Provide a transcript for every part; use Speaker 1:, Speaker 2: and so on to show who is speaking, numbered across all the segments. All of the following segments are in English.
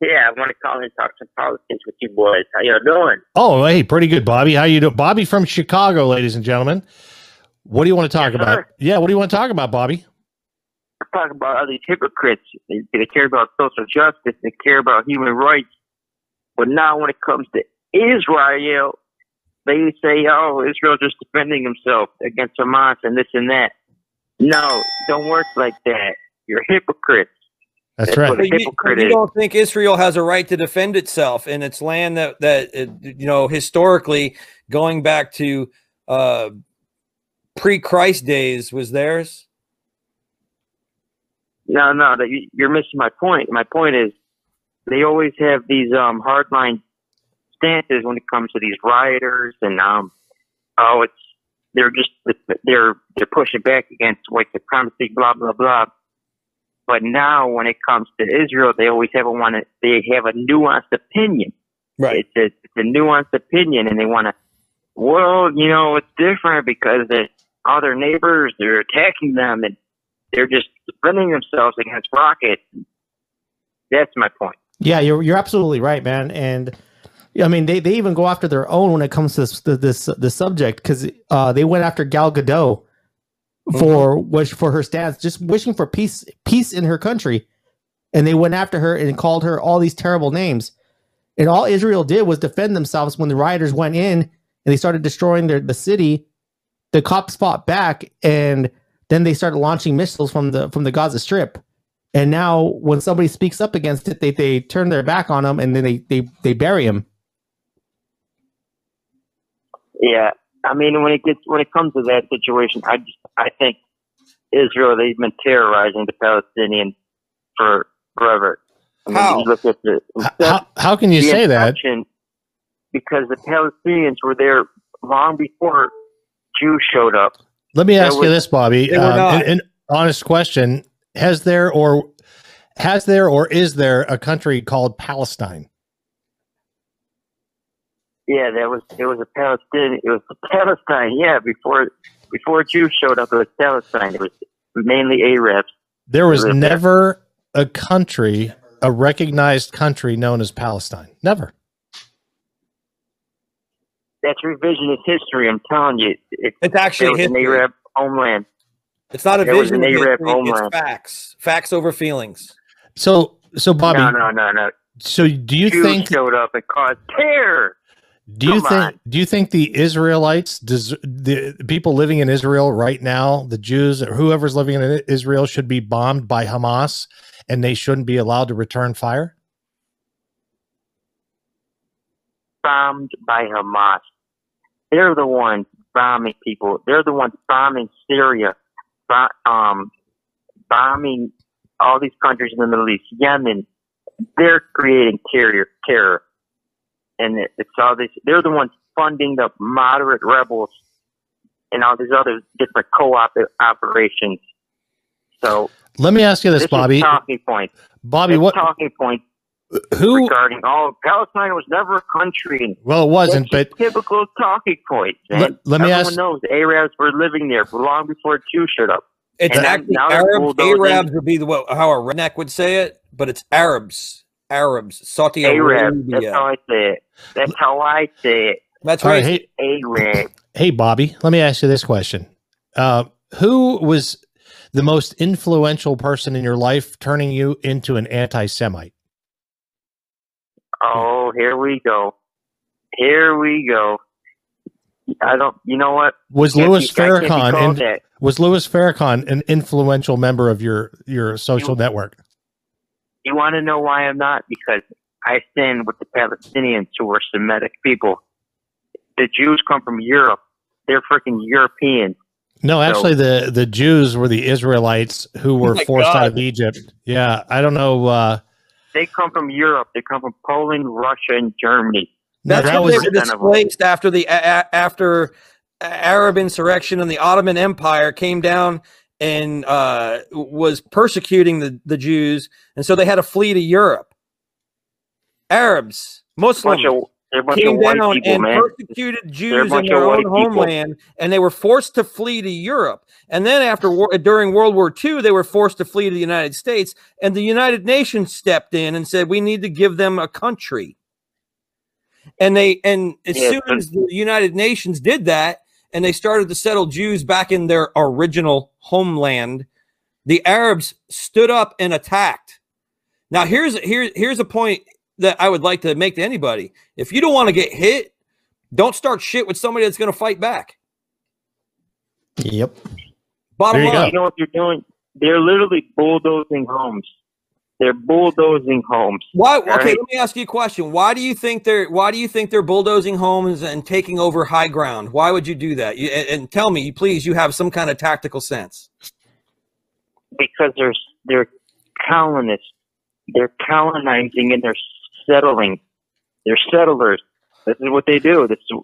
Speaker 1: Yeah, I want to call and talk some politics with you boys. How y'all doing?
Speaker 2: Oh, hey, pretty good, Bobby. How you doing? Bobby from Chicago, ladies and gentlemen. What do you want to talk
Speaker 1: Yes,
Speaker 2: about?
Speaker 1: sir.
Speaker 2: Yeah, what do you want to talk about, Bobby?
Speaker 1: Talk about all these hypocrites. They, they care about social justice. They care about human rights. But now, when it comes to Israel, they say, "Oh, Israel's just defending himself against Hamas and this and that." No, don't work like that. You're hypocrites.
Speaker 2: That's
Speaker 1: That's
Speaker 2: right.
Speaker 1: what
Speaker 3: But you-
Speaker 1: hypocrite
Speaker 3: you
Speaker 1: is.
Speaker 3: don't think Israel has a right to defend itself in its land that that uh, you know historically going back to uh, pre-Christ days was theirs.
Speaker 1: No, no, that you- you're missing my point. My point is they always have these um, hardline stances when it comes to these rioters, and um, oh, it's they're just they're they're pushing back against white supremacy, blah blah blah. But now, when it comes to Israel, they always have a one. They have a nuanced opinion. It's a, it's a nuanced opinion, and they want to. Well, you know, it's different because the, all their neighbors they're attacking them, and they're just defending themselves against rockets. That's my point.
Speaker 4: Yeah, you're you're absolutely right, man. And I mean, they, they even go after their own when it comes to this this this subject because uh, they went after Gal Gadot for wish for her stance, just wishing for peace peace in her country, and they went after her and called her all these terrible names. And all Israel did was defend themselves when the rioters went in and they started destroying their the city. The cops fought back, and then they started launching missiles from the from the Gaza Strip. And now, when somebody speaks up against it, they they turn their back on them and then they they they bury him.
Speaker 1: Yeah, I mean, when it gets when it comes to that situation, I just I think Israel they've been terrorizing the Palestinians for forever. I mean,
Speaker 3: How?
Speaker 1: you look at the
Speaker 2: H- How, how can you
Speaker 1: the
Speaker 2: say that?
Speaker 1: insurrection because the Palestinians were there long before Jews showed up.
Speaker 2: Let me
Speaker 1: They
Speaker 2: ask you
Speaker 1: were-
Speaker 2: this, Bobby.
Speaker 3: they were
Speaker 2: Um, an,
Speaker 3: not.
Speaker 2: an honest question: Has there or has there or is there a country called Palestine?
Speaker 1: Yeah, that was it was a Palestinian. It was Palestine. Yeah, before before Jews showed up, it was Palestine. It was mainly Arabs.
Speaker 2: There was
Speaker 1: Really?
Speaker 2: never a country, a recognized country known as Palestine. Never.
Speaker 1: That's revisionist history. I'm telling you, it,
Speaker 3: It's
Speaker 1: there
Speaker 3: actually
Speaker 1: was an
Speaker 3: history.
Speaker 1: Arab homeland.
Speaker 3: It's not a
Speaker 1: there was
Speaker 3: vision.
Speaker 1: an
Speaker 3: of
Speaker 1: Arab
Speaker 3: history,
Speaker 1: homeland.
Speaker 3: It's facts. Facts over feelings.
Speaker 2: So, so Bobby,
Speaker 1: no, no, no, no.
Speaker 2: so do you
Speaker 1: Jews
Speaker 2: think
Speaker 1: showed up and caused terror.
Speaker 2: do you
Speaker 1: come
Speaker 2: think
Speaker 1: on.
Speaker 2: do you think the Israelites, des- the people living in Israel right now, the Jews or whoever's living in Israel should be bombed by Hamas and they shouldn't be allowed to return fire?
Speaker 1: bombed by Hamas. They're the ones bombing people. They're the ones bombing Syria, bo- um, bombing all these countries in the Middle East, Yemen. They're creating terror, terror, and it- it's all this. They're the ones funding the moderate rebels and all these other different co-op operations. So
Speaker 2: Let me ask you this,
Speaker 1: this
Speaker 2: Bobby.
Speaker 1: is talking points.
Speaker 2: Bobby,
Speaker 1: It's
Speaker 2: what
Speaker 1: talking points
Speaker 2: who
Speaker 1: regarding? Oh, Palestine was never a country. And
Speaker 2: Well, it wasn't, but
Speaker 1: That's your typical talking point. man.
Speaker 2: Let- let me
Speaker 1: Everyone
Speaker 2: ask-
Speaker 1: knows Arabs were living there for long before Jews showed up.
Speaker 3: It's
Speaker 1: And
Speaker 3: actually
Speaker 1: now they're
Speaker 3: Arabs.
Speaker 1: bulldozing-
Speaker 3: Arabs would be the, what, how a redneck would say it, but it's Arabs. Arabs. Saudi
Speaker 1: Arabs.
Speaker 3: Arabia.
Speaker 1: That's how I say it. That's how I say it.
Speaker 3: That's
Speaker 2: all
Speaker 3: right.
Speaker 2: right, hey,
Speaker 1: Arab.
Speaker 2: hey, Bobby, let me ask you this question: uh, Who was the most influential person in your life, turning you into an anti-Semite?
Speaker 1: Oh, here we go. Here we go. I don't. You know what?
Speaker 2: Was
Speaker 1: Can't
Speaker 2: Louis
Speaker 1: be- I can't be
Speaker 2: Farrakhan
Speaker 1: called
Speaker 2: and
Speaker 1: that.
Speaker 2: was Louis Farrakhan an influential member of your your social network?
Speaker 1: You want to know why I'm not? Because I stand with the Palestinians who are Semitic people. The Jews come from Europe. They're freaking Europeans.
Speaker 2: No, actually, the the Jews were the Israelites who were
Speaker 3: my
Speaker 2: forced out of
Speaker 3: God.
Speaker 2: Egypt. Yeah, I don't know. Uh,
Speaker 1: They come from Europe. They come from Poland, Russia, and Germany.
Speaker 2: no,
Speaker 3: That's
Speaker 2: that
Speaker 3: how
Speaker 2: was
Speaker 3: they were displaced after the a- a- after a- Arab insurrection and the Ottoman Empire came down and uh, was persecuting the, the Jews, and so they had to flee to Europe. Arabs, Muslims,
Speaker 1: bunch of They're a bunch
Speaker 3: came
Speaker 1: of white
Speaker 3: down
Speaker 1: people,
Speaker 3: and
Speaker 1: man.
Speaker 3: persecuted Jews in
Speaker 1: bunch
Speaker 3: their
Speaker 1: of white
Speaker 3: own
Speaker 1: people.
Speaker 3: homeland, and they were forced to flee to Europe. And then after war, during World War II, they were forced to flee to the United States, and the United Nations stepped in and said, "We need to give them a country." And they and as
Speaker 1: Yeah,
Speaker 3: soon
Speaker 1: but-
Speaker 3: as the United Nations did that, and they started to settle Jews back in their original homeland, the Arabs stood up and attacked. Now here's here, here's a point that I would like to make to anybody. If you don't want to get hit, don't start shit with somebody that's going to fight back.
Speaker 4: Yep.
Speaker 3: Bottom
Speaker 2: There you
Speaker 3: line,
Speaker 1: You know what they're doing? They're literally bulldozing homes. They're bulldozing homes.
Speaker 3: why? Okay,
Speaker 1: Right.
Speaker 3: let me ask you a question. Why do you think they're Why do you think they're bulldozing homes and taking over high ground? Why would you do that? You, and, and tell me, please, you have some kind of tactical sense.
Speaker 1: because they're they're colonists. They're colonizing and they're settling. They're settlers. This is what they do. This is,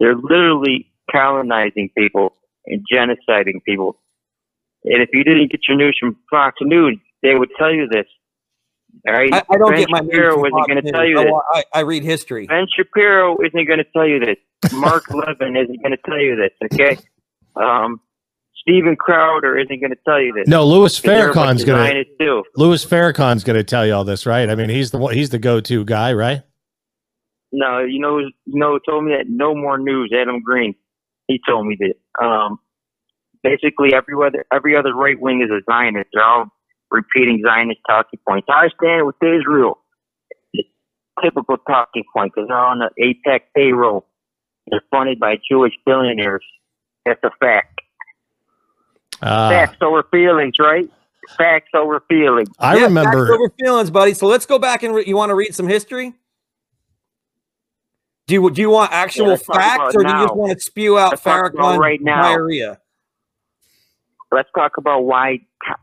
Speaker 1: they're literally colonizing people and genociding people. And if you didn't get your news from Fox News, they would tell you this. All right,
Speaker 3: I, I don't
Speaker 1: Ben
Speaker 3: get my news
Speaker 1: Shapiro
Speaker 3: from
Speaker 1: wasn't
Speaker 3: Fox
Speaker 1: going to
Speaker 3: News.
Speaker 1: tell you
Speaker 3: I,
Speaker 1: this.
Speaker 3: wa- I, I read history.
Speaker 1: Ben Shapiro isn't going to tell you this. Mark Levin isn't going to tell you this. Okay, um, Stephen Crowder isn't going to tell you this.
Speaker 2: No, Louis
Speaker 1: They're what
Speaker 2: Farrakhan's gonna
Speaker 1: Zionists do.
Speaker 2: Louis Farrakhan's gonna tell you all this, right? I mean, he's the one- he's the go to guy, right?
Speaker 1: No, you know, you know, who told me that no more news. Adam Green, he told me that. Um, basically, every other every other right wing is a Zionist. They're all repeating Zionist talking points. I stand with Israel. It's typical talking point because they're on the APEC payroll. They're funded by Jewish billionaires. That's a fact.
Speaker 2: Uh,
Speaker 1: Facts over feelings, right? Facts over feelings.
Speaker 2: I
Speaker 3: Yeah,
Speaker 2: remember.
Speaker 3: facts over feelings, buddy. So let's go back and re- you want to read some history. Do you, do you want actual
Speaker 1: let's talk about
Speaker 3: facts, or do you just
Speaker 1: now.
Speaker 3: want to spew out
Speaker 1: Let's talk about
Speaker 3: Farrakhan
Speaker 1: right now.
Speaker 3: diarrhea?
Speaker 1: Let's talk about why Co-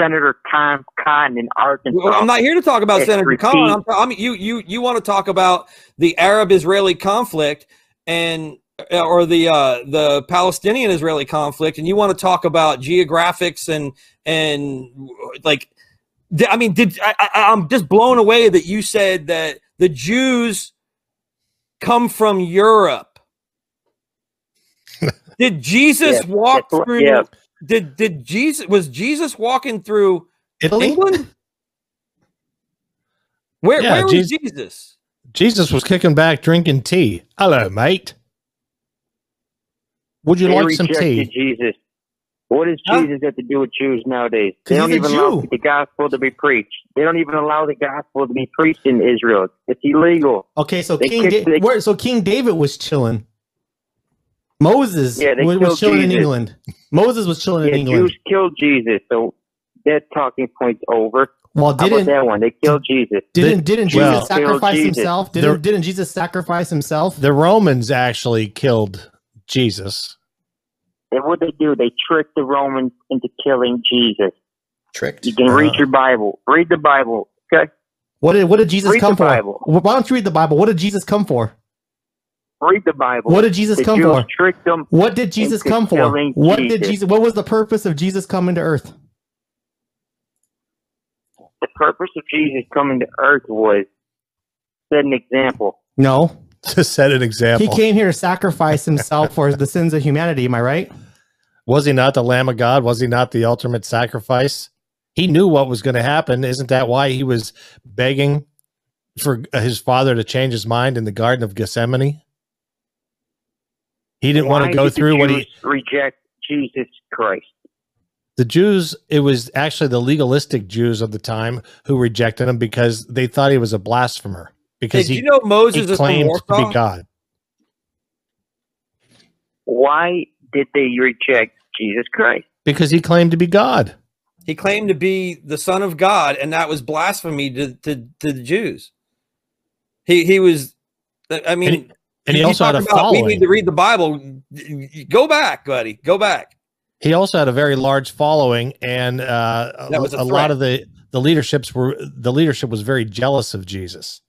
Speaker 1: Senator Tom Cotton in Arkansas.
Speaker 3: Well, I'm not here to talk about
Speaker 1: It's
Speaker 3: Senator
Speaker 1: repeat.
Speaker 3: Cohen. I'm, I'm you you you want to talk about the Arab-Israeli conflict and or the uh, the Palestinian-Israeli conflict, and you want to talk about geographics and and like di- I mean, did I, I, I'm just blown away that you said that the Jews come from Europe. did Jesus
Speaker 1: Yeah,
Speaker 3: walk
Speaker 1: that's what-
Speaker 3: through?
Speaker 1: yeah.
Speaker 3: Did did Jesus was Jesus walking through?
Speaker 2: Italy?
Speaker 3: England? Where,
Speaker 2: Yeah,
Speaker 3: where was
Speaker 2: Jesus-
Speaker 3: Jesus?
Speaker 2: Jesus was kicking back, drinking tea. Hello, mate. Would you
Speaker 1: They
Speaker 2: like some
Speaker 1: rejected
Speaker 2: tea?
Speaker 1: Jesus. What does
Speaker 3: Huh?
Speaker 1: Jesus have to do with Jews nowadays? They
Speaker 4: 'Cause
Speaker 1: don't
Speaker 4: he's a
Speaker 1: even allow
Speaker 4: Jew.
Speaker 1: the gospel to be preached. They don't even allow the gospel to be preached in Israel. It's illegal.
Speaker 4: Okay, so
Speaker 1: They
Speaker 4: King
Speaker 1: kicked-
Speaker 4: da-
Speaker 1: they-
Speaker 4: where, so King David was chilling. Moses
Speaker 1: Yeah, they
Speaker 4: was, was
Speaker 1: killed
Speaker 4: chilling in
Speaker 1: Jesus.
Speaker 4: England. Moses was chilling
Speaker 1: Yeah,
Speaker 4: in England.
Speaker 1: Jews killed Jesus, so that talking point's over.
Speaker 4: Well,
Speaker 1: How about
Speaker 4: didn't
Speaker 1: that one? They killed Jesus.
Speaker 4: didn't didn't Jesus
Speaker 2: Well-
Speaker 4: sacrifice
Speaker 1: Killed Jesus.
Speaker 4: himself?
Speaker 2: There-
Speaker 4: Didn't didn't Jesus sacrifice himself?
Speaker 2: The Romans actually killed Jesus.
Speaker 1: And what they do? They tricked the Romans into killing Jesus.
Speaker 5: Tricked.
Speaker 1: You can read
Speaker 2: Uh.
Speaker 1: your Bible. Read the Bible. Okay.
Speaker 4: What did what did Jesus
Speaker 1: Read
Speaker 4: come
Speaker 1: the
Speaker 4: for?
Speaker 1: Bible.
Speaker 4: Why don't you read the Bible? What did Jesus come for?
Speaker 1: Read the Bible.
Speaker 4: What did Jesus
Speaker 1: the
Speaker 4: come
Speaker 1: Jews
Speaker 4: for?
Speaker 1: tricked them
Speaker 4: What did Jesus
Speaker 1: Into
Speaker 4: come for?
Speaker 1: killing
Speaker 4: What did
Speaker 1: Jesus.
Speaker 4: Jesus? What was the purpose of Jesus coming to Earth?
Speaker 1: the purpose of Jesus coming to earth was set an example.
Speaker 4: No,
Speaker 2: To set an
Speaker 4: he
Speaker 2: example,
Speaker 4: came here to sacrifice himself for the sins of humanity. Am I right?
Speaker 2: was he not the Lamb of God? Was he not the ultimate sacrifice? He knew what was going to happen. Isn't that why he was begging for uh, his father to change his mind in the Garden of Gethsemane? He didn't want
Speaker 1: Why
Speaker 2: to go
Speaker 1: did the
Speaker 2: through what he
Speaker 1: Jews reject Jesus Christ.
Speaker 2: the Jews, it was actually the legalistic Jews of the time who rejected him because they thought he was a blasphemer
Speaker 3: Hey,
Speaker 2: because
Speaker 3: do
Speaker 2: he,
Speaker 3: you know
Speaker 2: he
Speaker 3: Moses is from
Speaker 2: claimed to
Speaker 3: Warsaw?
Speaker 2: be God.
Speaker 1: Why did they reject Jesus Christ?
Speaker 2: Because he claimed to be God.
Speaker 3: He claimed to be the son of God, and that was blasphemy to, to, to the Jews. He he was. I mean,
Speaker 2: And he- And he
Speaker 3: you
Speaker 2: also had a
Speaker 3: talk about We need
Speaker 2: following.
Speaker 3: to read the Bible. Go back, buddy. Go back.
Speaker 2: He also had a very large following, and uh,
Speaker 3: That was a
Speaker 2: a, lot
Speaker 3: threat.
Speaker 2: of the the leaderships were the leadership was very jealous of Jesus.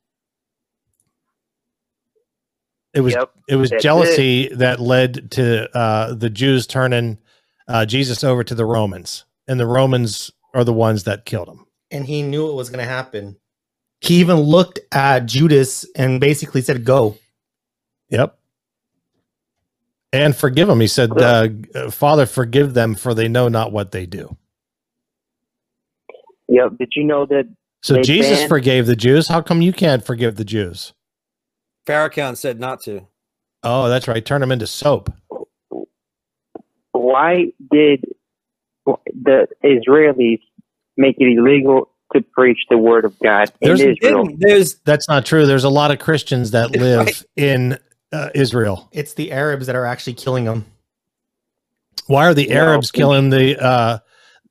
Speaker 2: It was
Speaker 1: Yep.
Speaker 2: it was
Speaker 1: That's
Speaker 2: jealousy that led to uh, the Jews turning uh, Jesus over to the Romans, and the Romans are the ones that killed him.
Speaker 4: And he knew it was going to happen. He even looked at Judas and basically said, "Go."
Speaker 2: Yep. And forgive them. He said, uh, Father, forgive them, for they know not what they do.
Speaker 1: Yep. Did you know that?
Speaker 2: So
Speaker 1: They
Speaker 2: Jesus
Speaker 1: banned-
Speaker 2: forgave the Jews. How come you can't forgive the Jews?
Speaker 3: Farrakhan said not to.
Speaker 2: Oh, that's right. Turn them into soap.
Speaker 1: Why did the Israelis make it illegal to preach the word of God in
Speaker 2: There's-
Speaker 1: Israel?
Speaker 3: Didn't. There's
Speaker 2: That's not true. There's a lot of Christians that live
Speaker 3: Right.
Speaker 2: in uh, Israel.
Speaker 4: It's the Arabs that are actually killing them.
Speaker 2: Why are the
Speaker 1: No.
Speaker 2: Arabs killing the uh,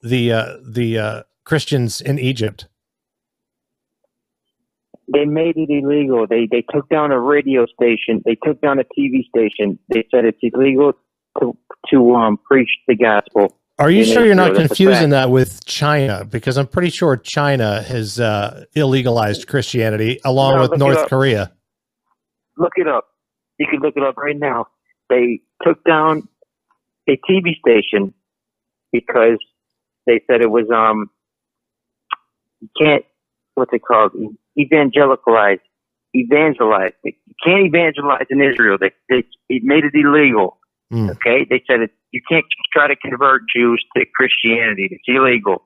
Speaker 2: the uh, the uh, Christians in Egypt?
Speaker 1: They made it illegal. They they took down a radio station. They took down a TV station. They said it's illegal to to um preach the gospel.
Speaker 2: Are you
Speaker 1: in
Speaker 2: sure you're not
Speaker 1: Israel. That's a
Speaker 2: confusing
Speaker 1: fact.
Speaker 2: that with China? Because I'm pretty sure China has uh, illegalized Christianity along
Speaker 1: No,
Speaker 2: with
Speaker 1: look it
Speaker 2: North
Speaker 1: up.
Speaker 2: Korea.
Speaker 1: Look it up. You can look it up right now. They took down a TV station because they said it was um you can't what's it called evangelicalized evangelized. You can't evangelize in Israel. They they it made it illegal.
Speaker 2: Mm.
Speaker 1: Okay, they said it, you can't try to convert Jews to Christianity; it's illegal.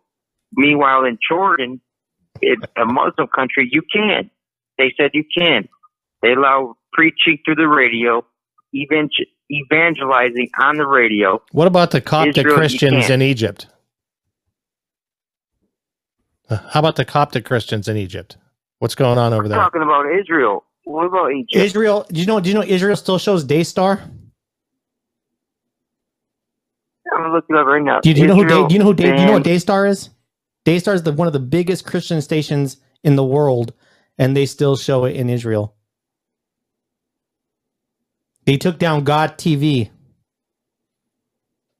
Speaker 1: Meanwhile, in Jordan, it's a Muslim country, you can. They said you can. They allow preaching through the radio, even evangelizing on the radio.
Speaker 2: What about the Coptic
Speaker 1: Israel, you
Speaker 2: Christians
Speaker 1: can't.
Speaker 2: in Egypt? Uh, How about the Coptic Christians in Egypt? What's going on over
Speaker 1: We're
Speaker 2: there?
Speaker 1: talking about Israel. What about Egypt?
Speaker 4: Israel, do you know? Do you know Israel still shows Daystar?
Speaker 1: I'm gonna look it up right now.
Speaker 4: Do you, do you know who? Day,
Speaker 1: Israel
Speaker 4: do you know who? Day, do you know what
Speaker 1: banned-
Speaker 4: Daystar is? Daystar is the one of the biggest Christian stations in the world, and they still show it in Israel. They took down God TV.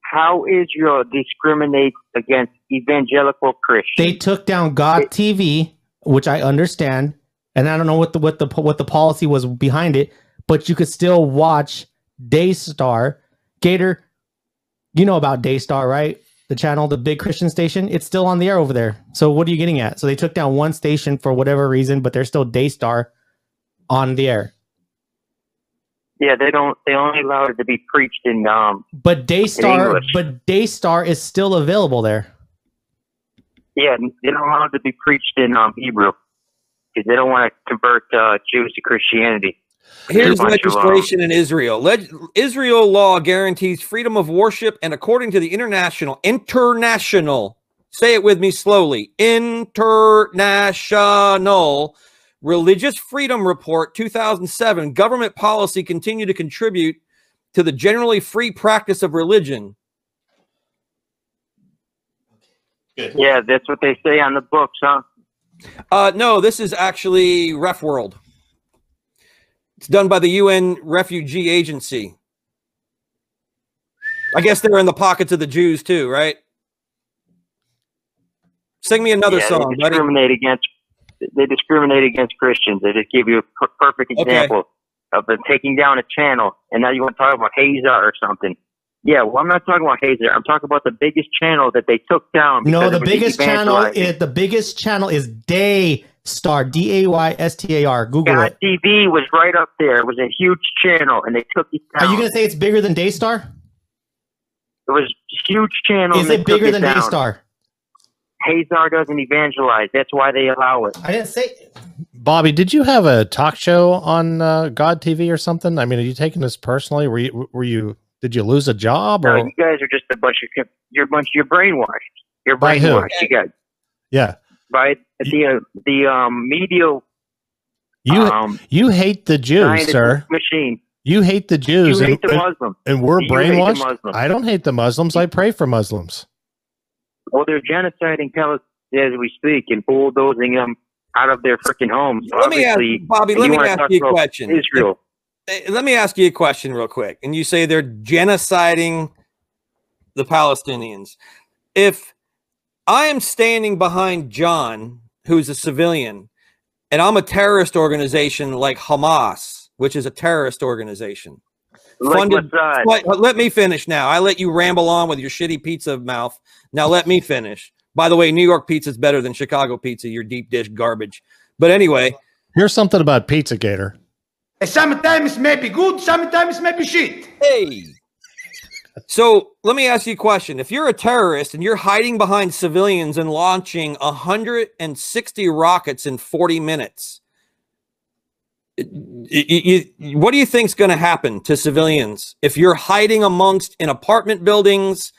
Speaker 1: How Israel discriminates against evangelical Christians?
Speaker 4: They took down God TV, which I understand, and I don't know what the what the what the policy was behind it, but you could still watch Daystar. Gator, you know about Daystar, right? The channel, the big Christian station, it's still on the air over there. So what are you getting at? So they took down one station for whatever reason, but they're still Daystar on the air.
Speaker 1: yeah, they don't. They only allow it to be preached in um,
Speaker 4: But Daystar,
Speaker 1: English.
Speaker 4: but Daystar is still available there.
Speaker 1: Yeah, they don't allow it to be preached in um, Hebrew because they don't want to convert uh, Jews to Christianity.
Speaker 3: Here's
Speaker 1: bunch of, um,
Speaker 3: legislation in Israel. Leg- Israel law guarantees freedom of worship, and according to the international, international, say it with me slowly, international religious freedom report 2007, government policy continue to contribute to the generally free practice of religion.
Speaker 1: Yeah, that's what they say on the books, huh?
Speaker 3: Uh, no, this is actually RefWorld. It's done by the UN Refugee Agency. I guess they're in the pockets of the Jews too, right? Sing me another
Speaker 1: yeah,
Speaker 3: song,
Speaker 1: they
Speaker 3: buddy.
Speaker 1: discriminate against they discriminate against Christians. They just give you a per- perfect
Speaker 3: Okay.
Speaker 1: example of them taking down a channel, and now you want to talk about Hazar or something. Yeah, well, I'm not talking about Hazar. I'm talking about the biggest channel that they took down. because
Speaker 4: No, the
Speaker 1: it was
Speaker 4: biggest channel
Speaker 1: evangelizing.
Speaker 4: is the biggest channel is Daystar, D A Y S T A R. Google
Speaker 1: God
Speaker 4: it.
Speaker 1: TV was right up there. It was a huge channel, and they took it
Speaker 4: Are
Speaker 1: down.
Speaker 4: you gonna say it's bigger than Daystar?
Speaker 1: it was a huge channel.
Speaker 4: Is
Speaker 1: and they
Speaker 4: it
Speaker 1: took
Speaker 4: bigger than
Speaker 1: down.
Speaker 4: Daystar?
Speaker 1: Hazar doesn't evangelize. That's why they allow it.
Speaker 4: I didn't say.
Speaker 2: Bobby, did you have a talk show on uh, God TV or something? I mean, are you taking this personally? Were you were you did you lose a job
Speaker 1: No,
Speaker 2: or
Speaker 1: you guys are just a bunch of you're a bunch. You're brainwashed. You're
Speaker 2: By who?
Speaker 1: brainwashed. You got
Speaker 2: yeah?
Speaker 1: by the uh, the um media
Speaker 2: You
Speaker 1: um
Speaker 2: you hate the Jews,
Speaker 1: scientist
Speaker 2: sir.
Speaker 1: machine.
Speaker 2: You hate the
Speaker 1: You
Speaker 2: Jews,
Speaker 1: hate
Speaker 2: and,
Speaker 1: the
Speaker 2: and,
Speaker 1: Muslims.
Speaker 2: and we're
Speaker 1: You hate the
Speaker 2: brainwashed.
Speaker 1: Muslims.
Speaker 2: I don't hate the Muslims. I pray for Muslims.
Speaker 1: Well, Oh, they're genociding Palestinians as we speak and bulldozing them out of their freaking homes.
Speaker 3: Let me ask
Speaker 1: Obviously,
Speaker 3: Bobby.
Speaker 1: you
Speaker 3: Let me
Speaker 1: wanna
Speaker 3: ask
Speaker 1: talk
Speaker 3: you a
Speaker 1: about
Speaker 3: question.
Speaker 1: Israel.
Speaker 3: Eh, Let me ask you a question real quick. And you say they're genociding the Palestinians. If I am standing behind John, who's a civilian, and I'm a terrorist organization like Hamas, which is a terrorist organization.
Speaker 1: Like
Speaker 3: Funded-
Speaker 1: Mossad.
Speaker 3: But, but let me finish now. I let you ramble on with your shitty pizza mouth. Now let me finish. By the way, New York pizza is better than Chicago pizza, your deep dish garbage. But anyway,
Speaker 2: Here's something about Pizzagator.
Speaker 5: Sometimes maybe good, sometimes maybe shit.
Speaker 3: Hey. So let me ask you a question. If you're a terrorist and you're hiding behind civilians and launching 160 rockets in 40 minutes, y- y- y- what do you think's going to happen to civilians if you're hiding amongst in apartment buildings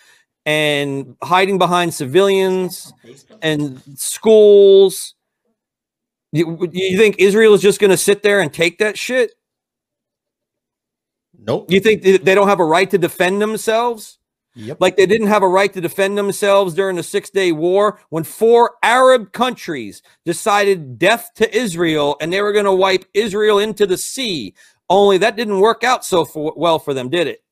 Speaker 3: and hiding behind civilians and schools? You, you think Israel is just going to sit there and take that shit?
Speaker 6: Nope.
Speaker 3: You think th- they don't have a right to defend themselves?
Speaker 6: Yep.
Speaker 3: Like they didn't have a right to defend themselves during the Six Day War when four Arab countries decided death to Israel and they were going to wipe Israel into the sea. Only that didn't work out so fo- well for them, did it?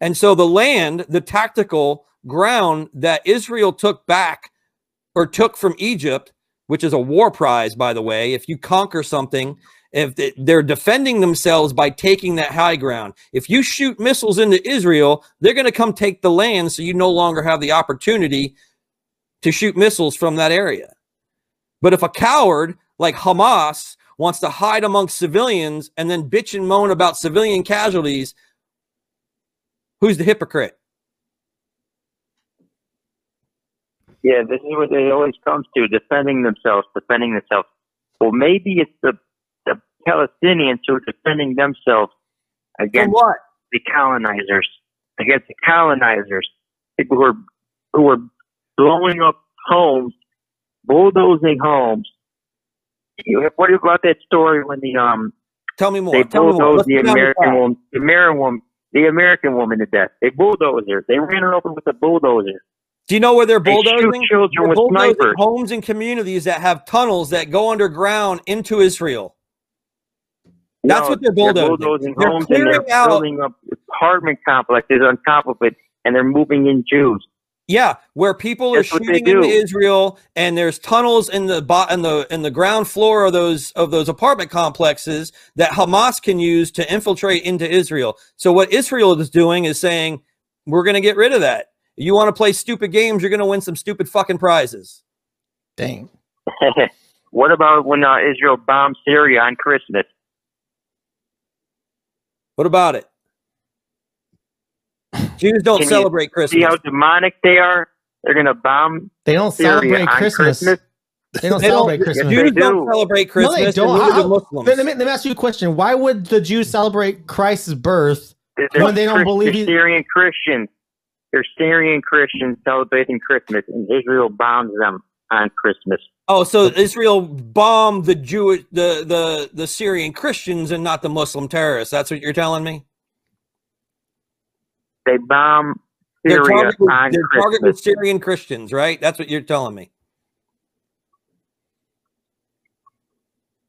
Speaker 3: And so the land, the tactical ground that Israel took back or took from Egypt, which is a war prize, by the way, if you conquer something, if th- they're defending themselves by taking that high ground. If you shoot missiles into Israel, they're going to come take the land, so you no longer have the opportunity to shoot missiles from that area. But if a coward like Hamas wants to hide amongst civilians and then bitch and moan about civilian casualties, who's the hypocrite?
Speaker 1: Yeah, this is what it always comes to: defending themselves, defending themselves. Well, maybe it's the the Palestinians who are defending themselves
Speaker 3: From
Speaker 1: against
Speaker 3: what?
Speaker 1: the colonizers, against the colonizers, people who are who are blowing up homes, bulldozing homes. You- What about that story when the um
Speaker 3: Tell me more.
Speaker 1: they
Speaker 3: Tell me more.
Speaker 1: bulldozed
Speaker 3: Let's
Speaker 1: the
Speaker 3: go down this
Speaker 1: American
Speaker 3: path.
Speaker 1: woman, the American woman, the American woman to death? They bulldozed her. They ran her over with a bulldozer.
Speaker 3: Do you know where they're
Speaker 1: They shoot
Speaker 3: bulldozing?
Speaker 1: children
Speaker 3: They're
Speaker 1: with
Speaker 3: bulldozing
Speaker 1: snipers.
Speaker 3: homes and communities that have tunnels that go underground into Israel. That's what they're bulldozing. They're
Speaker 1: homes and they're
Speaker 3: clearing out-
Speaker 1: building up apartment complexes on top of it, and they're moving in Jews.
Speaker 3: Yeah, where people
Speaker 1: That's
Speaker 3: are
Speaker 1: what they
Speaker 3: shooting into
Speaker 1: do.
Speaker 3: Israel, and there's tunnels in the bo- in the in the ground floor of those of those apartment complexes that Hamas can use to infiltrate into Israel. So what Israel is doing is saying, "We're going to get rid of that. You want to play stupid games? You're going to win some stupid fucking prizes."
Speaker 6: Dang.
Speaker 1: what about when uh, Israel bombed Syria on Christmas?
Speaker 3: What about it? Jews don't
Speaker 1: Can you
Speaker 3: celebrate
Speaker 1: See how
Speaker 3: Christmas.
Speaker 1: demonic they are? They're going to bomb
Speaker 4: They don't
Speaker 1: Syria
Speaker 4: celebrate
Speaker 1: on
Speaker 4: Christmas.
Speaker 1: Christmas.
Speaker 4: They don't
Speaker 3: They don't-
Speaker 4: celebrate Christmas.
Speaker 1: They
Speaker 3: Jews
Speaker 1: do.
Speaker 3: don't celebrate Christmas.
Speaker 4: no, they
Speaker 3: and
Speaker 4: don't.
Speaker 3: neither do
Speaker 4: How-
Speaker 3: Muslims.
Speaker 4: let, me, let me ask you a question. Why would the Jews celebrate Christ's birth?
Speaker 1: They're,
Speaker 4: When they don't
Speaker 1: Chris-
Speaker 4: believe
Speaker 1: they're
Speaker 4: you-
Speaker 1: Syrian Christians. They're Syrian Christians celebrating Christmas, and Israel bombs them on Christmas.
Speaker 3: Oh, so Israel bombed the Jewish, the the the Syrian Christians, and not the Muslim terrorists. That's what you're telling me.
Speaker 1: They bomb
Speaker 3: their
Speaker 1: Syria
Speaker 3: target was,
Speaker 1: on
Speaker 3: their target
Speaker 1: Christmas.
Speaker 3: was Syrian Christians, right? That's what you're telling me.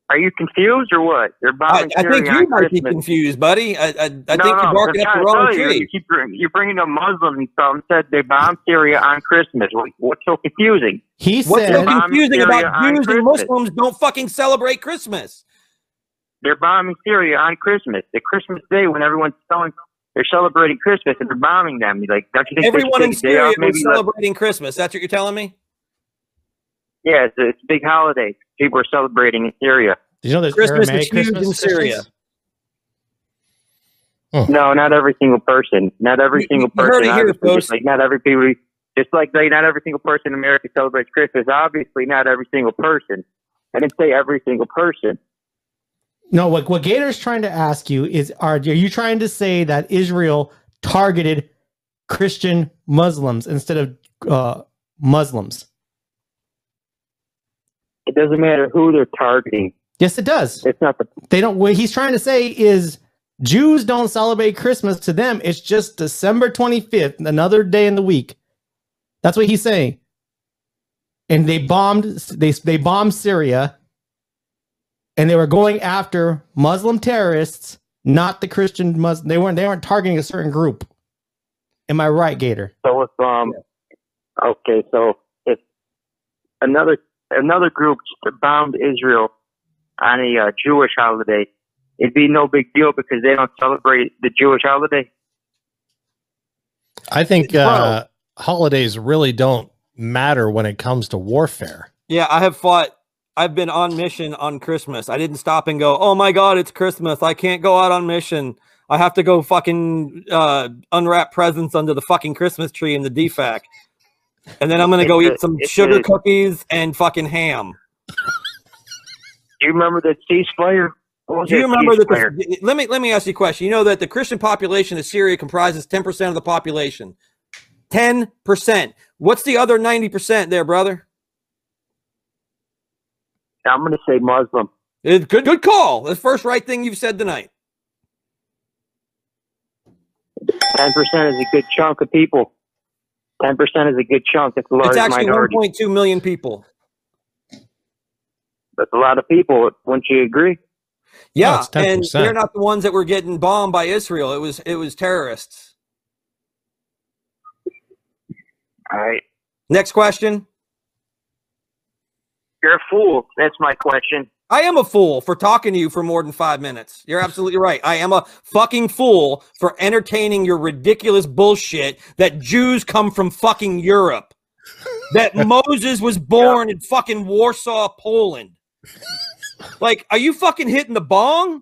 Speaker 1: Are you confused or what? They're
Speaker 3: I,
Speaker 1: bombing
Speaker 3: I
Speaker 1: Syria
Speaker 3: think you
Speaker 1: on
Speaker 3: might be
Speaker 1: Christmas.
Speaker 3: confused, buddy. I I, I think you're
Speaker 1: I'm
Speaker 3: barking up
Speaker 1: trying
Speaker 3: the
Speaker 1: to
Speaker 3: wrong
Speaker 1: tell you, You
Speaker 3: tree.
Speaker 1: keep bring, you're bringing up Muslims and some said they bombed Syria on Christmas. What, what's so confusing?
Speaker 4: He
Speaker 3: What's so
Speaker 4: said,
Speaker 1: Bomb
Speaker 3: confusing
Speaker 1: Syria
Speaker 3: about
Speaker 1: on
Speaker 3: Jews and
Speaker 1: Christmas.
Speaker 3: Muslims don't fucking celebrate Christmas?
Speaker 1: They're bombing Syria on Christmas, the Christmas day when everyone's selling, they're celebrating Christmas and they're bombing them. You're like, don't you think
Speaker 3: Everyone
Speaker 1: they
Speaker 3: in
Speaker 1: should take a day
Speaker 3: Syria
Speaker 1: off?
Speaker 3: was
Speaker 1: Maybe let-
Speaker 3: celebrating Christmas. That's what you're telling me.
Speaker 1: yeah, it's a, it's a big holiday. People are celebrating in Syria.
Speaker 4: "Did you know there's
Speaker 3: Christmas
Speaker 4: Aramaic
Speaker 3: is huge in
Speaker 4: Christians?
Speaker 3: Syria.
Speaker 1: No, not every single person. Not every
Speaker 3: You-
Speaker 1: single
Speaker 3: you heard
Speaker 1: person.
Speaker 3: it here,
Speaker 1: obviously,
Speaker 3: folks.
Speaker 1: just like not every people. Just like they, not every single person in America celebrates Christmas. Obviously, not every single person. I didn't say every single person.
Speaker 4: No, what what Gator's trying to ask you is, are, are you trying to say that Israel targeted Christian Muslims instead of uh, Muslims?
Speaker 1: It doesn't matter who they're targeting.
Speaker 4: Yes, it does.
Speaker 1: It's not the
Speaker 4: They don't. What he's trying to say is Jews don't celebrate Christmas. To them, it's just December twenty fifth, another day in the week. That's what he's saying. And they bombed. They they bombed Syria, and they were going after Muslim terrorists, not the Christian Muslim. They weren't. They weren't targeting a certain group. Am I right, Gator?
Speaker 1: so if um okay so if another another group bombed Israel on a uh, Jewish holiday, it'd be no big deal because they don't celebrate the Jewish holiday.
Speaker 2: I think uh, holidays really don't matter when it comes to warfare.
Speaker 3: Yeah, I have fought I've been on mission on Christmas. I didn't stop and go, oh my God, it's Christmas. I can't go out on mission. I have to go fucking uh, unwrap presents under the fucking Christmas tree in the defac. And then I'm going to go
Speaker 1: It's
Speaker 3: eat
Speaker 1: a-
Speaker 3: some
Speaker 1: it's
Speaker 3: sugar
Speaker 1: a-
Speaker 3: cookies and fucking ham.
Speaker 1: Do you remember that ceasefire? What was
Speaker 3: Do you
Speaker 1: that
Speaker 3: remember that?
Speaker 1: ceasefire?
Speaker 3: The, let me let me ask you a question. You know that the Christian population of Syria comprises ten percent of the population. Ten percent. What's the other ninety percent there, brother?
Speaker 1: I'm going to say Muslim.
Speaker 3: It, good good call. The first right thing you've said tonight.
Speaker 1: Ten percent is a good chunk of people. Ten percent is a good chunk. It's a large
Speaker 3: It's actually
Speaker 1: minority.
Speaker 3: 1.2 million people.
Speaker 1: That's a lot of people. Wouldn't you agree?
Speaker 2: No,
Speaker 3: Yeah,
Speaker 2: it's
Speaker 3: and
Speaker 2: 10%.
Speaker 3: they're not the ones that were getting bombed by Israel. It was it was terrorists.
Speaker 1: All right.
Speaker 3: Next question.
Speaker 1: You're a fool. That's my question.
Speaker 3: I am a fool for talking to you for more than five minutes. You're absolutely right. I am a fucking fool for entertaining your ridiculous bullshit that Jews come from fucking Europe, that Moses was born in fucking Warsaw, Poland. Like, are you fucking hitting the bong?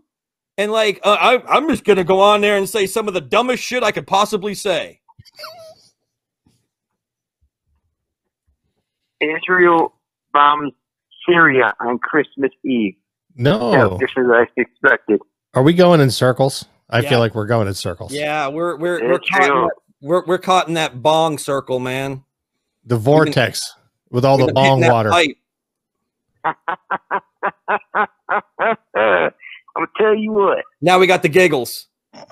Speaker 3: And like, uh, I, I'm just gonna go on there and say some of the dumbest shit I could possibly say.
Speaker 1: Israel bombs Syria on Christmas Eve. Yeah,
Speaker 2: No.
Speaker 1: just as I expected.
Speaker 2: Are we going in circles? I
Speaker 3: Yeah.
Speaker 2: feel like we're going in circles.
Speaker 3: Yeah, we're we're we're
Speaker 1: It's
Speaker 3: caught in
Speaker 1: real.
Speaker 3: that, we're we're caught in that bong circle, man.
Speaker 2: The vortex with all
Speaker 3: We've
Speaker 2: the
Speaker 3: been
Speaker 2: long
Speaker 3: hitting that
Speaker 2: water.
Speaker 3: pipe.
Speaker 1: I'm gonna Uh, tell you what.
Speaker 3: Now we got the giggles.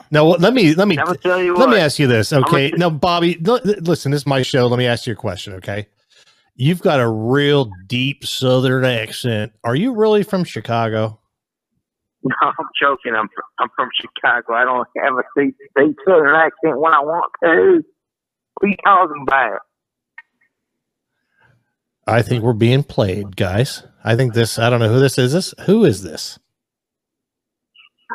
Speaker 2: No, let me let me
Speaker 1: I'm gonna tell you
Speaker 2: let
Speaker 1: what.
Speaker 2: me ask you this. Okay.
Speaker 1: gonna-
Speaker 2: No, Bobby, l- l- listen, this is my show. Let me ask you a question, okay? You've got a real deep southern accent. Are you really from Chicago?
Speaker 1: No, I'm joking. I'm from, I'm from Chicago. I don't have a state state southern accent when I want to. What are you talking about?
Speaker 2: I think we're being played, guys. I think this I don't know who this is. This who is this?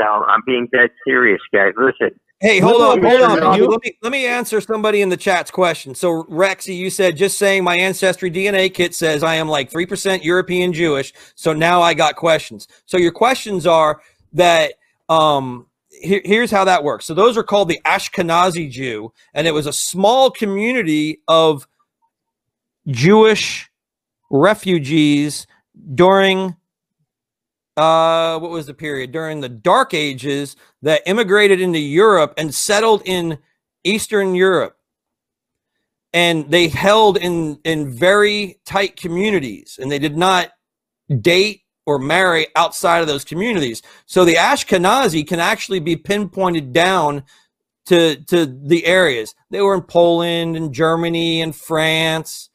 Speaker 1: No, I'm being dead serious, guys. Listen,
Speaker 3: Hey, hold
Speaker 2: Little
Speaker 3: on,
Speaker 2: bit
Speaker 3: hold
Speaker 2: of
Speaker 3: on. Bobby.
Speaker 2: you.
Speaker 3: Let me let me answer somebody in the chat's question. So Rexy, you said just saying my ancestry DNA kit says I am like three percent European Jewish. So now I got questions. So your questions are that um here, here's how that works. So those are called the Ashkenazi Jew, and it was a small community of Jewish refugees during uh what was the period during the dark ages that immigrated into Europe and settled in Eastern Europe. And they held in in very tight communities and they did not date or marry outside of those communities. So the Ashkenazi can actually be pinpointed down to to the areas. They were in Poland and Germany and France.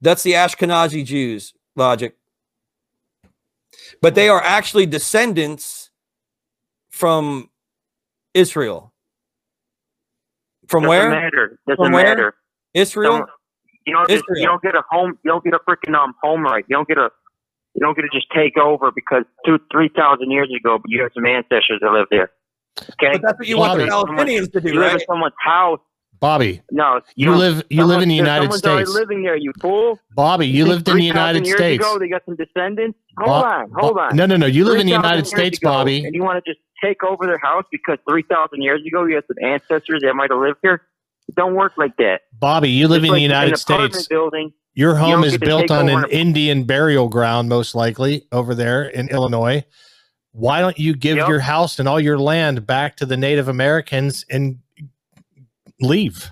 Speaker 3: That's the Ashkenazi Jews logic. But they are actually descendants from Israel. From
Speaker 1: doesn't
Speaker 3: where?
Speaker 1: matter. Doesn't
Speaker 3: From where?
Speaker 1: matter.
Speaker 3: Israel?
Speaker 1: Don't- you don't just,
Speaker 3: Israel.
Speaker 1: you don't get a home. You don't get a freaking um home right. You don't get a you don't get to just take over because two three thousand years ago, but you have some ancestors that lived there. Okay,
Speaker 3: But that's what you want the
Speaker 1: Bobby.
Speaker 3: Palestinians to
Speaker 1: you
Speaker 3: do,
Speaker 1: live
Speaker 3: right?
Speaker 1: in someone's house.
Speaker 2: Bobby,
Speaker 1: No,
Speaker 2: you
Speaker 1: don't-
Speaker 2: live you live in the
Speaker 1: someone-
Speaker 2: United
Speaker 1: someone's already
Speaker 2: States.
Speaker 1: living there, you fool.
Speaker 2: Bobby, you lived in the
Speaker 1: 3,000
Speaker 2: United
Speaker 1: years
Speaker 2: States.
Speaker 1: Ago, they got some descendants. Hold
Speaker 2: Bo-
Speaker 1: on, hold
Speaker 2: Bo-
Speaker 1: on.
Speaker 2: No, no, no. You live in the
Speaker 1: 3,000
Speaker 2: United
Speaker 1: years
Speaker 2: States,
Speaker 1: ago,
Speaker 2: Bobby.
Speaker 1: And you want to just take over their house because 3,000 years ago you had some ancestors that might have lived here? It don't work like that.
Speaker 2: Bobby, you live
Speaker 1: It's
Speaker 2: in
Speaker 1: like
Speaker 2: the United
Speaker 1: an apartment
Speaker 2: States.
Speaker 1: building.
Speaker 2: Your home
Speaker 1: don't
Speaker 2: is
Speaker 1: get to
Speaker 2: built
Speaker 1: take
Speaker 2: on
Speaker 1: over
Speaker 2: an
Speaker 1: an-
Speaker 2: Indian burial ground, most likely over there in Illinois. Why don't you give
Speaker 1: Yep.
Speaker 2: your house and all your land back to the Native Americans and leave?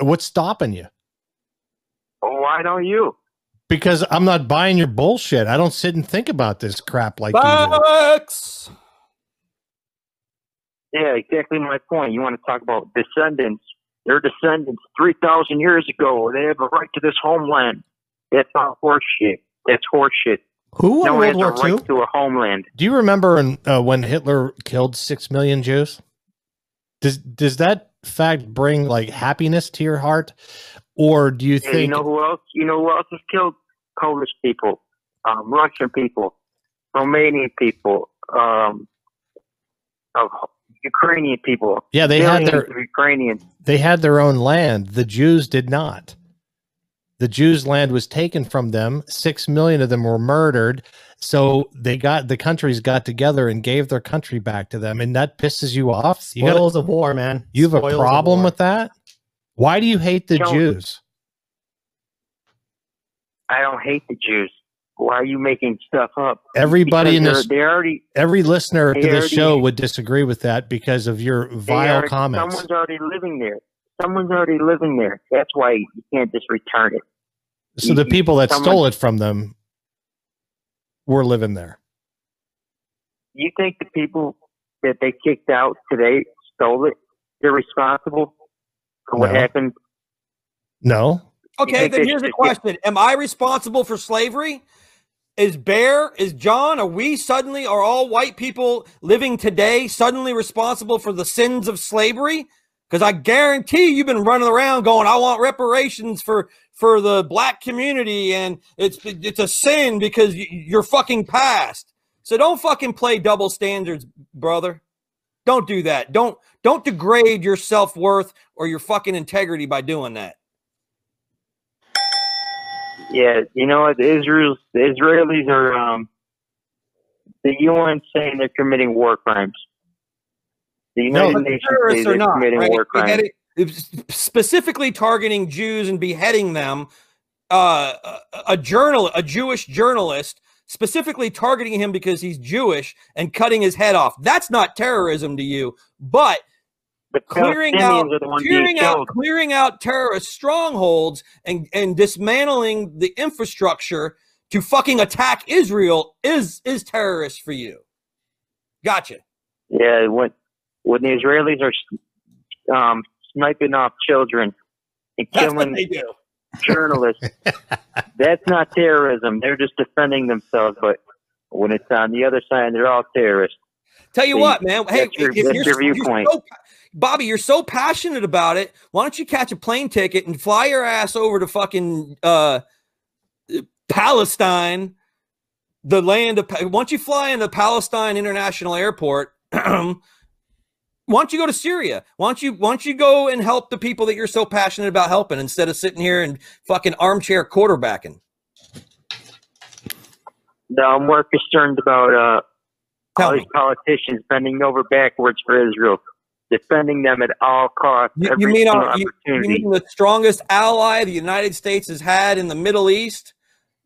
Speaker 2: What's stopping you?
Speaker 1: Why don't you?
Speaker 2: Because I'm not buying your bullshit. I don't sit and think about this crap like you. do.
Speaker 3: Bucks!
Speaker 1: Yeah, exactly my point. You want to talk about descendants. Their descendants 3,000 years ago, they have a right to this homeland. That's not horseshit. That's horseshit.
Speaker 4: Who
Speaker 1: No one has
Speaker 4: won World
Speaker 1: a
Speaker 4: War II?
Speaker 1: right to a homeland.
Speaker 2: Do you remember in, uh, when Hitler killed six million Jews? Does does that fact bring like happiness to your heart, or do you
Speaker 1: Hey,
Speaker 2: think
Speaker 1: you know who else? You know who else has killed Polish people, um, Russian people, Romanian people, um, of Ukrainian people.
Speaker 2: Yeah, they had
Speaker 1: millions
Speaker 2: their
Speaker 1: of Ukrainians.
Speaker 2: they had their own land. The Jews did not. the Jews' land was taken from them. Six million of them were murdered. So they got the countries got together and gave their country back to them, and that pisses you off. You got
Speaker 4: Spoils of war, man.
Speaker 2: you have a
Speaker 4: Spoils of
Speaker 2: problem
Speaker 4: war.
Speaker 2: with that. Why do you hate the
Speaker 1: Don't-
Speaker 2: Jews?
Speaker 1: I don't hate the Jews. Why are you making stuff up?
Speaker 2: Everybody in
Speaker 1: Because
Speaker 2: this,
Speaker 1: they're- they already
Speaker 2: every listener to
Speaker 1: they
Speaker 2: this
Speaker 1: already-
Speaker 2: show would disagree with that because of your
Speaker 1: they
Speaker 2: vile
Speaker 1: already-
Speaker 2: comments.
Speaker 1: Someone's already living there. Someone's already living there. That's why you can't just return it.
Speaker 2: So the people that
Speaker 1: someone-
Speaker 2: stole it from them were living there.
Speaker 1: You think the people that they kicked out today stole it? They're responsible for what
Speaker 2: No.
Speaker 1: happened.
Speaker 2: No,
Speaker 3: Okay,
Speaker 1: think
Speaker 3: then
Speaker 1: they
Speaker 3: here's a
Speaker 1: should get-
Speaker 3: question: Am I responsible for slavery? Is Bear, is John, are we suddenly, are all white people living today suddenly responsible for the sins of slavery? Because I guarantee you've been running around going, "I want reparations for for the black community," and it's it's a sin because y- you're fucking past. So don't fucking play double standards, brother. Don't do that. Don't don't degrade your self worth or your fucking integrity by doing that.
Speaker 1: Yeah, you know what? The Israel's the Israelis are um the UN saying they're committing war crimes. The
Speaker 2: No,
Speaker 1: United
Speaker 2: but
Speaker 1: Nations say
Speaker 3: terrorists
Speaker 1: they're
Speaker 3: or not,
Speaker 1: committing
Speaker 3: right?
Speaker 1: war crimes.
Speaker 3: Beheading- specifically targeting Jews and beheading them. Uh, a, a journal, a Jewish journalist, specifically targeting him because he's Jewish and cutting his head off. That's not terrorism to you, but
Speaker 1: the
Speaker 3: clearing out,
Speaker 1: Palestinians are the ones
Speaker 3: clearing
Speaker 1: being
Speaker 3: out,
Speaker 1: killed.
Speaker 3: clearing out terrorist strongholds and and dismantling the infrastructure to fucking attack Israel is is terrorist for you. Gotcha.
Speaker 1: Yeah, when when the Israelis are um, sniping off children and
Speaker 3: That's what
Speaker 1: killing
Speaker 3: they do.
Speaker 1: journalists, that's not terrorism. They're just defending themselves. But when it's on the other side, they're all terrorists.
Speaker 3: Tell you
Speaker 1: See,
Speaker 3: what, man. Hey,
Speaker 1: that's your-
Speaker 3: if
Speaker 1: that's your viewpoint.
Speaker 3: so- Bobby, you're so passionate about it. Why don't you catch a plane ticket and fly your ass over to fucking uh, Palestine, the land of. Pa- Once you fly into Palestine International Airport, why don't you go to Syria? Why don't you why don't you go and help the people that you're so passionate about helping instead of sitting here and fucking armchair quarterbacking?
Speaker 1: No, I'm more concerned about uh,
Speaker 3: Tell
Speaker 1: all
Speaker 3: me.
Speaker 1: these politicians bending over backwards for Israel, defending them at all costs.
Speaker 3: You- you
Speaker 1: every
Speaker 3: mean
Speaker 1: single
Speaker 3: our- you-
Speaker 1: opportunity.
Speaker 3: You mean the strongest ally the United States has had in the Middle East?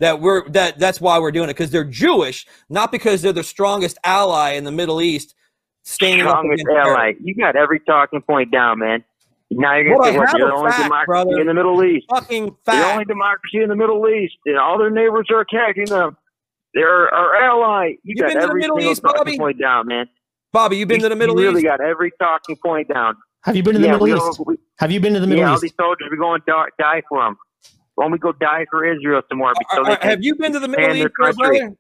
Speaker 3: That we're that that's why we're doing it because they're Jewish, not because they're the strongest ally in the Middle East. Standing up
Speaker 1: strongest
Speaker 3: against terror.
Speaker 1: ally. You got every talking point down, man. Now you're going to
Speaker 3: Well, I
Speaker 1: say, well,
Speaker 3: have
Speaker 1: you're
Speaker 3: a
Speaker 1: the only
Speaker 3: fact,
Speaker 1: democracy
Speaker 3: brother.
Speaker 1: in the Middle East.
Speaker 3: fucking
Speaker 1: The only
Speaker 3: fact.
Speaker 1: democracy in the Middle East, and all their neighbors are attacking them. They're our ally. You
Speaker 3: You've
Speaker 1: got
Speaker 3: been to the
Speaker 1: every
Speaker 3: Middle
Speaker 1: single
Speaker 3: East,
Speaker 1: talking
Speaker 3: Bobby?
Speaker 1: point down, man.
Speaker 3: Bobby, you've been to the Middle
Speaker 1: you really
Speaker 3: East.
Speaker 1: got every talking point down.
Speaker 4: Have you been to the
Speaker 1: yeah,
Speaker 4: Middle
Speaker 1: we
Speaker 4: East?
Speaker 1: all, we,
Speaker 4: Have you been to the Middle
Speaker 1: yeah, all
Speaker 4: East?
Speaker 1: these soldiers are going to die for them. Won't we go die for Israel some more?
Speaker 3: Are-
Speaker 1: So they,
Speaker 3: are-
Speaker 1: can,
Speaker 3: Uh, have you been to the Middle
Speaker 1: expand their
Speaker 3: East, my
Speaker 1: country.
Speaker 3: brother?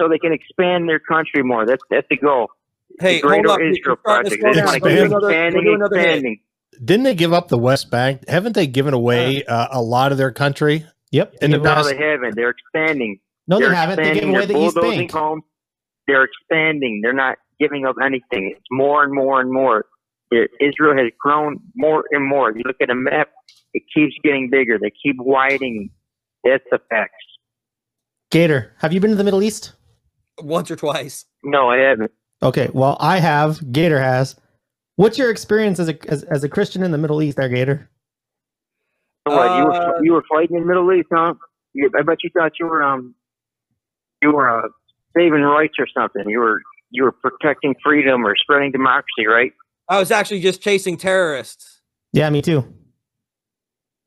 Speaker 1: so they can expand their country more. That's that's the goal.
Speaker 3: Hey,
Speaker 1: the
Speaker 3: hold
Speaker 1: Greater
Speaker 3: up. you're
Speaker 1: Israel
Speaker 3: starting to
Speaker 1: Project. They
Speaker 3: slow down.
Speaker 1: want to
Speaker 3: Go do
Speaker 1: keep
Speaker 2: expand.
Speaker 3: another- go do
Speaker 1: expanding,
Speaker 3: another hit.
Speaker 1: expanding.
Speaker 2: Didn't they give up the West Bank? Haven't they given away uh, a lot of their country?
Speaker 4: Yep.
Speaker 2: In the
Speaker 1: No,
Speaker 2: past,
Speaker 1: they haven't. They're expanding.
Speaker 4: No, they
Speaker 1: they're
Speaker 4: haven't. They gave
Speaker 1: expanding.
Speaker 4: away
Speaker 1: They're
Speaker 4: the East
Speaker 1: bulldozing
Speaker 4: Bank.
Speaker 1: homes. They're expanding. They're not giving up anything. It's more and more and more. It- Israel has grown more and more. You look at a map; it keeps getting bigger. They keep widening. That's the facts.
Speaker 4: Gator, have you been to the Middle East?
Speaker 3: Once or twice.
Speaker 1: No, I haven't.
Speaker 4: Okay, well, I have. Gator has. What's your experience as a as, as a Christian in the Middle East, there, Gator?
Speaker 1: So what, you
Speaker 3: Uh,
Speaker 1: were you were fighting in the Middle East, huh? You, I bet you thought you were um you were uh, saving rights or something. You were you were protecting freedom or spreading democracy, right?
Speaker 3: I was actually just chasing terrorists.
Speaker 4: Yeah, me too.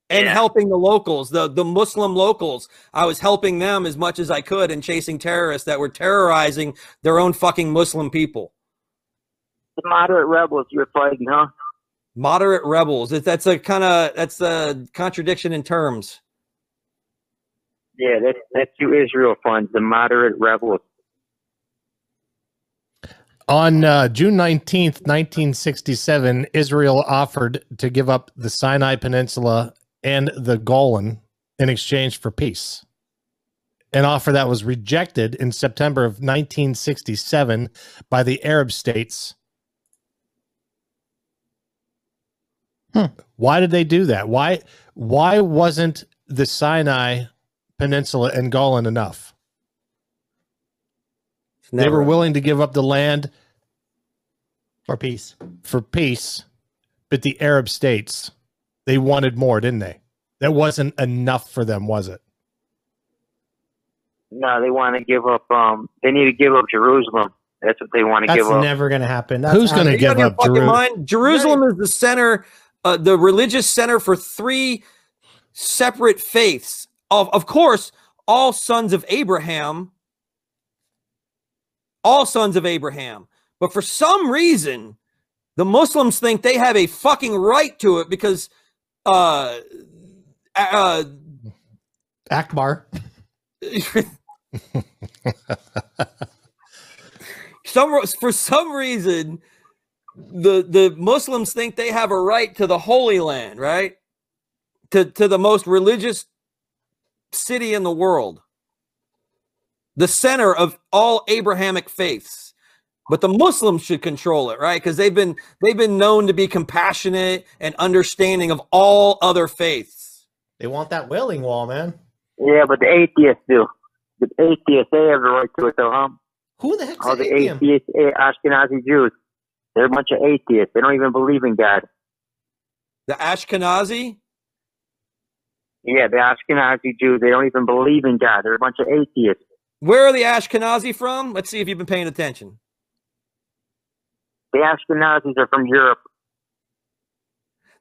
Speaker 3: and
Speaker 1: Yeah.
Speaker 3: helping the locals, the the Muslim locals. I was helping them as much as I could and chasing terrorists that were terrorizing their own fucking Muslim people.
Speaker 1: The moderate rebels you were fighting, huh?
Speaker 3: Moderate rebels. That- That's a kind of that's a contradiction in terms.
Speaker 1: Yeah, that's that's who Israel funds, the moderate rebels.
Speaker 2: on uh, June 19th, 1967, Israel offered to give up the Sinai Peninsula and the Golan in exchange for peace. An offer that was rejected in September of 1967 by the Arab states.
Speaker 4: Hmm.
Speaker 2: Hmm. Why did they do that? Why why wasn't the Sinai Peninsula and Golan enough. They were willing to give up the land
Speaker 4: for peace.
Speaker 2: for peace, but the Arab states, they wanted more, didn't they? That wasn't enough for them, was it?
Speaker 1: No, they want to give up. Um, they need to give up Jerusalem. That's what they want to
Speaker 4: That's
Speaker 1: give up.
Speaker 4: never going to happen. That's
Speaker 2: Who's gonna
Speaker 4: out-
Speaker 3: Are you out
Speaker 2: give
Speaker 3: of your
Speaker 2: up
Speaker 3: fucking
Speaker 2: Jeru-
Speaker 3: mind? Jerusalem is the center, uh, the religious center for three separate faiths. Of, of course, all sons of Abraham, all sons of Abraham. But for some reason, the Muslims think they have a fucking right to it because uh, uh,
Speaker 4: Akbar?
Speaker 3: some for some reason the the Muslims think they have a right to the Holy Land, right? To to the most religious city in the world, the center of all Abrahamic faiths. But the Muslims should control it, right? Because they've been they've been known to be compassionate and understanding of all other faiths.
Speaker 4: They want that wailing wall, man.
Speaker 1: Yeah, but the atheists do. The atheists, they have the right to it, though, huh?
Speaker 4: Who the heck's
Speaker 1: All
Speaker 4: oh,
Speaker 1: the
Speaker 4: Indian?
Speaker 1: atheists, eh, Ashkenazi Jews, they're a bunch of atheists. They don't even believe in God.
Speaker 3: The Ashkenazi,
Speaker 1: Yeah, the Ashkenazi Jews, they don't even believe in God. They're a bunch of atheists.
Speaker 3: where are the Ashkenazi from? Let's see if you've been paying attention.
Speaker 1: The Ashkenazis are from Europe.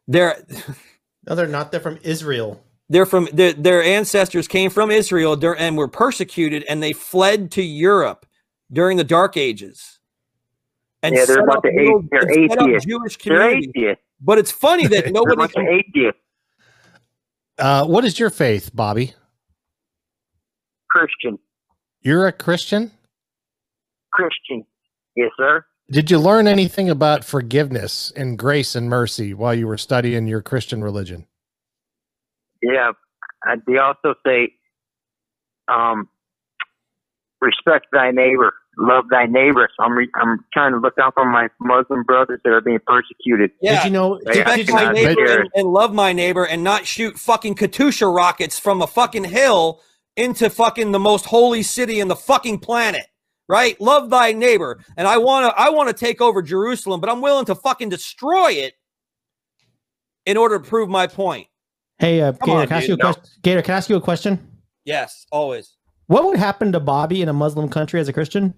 Speaker 3: They're
Speaker 4: No, they're not. They're from Israel.
Speaker 3: they're from their, their ancestors came from Israel dur- and were persecuted and they fled to Europe during the dark ages. And
Speaker 1: Yeah, they're
Speaker 3: set
Speaker 1: about
Speaker 3: up
Speaker 1: to a-
Speaker 3: little-
Speaker 1: they're
Speaker 3: and set up
Speaker 1: atheists.
Speaker 3: Jewish
Speaker 1: They're
Speaker 3: communities.
Speaker 1: atheists.
Speaker 3: But it's funny that
Speaker 1: They're a
Speaker 3: nobody
Speaker 1: bunch of
Speaker 3: can,
Speaker 1: atheists.
Speaker 2: Uh, what is your faith, Bobby?
Speaker 1: Christian.
Speaker 2: You're a Christian?
Speaker 1: Christian. Yes, sir.
Speaker 2: Did you learn anything about forgiveness and grace and mercy while you were studying your Christian religion?
Speaker 1: Yeah, uh, they also say, um, respect thy neighbor, love thy neighbor. So I'm re- I'm trying to look out for my Muslim brothers that are being persecuted.
Speaker 3: yeah,
Speaker 4: Did you know?
Speaker 1: They
Speaker 4: Did,
Speaker 1: actually
Speaker 3: respect
Speaker 4: did you,
Speaker 3: my
Speaker 1: not
Speaker 3: neighbor
Speaker 1: there.
Speaker 3: and, and love my neighbor and not shoot fucking Katusha rockets from a fucking hill into fucking the most holy city in the fucking planet. Right? Love thy neighbor. And I wanna I wanna take over Jerusalem, but I'm willing to fucking destroy it in order to prove my point.
Speaker 4: hey, uh, Gator,
Speaker 3: on,
Speaker 4: can I ask
Speaker 3: dude,
Speaker 4: you a
Speaker 1: no.
Speaker 4: question? Gator, can I ask you a question?
Speaker 3: Yes, always.
Speaker 4: What would happen to Bobby in a Muslim country as a Christian?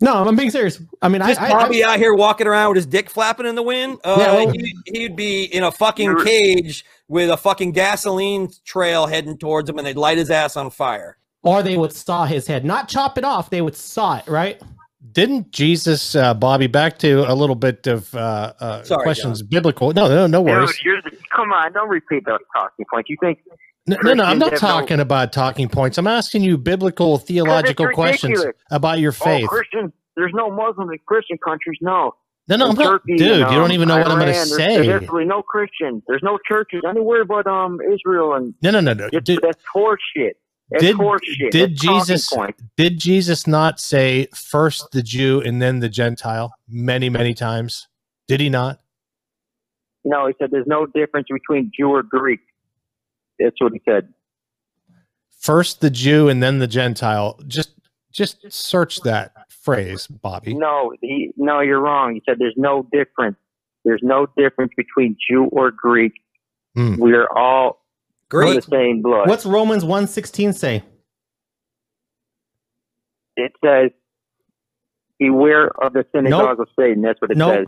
Speaker 4: No, I'm being serious. I mean, I,
Speaker 3: Just
Speaker 4: I,
Speaker 3: Bobby out here walking around with his dick flapping in the wind. Uh,
Speaker 4: Yeah, well-
Speaker 3: he, he'd be in a fucking cage with a fucking gasoline trail heading towards him, and they'd light his ass on fire.
Speaker 4: or they would saw his head, not chop it off. They would saw it, right?
Speaker 2: Didn't Jesus, uh, Bobby, back to a little bit of uh, uh,
Speaker 3: Sorry,
Speaker 2: questions biblical? No, no, no
Speaker 1: Dude,
Speaker 2: worries.
Speaker 1: you're, come on, don't repeat those talking points. You think
Speaker 2: No, no, no,
Speaker 1: Christians
Speaker 2: I'm
Speaker 1: have
Speaker 2: not
Speaker 1: no-
Speaker 2: talking about talking points. I'm asking you biblical, theological questions
Speaker 1: ridiculous.
Speaker 2: about your
Speaker 1: oh
Speaker 2: faith.
Speaker 1: Christian? There's no Muslim in Christian countries. No,
Speaker 2: no, no, I'm
Speaker 1: In
Speaker 2: not,
Speaker 1: Turkey,
Speaker 2: dude.
Speaker 1: and,
Speaker 2: you
Speaker 1: um,
Speaker 2: don't even know what I'm going to
Speaker 1: Iran,
Speaker 2: say.
Speaker 1: There's, there's literally no Christian. There's no churches anywhere but um Israel and
Speaker 2: No, no, no, no.
Speaker 1: it's,
Speaker 2: Did,
Speaker 1: that's horseshit. That's
Speaker 2: Did-
Speaker 1: horseshit.
Speaker 2: did
Speaker 1: That's talking
Speaker 2: Jesus-
Speaker 1: points.
Speaker 2: did Jesus not say first the Jew and then the Gentile many, many times? Did he not?
Speaker 1: No, he said there's no difference between Jew or Greek. That's what he said.
Speaker 2: First the Jew and then the Gentile. Just, just search that phrase, Bobby.
Speaker 1: No, he, no, you're wrong. He said there's no difference. There's no difference between Jew or Greek.
Speaker 2: Hmm.
Speaker 1: We are all of the
Speaker 3: Great.
Speaker 1: same blood.
Speaker 4: What's Romans 1.16 say?
Speaker 1: It says, "Beware of the synagogue of Satan." That's what it
Speaker 4: Nope.
Speaker 1: says.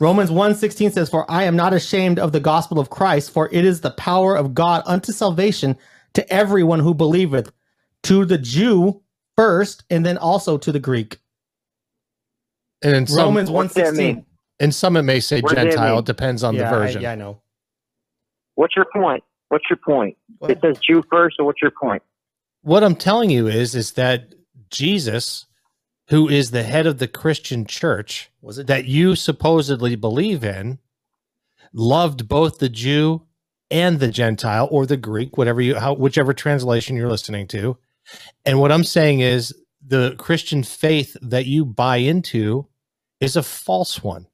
Speaker 4: Romans 1.16 says, For I am not ashamed of the gospel of Christ, for it is the power of God unto salvation to everyone who believeth, to the Jew first, and then also to the Greek.
Speaker 2: And in some,
Speaker 4: Romans
Speaker 1: what's that
Speaker 4: 1.16.
Speaker 1: mean?
Speaker 2: in some it may say
Speaker 1: What does that
Speaker 2: Gentile.
Speaker 1: mean?
Speaker 2: It depends on
Speaker 4: yeah,
Speaker 2: the
Speaker 4: I-
Speaker 2: version.
Speaker 4: yeah, I know.
Speaker 1: What's your point? What's your point?
Speaker 4: What?
Speaker 1: It says Jew first, so what's your point?
Speaker 2: what I'm telling you is is that Jesus, who is the head of the Christian church,
Speaker 4: Was it
Speaker 2: that you supposedly believe in, loved both the Jew and the Gentile or the Greek, whatever you how whichever translation you're listening to. And what I'm saying is the Christian faith that you buy into is a false one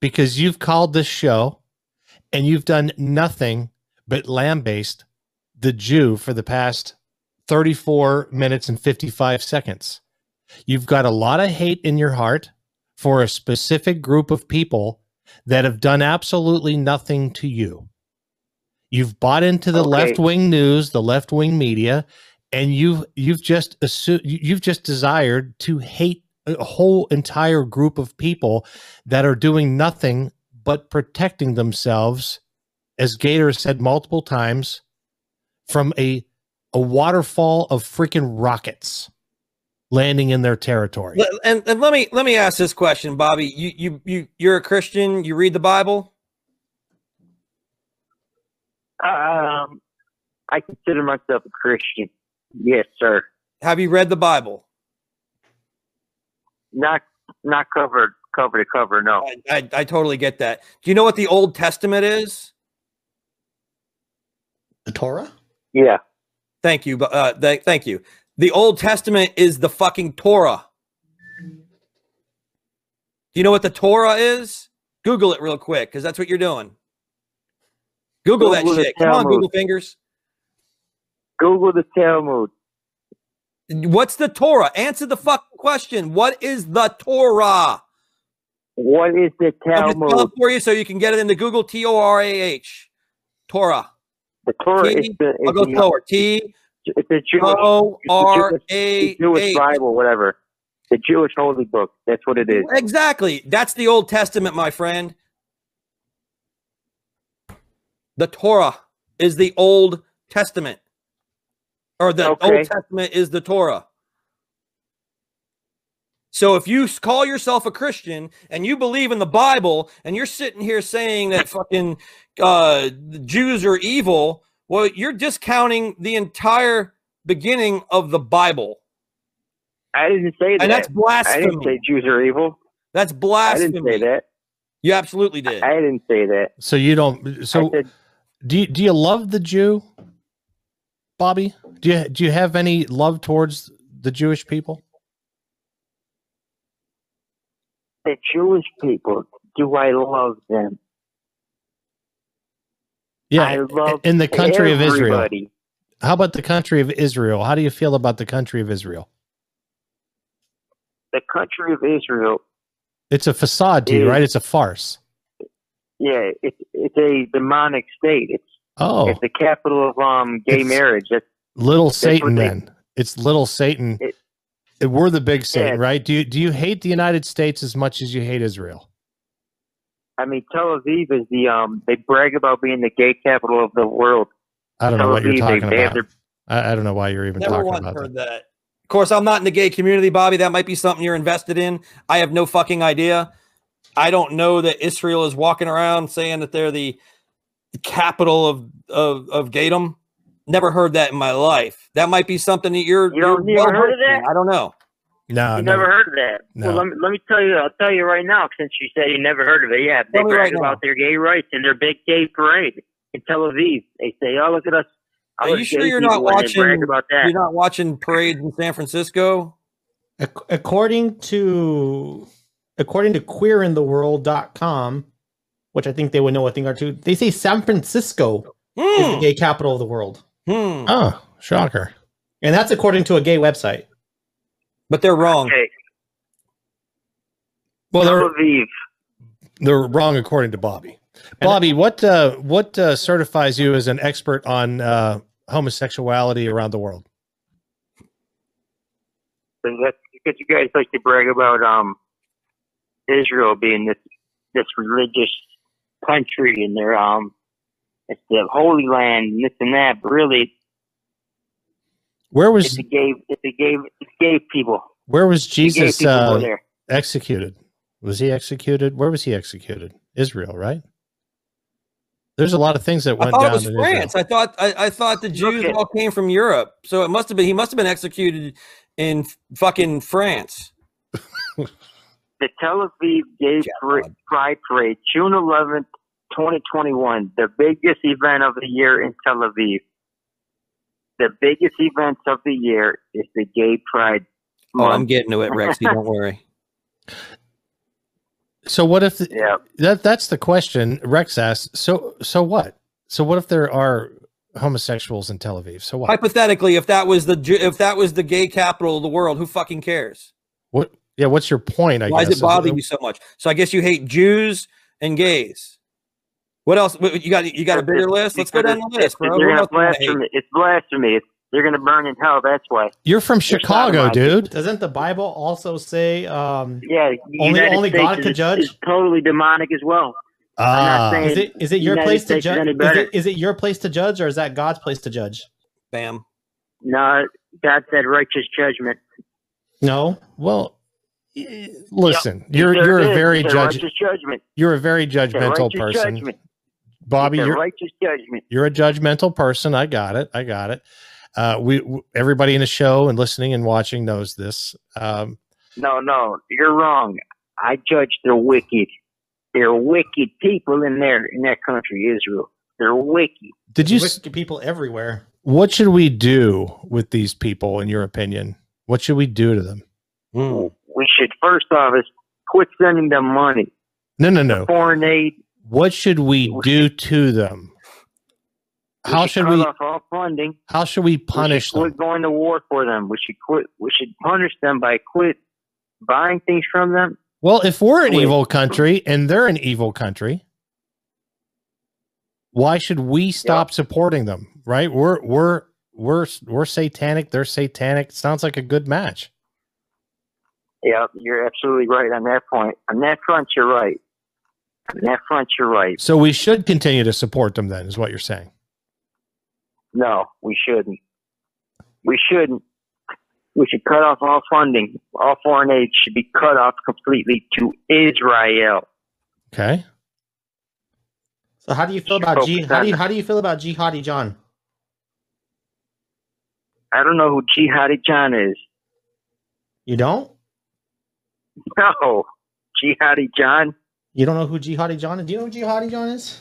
Speaker 2: because you've called this show and you've done nothing but lambaste the Jew for the past 34 minutes and 55 seconds. You've got a lot of hate in your heart for a specific group of people that have done absolutely nothing to you. You've bought into the
Speaker 1: Okay.
Speaker 2: left-wing news, the left-wing media, and you've you've just assumed you've just desired to hate a whole entire group of people that are doing nothing but protecting themselves, as Gator has said multiple times, from a a waterfall of freaking rockets landing in their territory.
Speaker 3: Le- And, and let me let me ask this question, Bobby. You you you you're a Christian. You read the Bible.
Speaker 1: Um, I consider myself a Christian. Yes, sir.
Speaker 3: Have you read the Bible?
Speaker 1: Not not covered cover to cover. No.
Speaker 3: I, I, I totally get that. Do you know what the Old Testament is?
Speaker 6: The Torah?
Speaker 1: Yeah.
Speaker 3: Thank you, but uh, th- thank you. The Old Testament is the fucking Torah. Do you know what the Torah is? Google it real quick, because that's what you're doing.
Speaker 1: Google
Speaker 3: Google, that
Speaker 1: the
Speaker 3: shit. Come on,
Speaker 1: Talmud.
Speaker 3: Google fingers.
Speaker 1: Google the Talmud.
Speaker 3: What's the Torah? Answer the fucking question. What is the Torah?
Speaker 1: What is the
Speaker 3: I'm just spell
Speaker 1: Talmud?
Speaker 3: it for you so you can get it into Google T O R A H. Torah.
Speaker 1: The Torah is
Speaker 3: T-
Speaker 1: the
Speaker 3: I'll
Speaker 1: is
Speaker 3: go
Speaker 1: the-
Speaker 3: slower. T
Speaker 1: it's the Jewish,
Speaker 3: O R A
Speaker 1: the Jewish
Speaker 3: H.
Speaker 1: Bible, whatever. The Jewish holy book. That's what it is.
Speaker 3: Exactly. That's the Old Testament, my friend. The Torah is the Old Testament. Or the
Speaker 1: Okay.
Speaker 3: Old Testament is the Torah. So if you s- call yourself a Christian and you believe in the Bible and you're sitting here saying that fucking uh, the Jews are evil, well, you're discounting the entire beginning of the Bible.
Speaker 1: I didn't say that.
Speaker 3: And that's
Speaker 1: I didn't say
Speaker 3: blasphemy.
Speaker 1: Jews are evil.
Speaker 3: That's
Speaker 1: I
Speaker 3: blasphemy.
Speaker 1: didn't say that.
Speaker 3: You absolutely did.
Speaker 1: I didn't say that.
Speaker 2: So you don't.
Speaker 1: I
Speaker 2: So
Speaker 1: said
Speaker 2: do you, do you love the Jew, Bobby? Do you do you have any love towards the Jewish people?
Speaker 1: the Jewish people. Do I love them?
Speaker 2: Yeah,
Speaker 1: I love
Speaker 2: in the country of Israel.
Speaker 1: everybody.
Speaker 2: How about the country of Israel? How do you feel about the country of Israel?
Speaker 1: The country of Israel
Speaker 2: It's a facade to you,
Speaker 1: Is-
Speaker 2: right? It's a farce.
Speaker 1: Yeah, it's it's a demonic state. It's
Speaker 2: Oh,
Speaker 1: it's the capital of um gay
Speaker 2: It's-
Speaker 1: marriage. That's
Speaker 2: little Satan.
Speaker 1: what they-
Speaker 2: Then it's little Satan.
Speaker 1: It-
Speaker 2: We're the big Satan,
Speaker 1: Yeah.
Speaker 2: right? Do you do you hate the United States as much as you hate Israel?
Speaker 1: I mean Tel Aviv is the um they brag about being the gay capital of the world.
Speaker 2: I don't know
Speaker 1: Tel
Speaker 2: what you're
Speaker 1: Aviv,
Speaker 2: talking
Speaker 1: they, they
Speaker 2: about.
Speaker 1: have their
Speaker 2: I, I don't know why you're even
Speaker 3: Never
Speaker 2: talking
Speaker 3: once
Speaker 2: about that.
Speaker 3: heard that. Of course, I'm not in the gay community, Bobby. That might be something you're invested in. I have no fucking idea. I don't know that Israel is walking around saying that they're the capital of of of gaydom. Never heard that in my life. That might be something that you're.
Speaker 1: You don't-
Speaker 3: you're
Speaker 1: you never heard of
Speaker 3: versed in.
Speaker 1: that?
Speaker 3: I don't know. Uh,
Speaker 2: No,
Speaker 1: you
Speaker 2: no.
Speaker 1: never heard of that.
Speaker 2: No.
Speaker 1: Well let me let me tell you I'll tell you right now, since you said you never heard of it, yeah. They
Speaker 3: Tell me
Speaker 1: brag
Speaker 3: right now.
Speaker 1: about their gay rights and their big gay parade in Tel Aviv. They say, Oh look at us.
Speaker 3: Are
Speaker 1: all
Speaker 3: you
Speaker 1: the
Speaker 3: sure
Speaker 1: gay
Speaker 3: you're not
Speaker 1: people," and they brag
Speaker 3: watching-
Speaker 1: about that.
Speaker 3: You're not watching parades in San Francisco.
Speaker 4: Ac- according to according to queerintheworld.com, which I think they would know a thing or two, they say San Francisco is the
Speaker 3: Hmm.
Speaker 4: gay capital of the world.
Speaker 3: Hmm.
Speaker 2: Oh, shocker.
Speaker 4: And that's according to a gay website.
Speaker 3: But they're wrong.
Speaker 1: Okay,
Speaker 2: Well,
Speaker 1: Tel
Speaker 2: they're
Speaker 1: Aviv.
Speaker 2: they're wrong according to Bobby. Bobby, what uh, what uh, certifies you as an expert on uh, homosexuality around the world?
Speaker 1: Because that's because you guys like to brag about um Israel being this this religious country and their um it's the holy land and this and that, but really
Speaker 2: Where
Speaker 1: it's
Speaker 2: was
Speaker 1: the gay it's the gay it's gay people.
Speaker 2: where was
Speaker 1: It's the gay
Speaker 2: Jesus
Speaker 1: people over
Speaker 2: uh,
Speaker 1: there.
Speaker 2: executed? Was he executed? Where was he executed? Israel, right? There's a lot of things that
Speaker 3: I
Speaker 2: went
Speaker 3: thought
Speaker 2: down.
Speaker 3: it was
Speaker 2: in Israel.
Speaker 3: France. I thought I, I thought the Jews
Speaker 1: at-
Speaker 3: all came from Europe, so it must have been he must have been executed in f- fucking France.
Speaker 1: The Tel Aviv Gay
Speaker 3: Yeah,
Speaker 1: Par-
Speaker 3: God.
Speaker 1: Pride Parade, June eleventh, twenty twenty one, the biggest event of the year in Tel Aviv. The biggest event of the year is the Gay Pride
Speaker 3: Oh, I'm
Speaker 1: Month.
Speaker 3: getting to it, Rexy. Don't worry.
Speaker 2: So what if
Speaker 1: Yeah.
Speaker 2: that that's the question Rex asked. So so what? So what if there are homosexuals in Tel Aviv? So what?
Speaker 3: Hypothetically, if that was the Ju- if that was the gay capital of the world, who fucking cares?
Speaker 2: what? Yeah. What's your point? I
Speaker 3: Why
Speaker 2: guess
Speaker 3: does it bother you so much? So I guess you hate Jews and gays. What else? What- You got you got a bigger list? Let's go down the list, bro.
Speaker 1: They're
Speaker 3: Who
Speaker 1: gonna
Speaker 3: else do you hate?
Speaker 1: blasphemy. It's blasphemy. It's, they're gonna burn in hell. That's why.
Speaker 2: You're from
Speaker 1: You're
Speaker 2: Chicago,
Speaker 1: sodomized.
Speaker 2: dude.
Speaker 4: Doesn't the Bible also say? Um,
Speaker 1: Yeah.
Speaker 4: Only-
Speaker 1: United
Speaker 4: only
Speaker 1: States
Speaker 4: God
Speaker 1: is-
Speaker 4: can judge?
Speaker 1: Is totally demonic as well.
Speaker 2: Ah,
Speaker 1: saying-
Speaker 4: is it is it your
Speaker 1: United
Speaker 4: place to
Speaker 1: States is
Speaker 4: judge?
Speaker 1: any
Speaker 4: Is
Speaker 1: better.
Speaker 4: it, is it your place to judge, or is that God's place to judge?
Speaker 3: Bam.
Speaker 1: No, God said righteous judgment.
Speaker 4: No,
Speaker 2: well. eh, Listen, you're
Speaker 1: There
Speaker 2: you're
Speaker 1: it
Speaker 2: a
Speaker 1: is.
Speaker 2: very
Speaker 1: It's a
Speaker 2: judge.
Speaker 1: righteous judgment.
Speaker 2: You're a very
Speaker 1: It's a
Speaker 2: judgmental
Speaker 1: righteous
Speaker 2: person,
Speaker 1: Judgment.
Speaker 2: Bobby.
Speaker 1: It's a
Speaker 2: You're
Speaker 1: righteous judgment.
Speaker 2: you're a judgmental person. I got it. I got it. Uh, we w- everybody in the show and listening and watching knows this. Um,
Speaker 1: No, no, you're wrong. I judge the wicked. They're wicked people in there in that country, Israel. They're wicked.
Speaker 2: did you? s-
Speaker 4: wicked people everywhere.
Speaker 2: What should we do with these people? In your opinion, what should we do to them? Hmm.
Speaker 1: We should first off is quit sending them money,
Speaker 2: No, no, no.
Speaker 1: foreign aid.
Speaker 2: What should we do to them?
Speaker 1: We
Speaker 2: How should
Speaker 1: cut
Speaker 2: we?
Speaker 1: off all funding?
Speaker 2: How should we
Speaker 1: we
Speaker 2: punish
Speaker 1: should quit
Speaker 2: them?
Speaker 1: going to war for them. We should quit. We should punish them by quit buying things from them.
Speaker 2: Well, if we're an
Speaker 1: Wait.
Speaker 2: evil country and they're an evil country, why should we stop supporting them? Right? We're we're we're we're satanic. They're satanic. Sounds like a good match.
Speaker 1: Yeah, you're absolutely right on that point. On that front, you're right. On that front, you're right.
Speaker 2: So we should continue to support them. Then is what you're saying.
Speaker 1: No, we shouldn't. We shouldn't. We should cut off all funding. All foreign aid should be cut off completely to Israel.
Speaker 2: Okay.
Speaker 4: So how do you feel about G?
Speaker 1: Focus
Speaker 4: How
Speaker 1: on
Speaker 4: do you,
Speaker 1: that.
Speaker 4: how do you feel about Jihadi John?
Speaker 1: I don't know who Jihadi John is.
Speaker 4: You don't?
Speaker 1: No, Jihadi John.
Speaker 4: You don't know who Jihadi John is? Do you know who Jihadi John is?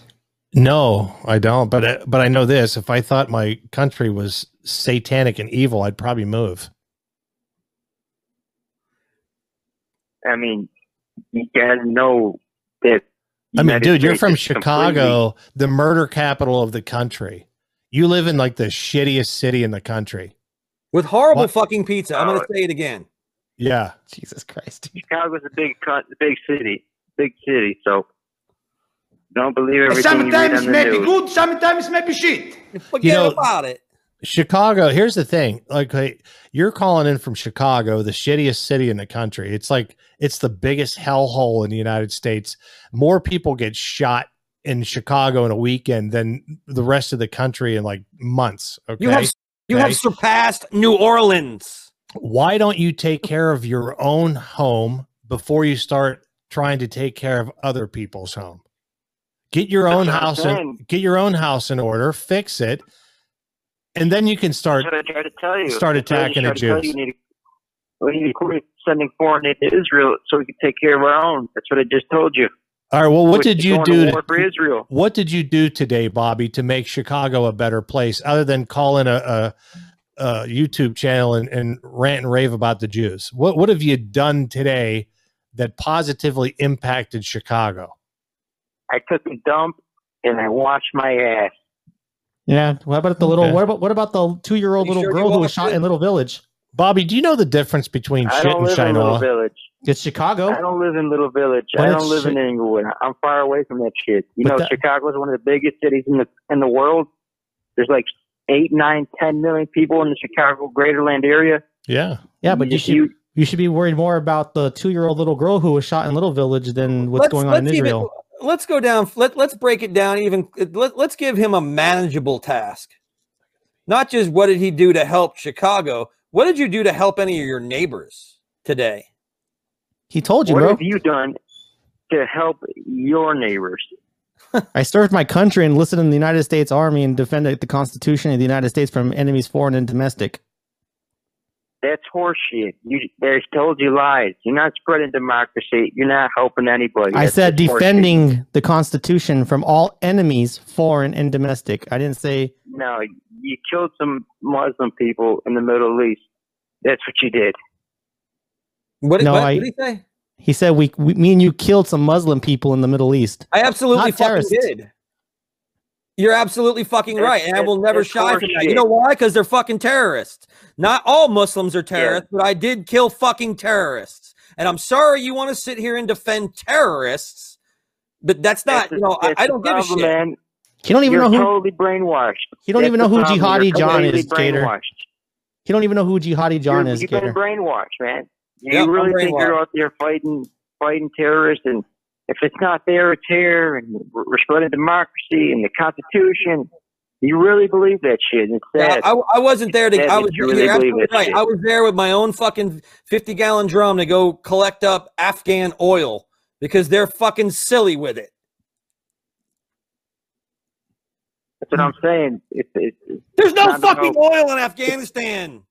Speaker 2: No, I don't. But I- but I know this. If I thought my country was satanic and evil, I'd probably move.
Speaker 1: I mean, you gotta know that.
Speaker 2: I mean,
Speaker 1: United
Speaker 2: dude, you're
Speaker 1: States
Speaker 2: from
Speaker 1: is completely-
Speaker 2: Chicago, the murder capital of the country. You live in like the shittiest city in the country.
Speaker 3: With horrible
Speaker 2: What?
Speaker 3: fucking pizza. I'm gonna
Speaker 1: Uh,
Speaker 3: say it again.
Speaker 2: Yeah.
Speaker 4: Jesus Christ!
Speaker 1: Chicago's a big, co- big city, big city. So don't believe everything you read
Speaker 5: Sometimes
Speaker 1: on the
Speaker 5: maybe
Speaker 1: news.
Speaker 5: good, sometimes maybe shit.
Speaker 3: Forget
Speaker 2: know-
Speaker 3: about it.
Speaker 2: Chicago, here's the thing. Like hey, you're calling in from Chicago, the shittiest city in the country. It's like it's the biggest hellhole in the United States. More people get shot in Chicago in a weekend than the rest of the country in like months. Okay.
Speaker 3: You have you
Speaker 2: Okay.
Speaker 3: have surpassed New Orleans.
Speaker 2: why don't you take care of your own home before you start trying to take care of other people's home? Get your
Speaker 1: That's
Speaker 2: own
Speaker 1: what I'm
Speaker 2: house in,
Speaker 1: saying.
Speaker 2: get your own house in order, fix it, and then you can start.
Speaker 1: That's what I tried to tell you.
Speaker 2: start
Speaker 1: I tried to-
Speaker 2: attacking
Speaker 1: tried
Speaker 2: the
Speaker 1: to tell
Speaker 2: Jews.
Speaker 1: you need to- We need to quit sending foreign aid to Israel so we can take care of our own. That's what I just told you.
Speaker 2: All right. Well, what
Speaker 1: Quit
Speaker 2: did you
Speaker 1: going to
Speaker 2: do?
Speaker 1: war
Speaker 2: To,
Speaker 1: for Israel?
Speaker 2: what did you do today, Bobby, to make Chicago a better place, other than calling a, a, a YouTube channel and, and rant and rave about the Jews? What What have you done today that positively impacted Chicago?
Speaker 1: I took a dump and I washed my ass.
Speaker 4: Yeah. What about the little?
Speaker 2: Okay.
Speaker 4: What about what about the two-year-old
Speaker 3: You
Speaker 4: little
Speaker 3: sure you
Speaker 4: girl who
Speaker 3: walked
Speaker 4: was shot
Speaker 3: in?
Speaker 4: in Little Village?
Speaker 2: Bobby, do you know the difference between
Speaker 1: I
Speaker 2: shit
Speaker 1: don't
Speaker 2: and
Speaker 1: live in Little
Speaker 2: shinola?
Speaker 1: Village.
Speaker 4: It's
Speaker 1: I
Speaker 4: Chicago.
Speaker 1: don't live in Little Village. I
Speaker 4: But Oh. it's
Speaker 1: don't live in
Speaker 4: shit.
Speaker 1: Inglewood. I'm far away from that shit. You
Speaker 4: But
Speaker 1: know,
Speaker 4: that-
Speaker 1: Chicago is one of the biggest cities in the in the world. There's like eight, nine, ten million people in the Chicago Greaterland area.
Speaker 2: Yeah.
Speaker 4: Yeah, but you
Speaker 1: If
Speaker 4: should you, should be worried more about the two-year-old little girl who was shot in Little Village than what's
Speaker 3: Let's-
Speaker 4: going on in
Speaker 3: let's even-
Speaker 4: Israel.
Speaker 3: let's go down. Let, let's break it down even. Let, let's give him a manageable task. Not just what did he do to help Chicago? What did you do to help any of your neighbors today?
Speaker 4: He told you,
Speaker 1: what
Speaker 4: bro.
Speaker 1: have you done to help your neighbors?
Speaker 4: I served my country and enlisted in the United States Army and defended the Constitution of the United States from enemies, foreign and domestic.
Speaker 1: That's horseshit. You, they told you lies. You're not spreading democracy. You're not helping anybody.
Speaker 4: I
Speaker 1: That's
Speaker 4: said
Speaker 1: just horseshit.
Speaker 4: defending the Constitution from all enemies, foreign and domestic. I didn't say
Speaker 1: No, you killed some Muslim people in the Middle East. That's what you did.
Speaker 3: What, did-
Speaker 4: No,
Speaker 3: what,
Speaker 4: I-
Speaker 3: what did he say?
Speaker 4: He said we, we me and you killed some Muslim people in the Middle East.
Speaker 3: I absolutely
Speaker 4: Not
Speaker 3: fucking
Speaker 4: terrorists.
Speaker 3: did. You're absolutely fucking
Speaker 1: That's-
Speaker 3: right, and I
Speaker 1: that's-
Speaker 3: will never
Speaker 1: that's
Speaker 3: shy from that. You
Speaker 1: horseshit.
Speaker 3: know why? Because they're fucking terrorists. Not all Muslims are terrorists, but I did kill fucking terrorists. And I'm sorry you want to sit here and defend terrorists, but that's
Speaker 1: That's
Speaker 3: not.
Speaker 1: the-
Speaker 3: you know, I,
Speaker 1: that's
Speaker 3: I
Speaker 1: the
Speaker 3: don't give a
Speaker 1: problem,
Speaker 3: shit.
Speaker 1: Man.
Speaker 4: He don't even
Speaker 1: You're
Speaker 4: know who
Speaker 1: totally brainwashed.
Speaker 4: he don't
Speaker 1: That's
Speaker 4: even know
Speaker 1: the
Speaker 4: who
Speaker 1: problem.
Speaker 4: Jihadi
Speaker 1: You're
Speaker 4: John
Speaker 1: completely
Speaker 4: is, Gator.
Speaker 1: brainwashed.
Speaker 4: He don't even know who Jihadi John
Speaker 1: you're,
Speaker 4: is,
Speaker 1: You've been
Speaker 4: Gator.
Speaker 1: brainwashed, man. You
Speaker 3: Yep, I'm
Speaker 1: really think
Speaker 3: brainwashed.
Speaker 1: you're out there fighting fighting terrorists, and if it's not there, it's here, and we're we're spreading democracy and the Constitution. You really believe that shit? and It's
Speaker 3: Yeah,
Speaker 1: sad.
Speaker 3: I, I wasn't there to.
Speaker 1: That
Speaker 3: I
Speaker 1: is
Speaker 3: was
Speaker 1: really
Speaker 3: you're
Speaker 1: believable
Speaker 3: absolutely right.
Speaker 1: shit.
Speaker 3: I was there with my own fucking fifty gallon drum to go collect up Afghan oil because they're fucking silly with it.
Speaker 1: That's what I'm saying. It's, it's
Speaker 3: There's no
Speaker 1: Not
Speaker 3: fucking
Speaker 1: about-
Speaker 3: oil in Afghanistan.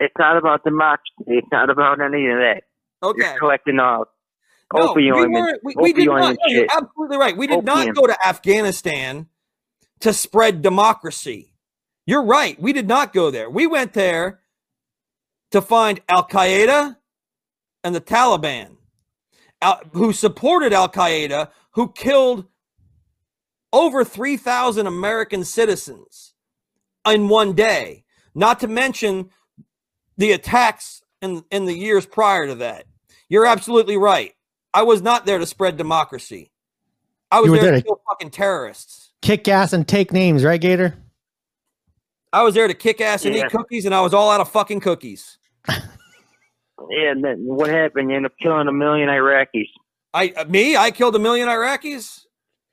Speaker 1: it's not about democracy. It's not about any of that.
Speaker 3: Okay.
Speaker 1: You're collecting all
Speaker 3: No, we,
Speaker 1: opioid and
Speaker 3: weren't- we, we
Speaker 1: opioid
Speaker 3: did not.
Speaker 1: and
Speaker 3: No, you're
Speaker 1: shit.
Speaker 3: absolutely right. We did not
Speaker 1: Opium.
Speaker 3: go to Afghanistan to spread democracy. You're right. We did not go there. We went there to find Al Qaeda and the Taliban, Al- who supported Al Qaeda, who killed over 3,000 American citizens in one day, not to mention the attacks in, in the years prior to that. You're absolutely right. I was not there to spread democracy. I was
Speaker 4: You were
Speaker 3: there,
Speaker 4: there
Speaker 3: to
Speaker 4: to-
Speaker 3: kill fucking terrorists.
Speaker 4: Kick ass and take names, right, Gator?
Speaker 3: I was there to kick ass and
Speaker 1: Yeah.
Speaker 3: eat cookies, and I was all out of fucking cookies.
Speaker 1: Yeah, and then what happened? You end up killing a million Iraqis.
Speaker 3: I uh, me, I killed a million Iraqis.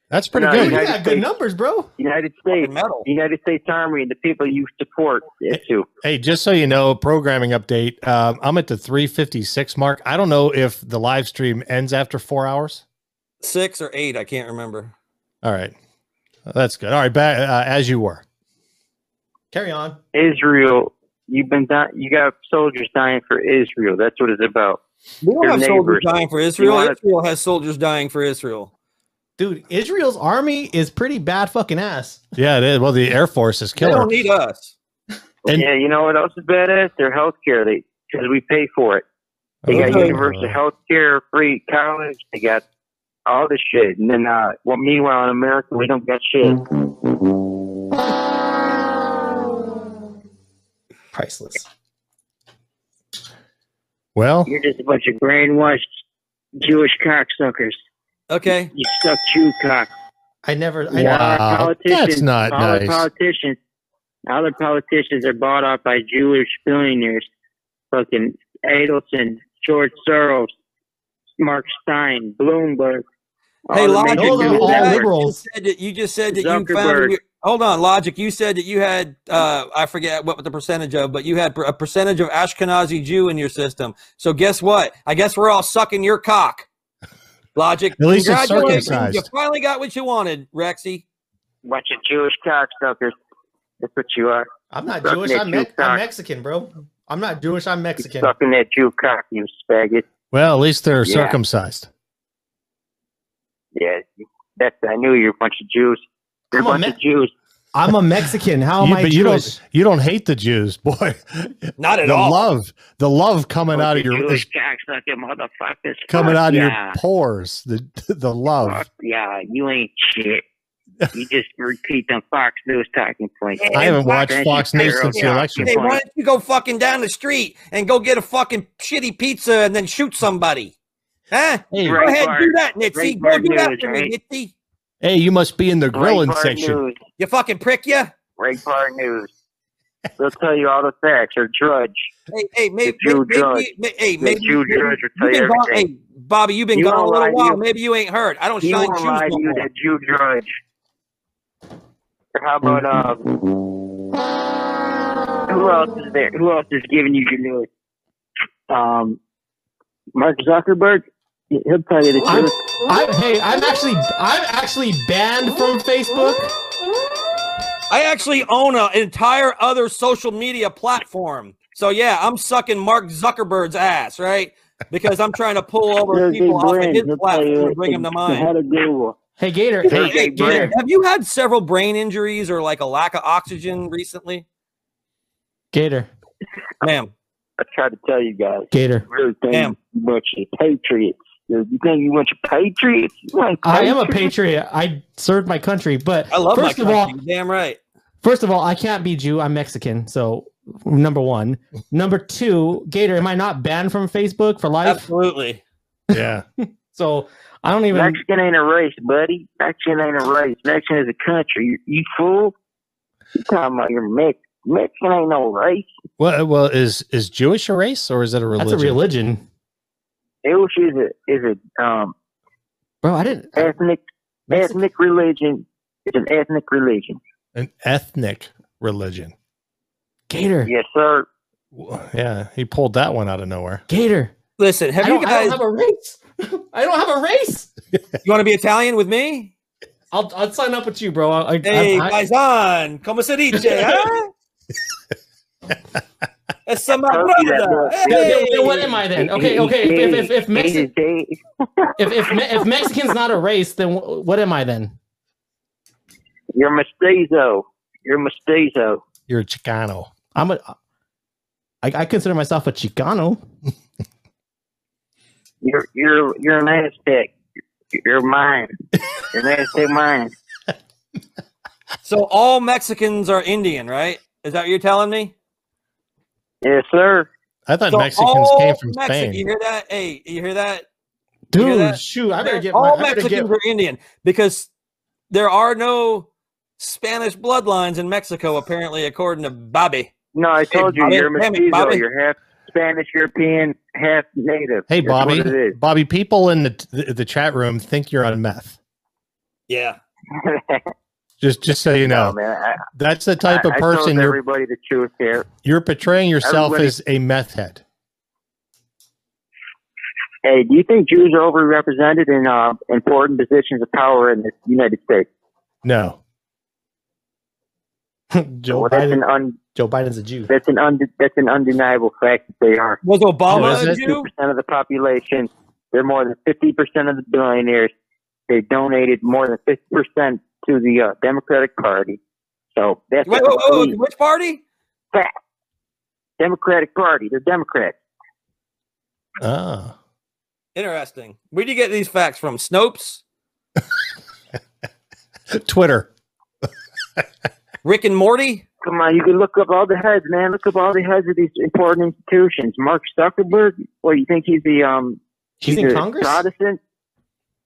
Speaker 2: That's pretty
Speaker 1: No,
Speaker 2: good.
Speaker 1: you- United States.
Speaker 4: numbers, bro.
Speaker 1: United
Speaker 3: Fucking
Speaker 1: States,
Speaker 3: metal.
Speaker 1: the United States Army, and the people you support. It too.
Speaker 2: Hey, just so you know, programming update. Um, I'm at the 356 mark. I don't know if the live stream ends after four hours.
Speaker 3: Six or eight, I can't remember.
Speaker 2: All right, that's good. All right, back uh, as you were.
Speaker 4: Carry on.
Speaker 1: Israel. You've been di- you got soldiers dying for Israel. That's what it's about.
Speaker 3: We don't
Speaker 1: Your
Speaker 3: have soldiers
Speaker 1: neighbors.
Speaker 3: dying for Israel.
Speaker 1: wanna-
Speaker 3: Israel has soldiers dying for Israel.
Speaker 4: Dude, Israel's army is pretty bad fucking ass.
Speaker 2: Yeah, it is. Well, the Air Force is
Speaker 3: They
Speaker 2: killer.
Speaker 3: don't need us.
Speaker 2: And-
Speaker 1: yeah, you know what else is badass? Their health care. They because we pay for it. They got
Speaker 3: Okay.
Speaker 1: universal health care, free college. They got all this shit. And then, uh, well, meanwhile in America, we don't got shit.
Speaker 2: Mm-hmm.
Speaker 4: Priceless.
Speaker 2: Well,
Speaker 1: You're just a bunch of brainwashed Jewish cocksuckers.
Speaker 3: Okay.
Speaker 1: You suck Jew cock.
Speaker 4: I never. I,
Speaker 2: Wow.
Speaker 1: All our politicians,
Speaker 2: uh, that's not
Speaker 1: all
Speaker 2: nice.
Speaker 1: Our politicians, all our politicians are bought off by Jewish billionaires. Fucking Adelson, George Soros, Mark Stein, Bloomberg.
Speaker 3: Hey,
Speaker 1: the
Speaker 3: Logic,
Speaker 1: major
Speaker 4: those are
Speaker 1: news
Speaker 4: all
Speaker 1: networks.
Speaker 4: liberals.
Speaker 3: Said that- You just said that you found.
Speaker 1: Zuckerberg.
Speaker 3: your- Hold on, logic. You said that you had. Uh, I forget what the percentage of, but you had a percentage of Ashkenazi Jew in your system. So guess what? I guess we're all sucking your cock. Logic.
Speaker 2: At least it's
Speaker 3: Congratulations, You
Speaker 2: circumcised.
Speaker 3: finally got what you wanted, Rexy.
Speaker 1: Bunch of Jewish cocksuckers. That's what you are.
Speaker 4: I'm not
Speaker 1: Suck
Speaker 4: Jewish.
Speaker 1: that
Speaker 4: I'm,
Speaker 1: Jew
Speaker 4: Me- I'm
Speaker 1: cock.
Speaker 4: Mexican, bro. I'm not Jewish. I'm
Speaker 1: You
Speaker 4: Mexican.
Speaker 1: sucking that Jew cock, you spaghetti.
Speaker 2: well, at least they're
Speaker 1: Yeah.
Speaker 2: circumcised.
Speaker 1: Yeah, that's. I knew you were a bunch of Jews. You're a
Speaker 4: I'm a
Speaker 1: bunch
Speaker 4: me-
Speaker 1: of Jews.
Speaker 4: I'm a Mexican. How am
Speaker 2: You-
Speaker 4: I
Speaker 2: but
Speaker 4: Jewish?
Speaker 2: you don't you don't hate the Jews, boy.
Speaker 3: Not at
Speaker 2: the
Speaker 3: all.
Speaker 2: love, the love coming
Speaker 1: Bunch
Speaker 2: out of your
Speaker 1: Jewish
Speaker 2: is
Speaker 1: cocksucking motherfuckers.
Speaker 2: coming
Speaker 1: Fuck
Speaker 2: out of
Speaker 1: yeah.
Speaker 2: your pores. The the love.
Speaker 1: Fuck yeah, you ain't shit. You just repeat them Fox News talking points.
Speaker 2: I haven't watched
Speaker 1: That's
Speaker 2: Fox
Speaker 1: your
Speaker 2: News since the
Speaker 1: terrible
Speaker 2: election.
Speaker 3: Hey,
Speaker 1: point.
Speaker 3: why don't you go fucking down the street and go get a fucking shitty pizza and then shoot somebody? Huh?
Speaker 2: Hey,
Speaker 1: Right.
Speaker 3: go ahead, do
Speaker 1: Breitbart-
Speaker 3: that, Nitsy. Go
Speaker 1: Breitbart
Speaker 3: do that
Speaker 1: News,
Speaker 3: for
Speaker 1: right?
Speaker 3: me, Nitsy.
Speaker 2: hey, you must be in the grilling
Speaker 1: Breitbart
Speaker 2: section.
Speaker 1: News.
Speaker 3: You fucking prick, you.
Speaker 1: Breitbart News. They'll tell you all the facts or drudge.
Speaker 3: Hey, hey, maybe,
Speaker 1: Jew
Speaker 3: maybe,
Speaker 1: judge.
Speaker 3: may- hey,
Speaker 1: The
Speaker 3: maybe
Speaker 1: Jew
Speaker 3: maybe-
Speaker 1: judge will
Speaker 3: you've
Speaker 1: tell you
Speaker 3: been gone,
Speaker 1: everything.
Speaker 3: hey, Bobby, you've been
Speaker 1: You
Speaker 3: gone a
Speaker 1: won't
Speaker 3: little
Speaker 1: lie to
Speaker 3: while.
Speaker 1: you.
Speaker 3: Maybe you ain't heard.
Speaker 2: Oh,
Speaker 3: I don't
Speaker 1: He
Speaker 3: shine
Speaker 1: won't
Speaker 3: shoes
Speaker 1: lie
Speaker 3: no
Speaker 1: to you,
Speaker 3: more.
Speaker 1: that Jew drudge. How about uh? Who else is there? Who else is giving you your news? Um, Mark Zuckerberg. He'll tell you the
Speaker 4: I'm,
Speaker 1: truth.
Speaker 4: I'm, hey, I'm actually, I'm actually banned from Facebook.
Speaker 3: I actually own an entire other social media platform. So yeah, I'm sucking Mark Zuckerberg's ass, right? Because I'm trying to pull over
Speaker 1: Sergey
Speaker 3: people off of
Speaker 1: Brin,
Speaker 3: his
Speaker 1: he'll tell you
Speaker 3: platform and bring them to
Speaker 1: the
Speaker 3: mine.
Speaker 1: head of Google.
Speaker 4: Hey, Gator.
Speaker 1: Hey,
Speaker 4: Hey,
Speaker 1: Sergey
Speaker 3: Hey,
Speaker 1: Brin.
Speaker 3: Gator, have you had several brain injuries or like a lack of oxygen recently,
Speaker 4: Gator.
Speaker 3: ma'am?
Speaker 1: I try to tell you guys.
Speaker 4: Gator.
Speaker 1: really think
Speaker 3: Damn.
Speaker 1: you bunch of patriots. You think you bunch of patriots? You ain't
Speaker 4: I am a
Speaker 1: patriots.
Speaker 4: patriot. I served my country, but
Speaker 3: I love
Speaker 4: first
Speaker 3: my
Speaker 4: of
Speaker 3: country.
Speaker 4: all,
Speaker 3: You're Damn right.
Speaker 4: first of all, I can't be Jew. I'm Mexican. So number one, number two, Gator, am I not banned from Facebook for life?
Speaker 3: Absolutely.
Speaker 2: Yeah.
Speaker 4: So I don't even.
Speaker 1: Mexican ain't a race, buddy. Mexican ain't a race. Mexican is a country. You, you fool? You talking about your Mex? Mexican ain't no race.
Speaker 2: Well, uh, well, is is Jewish a race or is it a religion?
Speaker 4: That's a religion,
Speaker 1: Jewish is a is a um
Speaker 4: bro. I didn't.
Speaker 1: ethnic
Speaker 4: Mexican-
Speaker 1: ethnic religion. It's an ethnic religion.
Speaker 2: An ethnic religion.
Speaker 4: Gator,
Speaker 1: Yes, sir.
Speaker 2: Yeah, he pulled that one out of nowhere.
Speaker 4: Gator.
Speaker 3: Listen, have
Speaker 4: I
Speaker 3: you
Speaker 4: don't, I
Speaker 3: guys?
Speaker 4: don't have a race. I don't have a race.
Speaker 3: you want to be Italian with me?
Speaker 4: I'll, I'll sign up with you, bro. I, I,
Speaker 3: Hey,
Speaker 4: I,
Speaker 3: paisan, como se dice? huh? Esa my
Speaker 1: Told you that,
Speaker 3: brother.
Speaker 1: bro.
Speaker 4: Then- then what
Speaker 3: Hey.
Speaker 4: am I then? Okay, okay. If if if, if, Mexi-
Speaker 1: Asian day.
Speaker 4: if, if, Me- if Mexican's not a race, then wh- what am I then?
Speaker 1: You're mestizo. You're mestizo.
Speaker 2: You're a Chicano.
Speaker 4: I'm a. I, I consider myself a Chicano.
Speaker 1: You're you're you're an Aztec. You're mine. You're an Aztec mine.
Speaker 3: So all Mexicans are Indian, right? Is that what you're telling me?
Speaker 1: Yes, sir.
Speaker 2: I thought
Speaker 3: So
Speaker 2: Mexicans
Speaker 3: all
Speaker 2: came from
Speaker 3: Mexi- You
Speaker 2: Spain.
Speaker 3: hear that? Hey, you hear that? You hear
Speaker 4: Dude,
Speaker 3: that?
Speaker 4: shoot! I better get.
Speaker 3: all
Speaker 4: my, I better
Speaker 3: Mexicans
Speaker 4: get
Speaker 3: are Indian because there are no Spanish bloodlines in Mexico, apparently, according to Bobby.
Speaker 1: No, I told you
Speaker 3: Bobby,
Speaker 1: you're a
Speaker 3: damn it,
Speaker 1: mestizo.
Speaker 3: Bobby.
Speaker 1: You're half Spanish European, half native.
Speaker 2: Hey,
Speaker 1: That's
Speaker 2: Bobby.
Speaker 1: what it is.
Speaker 2: Bobby, people in the, the the chat room think you're on meth.
Speaker 3: Yeah.
Speaker 2: Just just so you know,
Speaker 1: man. I,
Speaker 2: that's the type of
Speaker 1: I- I told
Speaker 2: person you're
Speaker 1: everybody the truth here.
Speaker 2: you're portraying yourself
Speaker 1: Everybody-
Speaker 2: as a meth head.
Speaker 1: Hey, do you think Jews are overrepresented in uh, important positions of power in the United States?
Speaker 2: No,
Speaker 4: Joe
Speaker 1: Well, that's an
Speaker 4: Biden.
Speaker 1: un,
Speaker 4: Joe Biden's a Jew.
Speaker 1: that's an unde that's an undeniable fact that they are.
Speaker 3: Was Obama
Speaker 2: Oh, is
Speaker 3: a
Speaker 2: it?
Speaker 3: Jew?
Speaker 1: percent of the population. They're more than fifty percent of the billionaires. They donated more than fifty percent to the uh, Democratic Party. So that's
Speaker 3: Wait,
Speaker 1: a
Speaker 3: wait, wait, wait,
Speaker 1: complete
Speaker 3: which party?
Speaker 1: Democratic Party. They're Democrats.
Speaker 2: ah,
Speaker 3: Interesting. Where do you get these facts from? Snopes?
Speaker 2: Twitter.
Speaker 3: Rick and Morty?
Speaker 1: Come on, you can look up all the heads, man. Look up all the heads of these important institutions. Mark Zuckerberg. Well, you think he's the um?
Speaker 4: He's
Speaker 1: a
Speaker 4: in Congress.
Speaker 1: Protestant.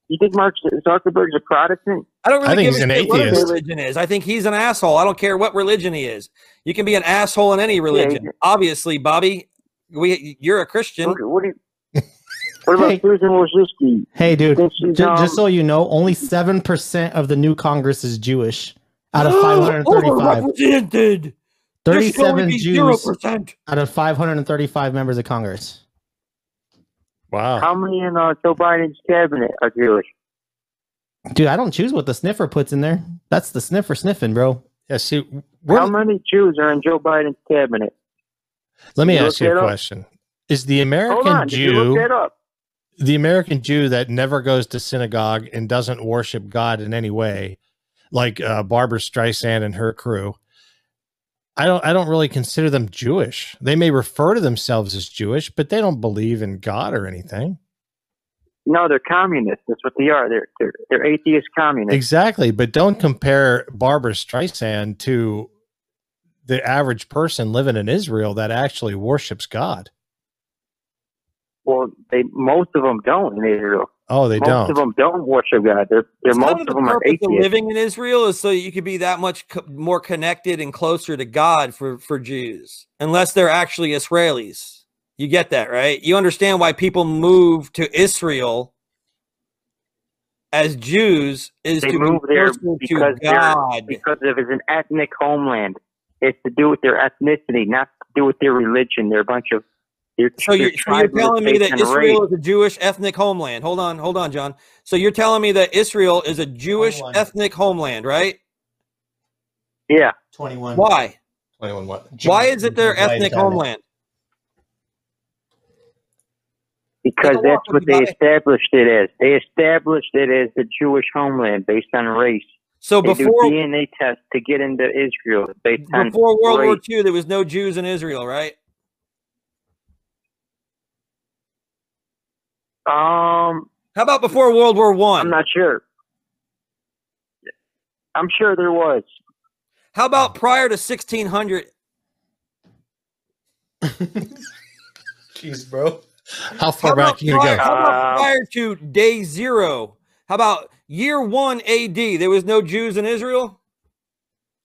Speaker 1: You think Mark Zuckerberg's a Protestant?
Speaker 3: I don't really
Speaker 2: I think
Speaker 3: give
Speaker 2: he's
Speaker 3: a
Speaker 2: an
Speaker 3: shit what his
Speaker 2: atheist.
Speaker 3: religion is. I think he's an asshole. I don't care what religion he is. You can be an asshole in any religion.
Speaker 1: he's-
Speaker 3: Obviously, Bobby, we you're a Christian.
Speaker 1: What, what, do you- what about
Speaker 4: Hey.
Speaker 1: Susan Wojcicki?
Speaker 4: Hey, dude.
Speaker 1: Think she's,
Speaker 4: Ju-
Speaker 1: um,
Speaker 4: just so you know, only seven percent of the new Congress is Jewish out
Speaker 3: Oh,
Speaker 4: of 535.
Speaker 3: Overrepresented. There should only
Speaker 4: 37
Speaker 3: be
Speaker 4: Jews
Speaker 3: 0%.
Speaker 4: out of 535 members of Congress.
Speaker 2: Wow,
Speaker 1: How many in uh, Joe Biden's cabinet uh, are Jewish?
Speaker 4: Dude, I don't choose what the sniffer puts in there. That's the sniffer sniffing, bro.
Speaker 2: yeah. See,
Speaker 1: How
Speaker 2: we're,
Speaker 1: many Jews are in Joe Biden's cabinet?
Speaker 2: let me
Speaker 1: you
Speaker 2: ask
Speaker 1: look
Speaker 2: you
Speaker 1: that
Speaker 2: a
Speaker 1: up?
Speaker 2: question: Is the
Speaker 1: Hold
Speaker 2: American
Speaker 1: on, did you look
Speaker 2: Jew
Speaker 1: that up?
Speaker 2: the American Jew that never goes to synagogue and doesn't worship God in any way, like uh, Barbara Streisand and her crew, I don't I don't really consider them Jewish. They may refer to themselves as Jewish, but they don't believe in God or anything.
Speaker 1: No, they're communists. That's what they are. They're they're, they're atheist communists.
Speaker 2: Exactly, but don't compare Barbara Streisand to the average person living in Israel that actually worships God.
Speaker 1: Well, they most of them don't in Israel.
Speaker 2: Oh, they
Speaker 1: most
Speaker 2: don't.
Speaker 1: of them don't worship God. They're, they're
Speaker 3: It's
Speaker 1: most
Speaker 3: kind
Speaker 1: of
Speaker 3: the
Speaker 1: them are
Speaker 3: purpose of
Speaker 1: atheists.
Speaker 3: living in Israel is so you could be that much co- more connected and closer to God for for Jews, unless they're actually Israelis. You get that, right? You understand why people move to Israel as Jews is
Speaker 1: They
Speaker 3: to be
Speaker 1: move there
Speaker 3: closer to
Speaker 1: because they're-
Speaker 3: God.
Speaker 1: Because if it's an ethnic homeland, it's to do with their ethnicity, not to do with their religion. They're a bunch of they're,
Speaker 3: So you're,
Speaker 1: they're
Speaker 3: so you're
Speaker 1: tribalists
Speaker 3: telling me
Speaker 1: based
Speaker 3: that
Speaker 1: on race.
Speaker 3: Israel is a Jewish ethnic homeland. Hold on, hold on, John. So you're telling me that Israel is a Jewish
Speaker 4: Homeland.
Speaker 3: ethnic homeland, right?
Speaker 1: Yeah,
Speaker 4: 21.
Speaker 3: Why?
Speaker 2: 21 what?
Speaker 3: Why is it their ethnic homeland?
Speaker 1: because
Speaker 3: Take a walk
Speaker 1: that's what
Speaker 3: with me,
Speaker 1: they
Speaker 3: buddy.
Speaker 1: established it as. They established it as the Jewish homeland based on race.
Speaker 3: So
Speaker 1: They
Speaker 3: before
Speaker 1: do DNA tests to get into Israel based on
Speaker 3: before World War
Speaker 1: race.
Speaker 3: II, there was no Jews in Israel, right?
Speaker 1: Um,
Speaker 3: How about before World War
Speaker 1: I'm
Speaker 3: One?
Speaker 1: not sure. I'm sure there was.
Speaker 3: How about prior to 1600?
Speaker 2: Jeez, bro. How far back
Speaker 3: How about
Speaker 2: are you gonna
Speaker 3: prior-
Speaker 2: go?
Speaker 3: how about
Speaker 1: Uh,
Speaker 3: prior to day zero? How about year one A.D.? There was no Jews in Israel.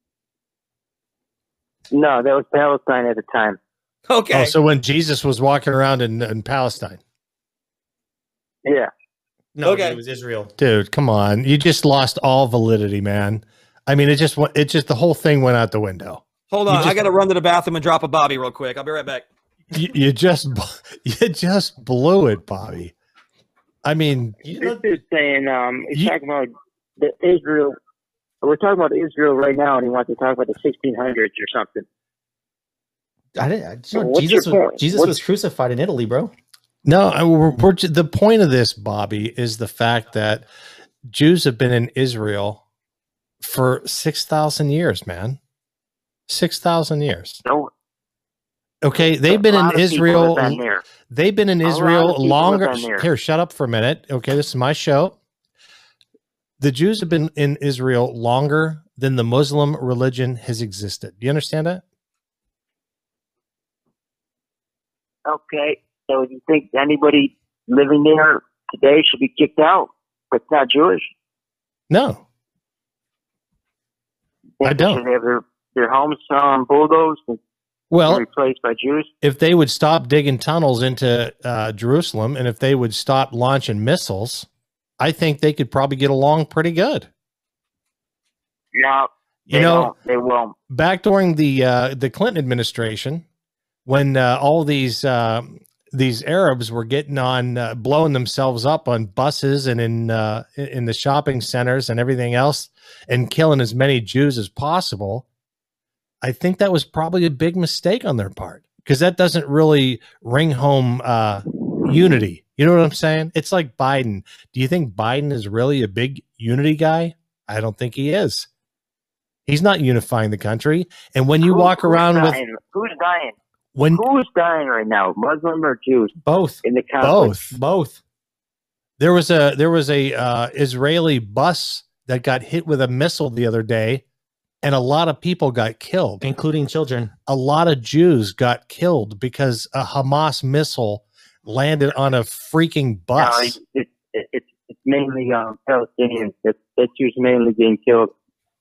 Speaker 1: No, that was Palestine at the time.
Speaker 3: Okay.
Speaker 2: Oh, so when Jesus was walking around in, in Palestine,
Speaker 1: Yeah.
Speaker 4: No,
Speaker 3: Okay.
Speaker 4: it was Israel.
Speaker 2: dude, come on, you just lost all validity, man. I mean, it just wa- it just the whole thing went out the window.
Speaker 3: Hold
Speaker 2: you
Speaker 3: on, I
Speaker 2: just-
Speaker 3: got to run to the bathroom and drop a bobby real quick. I'll be right back.
Speaker 2: You, you just b- you just blew it, Bobby. I mean,
Speaker 1: This is saying um, he's
Speaker 2: Ye-
Speaker 1: talking about the Israel. We're talking about Israel right now, and he wants to talk about the 1600s or something.
Speaker 4: I didn't. I just know
Speaker 1: What's
Speaker 4: Jesus
Speaker 1: your
Speaker 4: was,
Speaker 1: point?
Speaker 4: Jesus
Speaker 1: What's-
Speaker 4: was crucified in Italy, bro.
Speaker 2: No, I, we're, we're, ju- the point of this, Bobby, is the fact that Jews have been in Israel for 6,000 years, man. 6,000 years.
Speaker 1: No,
Speaker 2: Okay. They've been
Speaker 1: a lot
Speaker 2: in
Speaker 1: of people have
Speaker 2: Israel.
Speaker 1: Been there.
Speaker 2: They've been in
Speaker 1: lot of
Speaker 2: Israel
Speaker 1: people have
Speaker 2: longer.
Speaker 1: been there.
Speaker 2: Here, shut up for a minute. Okay. This is my show. The Jews have been in Israel longer than the Muslim religion has existed. Do you understand that?
Speaker 1: Okay, so do you think anybody living there today should be kicked out? But it's not Jewish.
Speaker 2: No.
Speaker 1: They
Speaker 2: I don't.
Speaker 1: Should have their their homes um, bulldozed and
Speaker 2: Well,
Speaker 1: replaced by Jews.
Speaker 2: if they would stop digging tunnels into uh, Jerusalem and if they would stop launching missiles, I think they could probably get along pretty good.
Speaker 1: No,
Speaker 2: You
Speaker 1: they
Speaker 2: know,
Speaker 1: won't. they won't.
Speaker 2: back during the uh, the Clinton administration, when uh, all these uh, these Arabs were getting on uh, blowing themselves up on buses and in uh, in- in the shopping centers and everything else, and killing as many Jews as possible, I think that was probably a big mistake on their part because that doesn't really ring home uh, unity. You know what I'm saying? It's like Biden. Do you think Biden is really a big unity guy? I don't think he is. He's not unifying the country. And when you
Speaker 1: Who-
Speaker 2: walk
Speaker 1: who's
Speaker 2: around with
Speaker 1: dying? who's dying?
Speaker 2: when
Speaker 1: Who's dying right now? Muslim or Jews
Speaker 4: Both.
Speaker 1: in the conflict?
Speaker 2: both
Speaker 4: Both.
Speaker 2: there was a there was a uh, Israeli bus that got hit with a missile the other day, and a lot of people got killed.
Speaker 4: Including children.
Speaker 2: a lot of Jews got killed because a Hamas missile landed on a freaking
Speaker 1: No,
Speaker 2: bus.
Speaker 1: it's, it's, it's, it's mainly um, Palestinians. That's that's who's mainly getting killed.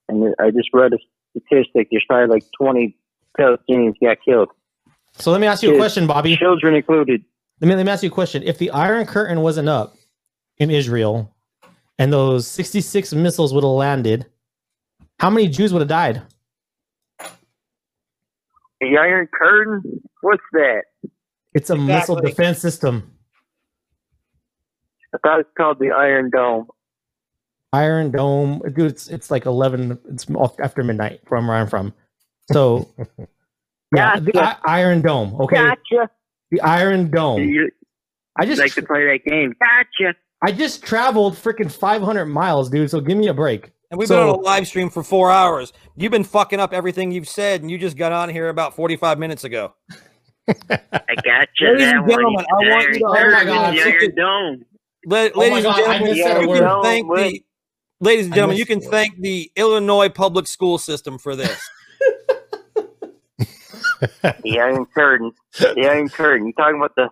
Speaker 1: And I just read a statistic. There's probably like 20 Palestinians got killed,
Speaker 4: So let me ask you a
Speaker 1: Dude.
Speaker 4: question, Bobby.
Speaker 1: children included.
Speaker 4: Let me let me ask you a question. If the Iron Curtain wasn't up in Israel, and those sixty-six missiles would have landed, how many Jews would have died?
Speaker 1: The Iron Curtain? What's that?
Speaker 4: It's a missile
Speaker 3: Exactly.
Speaker 4: defense system.
Speaker 1: I thought it's called the Iron Dome.
Speaker 4: Iron Dome, dude. It's it's like eleven. It's off after midnight from where I'm from. So, yeah, the I- Iron Dome. Okay,
Speaker 1: Gotcha.
Speaker 4: the Iron
Speaker 2: Oh.
Speaker 4: Dome.
Speaker 1: You
Speaker 4: I just
Speaker 1: like to play that game. Gotcha.
Speaker 4: I just traveled freaking five hundred miles, dude. So give me a break.
Speaker 3: And we've
Speaker 4: So-
Speaker 3: been on a live stream for four hours. You've been fucking up everything you've said, and you just got on here about 45 minutes ago.
Speaker 1: I gotcha.
Speaker 3: Ladies and
Speaker 1: that one.
Speaker 3: gentlemen, I want you
Speaker 1: Iron
Speaker 3: to-
Speaker 4: oh my
Speaker 1: Curtain,
Speaker 4: God,
Speaker 1: the
Speaker 4: look
Speaker 1: Iron Dome.
Speaker 3: La-
Speaker 4: Oh my
Speaker 3: ladies
Speaker 4: God, I
Speaker 3: and gentlemen,
Speaker 4: just
Speaker 3: you
Speaker 1: said a
Speaker 3: can
Speaker 1: word.
Speaker 3: thank
Speaker 1: No,
Speaker 3: the ladies and
Speaker 4: I
Speaker 3: gentlemen, you
Speaker 4: missed
Speaker 3: can
Speaker 4: the word.
Speaker 3: thank the Illinois public school system for this.
Speaker 1: The Iron Curtain. The Iron Curtain. You talking about the,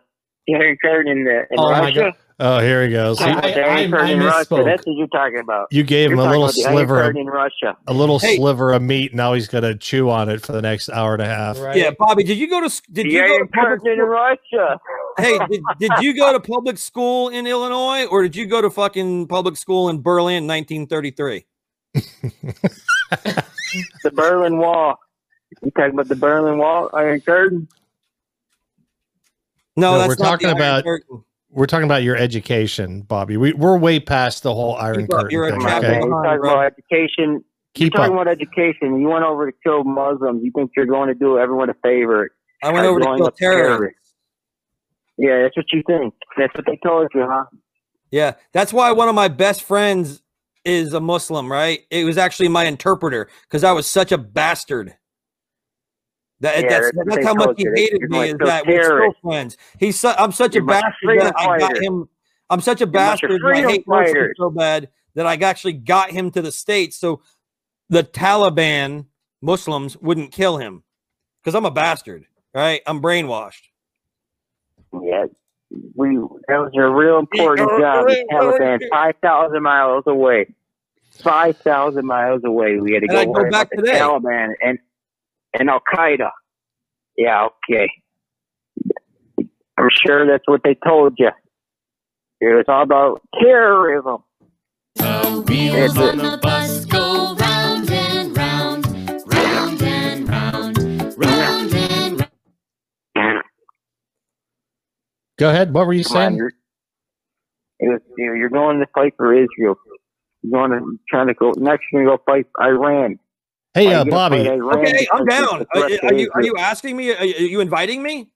Speaker 1: the Iron Curtain in, the, in
Speaker 4: Oh my
Speaker 1: Russia?
Speaker 4: God.
Speaker 2: oh, here he goes.
Speaker 1: Talking
Speaker 2: He-
Speaker 1: about the
Speaker 4: I- I-
Speaker 1: Iron Curtain
Speaker 4: I
Speaker 1: in Russia.
Speaker 4: misspoke.
Speaker 1: That's what you're talking about.
Speaker 2: you gave
Speaker 1: You're
Speaker 2: him a
Speaker 1: talking
Speaker 2: little
Speaker 1: about the Iron
Speaker 2: sliver, of,
Speaker 1: Curtain in Russia.
Speaker 2: a little
Speaker 3: Hey.
Speaker 2: sliver of meat. Now he's gonna chew on it for the next hour and a half.
Speaker 4: Right.
Speaker 3: yeah, Bobby, did you go to s- did
Speaker 1: The
Speaker 3: you go to
Speaker 1: Iron
Speaker 3: public
Speaker 1: Curtain in Russia.
Speaker 3: hey, did, did you go to public school in Illinois or did you go to fucking public school in Berlin 1933?
Speaker 1: The Berlin Wall. You talking about the Berlin Wall, Iron Curtain?
Speaker 3: No,
Speaker 2: No,
Speaker 3: that's
Speaker 2: we're
Speaker 3: not
Speaker 2: talking
Speaker 3: the Iron
Speaker 2: about
Speaker 3: Curtain.
Speaker 2: We're talking about your education, Bobby. We, we're way past the whole Iron
Speaker 3: Keep up,
Speaker 2: Curtain
Speaker 3: you're a
Speaker 2: thing.
Speaker 1: My
Speaker 3: Okay.
Speaker 1: man,
Speaker 2: Okay?
Speaker 1: you
Speaker 3: Come on,
Speaker 1: talking
Speaker 3: bro.
Speaker 1: about education. You're
Speaker 2: Keep
Speaker 1: talking
Speaker 2: up.
Speaker 1: about education. You went over to kill Muslims. You think you're going to do everyone a favor.
Speaker 3: I went
Speaker 1: by
Speaker 3: over to
Speaker 1: blowing
Speaker 3: kill
Speaker 1: up
Speaker 3: terrorists.
Speaker 1: Yeah, that's what you think. That's what they told you, huh?
Speaker 3: Yeah, that's why one of my best friends is a Muslim, right? It was actually my interpreter because I was such a bastard. That,
Speaker 1: Yeah,
Speaker 3: that's,
Speaker 1: that's what
Speaker 3: that's
Speaker 1: they
Speaker 3: how much
Speaker 1: told
Speaker 3: he
Speaker 1: you. They-
Speaker 3: hated
Speaker 1: you're
Speaker 3: me
Speaker 1: like
Speaker 3: is
Speaker 1: so
Speaker 3: that we're still
Speaker 1: terrorist.
Speaker 3: friends. He's su- I'm such
Speaker 1: You're
Speaker 3: a
Speaker 1: my
Speaker 3: bastard
Speaker 1: freedom
Speaker 3: that I got
Speaker 1: fighter.
Speaker 3: him I'm such a
Speaker 1: bunch of
Speaker 3: bastard. and I
Speaker 1: freedom
Speaker 3: hate Wilson
Speaker 1: fighters.
Speaker 3: so bad that I actually got him to the states so the Taliban Muslims wouldn't kill him because I'm a bastard. Right? I'm brainwashed.
Speaker 1: Yeah, we that was a real important job. The Taliban, five thousand miles away, five thousand miles away. We had to
Speaker 3: And
Speaker 1: go,
Speaker 3: I'd go
Speaker 1: worry
Speaker 3: back
Speaker 1: about
Speaker 3: today.
Speaker 1: the Taliban and and Al Qaeda. Yeah, okay. I'm sure that's what they told you. It was all about terrorism.
Speaker 6: The wheels on the bus go round and round, round and round, round and round.
Speaker 2: Go ahead. What were you
Speaker 1: Come on,
Speaker 2: saying?
Speaker 1: you're, it was, you're you're going to fight for Israel. You're going to trying to go next. You're going to go fight Iran.
Speaker 2: Hey,
Speaker 1: Why
Speaker 2: uh,
Speaker 1: you gonna fight
Speaker 2: Bobby.
Speaker 1: Iran
Speaker 3: Okay, I'm
Speaker 1: because
Speaker 3: down.
Speaker 1: it's a
Speaker 3: Are,
Speaker 1: threat to
Speaker 3: are you are
Speaker 1: Israel?
Speaker 3: you asking me? Are, are you inviting me?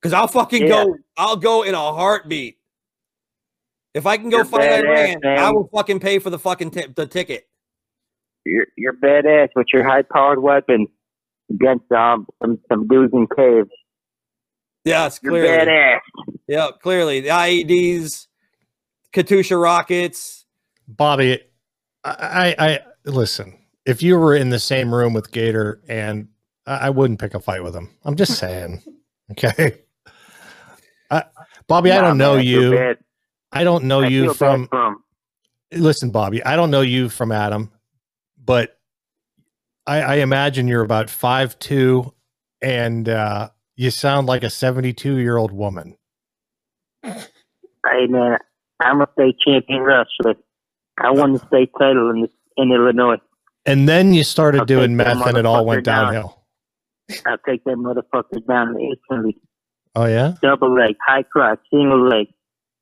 Speaker 3: Because I'll fucking
Speaker 1: Yeah.
Speaker 3: go. I'll go in a heartbeat. If I can go
Speaker 1: You're
Speaker 3: fight
Speaker 1: badass,
Speaker 3: Iran, I
Speaker 1: man.
Speaker 3: will fucking pay for the fucking ti- the ticket.
Speaker 1: you're you're badass with your high powered weapon against um some, some dudes in caves.
Speaker 3: Yes,
Speaker 1: You're
Speaker 3: clearly.
Speaker 1: badass.
Speaker 3: Yeah, clearly the IEDs, Katusha rockets.
Speaker 2: Bobby, I, I, I listen. If you were in the same room with Gator, and I, I wouldn't pick a fight with him. I'm just saying. Okay. I, Bobby, I
Speaker 1: Nah,
Speaker 2: don't know
Speaker 1: man, I feel
Speaker 2: you.
Speaker 1: bad.
Speaker 2: I don't know
Speaker 1: I feel
Speaker 2: you
Speaker 1: bad
Speaker 2: from.
Speaker 1: for 'em.
Speaker 2: Listen, Bobby, I don't know you from Adam, but I, I imagine you're about five two, and uh, you sound like a seventy two year old woman.
Speaker 1: Hey man, I'm a state champion wrestler. I won the state title in in Illinois.
Speaker 2: And then you started
Speaker 1: I'll
Speaker 2: doing
Speaker 1: take that
Speaker 2: meth and it all went
Speaker 1: motherfucker down.
Speaker 2: downhill.
Speaker 1: I'll take that motherfucker down instantly.
Speaker 2: Oh yeah?
Speaker 1: Double leg, high cross, single leg,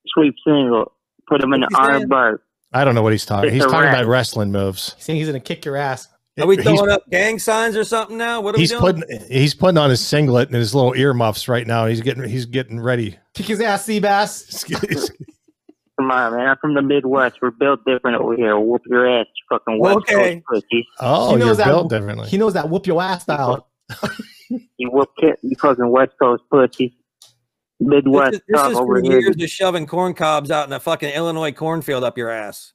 Speaker 1: sweep single. Put him in the
Speaker 3: What's he saying?
Speaker 1: arm bar.
Speaker 2: I don't know what he's talking.
Speaker 1: It's
Speaker 2: He's
Speaker 1: a
Speaker 2: talking
Speaker 1: rat.
Speaker 2: about wrestling moves.
Speaker 4: He's saying he's gonna kick your ass.
Speaker 3: Are we
Speaker 2: He's-
Speaker 3: throwing up gang signs or something now? What are
Speaker 2: He's
Speaker 3: we doing?
Speaker 2: putting he's putting on his singlet and his little earmuffs right now. He's getting he's getting ready.
Speaker 4: Kick his ass, Seabass.
Speaker 1: Come on, man. I'm from the Midwest. We're built different over here. Whoop your ass, you fucking West
Speaker 3: Okay.
Speaker 1: Coast pussy.
Speaker 2: oh,
Speaker 4: He
Speaker 2: you're
Speaker 4: knows that-
Speaker 2: built differently.
Speaker 4: He knows that whoop your ass style.
Speaker 1: You whoop kid, you fucking West Coast pussy.
Speaker 3: This
Speaker 1: Midwest
Speaker 3: is, this
Speaker 1: tough
Speaker 3: is
Speaker 1: over
Speaker 3: for
Speaker 1: here.
Speaker 3: years of shoving corn cobs out in a fucking Illinois cornfield up your ass.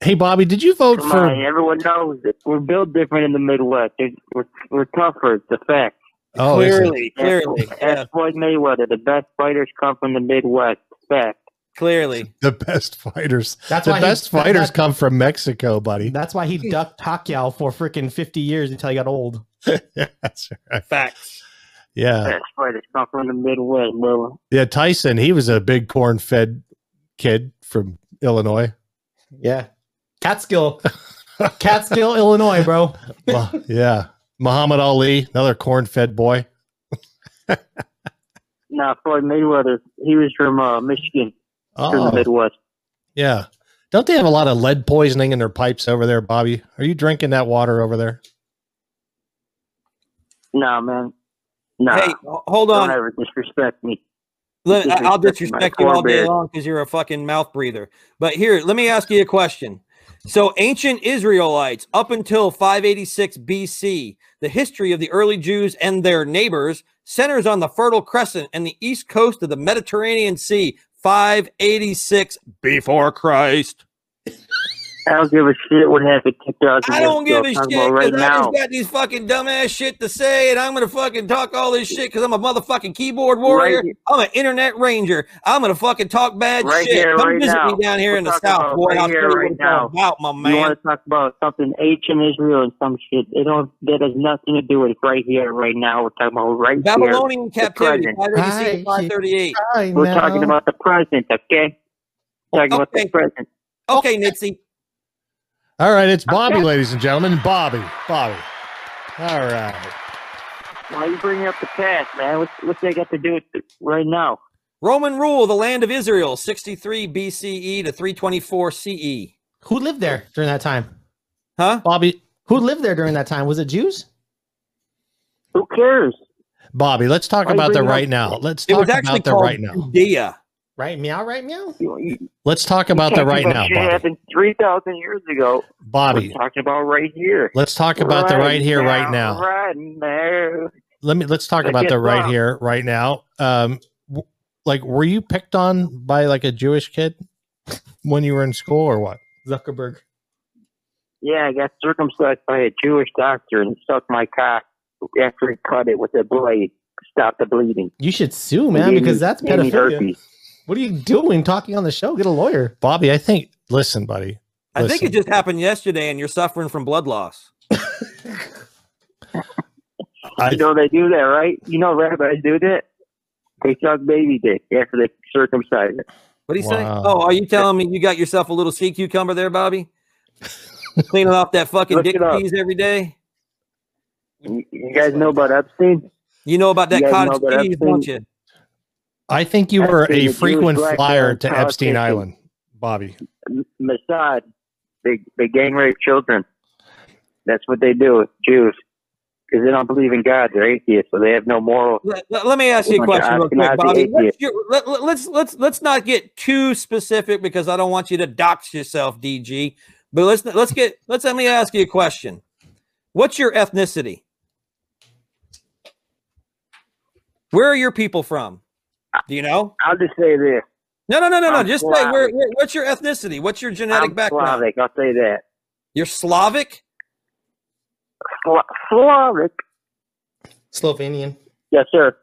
Speaker 2: hey Bobby, did you vote
Speaker 1: Come
Speaker 2: for
Speaker 1: on, everyone knows it. We're built different in the Midwest. It- We're, we're tougher. It's a fact.
Speaker 2: Oh, is it?
Speaker 3: clearly, clearly,
Speaker 1: Ask-
Speaker 3: yeah,
Speaker 1: Ask Floyd Mayweather. The best fighters come from the Midwest. Fact.
Speaker 3: clearly.
Speaker 2: the best fighters.
Speaker 4: That's
Speaker 2: the
Speaker 4: why he-
Speaker 2: best
Speaker 4: that-
Speaker 2: fighters
Speaker 4: that-
Speaker 2: come from Mexico, buddy.
Speaker 4: That's why he ducked Pacquiao for freaking fifty years until he got old.
Speaker 2: That's right.
Speaker 3: Facts.
Speaker 2: Yeah.
Speaker 1: Best fighters come from the Midwest, bro.
Speaker 2: Yeah, Tyson, he was a big corn fed kid from Illinois.
Speaker 4: Yeah, Catskill, Catskill, Illinois, bro.
Speaker 2: Well, yeah. Muhammad Ali, another corn fed boy.
Speaker 1: Nah, Floyd Mayweather. He was from uh, Michigan, from the
Speaker 2: Oh,
Speaker 1: Midwest.
Speaker 2: yeah. Don't they have a lot of lead poisoning in their pipes over there, Bobby? Are you drinking that water over there?
Speaker 1: Nah, man. Nah.
Speaker 3: Hey, ho- hold
Speaker 1: don't
Speaker 3: on.
Speaker 1: ever disrespect me.
Speaker 3: Let- I- I'll
Speaker 1: disrespect
Speaker 3: disrespect
Speaker 1: my
Speaker 3: you all day
Speaker 1: forebears.
Speaker 3: long because you're a fucking mouth breather. But here, let me ask you a question. So, ancient Israelites, up until 586 BC, the history of the early Jews and their neighbors centers on the Fertile Crescent and the east coast of the Mediterranean Sea. 586 before Christ.
Speaker 1: I don't give a shit what happened 2,000
Speaker 3: I don't
Speaker 1: years ago.
Speaker 3: give a shit
Speaker 1: Talking about
Speaker 3: because
Speaker 1: right
Speaker 3: I
Speaker 1: now.
Speaker 3: just got these fucking dumbass shit to say, and I'm gonna fucking talk all this shit because I'm a motherfucking keyboard warrior.
Speaker 1: Right.
Speaker 3: I'm an internet ranger. I'm gonna fucking talk bad
Speaker 1: Right
Speaker 3: shit.
Speaker 1: here,
Speaker 3: Come
Speaker 1: right
Speaker 3: visit
Speaker 1: now.
Speaker 3: me down here
Speaker 1: We're
Speaker 3: in the
Speaker 1: talking
Speaker 3: south,
Speaker 1: about
Speaker 3: boy.
Speaker 1: right
Speaker 3: I'll show
Speaker 1: here,
Speaker 3: you
Speaker 1: right
Speaker 3: what it's all
Speaker 1: now.
Speaker 3: about, my
Speaker 1: You
Speaker 3: man.
Speaker 1: want to talk about something ancient Israel and some shit? It don't. That has nothing to do with it right here, right now. We're talking about right here.
Speaker 3: Babylonian captivity,
Speaker 1: present.
Speaker 3: 586
Speaker 4: Right.
Speaker 3: 538.
Speaker 1: We're talking about the present, okay? Talking about the
Speaker 3: Okay.
Speaker 1: present.
Speaker 3: Okay, Nitzy.
Speaker 2: All right, it's Bobby, ladies and gentlemen. Bobby, Bobby. All right.
Speaker 1: Why you bringing up the past, man? What's what's that got to do with it right now?
Speaker 3: Roman rule the land of Israel, 63 BCE E to 324 CE.
Speaker 4: Who lived there during that time?
Speaker 3: Huh?
Speaker 2: Bobby,
Speaker 4: Who lived there during that time? Was it Jews?
Speaker 1: Who cares?
Speaker 2: Bobby, let's talk
Speaker 1: Why
Speaker 2: about
Speaker 1: bring
Speaker 2: the
Speaker 1: it up?
Speaker 2: right now. Let's
Speaker 3: It
Speaker 2: talk
Speaker 3: was actually
Speaker 2: about the
Speaker 3: called
Speaker 2: right now.
Speaker 3: Judea.
Speaker 4: Right meow, right meow.
Speaker 1: You, you
Speaker 2: Let's talk about the
Speaker 1: talking
Speaker 2: right now,
Speaker 1: Shit
Speaker 2: Bobby.
Speaker 1: happened three thousand years ago.
Speaker 2: Bobby,
Speaker 1: We're talking about right here.
Speaker 2: let's talk about the right here, right now.
Speaker 1: Right now.
Speaker 2: Let me let's talk
Speaker 1: I
Speaker 2: about
Speaker 1: guess
Speaker 2: the right
Speaker 1: not.
Speaker 2: here, right now. Um, w- like were you picked on by like a Jewish kid when you were in school or what?
Speaker 4: Zuckerberg.
Speaker 1: Yeah, I got circumcised by a Jewish doctor and sucked my cock after he cut it with a blade. Stop the bleeding.
Speaker 4: You
Speaker 2: Oh,
Speaker 4: should sue,
Speaker 1: Gave
Speaker 4: man,
Speaker 1: me-
Speaker 4: because that's
Speaker 1: gave me
Speaker 4: pedophilia.
Speaker 1: herpes.
Speaker 4: What are you doing talking on the show? Get a lawyer.
Speaker 2: Bobby, I think listen, buddy.
Speaker 3: I think
Speaker 2: Listen.
Speaker 3: it just happened yesterday, and you're suffering from blood loss.
Speaker 2: I-
Speaker 1: You know they do that, right? You know rabbis do that. They suck baby dick after they circumcise it.
Speaker 3: What do you say?
Speaker 2: Wow.
Speaker 3: Oh, are you telling me you got yourself a little sea cucumber there, Bobby? Cleaning off that fucking
Speaker 1: Look
Speaker 3: dick
Speaker 1: it up.
Speaker 3: cheese every day.
Speaker 1: You, you guys know about Epstein?
Speaker 3: You know about
Speaker 1: You guys
Speaker 3: that
Speaker 1: know
Speaker 3: cottage
Speaker 1: about
Speaker 3: cheese,
Speaker 1: Epstein?
Speaker 3: don't you?
Speaker 2: I think you were
Speaker 1: Epstein, the
Speaker 2: a
Speaker 1: Jewish
Speaker 2: frequent
Speaker 1: black
Speaker 2: flyer
Speaker 1: man,
Speaker 2: to
Speaker 1: politician.
Speaker 2: Epstein Island, Bobby.
Speaker 1: Mossad, they they gang rape children. That's what they do with Jews because they don't believe in God. They're atheists, so they have no moral.
Speaker 3: Let, let- let me ask
Speaker 1: We're
Speaker 3: you a
Speaker 1: going to
Speaker 3: question, real quick,
Speaker 1: Ashkenazi
Speaker 3: Bobby. What's
Speaker 1: atheists.
Speaker 3: your, let, let, let's let's let's not get too specific because I don't want you to dox yourself, DG. But let's let's get let's let me ask you a question. What's your ethnicity? Where are your people from? Do you know?
Speaker 1: I'll just say this:
Speaker 3: No, no, no, no, no.
Speaker 1: I'm
Speaker 3: Just say where,
Speaker 1: Slavic.
Speaker 3: where- What's your ethnicity? What's your genetic
Speaker 1: I'm
Speaker 3: background?
Speaker 1: Slavic. I'll say that
Speaker 3: You're Slavic.
Speaker 1: Sla- Slavic.
Speaker 4: Slovenian.
Speaker 1: Yes, sir.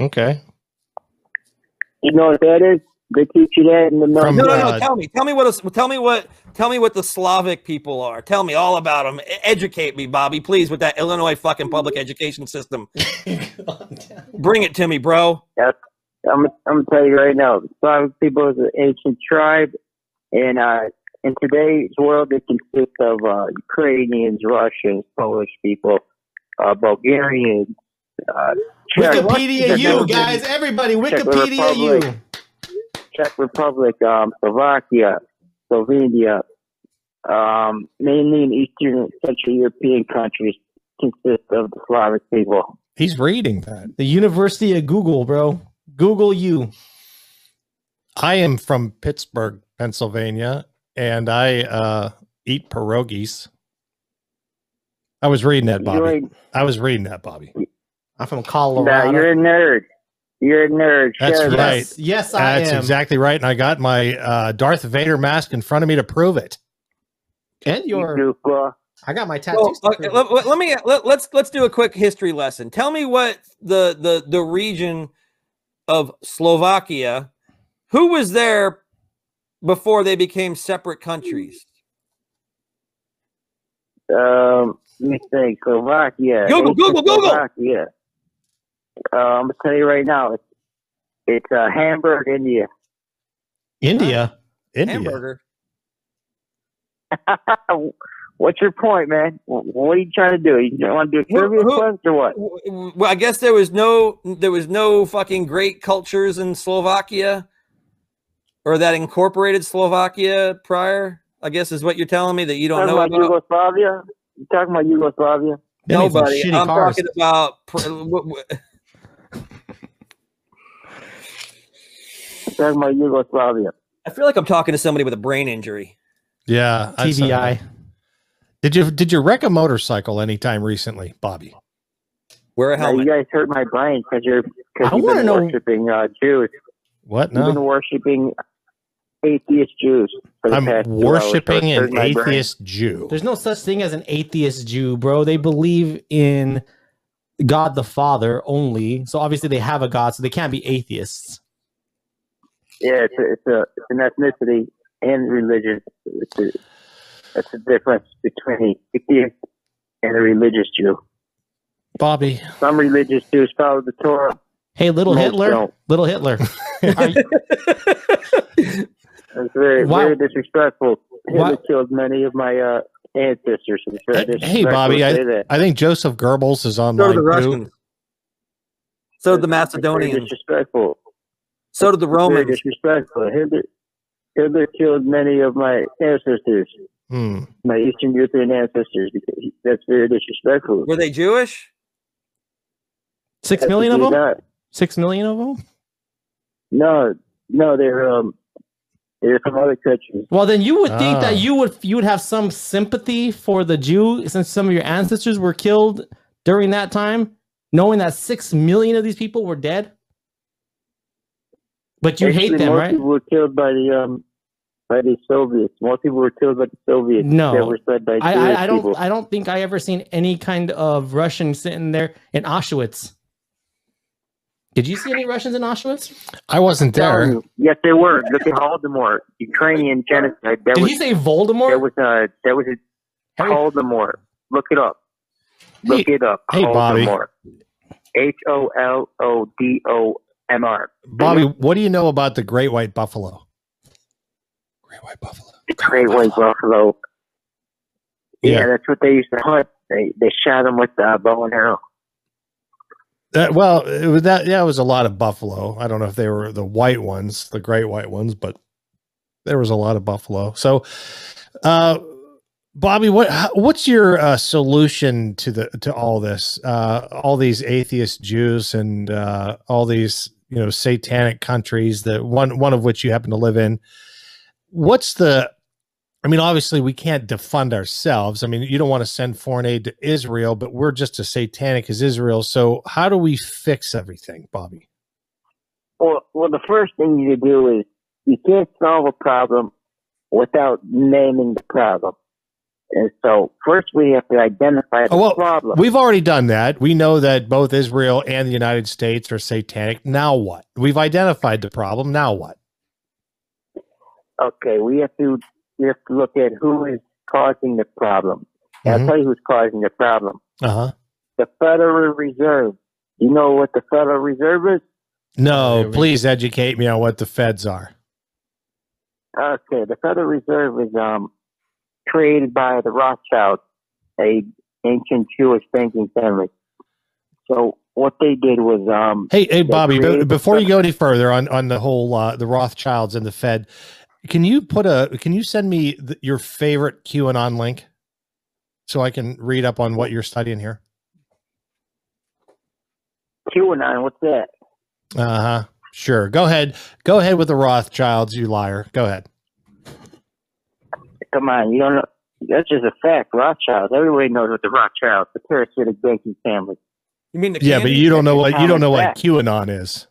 Speaker 2: Okay.
Speaker 1: You know what that is? They teach you that in the
Speaker 2: From-
Speaker 3: No,
Speaker 1: military.
Speaker 3: no, no.
Speaker 2: Uh,
Speaker 3: Tell me. Tell me what. a- Tell me what. Tell me what the Slavic people are. Tell me all about them. Educate me, Bobby, please, with that Illinois fucking public education system. Bring it to me, bro.
Speaker 1: I'm, I'm gonna tell you right now, the Slavic people is an ancient tribe, and uh, in today's world, it consists of uh, Ukrainians, Russians, Polish people, uh, Bulgarians. Uh, Czech,
Speaker 4: Wikipedia,
Speaker 1: Czech
Speaker 4: you
Speaker 1: Republic,
Speaker 4: guys, everybody,
Speaker 1: Czech
Speaker 4: Wikipedia, you.
Speaker 1: Republic. Czech Republic, um, Slovakia, Slovenia, um, mainly in Eastern and Central European countries, consist of the Slavic people.
Speaker 2: He's reading that.
Speaker 4: The University of Google, bro. Google you.
Speaker 2: I am from Pittsburgh, Pennsylvania, and I uh, eat pierogies. I was reading that, Bobby.
Speaker 1: You're,
Speaker 2: I was reading that, Bobby. Uh,
Speaker 4: I'm from
Speaker 1: a- nah,
Speaker 4: Colorado.
Speaker 1: you're a nerd. You're a nerd.
Speaker 2: That's
Speaker 1: Shut up.
Speaker 2: right.
Speaker 4: Yes, yes, I
Speaker 2: That's
Speaker 4: am.
Speaker 2: exactly right. And I got my uh, Darth Vader mask in front of me to prove it.
Speaker 4: and
Speaker 1: You
Speaker 4: your,
Speaker 1: goofball.
Speaker 4: I got my
Speaker 3: Well,
Speaker 4: tattoos.
Speaker 3: uh, let, let- let me let, let's let's do a quick history lesson. Tell me what the the the region of Slovakia. Who was there before they became separate countries?
Speaker 1: Um, let me think. Slovakia.
Speaker 3: Google,
Speaker 1: Ancient
Speaker 3: Google, Google.
Speaker 1: Slovakia. Uh, I'm gonna tell you right now. It's it's uh, Hamburg, India.
Speaker 4: India.
Speaker 2: India.
Speaker 3: Hamburger.
Speaker 1: What's your point, man? Wh- What are you trying to do? You don't want to do a
Speaker 3: Who-
Speaker 1: trivia
Speaker 3: who-
Speaker 1: quest or what?
Speaker 3: W- w- Well, I guess there was no there was no fucking great cultures in Slovakia or that incorporated Slovakia prior. I guess is what you're telling me that you don't
Speaker 1: talking
Speaker 3: know
Speaker 1: about
Speaker 3: about.
Speaker 1: Yugoslavia? You talking about Yugoslavia?
Speaker 4: They made some
Speaker 3: Nobody.
Speaker 4: shitty
Speaker 3: I'm
Speaker 4: cars.
Speaker 3: talking about. pr- w- w-
Speaker 1: You talking about Yugoslavia?
Speaker 3: I feel like I'm talking to somebody with a brain injury.
Speaker 2: Yeah. I saw that.
Speaker 4: TVI.
Speaker 2: Did you did you wreck a motorcycle anytime recently, Bobby?
Speaker 3: Wear a
Speaker 1: Now, you
Speaker 3: helmet.
Speaker 1: guys hurt my brain because you're because
Speaker 4: I
Speaker 1: you've
Speaker 4: wanna
Speaker 1: been
Speaker 4: know-
Speaker 1: worshiping uh, Jews.
Speaker 2: What?
Speaker 1: You've been
Speaker 2: No.
Speaker 1: worshiping atheist Jews for the
Speaker 2: I'm
Speaker 1: past two hours, so it
Speaker 2: worshiping
Speaker 1: hurt
Speaker 2: an
Speaker 1: my brain.
Speaker 2: atheist Jew.
Speaker 4: There's no such thing as an atheist Jew, bro. They believe in God the Father only. So obviously they have a God, so they can't be atheists.
Speaker 1: Yeah, it's a, it's a it's an ethnicity and religion. It's a, that's the difference between the atheist and a religious Jew.
Speaker 2: Bobby.
Speaker 1: Some religious Jews follow the Torah.
Speaker 4: Hey, little
Speaker 1: most
Speaker 4: Hitler,
Speaker 1: Don't.
Speaker 4: little Hitler. Are you-
Speaker 1: It's very
Speaker 4: Why-
Speaker 1: very disrespectful.
Speaker 4: Why-
Speaker 1: Hitler killed many of my uh, ancestors. It's very
Speaker 2: Hey, hey,
Speaker 1: disrespectful
Speaker 2: Bobby,
Speaker 1: to say that.
Speaker 2: I think Joseph Goebbels is
Speaker 3: So
Speaker 2: online
Speaker 3: did the
Speaker 2: too.
Speaker 3: Russians. So did the
Speaker 1: It's very
Speaker 3: Macedonians.
Speaker 1: Disrespectful.
Speaker 3: So did the
Speaker 1: Very
Speaker 3: Romans.
Speaker 1: disrespectful. Hitler, Hitler killed many of my ancestors,
Speaker 2: Hmm.
Speaker 1: my Eastern European ancestors. Because he- that's very disrespectful.
Speaker 3: Were they Jewish?
Speaker 4: Six million
Speaker 1: That's
Speaker 4: of them?
Speaker 1: not-
Speaker 4: Six million of them?
Speaker 1: No, no, they're um, they're from other countries.
Speaker 4: Well, then you would think
Speaker 2: Ah.
Speaker 4: that you would you would have some sympathy for the Jew since some of your ancestors were killed during that time. knowing that six million of these people were dead. But you hate
Speaker 1: Actually,
Speaker 4: them,
Speaker 1: more
Speaker 4: right?
Speaker 1: people were killed by the um, by the Soviets. More people were killed by the Soviets.
Speaker 4: No.
Speaker 1: that were led by
Speaker 4: I,
Speaker 1: Jewish
Speaker 4: I, I don't.
Speaker 1: people.
Speaker 4: I don't think I ever seen any kind of Russian sitting there in Auschwitz. Did you see any Russians in Auschwitz?
Speaker 2: I wasn't there.
Speaker 1: Yes, they were. Look at Holodomor, Ukrainian genocide. That
Speaker 4: Did
Speaker 1: was
Speaker 4: you say
Speaker 1: that
Speaker 4: Voldemort?
Speaker 1: was a that was a
Speaker 4: Hey.
Speaker 1: Holodomor. Look it up. Look
Speaker 4: Hey.
Speaker 1: it up.
Speaker 2: Hey, Bobby.
Speaker 1: Holodomor. H O L O D O M R.
Speaker 2: Bobby, what do you know about the great white buffalo? Great white buffalo.
Speaker 1: Great white buffalo. Yeah.
Speaker 2: Yeah.
Speaker 1: that's what they used to hunt. They they shot them with the bow and arrow.
Speaker 2: That, well, it was that. Yeah, it was a lot of buffalo. I don't know if they were the white ones, the great white ones, but there was a lot of buffalo. So, uh, Bobby, what how- what's your uh, solution to the to all this? Uh, all these atheist Jews and uh, all these you know satanic countries that one one of which you happen to live in. What's the I mean, obviously, we can't defund ourselves. I mean, you don't want to send foreign aid to Israel, but we're just as satanic as Israel. So, how do we fix everything, Bobby?
Speaker 1: Well, well, the first thing you do is you can't solve a problem without naming the problem. And so first we have to identify the
Speaker 2: Oh, well,
Speaker 1: problem.
Speaker 2: We've already done that. We know that both Israel and the United States are satanic. Now what? We've identified the problem. Now what?
Speaker 1: okay, we have to we have to look at who is causing the problem. And
Speaker 2: Mhm.
Speaker 1: I'll tell you who's causing the problem.
Speaker 2: Uh huh.
Speaker 1: The Federal Reserve. You know what the Federal Reserve is?
Speaker 2: No,
Speaker 4: There we-
Speaker 2: please educate me on what the feds are.
Speaker 1: Okay, the Federal Reserve is um created by the Rothschilds, a ancient Jewish banking family. So what they did was um
Speaker 2: Hey, hey, Bobby.
Speaker 1: created
Speaker 2: But
Speaker 1: the
Speaker 2: before you
Speaker 1: Fed-
Speaker 2: go any further on on the whole uh, the Rothschilds and the Fed, can you put a can you send me th- your favorite QAnon link so I can read up on what you're studying here?
Speaker 1: QAnon, what's that?
Speaker 2: Uh huh. Sure. Go ahead. Go ahead with the Rothschilds, you liar. Go ahead.
Speaker 1: Come on, you don't know that's just a fact. Rothschilds. Everybody knows what the Rothschilds, the parasitic banking family.
Speaker 3: You mean the
Speaker 2: Yeah, but
Speaker 3: candy?
Speaker 2: you don't know what you don't know what
Speaker 1: Fact.
Speaker 2: QAnon is.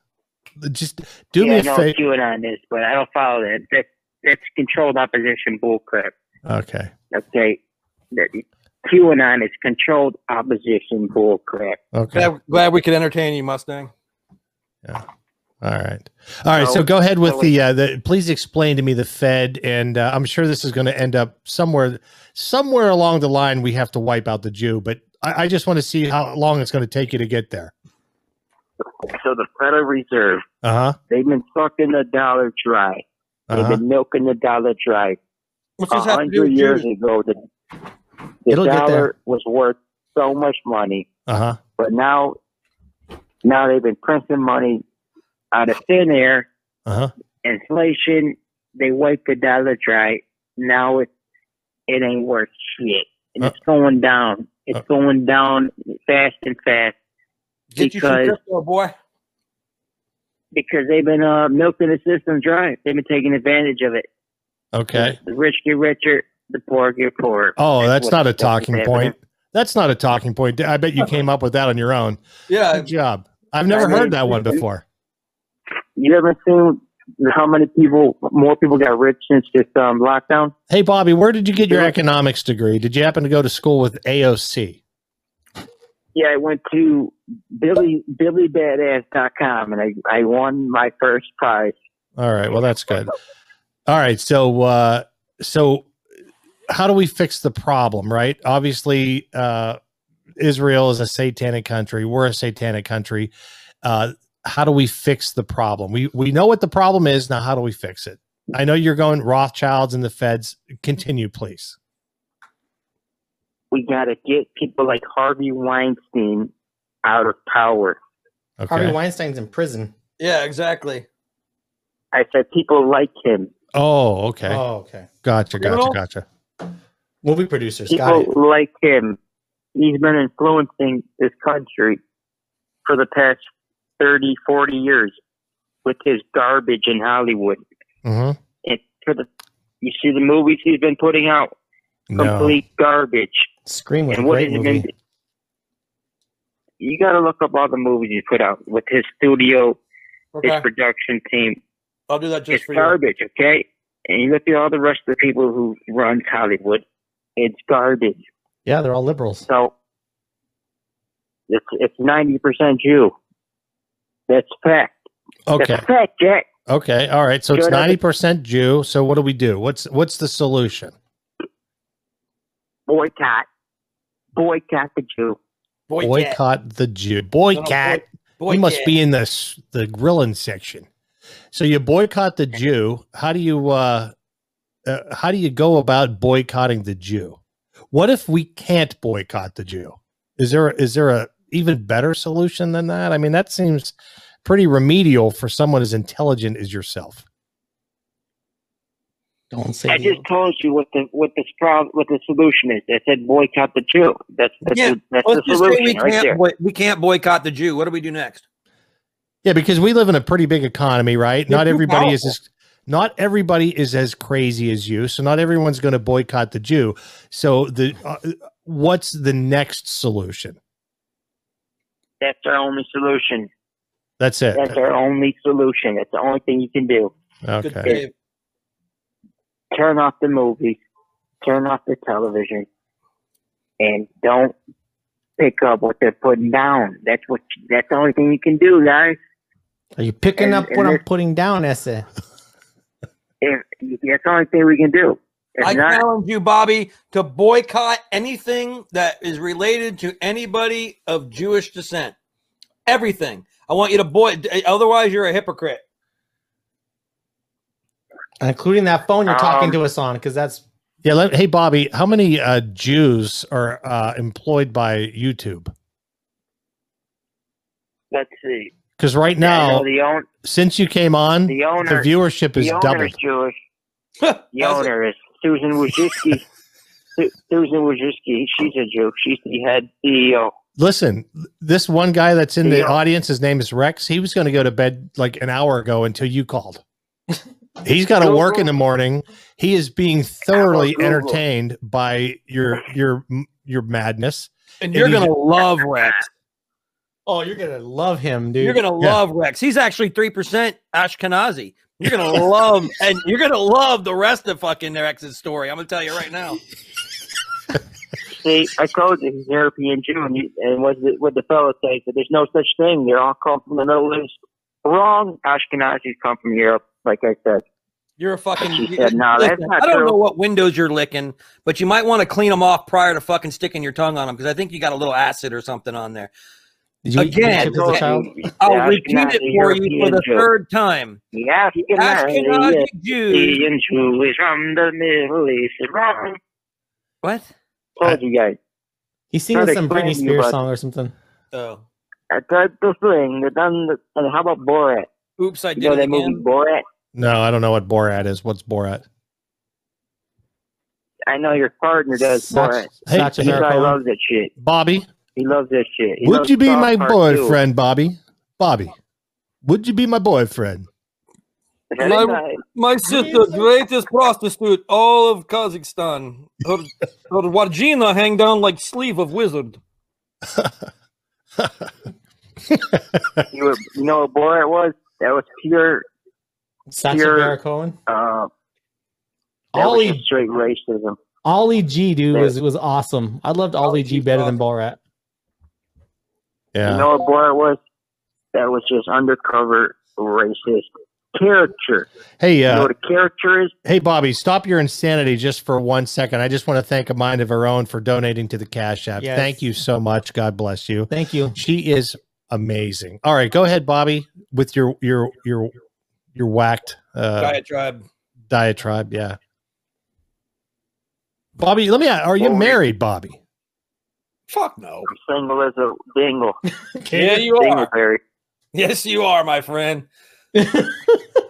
Speaker 2: Just do
Speaker 1: yeah,
Speaker 2: me
Speaker 1: I
Speaker 2: a
Speaker 1: know
Speaker 2: favor.
Speaker 1: QAnon is, but I don't follow that. That that's controlled opposition bullcrap.
Speaker 2: Okay.
Speaker 1: Okay. That, QAnon is controlled opposition bullcrap.
Speaker 2: Okay.
Speaker 3: Glad, glad we could entertain you, Mustang.
Speaker 2: All right. All right. So,
Speaker 1: So-
Speaker 2: go ahead with
Speaker 1: so
Speaker 2: the, uh, the, please explain to me the Fed. And uh, I'm sure this is going to end up somewhere, somewhere along the line, we have to wipe out the Jew, but I, I just want to see how long it's going to take you to get there.
Speaker 1: So the Federal Reserve
Speaker 2: Uh huh.
Speaker 1: They've been sucking the dollar dry. They've
Speaker 2: Uh-huh.
Speaker 1: been milking the dollar dry.
Speaker 3: What's
Speaker 1: A
Speaker 3: this have to do
Speaker 1: hundred
Speaker 3: with
Speaker 1: years
Speaker 3: Jews?
Speaker 1: ago, the, the
Speaker 4: It'll get
Speaker 1: dollar
Speaker 4: there.
Speaker 1: was worth so much money,
Speaker 2: Uh huh.
Speaker 1: but now, now they've been printing money out of thin air.
Speaker 2: Uh huh.
Speaker 1: Inflation. They wiped the dollar dry. Now it it ain't worth shit, and it's going down. It's
Speaker 2: Uh.
Speaker 1: going down fast and fast
Speaker 3: Get you some
Speaker 1: because-
Speaker 3: crypto, boy.
Speaker 1: because they've been uh, milking the system dry. They've been taking advantage of it.
Speaker 2: Okay.
Speaker 1: The rich get richer, the poor get poorer.
Speaker 2: Oh, that's
Speaker 1: what-
Speaker 2: not a
Speaker 1: that's what's
Speaker 2: talking
Speaker 1: happening.
Speaker 2: point. That's not a talking point. I bet you came up with that on your own.
Speaker 3: Yeah,
Speaker 2: Good job. I've never
Speaker 1: know.
Speaker 2: heard that one before.
Speaker 1: You haven't seen how many people, more people got rich since this um, lockdown?
Speaker 2: Hey, Bobby, where did you get your economics degree? Did you happen to go to school with AOC?
Speaker 1: Yeah, I went to Billy BillyBadass.com and I, I won my first prize.
Speaker 2: All right. Well, that's good. All right. So, uh, so how do we fix the problem? Right. Obviously, uh, Israel is a satanic country. We're a satanic country. Uh, how do we fix the problem? We we know what the problem is now. How do we fix it? I know you're going Rothschilds and the Feds. Continue, please.
Speaker 1: We got to get people like Harvey Weinstein out of power.
Speaker 4: Harvey
Speaker 2: Okay.
Speaker 4: Weinstein's in prison.
Speaker 3: yeah, exactly.
Speaker 1: I said people like him.
Speaker 2: Oh, okay.
Speaker 4: Oh, okay.
Speaker 2: Gotcha. Gotcha.
Speaker 3: Criminal?
Speaker 2: Gotcha.
Speaker 4: Movie producers got it.
Speaker 1: People like him. He's been influencing this country for the past 30, 40 years with his garbage in Hollywood.
Speaker 2: hmm
Speaker 1: And for the, you see the movies he's been putting out,
Speaker 2: No.
Speaker 1: complete garbage.
Speaker 4: Scream was a
Speaker 1: and what
Speaker 4: great
Speaker 1: has it been?
Speaker 4: movie.
Speaker 1: you got to look up all the movies he put out with his studio,
Speaker 3: Okay.
Speaker 1: his production team.
Speaker 3: I'll do that just
Speaker 1: it's
Speaker 3: for you.
Speaker 1: garbage, okay? And you look at all the rest of the people who runs Hollywood. It's garbage.
Speaker 4: Yeah, they're all liberals.
Speaker 1: So it's it's ninety percent you. That's fact.
Speaker 2: Okay.
Speaker 1: That's fact, Jack.
Speaker 2: Okay. All right. So it's
Speaker 1: Good.
Speaker 2: ninety percent Jew. So what do we do? What's what's the solution?
Speaker 1: Boycott. Boycott the Jew.
Speaker 3: Boy,
Speaker 2: Boycott the Jew. Boycott.
Speaker 3: Boy,
Speaker 2: you must be in the s- the grilling section. So you boycott the Jew. How do you uh, uh how do you go about boycotting the Jew? What if we can't boycott the Jew? Is there is there a even better solution than that? I mean, that seems pretty remedial for someone as intelligent as yourself.
Speaker 4: Don't say
Speaker 1: I just told you what the what the straw what the solution is. I said boycott the Jew. That's that's,
Speaker 3: Yeah,
Speaker 1: the, that's
Speaker 3: Let's
Speaker 1: the
Speaker 3: just say we
Speaker 1: solution
Speaker 3: can't,
Speaker 1: right there.
Speaker 3: boy- we can't boycott the Jew. What do we do next?
Speaker 2: Yeah, because we live in a pretty big economy, right?
Speaker 3: They're
Speaker 2: not
Speaker 3: too
Speaker 2: everybody is
Speaker 3: powerful.
Speaker 2: as not everybody is as crazy as you, so not everyone's going to boycott the Jew. So the uh, what's the next solution?
Speaker 1: That's our only solution.
Speaker 2: That's it.
Speaker 1: That's our only solution. That's the only thing you can do.
Speaker 3: Good
Speaker 2: Okay.
Speaker 3: save.
Speaker 4: uh,
Speaker 1: Turn off the movies. Turn off the television. And don't pick up what they're putting down. That's what. That's the only thing you can do, guys.
Speaker 4: Are you picking
Speaker 1: And-
Speaker 4: up
Speaker 1: and
Speaker 4: what I'm
Speaker 1: this-
Speaker 4: putting down, Essa?
Speaker 1: If, that's the only thing we can do. If
Speaker 3: I
Speaker 1: not,
Speaker 3: challenge you, Bobby, to boycott anything that is related to anybody of Jewish descent. Everything. I want you to boy. Otherwise, you're a hypocrite.
Speaker 4: Including that phone you're talking
Speaker 1: Um,
Speaker 4: to us on, because that's
Speaker 2: Yeah. Let, hey, Bobby, how many uh, Jews are uh, employed by YouTube?
Speaker 1: let's see.
Speaker 2: Because right
Speaker 1: I
Speaker 2: now,
Speaker 1: know the, own,
Speaker 2: since you came on, the,
Speaker 1: the owner,
Speaker 2: viewership is
Speaker 1: the owner is
Speaker 2: doubled.
Speaker 1: Jewish. The
Speaker 3: That's it.
Speaker 1: owner is Susan Wojcicki. Su- Susan Wojcicki, she's a Jew. She's the head E CEO.
Speaker 2: Listen, this one guy that's in
Speaker 1: The
Speaker 2: the
Speaker 1: owner-
Speaker 2: audience, his name is Rex. He was going to go to bed like an hour ago until you called. He's got to work in the morning. He is being thoroughly
Speaker 1: Google.
Speaker 2: entertained by your your your madness.
Speaker 3: and you're
Speaker 2: and
Speaker 3: gonna love Rex.
Speaker 4: oh, you're gonna love him, dude.
Speaker 3: You're gonna
Speaker 2: Yeah.
Speaker 3: love Rex. He's actually three percent Ashkenazi. You're gonna love, and you're gonna love the rest of fucking Rex's story. I'm gonna tell you right now.
Speaker 1: See, I told you he's an European Jew, and, you, and what, the, what the fellow says that there's no such thing. They all come from the Middle East. Wrong. Ashkenazis come from Europe, like I said.
Speaker 3: You're a fucking.
Speaker 1: She said, "No, that's
Speaker 3: Listen,
Speaker 1: not
Speaker 3: I don't
Speaker 1: true."
Speaker 3: know what windows you're licking, but you might want to clean them off prior to fucking sticking your tongue on them because I think you got a little acid or something on there.
Speaker 4: Did you eat
Speaker 3: Again,
Speaker 4: chips as a child?
Speaker 3: I'll
Speaker 1: Yeah,
Speaker 3: repeat
Speaker 1: Ashkenazi
Speaker 3: Oh, it for you for
Speaker 1: European
Speaker 3: the
Speaker 1: Jew.
Speaker 3: third time.
Speaker 1: Yeah, if you get married,
Speaker 3: Ashkenazi
Speaker 1: the
Speaker 3: Jews.
Speaker 1: European Jew is from the Middle East. It's Wrong.
Speaker 3: What?
Speaker 1: Told you guys.
Speaker 4: He's singing
Speaker 1: Kinda
Speaker 4: some
Speaker 1: explain
Speaker 4: Britney
Speaker 1: to you,
Speaker 4: Spears
Speaker 1: bud.
Speaker 4: song or something.
Speaker 3: Oh,
Speaker 1: I tried the thing. They're done. the- And how about Borat?
Speaker 3: oops! I
Speaker 1: You
Speaker 3: did
Speaker 1: know
Speaker 3: it
Speaker 1: that movie
Speaker 3: again.
Speaker 1: Borat?
Speaker 2: No, I don't know what Borat is. What's Borat?
Speaker 1: I know your partner does
Speaker 4: Such,
Speaker 1: Borat.
Speaker 2: Hey,
Speaker 4: such a
Speaker 2: hey,
Speaker 1: He probably
Speaker 4: miracle.
Speaker 1: loves that shit.
Speaker 2: Bobby,
Speaker 1: He loves that shit. He
Speaker 2: would
Speaker 1: loves
Speaker 2: you be
Speaker 1: South
Speaker 2: my
Speaker 1: Park, too.
Speaker 2: boyfriend, Bobby? Bobby, would you be my boyfriend?
Speaker 1: Very nice.
Speaker 3: My sister, greatest prostitute, all of Kazakhstan. Her, her vagina hang down like sleeve of wizard.
Speaker 1: You, were, you know what Borat was? That was pure,
Speaker 4: Such a
Speaker 1: You're-
Speaker 4: miracle.
Speaker 1: uh, that was
Speaker 4: Ollie
Speaker 1: just straight racism.
Speaker 4: Ollie G, dude, was was awesome. I loved Ollie G better than Borat.
Speaker 2: Yeah.
Speaker 1: You know what Borat was? That was just undercover racist character.
Speaker 2: hey,
Speaker 1: You know
Speaker 2: uh,
Speaker 1: what a character is?
Speaker 2: hey, Bobby, stop your insanity just for one second. I just want to thank a mind of her own for donating to the Cash App.
Speaker 4: Yes.
Speaker 2: Thank you so much. God bless you.
Speaker 4: Thank you.
Speaker 2: She is amazing. All right, go ahead, Bobby, with your your your your whacked uh,
Speaker 3: tribe.
Speaker 2: diatribe. Yeah, Bobby, let me. Are you
Speaker 1: Oh, yeah.
Speaker 2: married, Bobby?
Speaker 3: Fuck no.
Speaker 1: I'm single as a dingle.
Speaker 3: Yeah, you are.
Speaker 1: Dingleberry.
Speaker 3: Yes, you are, my friend.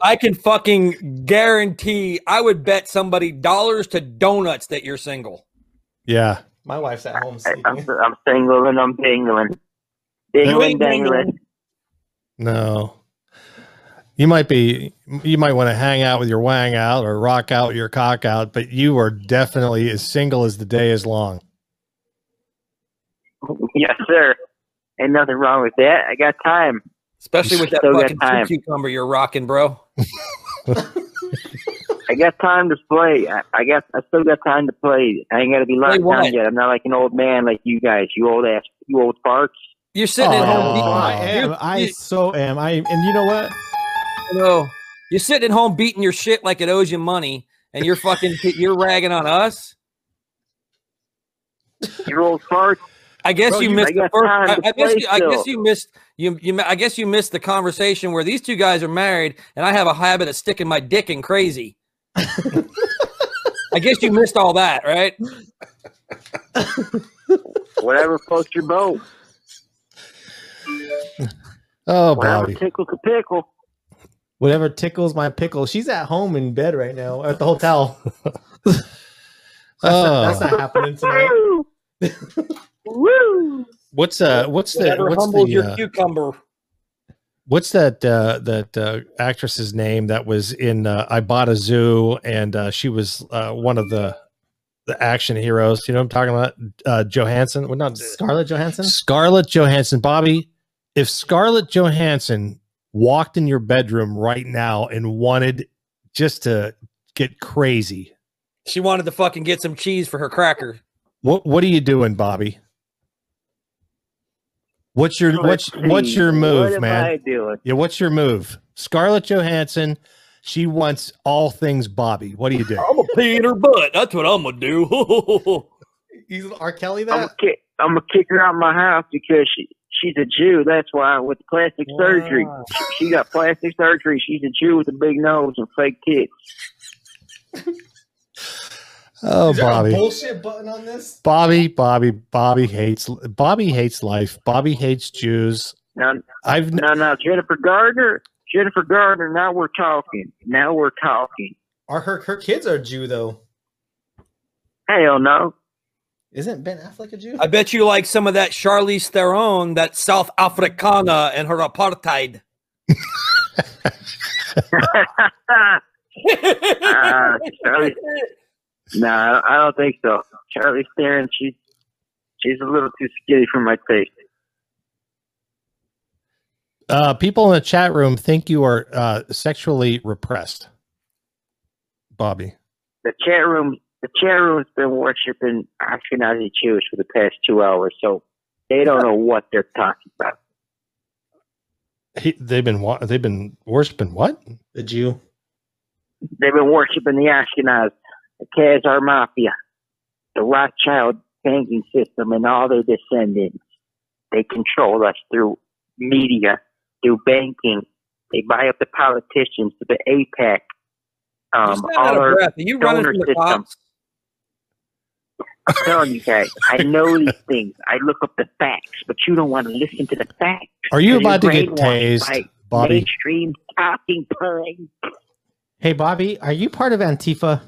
Speaker 3: I can fucking guarantee I would bet somebody dollars to donuts that you're single.
Speaker 2: Yeah.
Speaker 4: My wife's at home
Speaker 1: I- I'm,
Speaker 4: sleeping.
Speaker 1: I'm single and I'm dingling. Dingling, dangling.
Speaker 2: No. You might be you might want to hang out with your wang out or rock out your cock out, but you are definitely as single as the day is long.
Speaker 1: Yes, sir. Ain't nothing wrong with that. I got time.
Speaker 3: Especially with that
Speaker 1: Still got
Speaker 3: fucking
Speaker 1: time.
Speaker 3: sea cucumber you're rocking, bro.
Speaker 1: I got time to play. I, I got. I still got time to play. I ain't got to be locked
Speaker 3: what?
Speaker 1: down yet. I'm not like an old man like you guys. You old ass. You old farts.
Speaker 3: You're sitting at Home
Speaker 4: Oh,
Speaker 3: Depot.
Speaker 4: I am.
Speaker 3: You're-
Speaker 4: I
Speaker 3: you-
Speaker 4: so am. I and you know what?
Speaker 3: No, you're sitting at home beating your shit like it owes you money, and you're fucking you're ragging on us.
Speaker 1: You old farts.
Speaker 3: I guess
Speaker 1: Bro,
Speaker 3: you
Speaker 1: you-
Speaker 3: missed
Speaker 1: I
Speaker 3: the
Speaker 1: got
Speaker 3: first.
Speaker 1: time
Speaker 3: I,
Speaker 1: to
Speaker 3: I guess
Speaker 1: play
Speaker 3: you, I guess
Speaker 1: still.
Speaker 3: you missed you, you. I guess you missed the conversation where these two guys are married, and I have a habit of sticking my dick in crazy. I guess you missed all that, right?
Speaker 1: Whatever floats your boat.
Speaker 2: Oh,
Speaker 1: Whatever
Speaker 2: Bobby.
Speaker 1: tickles the pickle.
Speaker 4: Whatever tickles my pickle. She's at home in bed right now at the hotel. That's
Speaker 2: Oh,
Speaker 4: not happening tonight.
Speaker 1: Woo! Woo!
Speaker 2: what's uh, what's the
Speaker 3: Whatever
Speaker 2: what's
Speaker 3: humbles
Speaker 2: the
Speaker 3: your
Speaker 2: uh,
Speaker 3: cucumber.
Speaker 2: what's that uh, that uh, actress's name that was in uh, I Bought a Zoo and uh, she was uh, one of the the action heroes. You know what I'm talking about? Uh, Johansson. Well, not
Speaker 4: Scarlett Johansson.
Speaker 2: Scarlett Johansson. Bobby, if Scarlett Johansson walked in your bedroom right now and wanted just to get crazy,
Speaker 3: She wanted to fucking get some cheese for her cracker.
Speaker 2: what what are you doing, Bobby? What's your
Speaker 1: Let's
Speaker 2: what's
Speaker 1: see.
Speaker 2: what's your
Speaker 1: what
Speaker 2: move,
Speaker 1: am
Speaker 2: man?
Speaker 1: I doing?
Speaker 2: Yeah, what's your move? Scarlett Johansson, she wants all things Bobby. What do you do?
Speaker 3: I'm a pee in her butt. That's what I'm gonna do.
Speaker 4: He's R. Kelly.
Speaker 1: I'm gonna kick. I'm gonna kick her out of my house because she she's a Jew. That's why with plastic surgery, She- she got plastic surgery. She's a Jew with a big nose and fake tits.
Speaker 2: Oh, Bobby.
Speaker 4: bullshit button on this?
Speaker 2: Bobby, Bobby, Bobby hates Bobby hates life. Bobby hates Jews.
Speaker 1: Now,
Speaker 2: I've
Speaker 1: now, now, Jennifer Gardner, Jennifer Gardner. Now we're talking. Now we're talking.
Speaker 4: Are her her kids are Jew though?
Speaker 1: Hell no.
Speaker 4: Isn't Ben Affleck a Jew?
Speaker 3: I bet you like some of that Charlize Theron, that South Africana, and her apartheid.
Speaker 1: Ah, Uh, Charlie, no, I- I don't think so. Charlie Theron, she she's a little too skinny for my taste.
Speaker 2: uh, people in the chat room think you are uh, sexually repressed. Bobby,
Speaker 1: The chat room, the chat room's been worshiping Ashkenazi Jews for the past two hours, so they don't know what they're talking about.
Speaker 2: he, they've been wa- they've been worshiping what?
Speaker 4: the Jew.
Speaker 1: They've been worshiping the Ashkenaz, the Khazar Mafia, the Rothschild banking system, and all their descendants. They control us through media, through banking. They buy up the politicians, the APAC,
Speaker 3: You
Speaker 1: um,
Speaker 3: sound out
Speaker 1: all
Speaker 3: of
Speaker 1: our
Speaker 3: breath. Are you running
Speaker 1: donor
Speaker 3: from the
Speaker 1: system.
Speaker 3: cops?
Speaker 1: I'm telling you guys, I know these things. I look up the facts, but you don't want to listen to the facts.
Speaker 2: Are you
Speaker 1: You're
Speaker 2: about to get
Speaker 1: brainwashed
Speaker 2: tased,
Speaker 1: by
Speaker 2: Bobby?
Speaker 1: Mainstream talking point.
Speaker 4: Hey Bobby, are you part of Antifa?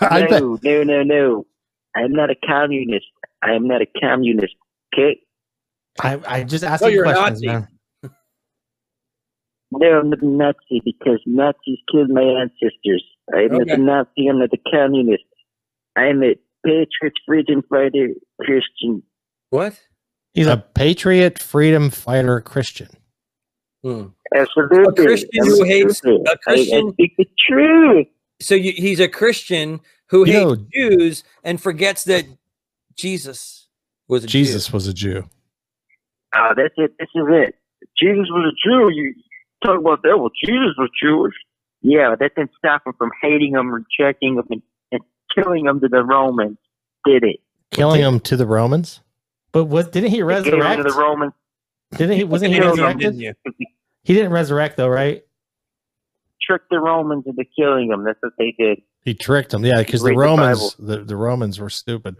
Speaker 2: I bet.
Speaker 1: no, no, no, no. I'm not a communist. I am not a communist. Okay?
Speaker 4: I, I just asked
Speaker 3: No,
Speaker 4: you
Speaker 3: you're a
Speaker 4: questions,
Speaker 3: Nazi.
Speaker 4: man.
Speaker 1: No, I'm not a Nazi because Nazis killed my ancestors. I'm not
Speaker 3: Okay.
Speaker 1: a Nazi. I'm not a communist. I'm a patriot, freedom fighter, Christian.
Speaker 3: What?
Speaker 2: He's a patriot, freedom fighter, Christian.
Speaker 1: Absolutely.
Speaker 3: A Christian
Speaker 1: I'm
Speaker 3: who hates-
Speaker 1: Christian.
Speaker 3: a
Speaker 1: I- I
Speaker 3: Christian-
Speaker 1: speak the truth.
Speaker 3: So you, he's a Christian who
Speaker 2: You
Speaker 3: hates
Speaker 2: know-
Speaker 3: Jews and forgets that Jesus was a Jew.
Speaker 2: Jesus was a Jew.
Speaker 1: Oh, that's it. This is it. Jesus was a Jew. You talk about that. Well, Jesus was Jewish. Yeah, but that didn't stop him from hating them, rejecting them, and, and killing them to the Romans. Did it?
Speaker 2: Killing him to the Romans?
Speaker 4: But was didn't he
Speaker 1: They Gave them to
Speaker 4: resurrect?
Speaker 1: the Romans.
Speaker 4: Didn't he wasn't he
Speaker 1: Killed him,
Speaker 4: resurrected?
Speaker 1: didn't you?
Speaker 4: He didn't resurrect though, right?
Speaker 1: Tricked the Romans into killing them. That's what they did.
Speaker 2: He tricked him. Yeah, because the
Speaker 1: Read the
Speaker 2: Romans the, the Romans were stupid.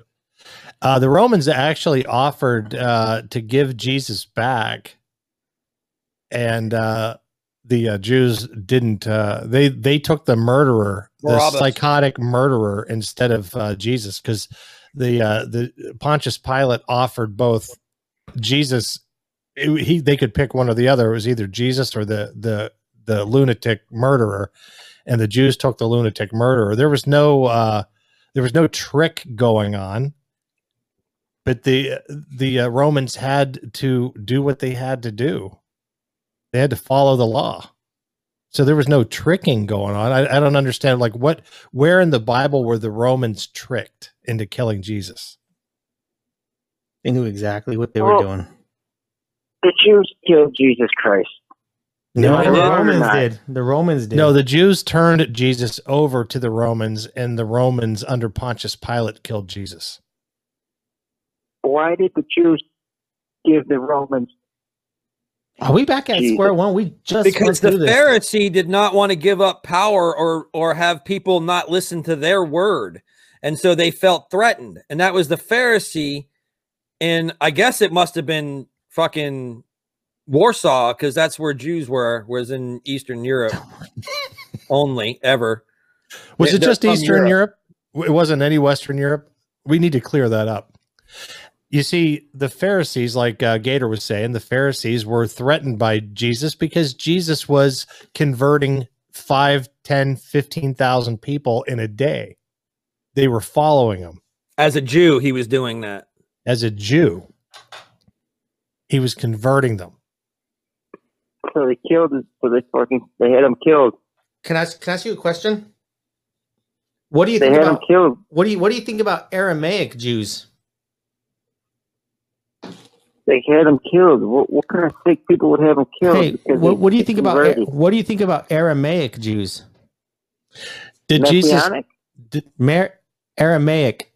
Speaker 2: Uh, the Romans actually offered uh, to give Jesus back, and uh, the uh, Jews didn't. Uh, they they took the murderer, the
Speaker 3: Barabbas.
Speaker 2: psychotic murderer, instead of uh, Jesus, because the uh, the Pontius Pilate offered both Jesus. it- he they could pick one or the other. It was either Jesus or the the the lunatic murderer, and the Jews took the lunatic murderer. There was no uh, there was no trick going on. but the the uh, Romans had to do what they had to do. They had to follow the law. So there was no tricking going on. I, I don't understand like what where in the Bible were the Romans tricked into killing Jesus?
Speaker 7: They knew exactly what they
Speaker 1: Well,
Speaker 7: were doing.
Speaker 1: The Jews killed Jesus Christ.
Speaker 4: No,
Speaker 1: Yeah,
Speaker 4: the
Speaker 1: they did.
Speaker 4: Romans
Speaker 1: Not.
Speaker 4: did. The Romans did.
Speaker 2: No, the Jews turned Jesus over to the Romans and the Romans under Pontius Pilate killed Jesus.
Speaker 1: Why did the Jews give the Romans?
Speaker 4: are we back at
Speaker 1: Jesus.
Speaker 4: square one? We just
Speaker 3: because the
Speaker 4: went through this.
Speaker 3: Pharisee did not want to give up power or or have people not listen to their word, and so they felt threatened, and that was the Pharisee, and I guess it must have been fucking Warsaw because that's where Jews were, was in Eastern Europe only ever.
Speaker 2: Was
Speaker 3: Yeah,
Speaker 2: it
Speaker 3: they're
Speaker 2: just
Speaker 3: from
Speaker 2: Eastern Europe. W It wasn't any Western Europe. We need to clear that up. You see, the Pharisees, like uh, Gator was saying, the Pharisees were threatened by Jesus because Jesus was converting 5, 10, 15,000 people in a day. They were following him
Speaker 3: As a Jew, he was doing that.
Speaker 2: as a Jew, he was converting them.
Speaker 1: So they killed. him. So they fucking they had him killed.
Speaker 4: Can I can I ask you a question? What do you
Speaker 1: They
Speaker 4: think
Speaker 1: had him
Speaker 4: about
Speaker 1: killed.
Speaker 4: what do you what do you think about Aramaic Jews?
Speaker 1: They had him killed. What, what kind of sick people would have him killed?
Speaker 4: Hey,
Speaker 1: because
Speaker 4: what,
Speaker 1: they
Speaker 4: what do you think about
Speaker 1: converted?
Speaker 4: what do you think about Aramaic Jews?
Speaker 2: Did Jesus?
Speaker 1: Messianic?
Speaker 4: Mer- Aramaic.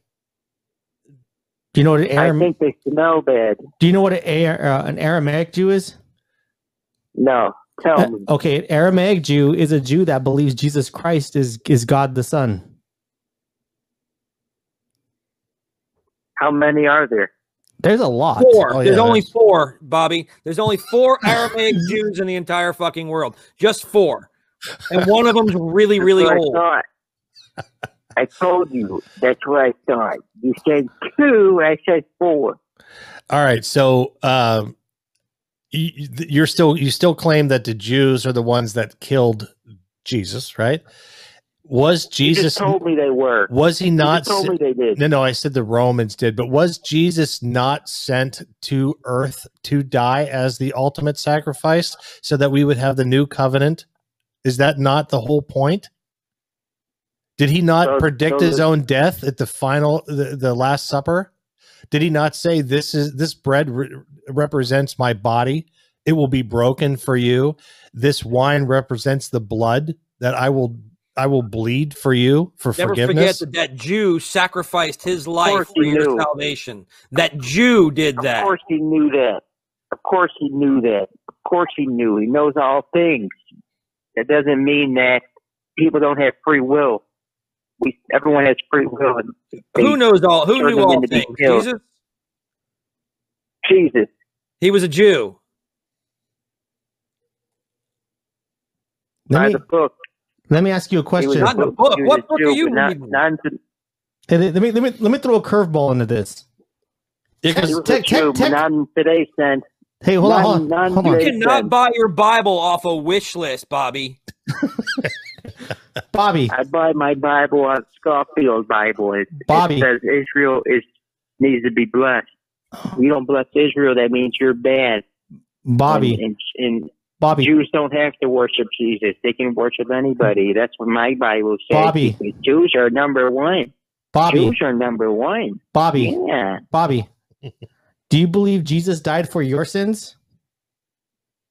Speaker 4: Do you know what an
Speaker 1: I
Speaker 4: Aram-
Speaker 1: think they smell bad.
Speaker 4: Do you know what an, Ar- uh, an Aramaic Jew is?
Speaker 1: No, tell
Speaker 4: Uh,
Speaker 1: me.
Speaker 4: okay, an Aramaic Jew is a Jew that believes Jesus Christ is is God the Son.
Speaker 1: How many are there?
Speaker 4: There's a lot.
Speaker 3: Four.
Speaker 2: Oh,
Speaker 3: There's
Speaker 2: yeah,
Speaker 3: only
Speaker 2: there's-
Speaker 3: four, Bobby. There's only four Aramaic Jews in the entire fucking world. Just four. And one of them's really, really
Speaker 1: That's Uh, what
Speaker 3: old.
Speaker 1: I thought. I told you. That's what I thought. You said two. I said four.
Speaker 2: All right. So um, y- y- you're still you still claim that the Jews are the ones that killed Jesus, right? Was
Speaker 1: You just
Speaker 2: Jesus
Speaker 1: told me they were.
Speaker 2: was he
Speaker 1: You
Speaker 2: not?
Speaker 1: just told
Speaker 2: se-
Speaker 1: me they did.
Speaker 2: No, no. I said the Romans did, but was Jesus not sent to Earth to die as the ultimate sacrifice, so that we would have the new covenant? Is that not the whole point? Did he not
Speaker 1: So-
Speaker 2: predict
Speaker 1: so
Speaker 2: his
Speaker 1: the-
Speaker 2: own death at the final, the, the Last Supper? Did he not say, "This is this bread re- represents my body; it will be broken for you. This wine represents the blood that I will I will bleed for you for
Speaker 3: Never forget
Speaker 2: forgiveness."
Speaker 3: that that Jew sacrificed his life
Speaker 1: course
Speaker 3: for
Speaker 1: he
Speaker 3: your
Speaker 1: knew.
Speaker 3: salvation. That Jew did
Speaker 1: Of
Speaker 3: that.
Speaker 1: course he knew that. Of course he knew that. Of course he knew. He knows all things. That doesn't mean that people don't have free will. We everyone has free will. And
Speaker 3: Who knows all? Who
Speaker 1: turned
Speaker 3: knew
Speaker 1: him
Speaker 3: all
Speaker 1: into be
Speaker 3: things?
Speaker 1: killed.
Speaker 3: Jesus.
Speaker 1: Jesus.
Speaker 3: He was a Jew.
Speaker 1: By
Speaker 4: Let me,
Speaker 1: the book.
Speaker 4: let me ask you a question.
Speaker 3: Not in the book.
Speaker 1: He was
Speaker 3: What
Speaker 1: a
Speaker 3: book are
Speaker 1: Jew,
Speaker 3: you
Speaker 1: but not,
Speaker 3: reading?
Speaker 1: not into-
Speaker 4: Hey, let me let me let me throw a curveball into this.
Speaker 1: he was a
Speaker 4: Tech-
Speaker 1: Jew,
Speaker 4: tech-
Speaker 1: but
Speaker 4: tech-
Speaker 1: not in today's sense.
Speaker 4: Hey, hold on, hold
Speaker 1: None-
Speaker 4: on,
Speaker 1: none
Speaker 4: hold
Speaker 3: You
Speaker 1: They
Speaker 4: on.
Speaker 3: cannot
Speaker 1: said-
Speaker 3: buy your Bible off a wish list, Bobby.
Speaker 4: Bobby.
Speaker 1: I buy my Bible on Scottfield Bible. It,
Speaker 4: Bobby.
Speaker 1: it says Israel is needs to be blessed. You don't bless Israel, that means you're bad.
Speaker 4: Bobby,
Speaker 1: And, and, and
Speaker 4: Bobby,
Speaker 1: Jews don't have to worship Jesus. They can worship anybody. That's what my Bible says.
Speaker 4: Bobby.
Speaker 1: Jews are number one.
Speaker 4: Bobby,
Speaker 1: Jews are number one.
Speaker 4: Bobby,
Speaker 1: Yeah.
Speaker 4: Bobby. Do you believe Jesus died for your sins?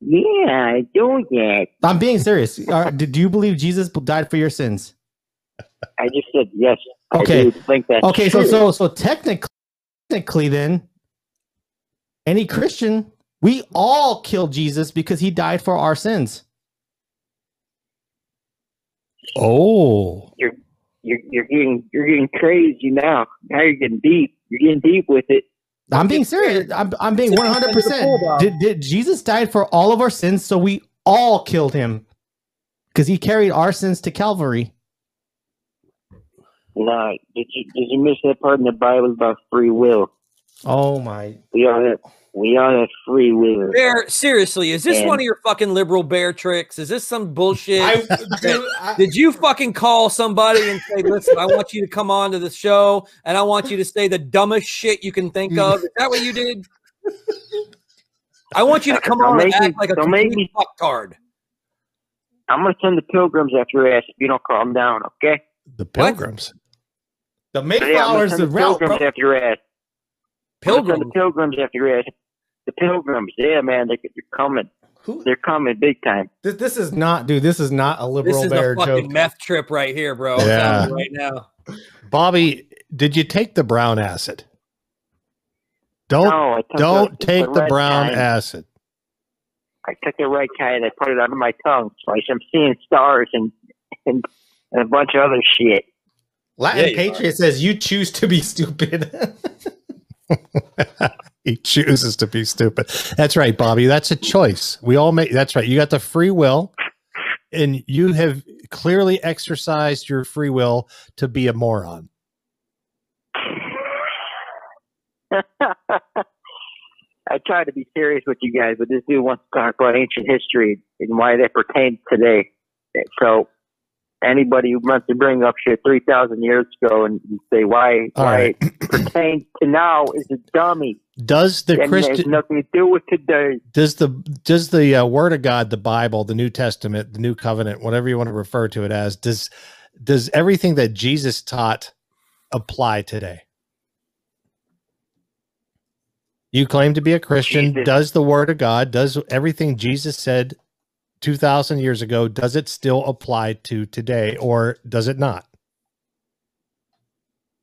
Speaker 1: Yeah, I do that.
Speaker 4: I'm being serious. Are- do do you believe Jesus died for your sins?
Speaker 1: I just said yes. I
Speaker 4: Okay.
Speaker 1: do think that's
Speaker 4: Okay, so
Speaker 1: true.
Speaker 4: so so technically, technically, then any Christian, we all kill Jesus because he died for our sins.
Speaker 2: Oh,
Speaker 1: you're, you're getting you're getting crazy now. Now you're getting deep. You're getting deep with it.
Speaker 4: I'm being serious. I'm, I'm being
Speaker 3: It's
Speaker 4: 100.
Speaker 3: under the pool,
Speaker 4: percent
Speaker 3: Bob.
Speaker 4: Did did Jesus died for all of our sins, so we all killed him because he carried our sins to Calvary.
Speaker 1: No, did you did you miss that part in the Bible about free will?
Speaker 4: Oh my!
Speaker 1: We are the, we are the free will.
Speaker 3: Bear, seriously, is this
Speaker 1: And-
Speaker 3: one of your fucking liberal bear tricks? Is this some bullshit?
Speaker 8: I, dude, I,
Speaker 3: Did you fucking call somebody and say, "Listen, I want you to come on to the show, and I want you to say the dumbest shit you can think of"? Is that what you did? I want you to come
Speaker 1: Don't
Speaker 3: on and
Speaker 1: make me-
Speaker 3: act like a
Speaker 1: don't make
Speaker 3: complete fucktard.
Speaker 1: I'm gonna send the pilgrims after your ass if you don't calm down, okay?
Speaker 2: The pilgrims.
Speaker 4: The
Speaker 1: Yeah, I'm gonna
Speaker 4: Mayflower's
Speaker 1: send
Speaker 4: the
Speaker 1: the
Speaker 4: route.
Speaker 1: pilgrims
Speaker 4: bro.
Speaker 1: after your ass. I'm gonna send
Speaker 3: Pilgrim.
Speaker 1: the pilgrims after your ass. The pilgrims, yeah, man, they, they're coming.
Speaker 4: Who-
Speaker 1: They're coming big time.
Speaker 4: This, this is not, dude. This is not a
Speaker 3: This
Speaker 4: liberal
Speaker 3: is
Speaker 4: bear
Speaker 3: a fucking
Speaker 4: joke.
Speaker 3: meth trip right here, bro. I'm
Speaker 2: Yeah.
Speaker 3: telling you Right now.
Speaker 2: Bobby, did you take the brown acid? Don't
Speaker 1: no, I took
Speaker 2: don't
Speaker 1: the,
Speaker 2: take the
Speaker 1: right
Speaker 2: brown
Speaker 1: kind.
Speaker 2: acid.
Speaker 1: I took the right kind. I put it under my tongue, so I- I'm seeing stars and and, and a bunch of other shit.
Speaker 4: Latin
Speaker 3: Yeah, you
Speaker 4: Patriot says you choose to be stupid.
Speaker 2: He chooses to be stupid. That's right, Bobby. That's a choice. We all make that's right. You got the free will, and you have clearly exercised your free will to be a moron.
Speaker 1: I try to be serious with you guys, but this dude wants to talk about ancient history and why that pertains today. So anybody who wants to bring up shit three thousand years ago and say why
Speaker 2: All
Speaker 1: why
Speaker 2: right.
Speaker 1: it pertains to now is a dummy.
Speaker 2: Does the
Speaker 1: and it has
Speaker 2: Christian
Speaker 1: nothing to do with today.
Speaker 2: does the does the uh, word of god the bible the new testament the new covenant whatever you want to refer to it as does does everything that jesus taught apply today you claim to be a christian
Speaker 1: Jesus.
Speaker 2: does the word of god does everything jesus said 2000 years ago does it still apply to today or does it not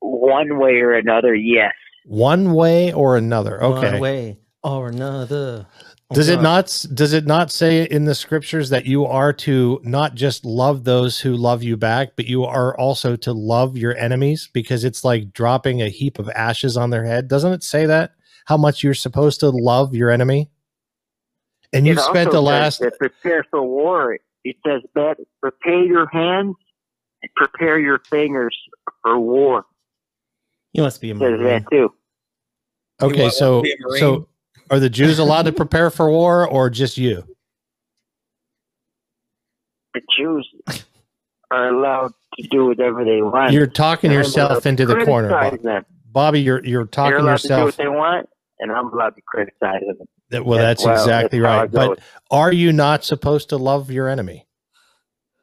Speaker 1: One way or another, yes.
Speaker 2: one way or another okay
Speaker 7: One way or another. Oh,
Speaker 2: Does it
Speaker 7: God.
Speaker 2: not does it not say in the scriptures that you are to not just love those who love you back, but you are also to love your enemies because it's like dropping a heap of ashes on their head? Doesn't it say that? How much you're supposed to love your enemy? And you've
Speaker 1: It
Speaker 2: spent
Speaker 1: also
Speaker 2: the
Speaker 1: says
Speaker 2: last
Speaker 1: that prepare for war. It says that prepare your hands and prepare your fingers for war.
Speaker 7: You must be a
Speaker 1: It says
Speaker 2: Mm-hmm.
Speaker 7: Marine.
Speaker 1: that too.
Speaker 3: You
Speaker 2: Okay,
Speaker 3: want
Speaker 2: so
Speaker 3: to be a Marine?
Speaker 2: so are the Jews allowed to prepare for war or just you?
Speaker 1: the Jews are allowed to do whatever they want.
Speaker 2: You're talking
Speaker 1: And I'm allowed
Speaker 2: yourself
Speaker 1: to
Speaker 2: into the corner.
Speaker 1: criticize
Speaker 2: Bob-
Speaker 1: them.
Speaker 2: Bobby, you're you're
Speaker 1: They're
Speaker 2: talking
Speaker 1: allowed to do
Speaker 2: yourself
Speaker 1: what they want, and I'm allowed to criticize them.
Speaker 2: that, well,
Speaker 1: as
Speaker 2: that's
Speaker 1: well.
Speaker 2: exactly
Speaker 1: That's how
Speaker 2: right.
Speaker 1: it
Speaker 2: But
Speaker 1: goes.
Speaker 2: are you not supposed to love your enemy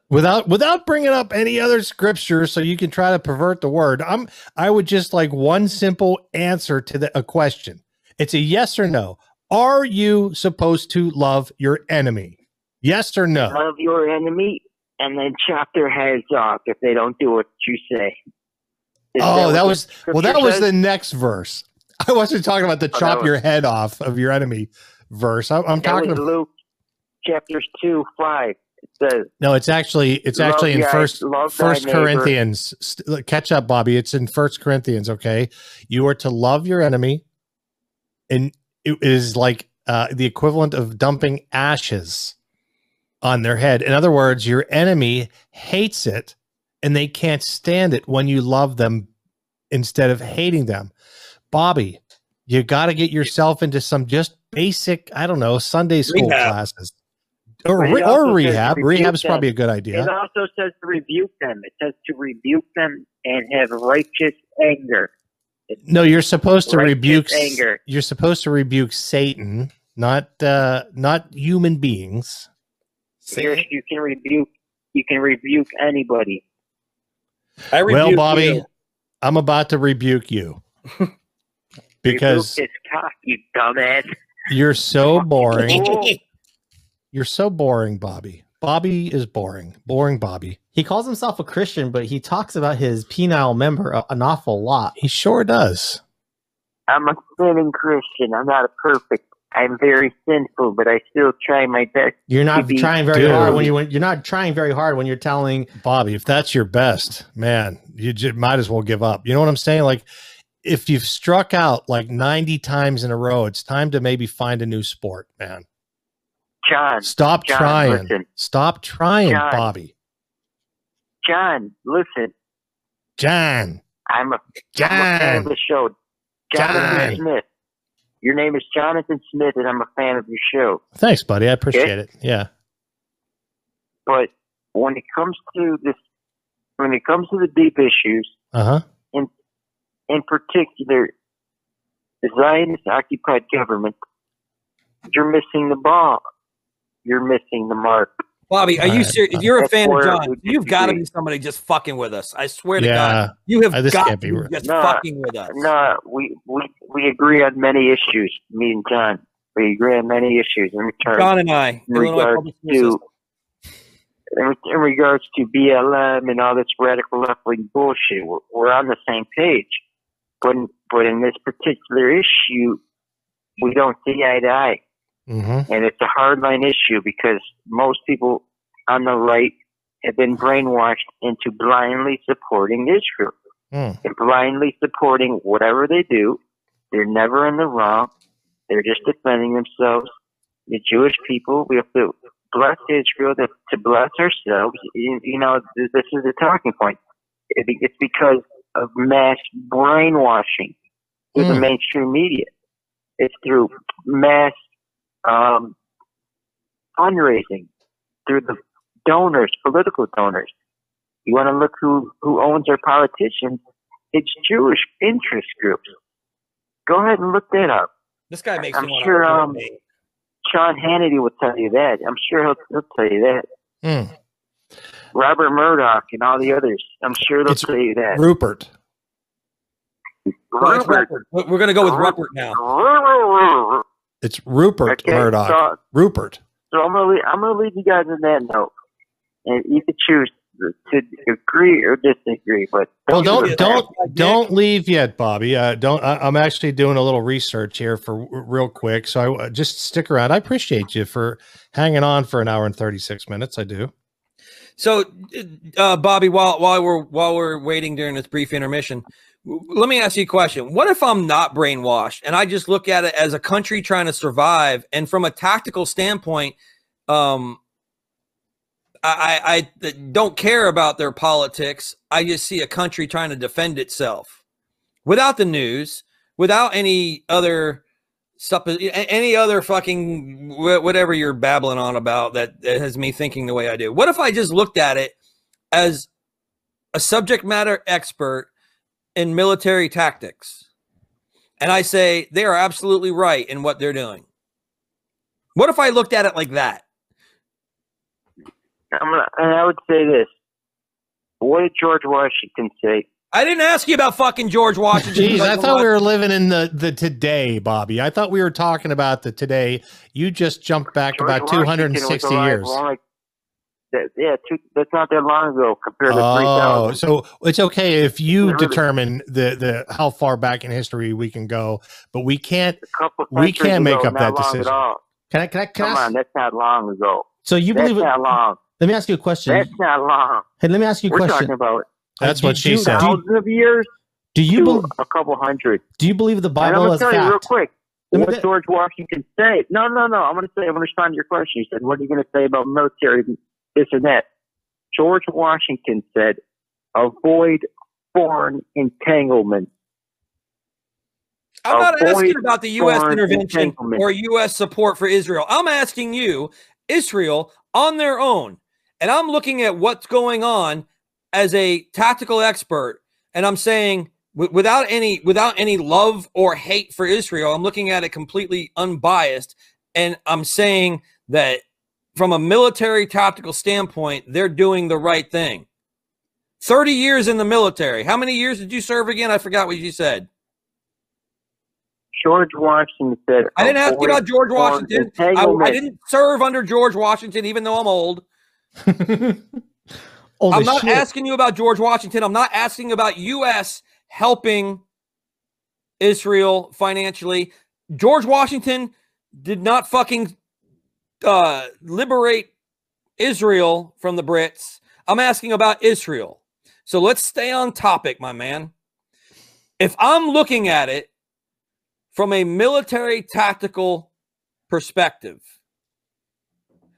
Speaker 2: without without bringing up any other scripture so you can try to pervert the word i'm i would just like one simple answer to the, a question it's a yes or no are you supposed to love your enemy yes or no
Speaker 1: love your enemy and then chop their heads off if they don't do what you say. Is
Speaker 2: oh
Speaker 1: what
Speaker 2: that
Speaker 1: the
Speaker 2: was well that
Speaker 1: scripture
Speaker 2: was
Speaker 1: says? Oh,
Speaker 2: the next verse i wasn't talking about the
Speaker 1: that
Speaker 2: chop
Speaker 1: was-
Speaker 2: your head off of your enemy verse I, i'm
Speaker 1: that
Speaker 2: talking
Speaker 1: was
Speaker 2: about
Speaker 1: Luke chapters two five. It says
Speaker 2: No, it's actually it's
Speaker 1: Love
Speaker 2: actually in
Speaker 1: thy-
Speaker 2: first
Speaker 1: love thy
Speaker 2: first
Speaker 1: neighbor.
Speaker 2: Corinthians. St- look, Catch up, Bobby. It's in first Corinthians. Okay, you are to love your enemy, and it is like uh, the equivalent of dumping ashes on their head. In other words, your enemy hates it, and they can't stand it when you love them instead of hating them. Bobby, you got to get yourself into some just basic, I don't know, Sunday school
Speaker 3: Rehab.
Speaker 2: classes. Or,
Speaker 1: But it
Speaker 2: re-
Speaker 1: also
Speaker 2: or
Speaker 1: says
Speaker 2: rehab.
Speaker 1: rebuke
Speaker 2: Rehab's
Speaker 1: them.
Speaker 2: probably a good
Speaker 1: it
Speaker 2: idea.
Speaker 1: also says to rebuke them. It says to rebuke them and have righteous anger.
Speaker 2: No, you're supposed to
Speaker 1: Righteous
Speaker 2: rebuke s-
Speaker 1: anger.
Speaker 2: You're supposed to rebuke Satan, not uh not human beings.
Speaker 1: You're, you can rebuke. You can rebuke anybody.
Speaker 3: I
Speaker 2: well,
Speaker 3: rebuke
Speaker 2: Bobby,
Speaker 3: you.
Speaker 2: I'm about to rebuke you. because
Speaker 1: Rebuke his cock, you dumbass.
Speaker 2: you're so boring.
Speaker 1: Cool.
Speaker 2: You're so boring, Bobby. Bobby is boring. Boring Bobby.
Speaker 4: he calls himself a Christian, but he talks about his penile member a- an awful lot.
Speaker 2: He sure does.
Speaker 1: I'm a sinning Christian. I'm not a perfect. I'm very sinful, but I still try my best.
Speaker 4: You're not
Speaker 1: Maybe-
Speaker 4: trying very
Speaker 2: Dude.
Speaker 4: hard when you when- you're not trying very hard when you're telling
Speaker 2: Bobby, if that's your best, man, you j- might as well give up. You know what I'm saying? Like, if you've struck out like 90 times in a row, it's time to maybe find a new sport, man.
Speaker 1: John,
Speaker 2: Stop
Speaker 1: John,
Speaker 2: trying.
Speaker 1: listen.
Speaker 2: Stop trying,
Speaker 1: John.
Speaker 2: Bobby.
Speaker 1: John, listen.
Speaker 2: John.
Speaker 1: I'm a, I'm a fan of
Speaker 2: John.
Speaker 1: the show. Jonathan
Speaker 2: John.
Speaker 1: Smith. Your name is Jonathan Smith, and I'm a fan of your show.
Speaker 2: Thanks, buddy. I appreciate it. Yeah.
Speaker 1: But when it comes to this, when it comes to the deep issues,
Speaker 2: Uh huh.
Speaker 1: in particular, the Zionist occupied government, you're missing the ball. You're missing the mark.
Speaker 3: Bobby, are you
Speaker 2: Alright.
Speaker 3: serious? If you're a
Speaker 1: That's
Speaker 3: fan of
Speaker 1: where
Speaker 3: John,
Speaker 1: we
Speaker 3: you've got to
Speaker 1: disagree.
Speaker 3: be somebody just fucking with us. I swear to God,
Speaker 2: Yeah.
Speaker 3: you have
Speaker 2: Uh, this
Speaker 3: got
Speaker 2: can't
Speaker 3: to
Speaker 2: be
Speaker 3: be
Speaker 2: right.
Speaker 3: just
Speaker 1: No,
Speaker 3: fucking with us.
Speaker 1: No, we, we we agree on many issues. Me and John, we agree on many issues in return.
Speaker 3: John and I,
Speaker 1: in
Speaker 3: Illinois
Speaker 1: regards
Speaker 3: Public School
Speaker 1: to
Speaker 3: System.
Speaker 1: in, in regards to BLM and all this radical left wing bullshit. We're, we're on the same page, but in- but in this particular issue, we don't see eye to eye,
Speaker 2: Mm-hmm.
Speaker 1: and it's a hardline issue because most people on the right have been brainwashed into blindly supporting Israel
Speaker 2: Mm.
Speaker 1: and blindly supporting whatever they do. They're never in the wrong. They're just defending themselves. The Jewish people, we have to bless Israel to, to bless ourselves. You, you know, th- this is the talking point. It, be- it's because of mass brainwashing through the
Speaker 2: Mm.
Speaker 1: mainstream media. It's through mass um, fundraising, through the donors, political donors. You want to look who, who owns our politicians. It's Jewish interest groups. Go ahead and look that up.
Speaker 3: This guy makes
Speaker 1: I'm
Speaker 3: me want
Speaker 1: sure,
Speaker 3: to
Speaker 1: um, Sean Hannity will tell you that. I'm sure he'll, he'll tell you that.
Speaker 2: Mm.
Speaker 1: Robert Murdoch and all the others. I'm sure they'll
Speaker 2: It's
Speaker 1: tell you that.
Speaker 2: Rupert.
Speaker 3: No, it's Rupert. We're we're gonna go with
Speaker 1: Rupert.
Speaker 3: Rupert now.
Speaker 1: Rupert.
Speaker 2: It's Rupert
Speaker 1: Okay,
Speaker 2: Murdoch.
Speaker 1: so,
Speaker 2: Rupert.
Speaker 1: so I'm gonna leave, I'm gonna leave you guys in that note, and you can choose to agree or disagree. But
Speaker 2: Well, don't
Speaker 3: it.
Speaker 2: don't
Speaker 3: Yeah.
Speaker 2: don't leave yet, Bobby. Uh, don't. I, I'm actually doing a little research here for real quick, so I, uh, just stick around. I appreciate you for hanging on for an hour and 36 minutes. I do.
Speaker 3: So, uh, Bobby, while while we're while we're waiting during this brief intermission, w- let me ask you a question. What if I'm not brainwashed and I just look at it as a country trying to survive, and from a tactical standpoint, um, I, I, I th- don't care about their politics. I just see a country trying to defend itself without the news, without any other suppo- a- any other fucking wh- whatever you're babbling on about that, that has me thinking the way I do. What if I just looked at it as a subject matter expert in military tactics and I say they are absolutely right in what they're doing? What if I looked at it like that?
Speaker 1: I'm gonna, and I would say this: What did George Washington say?
Speaker 3: I didn't ask you about fucking George Washington.
Speaker 2: Jeez, I
Speaker 3: Like,
Speaker 2: thought
Speaker 3: what-
Speaker 2: we were living in the the today, Bobby. I thought we were talking about the today. You just jumped back
Speaker 1: George
Speaker 2: about
Speaker 1: Washington was
Speaker 2: 260
Speaker 1: alive
Speaker 2: years.
Speaker 1: long- that- yeah, two, that's not that long ago compared to three
Speaker 2: Oh,
Speaker 1: thousand.
Speaker 2: so it's okay if you
Speaker 1: Remember the-
Speaker 2: determine the the how far back in history we can go, but we can't.
Speaker 1: A couple
Speaker 2: Oh, we
Speaker 1: centuries
Speaker 2: can't make
Speaker 1: ago,
Speaker 2: up
Speaker 1: not
Speaker 2: that
Speaker 1: long at
Speaker 2: decision.
Speaker 1: all.
Speaker 4: Can I? Can I? Can
Speaker 1: Come
Speaker 4: I
Speaker 1: on,
Speaker 4: ask,
Speaker 1: that's not long ago.
Speaker 4: so you
Speaker 1: That's
Speaker 4: believe? it?
Speaker 1: not long.
Speaker 4: Let me ask you a question.
Speaker 1: That's not long.
Speaker 4: hey, let me ask you a
Speaker 1: We're
Speaker 4: question.
Speaker 1: talking about
Speaker 2: That's what
Speaker 4: did
Speaker 2: she
Speaker 4: you-
Speaker 2: said.
Speaker 4: did-
Speaker 1: thousands of years
Speaker 4: do you
Speaker 1: to
Speaker 4: believe?
Speaker 1: a couple hundred.
Speaker 4: Do you believe the
Speaker 1: And I'm
Speaker 4: Bible
Speaker 1: gonna
Speaker 4: is
Speaker 1: tell you real
Speaker 4: fact?
Speaker 1: quick
Speaker 4: Let me
Speaker 1: what
Speaker 4: th-
Speaker 1: George Washington said. No, no, no. I'm gonna say I'm gonna respond to your question. You said, "What are you gonna say about military this and that?" George Washington said, "Avoid foreign entanglement."
Speaker 3: I'm not
Speaker 1: avoid
Speaker 3: asking about the U.S.
Speaker 1: foreign
Speaker 3: intervention
Speaker 1: entanglement.
Speaker 3: or U.S. support for Israel. I'm asking you, Israel, on their own. And I'm looking at what's going on as a tactical expert. And I'm saying, w- without any without any love or hate for Israel, I'm looking at it completely unbiased. And I'm saying that from a military tactical standpoint, they're doing the right thing. 30 years in the military. How many years did you serve again? I forgot what you said.
Speaker 1: George Washington said,
Speaker 3: I didn't ask you
Speaker 1: "Avoid
Speaker 3: about George
Speaker 1: foreign
Speaker 3: Washington. I,
Speaker 1: Entanglement.
Speaker 3: I didn't serve under George Washington, even though I'm old.
Speaker 4: Holy
Speaker 3: I'm not
Speaker 4: shit.
Speaker 3: asking you about George Washington. I'm not asking about U.S. helping Israel financially. George Washington did not fucking uh, liberate Israel from the Brits. I'm asking about Israel. So let's stay on topic, my man. If I'm looking at it from a military tactical perspective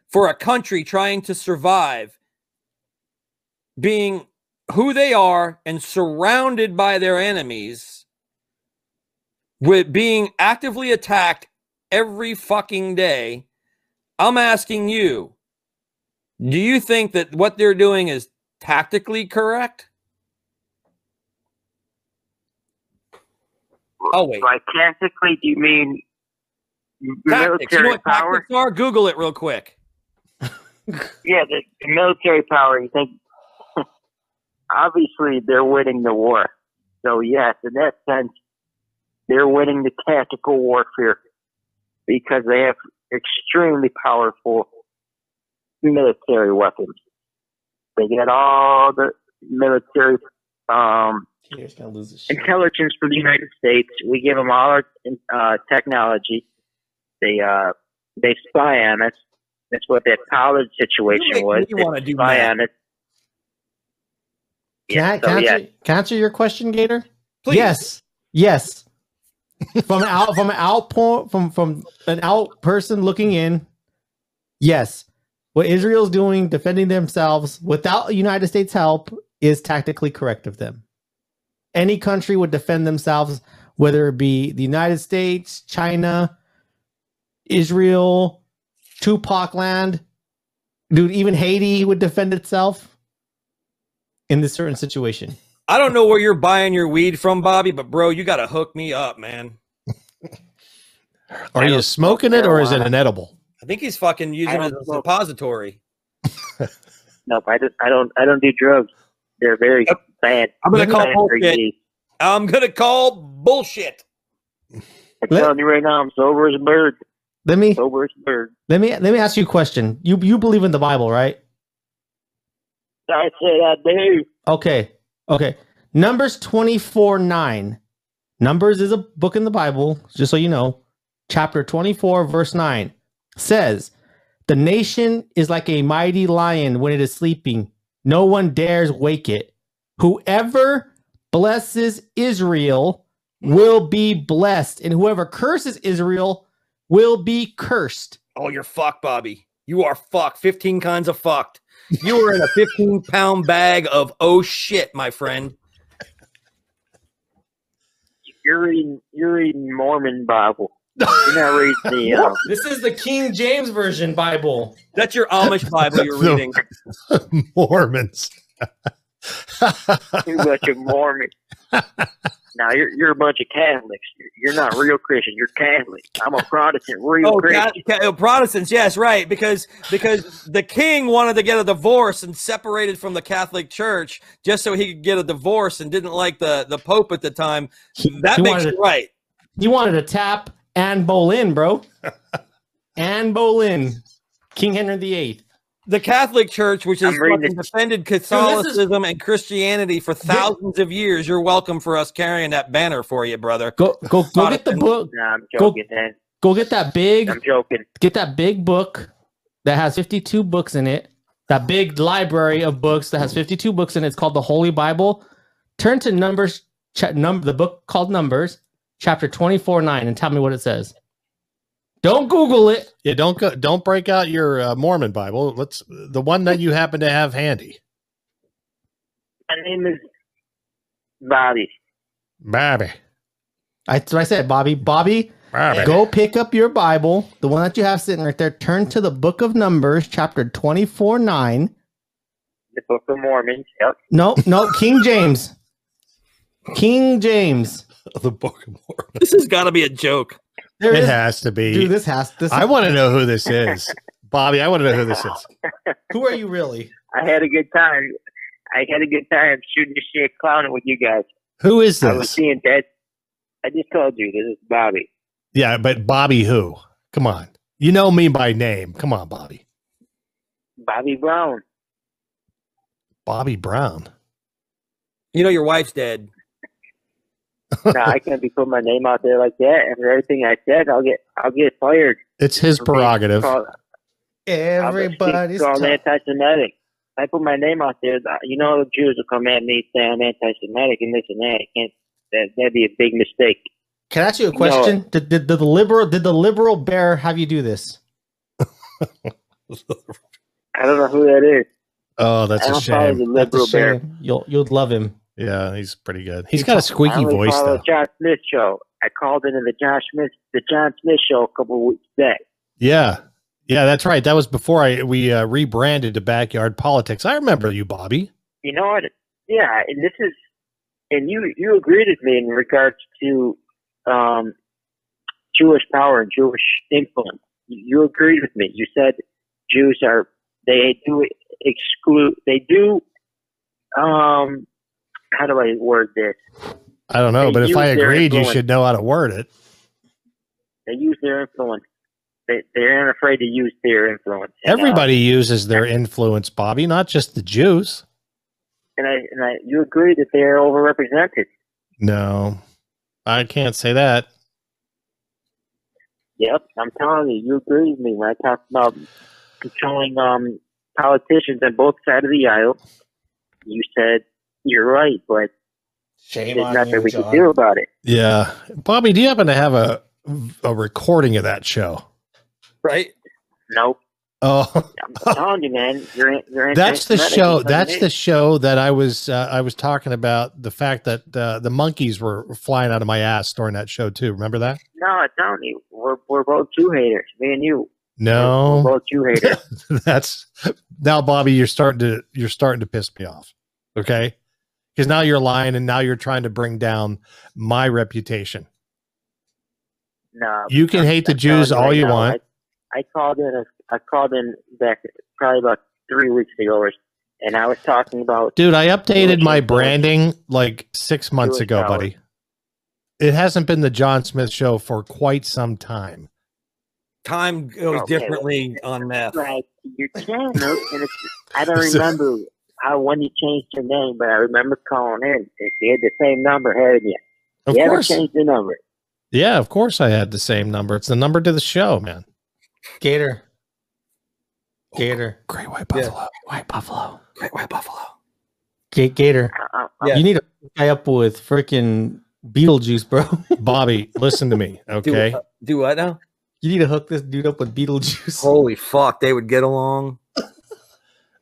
Speaker 3: for a country trying to survive, being who they are and surrounded by their enemies, with being actively attacked every fucking day, I'm asking you, do you think that what they're doing is tactically correct? Oh wait.
Speaker 1: By tactically, do you mean
Speaker 3: Tactics. You know
Speaker 1: military
Speaker 3: what
Speaker 1: power?
Speaker 3: tactics are? Google it real quick.
Speaker 1: Yeah, the, the military power. You think? Obviously, they're winning the war. So yes, in that sense, they're winning the tactical warfare because they have extremely powerful military weapons. They get all the military um,
Speaker 4: Peter's gonna lose his shit.
Speaker 1: intelligence from the United States. We give them all our uh, technology. They uh, they spy on us. That's what that college
Speaker 3: You
Speaker 1: situation
Speaker 3: make
Speaker 1: was.
Speaker 3: me
Speaker 1: They
Speaker 3: wanna do
Speaker 1: spy
Speaker 3: math.
Speaker 1: on us.
Speaker 4: Can I,
Speaker 1: Yeah,
Speaker 4: can,
Speaker 1: so,
Speaker 4: I
Speaker 1: yeah,
Speaker 4: answer, can I answer your question, Gator?
Speaker 3: Please.
Speaker 4: Yes. Yes. from an out from an out point from from an out person looking in. Yes. What Israel's doing, defending themselves without the United States help, is tactically correct of them. Any country would defend themselves, whether it be the United States, China, Israel, Tupac land, dude, even Haiti would defend itself in this certain situation.
Speaker 3: I don't know where you're buying your weed from, Bobby, but bro, you got to hook me up, man.
Speaker 2: Are
Speaker 1: I
Speaker 2: you
Speaker 1: don't
Speaker 2: smoking it or is it
Speaker 1: marijuana.
Speaker 2: an edible?
Speaker 3: I think he's fucking using
Speaker 1: don't
Speaker 3: it as a
Speaker 1: smoke.
Speaker 3: suppository.
Speaker 1: Nope, I don't. I don't. I don't do drugs. They're very
Speaker 3: Yep.
Speaker 1: bad.
Speaker 3: I'm gonna call
Speaker 1: bad for
Speaker 3: bullshit.
Speaker 1: you.
Speaker 3: I'm gonna call bullshit.
Speaker 1: I'm
Speaker 4: Let-
Speaker 1: telling you right now, I'm sober as a bird.
Speaker 4: Let me
Speaker 1: Sober as a bird.
Speaker 4: Let me let me ask you a question. You you believe in the Bible, right?
Speaker 1: I said I do.
Speaker 4: Okay. Okay. Numbers 24 9. Numbers is a book in the Bible, just so you know. Chapter 24, verse 9 says, The nation is like a mighty lion when it is sleeping. No one dares wake it. Whoever blesses Israel will be blessed, and whoever curses Israel will be cursed.
Speaker 3: Oh, you're fucked, Bobby. You are fucked. 15 kinds of fucked. You were in a 15 pound bag of oh shit, my friend.
Speaker 1: You're reading. You're reading Mormon Bible. You're not reading the. Uh,
Speaker 4: This is the King James Version Bible.
Speaker 3: That's your Amish Bible you're
Speaker 2: No.
Speaker 3: reading.
Speaker 2: Mormons.
Speaker 1: uh, too much of Mormon. now you're you're a bunch of Catholics. You're, you're not real Christian. You're Catholic. I'm a Protestant, real
Speaker 3: Oh,
Speaker 1: Christian.
Speaker 3: Ca- Ca- oh, Protestants, yes, right, because because the king wanted to get a divorce and separated from the Catholic Church just so he could get a divorce and didn't like the the Pope at the time. That
Speaker 4: he
Speaker 3: makes
Speaker 4: wanted-
Speaker 3: you right.
Speaker 4: You wanted to tap Anne Boleyn, bro. Anne Boleyn, King Henry VIII.
Speaker 3: The Catholic Church, which has
Speaker 1: I'm reading
Speaker 3: fucking
Speaker 1: this-
Speaker 3: defended Catholicism and Christianity for thousands of years, you're welcome for us carrying that banner for you, brother.
Speaker 4: Go go go get the
Speaker 3: Protestant.
Speaker 4: book.
Speaker 1: No, I'm
Speaker 4: Go-
Speaker 1: joking. man.
Speaker 4: Go get that big
Speaker 1: I'm joking.
Speaker 4: get that big book that has 52 books in it. That big library of books that has 52 books in it. It's called the Holy Bible. Turn to Numbers cha- num- the book called Numbers, chapter 24 9 and tell me what it says. Don't google it.
Speaker 2: Yeah, don't go, don't break out your uh, Mormon Bible. Let's the one that you happen to have handy.
Speaker 1: My name is Bobby.
Speaker 2: Bobby,
Speaker 4: I- That's what I said, Bobby. Bobby,
Speaker 2: Bobby.
Speaker 4: Go pick up your Bible, the one that you have sitting right there. Turn to the book of Numbers, chapter 24 9.
Speaker 1: The Book of Mormon. Yep.
Speaker 4: No, no, King James. King James.
Speaker 2: the Book of Mormon.
Speaker 3: This has got to be a joke.
Speaker 4: There
Speaker 2: It
Speaker 4: is.
Speaker 2: has to be.
Speaker 4: Dude, this has this.
Speaker 2: I want to know who this is, Bobby. I want to know who this is.
Speaker 4: who are you really?
Speaker 1: I had a good time. I had a good time shooting the shit, clowning with you guys.
Speaker 2: Who is
Speaker 1: I was
Speaker 2: this?
Speaker 1: seeing that. I just told you this is Bobby.
Speaker 2: Yeah, but Bobby, who? Come on, you know me by name. Come on, Bobby.
Speaker 1: Bobby Brown.
Speaker 2: Bobby Brown.
Speaker 3: You know your wife's dead.
Speaker 1: no, I can't be putting my name out there like that. After everything I said, I'll get I'll get fired.
Speaker 2: It's his
Speaker 1: for being
Speaker 2: prerogative.
Speaker 1: called-
Speaker 4: Everybody's.
Speaker 1: called
Speaker 4: ta-
Speaker 1: anti-Semitic. I put my name out there. You know, the Jews will come at me saying I'm anti-Semitic and this and that. I can't. That, that'd be a big mistake.
Speaker 4: Can I ask you a
Speaker 1: No.
Speaker 4: question? Did, did, did the liberal did the liberal bear have you do this?
Speaker 1: I don't know who that is.
Speaker 2: Oh, that's
Speaker 1: I
Speaker 2: a
Speaker 1: don't follow
Speaker 2: shame.
Speaker 1: the liberal
Speaker 4: That's a
Speaker 1: bear.
Speaker 4: shame. You'll you'll love him.
Speaker 2: Yeah, he's pretty good. He's got a
Speaker 1: I
Speaker 2: squeaky
Speaker 1: only
Speaker 2: voice
Speaker 1: follow
Speaker 2: though.
Speaker 1: John Smith show. I called into the John Smith the John Smith show a couple of weeks back.
Speaker 2: Yeah. Yeah, that's right. That was before I we uh, rebranded to Backyard Politics. I remember you, Bobby.
Speaker 1: You know what? Yeah, and this is and you you agreed with me in regards to um, Jewish power and Jewish influence. You agreed with me. You said Jews are they do exclude they do um how do I word this?
Speaker 2: I don't know,
Speaker 1: They
Speaker 2: but if
Speaker 1: use
Speaker 2: I
Speaker 1: their
Speaker 2: agreed, you
Speaker 1: influence.
Speaker 2: should know how to word it.
Speaker 1: They use their influence. They they aren't afraid to use their influence. And, uh,
Speaker 2: Everybody uses their influence, Bobby, not just the Jews.
Speaker 1: and I and I you agree that they're overrepresented.
Speaker 2: No, I can't say that.
Speaker 1: Yep, I'm telling you, you agree with me when I talk about controlling um, politicians on both sides of the aisle. You said you're right, but
Speaker 8: Shame
Speaker 1: there's
Speaker 8: on
Speaker 1: nothing
Speaker 8: you,
Speaker 1: we can
Speaker 8: John.
Speaker 1: do about it.
Speaker 2: Yeah, Bobby, do you happen to have a a recording of that show?
Speaker 3: right?
Speaker 1: Nope,
Speaker 2: Oh,
Speaker 1: I'm telling you, man. You're, you're
Speaker 2: that's the
Speaker 1: anti-Semitic.
Speaker 2: show.
Speaker 1: It's
Speaker 2: That's the
Speaker 1: amazing.
Speaker 2: show that I was uh, I was talking about the fact that uh, the monkeys were flying out of my ass during that show too. Remember that?
Speaker 1: No, I'm telling you, we're we're both Jew haters, me and you. we're
Speaker 2: No,
Speaker 1: both Jew haters.
Speaker 2: that's now Bobby. You're starting to you're starting to piss me off. Okay, because now you're lying and now you're trying to bring down my reputation.
Speaker 1: no,
Speaker 2: You can hate the Jews
Speaker 1: telling
Speaker 2: all you
Speaker 1: right now,
Speaker 2: want.
Speaker 1: I, I called in. A, I called in back probably about three weeks ago, or- and I was talking about
Speaker 2: Dude, I updated
Speaker 1: Jewish
Speaker 2: my
Speaker 1: influence.
Speaker 2: branding like six months
Speaker 1: Jewish
Speaker 2: ago,
Speaker 1: power.
Speaker 2: buddy. It hasn't been the John Smith show for quite some time.
Speaker 3: Time goes
Speaker 1: Okay.
Speaker 3: differently on meth.
Speaker 1: like your channel, and it's, I don't remember how when you changed your name, but I remember calling in. You had the same number, hadn't you?
Speaker 2: Of
Speaker 1: you haven't
Speaker 2: course.
Speaker 1: changed the number.
Speaker 2: Yeah, of course I had the same number. It's the number to the show, man.
Speaker 4: Gator. Gator.
Speaker 2: Oh, Great White
Speaker 3: Yeah.
Speaker 2: Buffalo.
Speaker 4: White buffalo.
Speaker 3: Great white buffalo.
Speaker 4: Ga- Gator.
Speaker 1: Uh, uh,
Speaker 3: Yeah.
Speaker 4: You need to tie up with freaking Beetlejuice, bro.
Speaker 2: Bobby, listen to me,
Speaker 3: Do,
Speaker 2: okay?
Speaker 3: uh, do what now?
Speaker 4: you need to hook this dude up with Beetlejuice.
Speaker 3: Holy fuck, they would get along.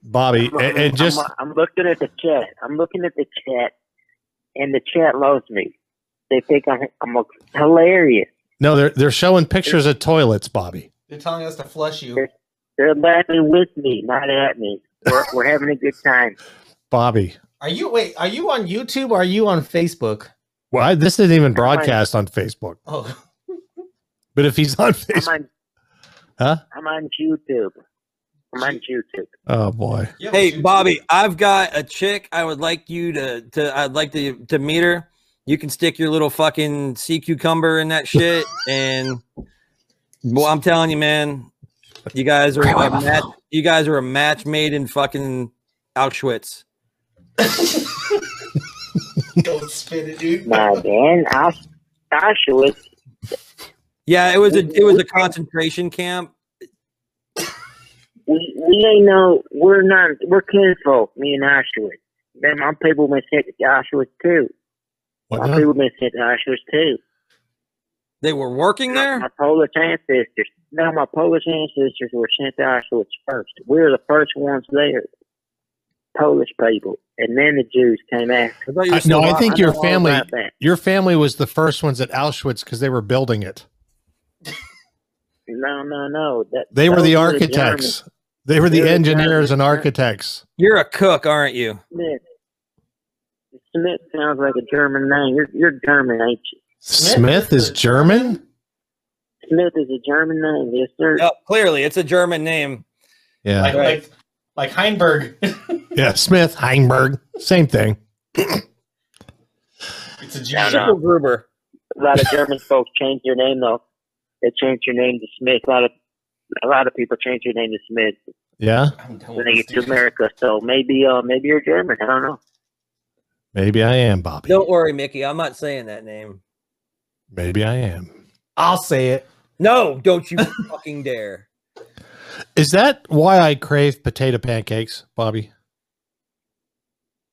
Speaker 2: Bobby,
Speaker 1: I'm-
Speaker 2: and,
Speaker 1: I'm-
Speaker 2: and just
Speaker 1: I'm, I'm looking at the chat. I'm looking at the chat, and the chat loves me. They think I'm, I'm hilarious.
Speaker 2: no, they're they're showing pictures of toilets, Bobby.
Speaker 4: They're telling us to flush you.
Speaker 1: They're laughing with me, not at me. We're, we're having a good time.
Speaker 2: Bobby.
Speaker 4: Are you wait? Are you on YouTube? Or are you on Facebook?
Speaker 2: Well, I, this isn't even broadcast on Facebook.
Speaker 4: Oh,
Speaker 2: But if he's on
Speaker 1: I'm
Speaker 2: Facebook,
Speaker 1: on,
Speaker 2: Huh?
Speaker 1: I'm on YouTube. I'm on YouTube.
Speaker 2: oh boy.
Speaker 3: Hey Bobby, I've got a chick I would like you to to I'd like to to meet her. You can stick your little fucking sea cucumber in that shit and well, I'm telling you, man, you guys are a match, you guys are a match made in fucking Auschwitz.
Speaker 8: Don't spit it, dude.
Speaker 1: My man, I, I should.
Speaker 3: Yeah, it was a it was a concentration camp.
Speaker 1: we we ain't no we're not we're kinfolk, me and Auschwitz. Man, my people been sent to Auschwitz too.
Speaker 2: What
Speaker 1: My
Speaker 2: now?
Speaker 1: people been sent to Auschwitz too.
Speaker 3: They were working
Speaker 1: My
Speaker 3: there.
Speaker 1: Polish ancestors. No, my Polish ancestors were sent to Auschwitz first. We were the first ones there. Polish people. And then the Jews came after.
Speaker 3: I thought you were
Speaker 2: I, no,
Speaker 3: still
Speaker 2: I
Speaker 3: alive.
Speaker 2: think your
Speaker 1: know all
Speaker 2: family
Speaker 1: about that.
Speaker 2: your family was the first ones at Auschwitz because they were building it.
Speaker 1: No, no, no. That,
Speaker 2: They were
Speaker 1: those
Speaker 2: the
Speaker 1: Germans.
Speaker 2: architects. They were the
Speaker 1: They're the
Speaker 2: engineers
Speaker 1: Germans.
Speaker 2: and architects.
Speaker 3: you're a cook, aren't you?
Speaker 1: Smith. Smith sounds like a German name. You're, you're German, ain't you?
Speaker 2: Smith is German?
Speaker 1: Smith is a German name, yes, sir.
Speaker 3: Oh, clearly, it's a German name.
Speaker 2: Yeah.
Speaker 3: Right.
Speaker 4: like Heinberg.
Speaker 2: Yeah. Smith, Heinberg. Same thing.
Speaker 4: it's a
Speaker 1: No, no.
Speaker 3: Gruber.
Speaker 1: a lot of German folks change their name though. They change their name to Smith. A lot of a lot of people change their name to Smith
Speaker 2: Yeah.
Speaker 8: I'm done
Speaker 1: when
Speaker 8: with
Speaker 1: they
Speaker 8: this,
Speaker 1: get to
Speaker 8: dude.
Speaker 1: America. So maybe uh maybe you're German. I don't know.
Speaker 2: Maybe I am, Bobby.
Speaker 3: Don't worry, Mickey. I'm not saying that name.
Speaker 2: Maybe I am.
Speaker 4: I'll say it.
Speaker 3: No, don't you fucking dare.
Speaker 2: Is that why I crave potato pancakes, Bobby?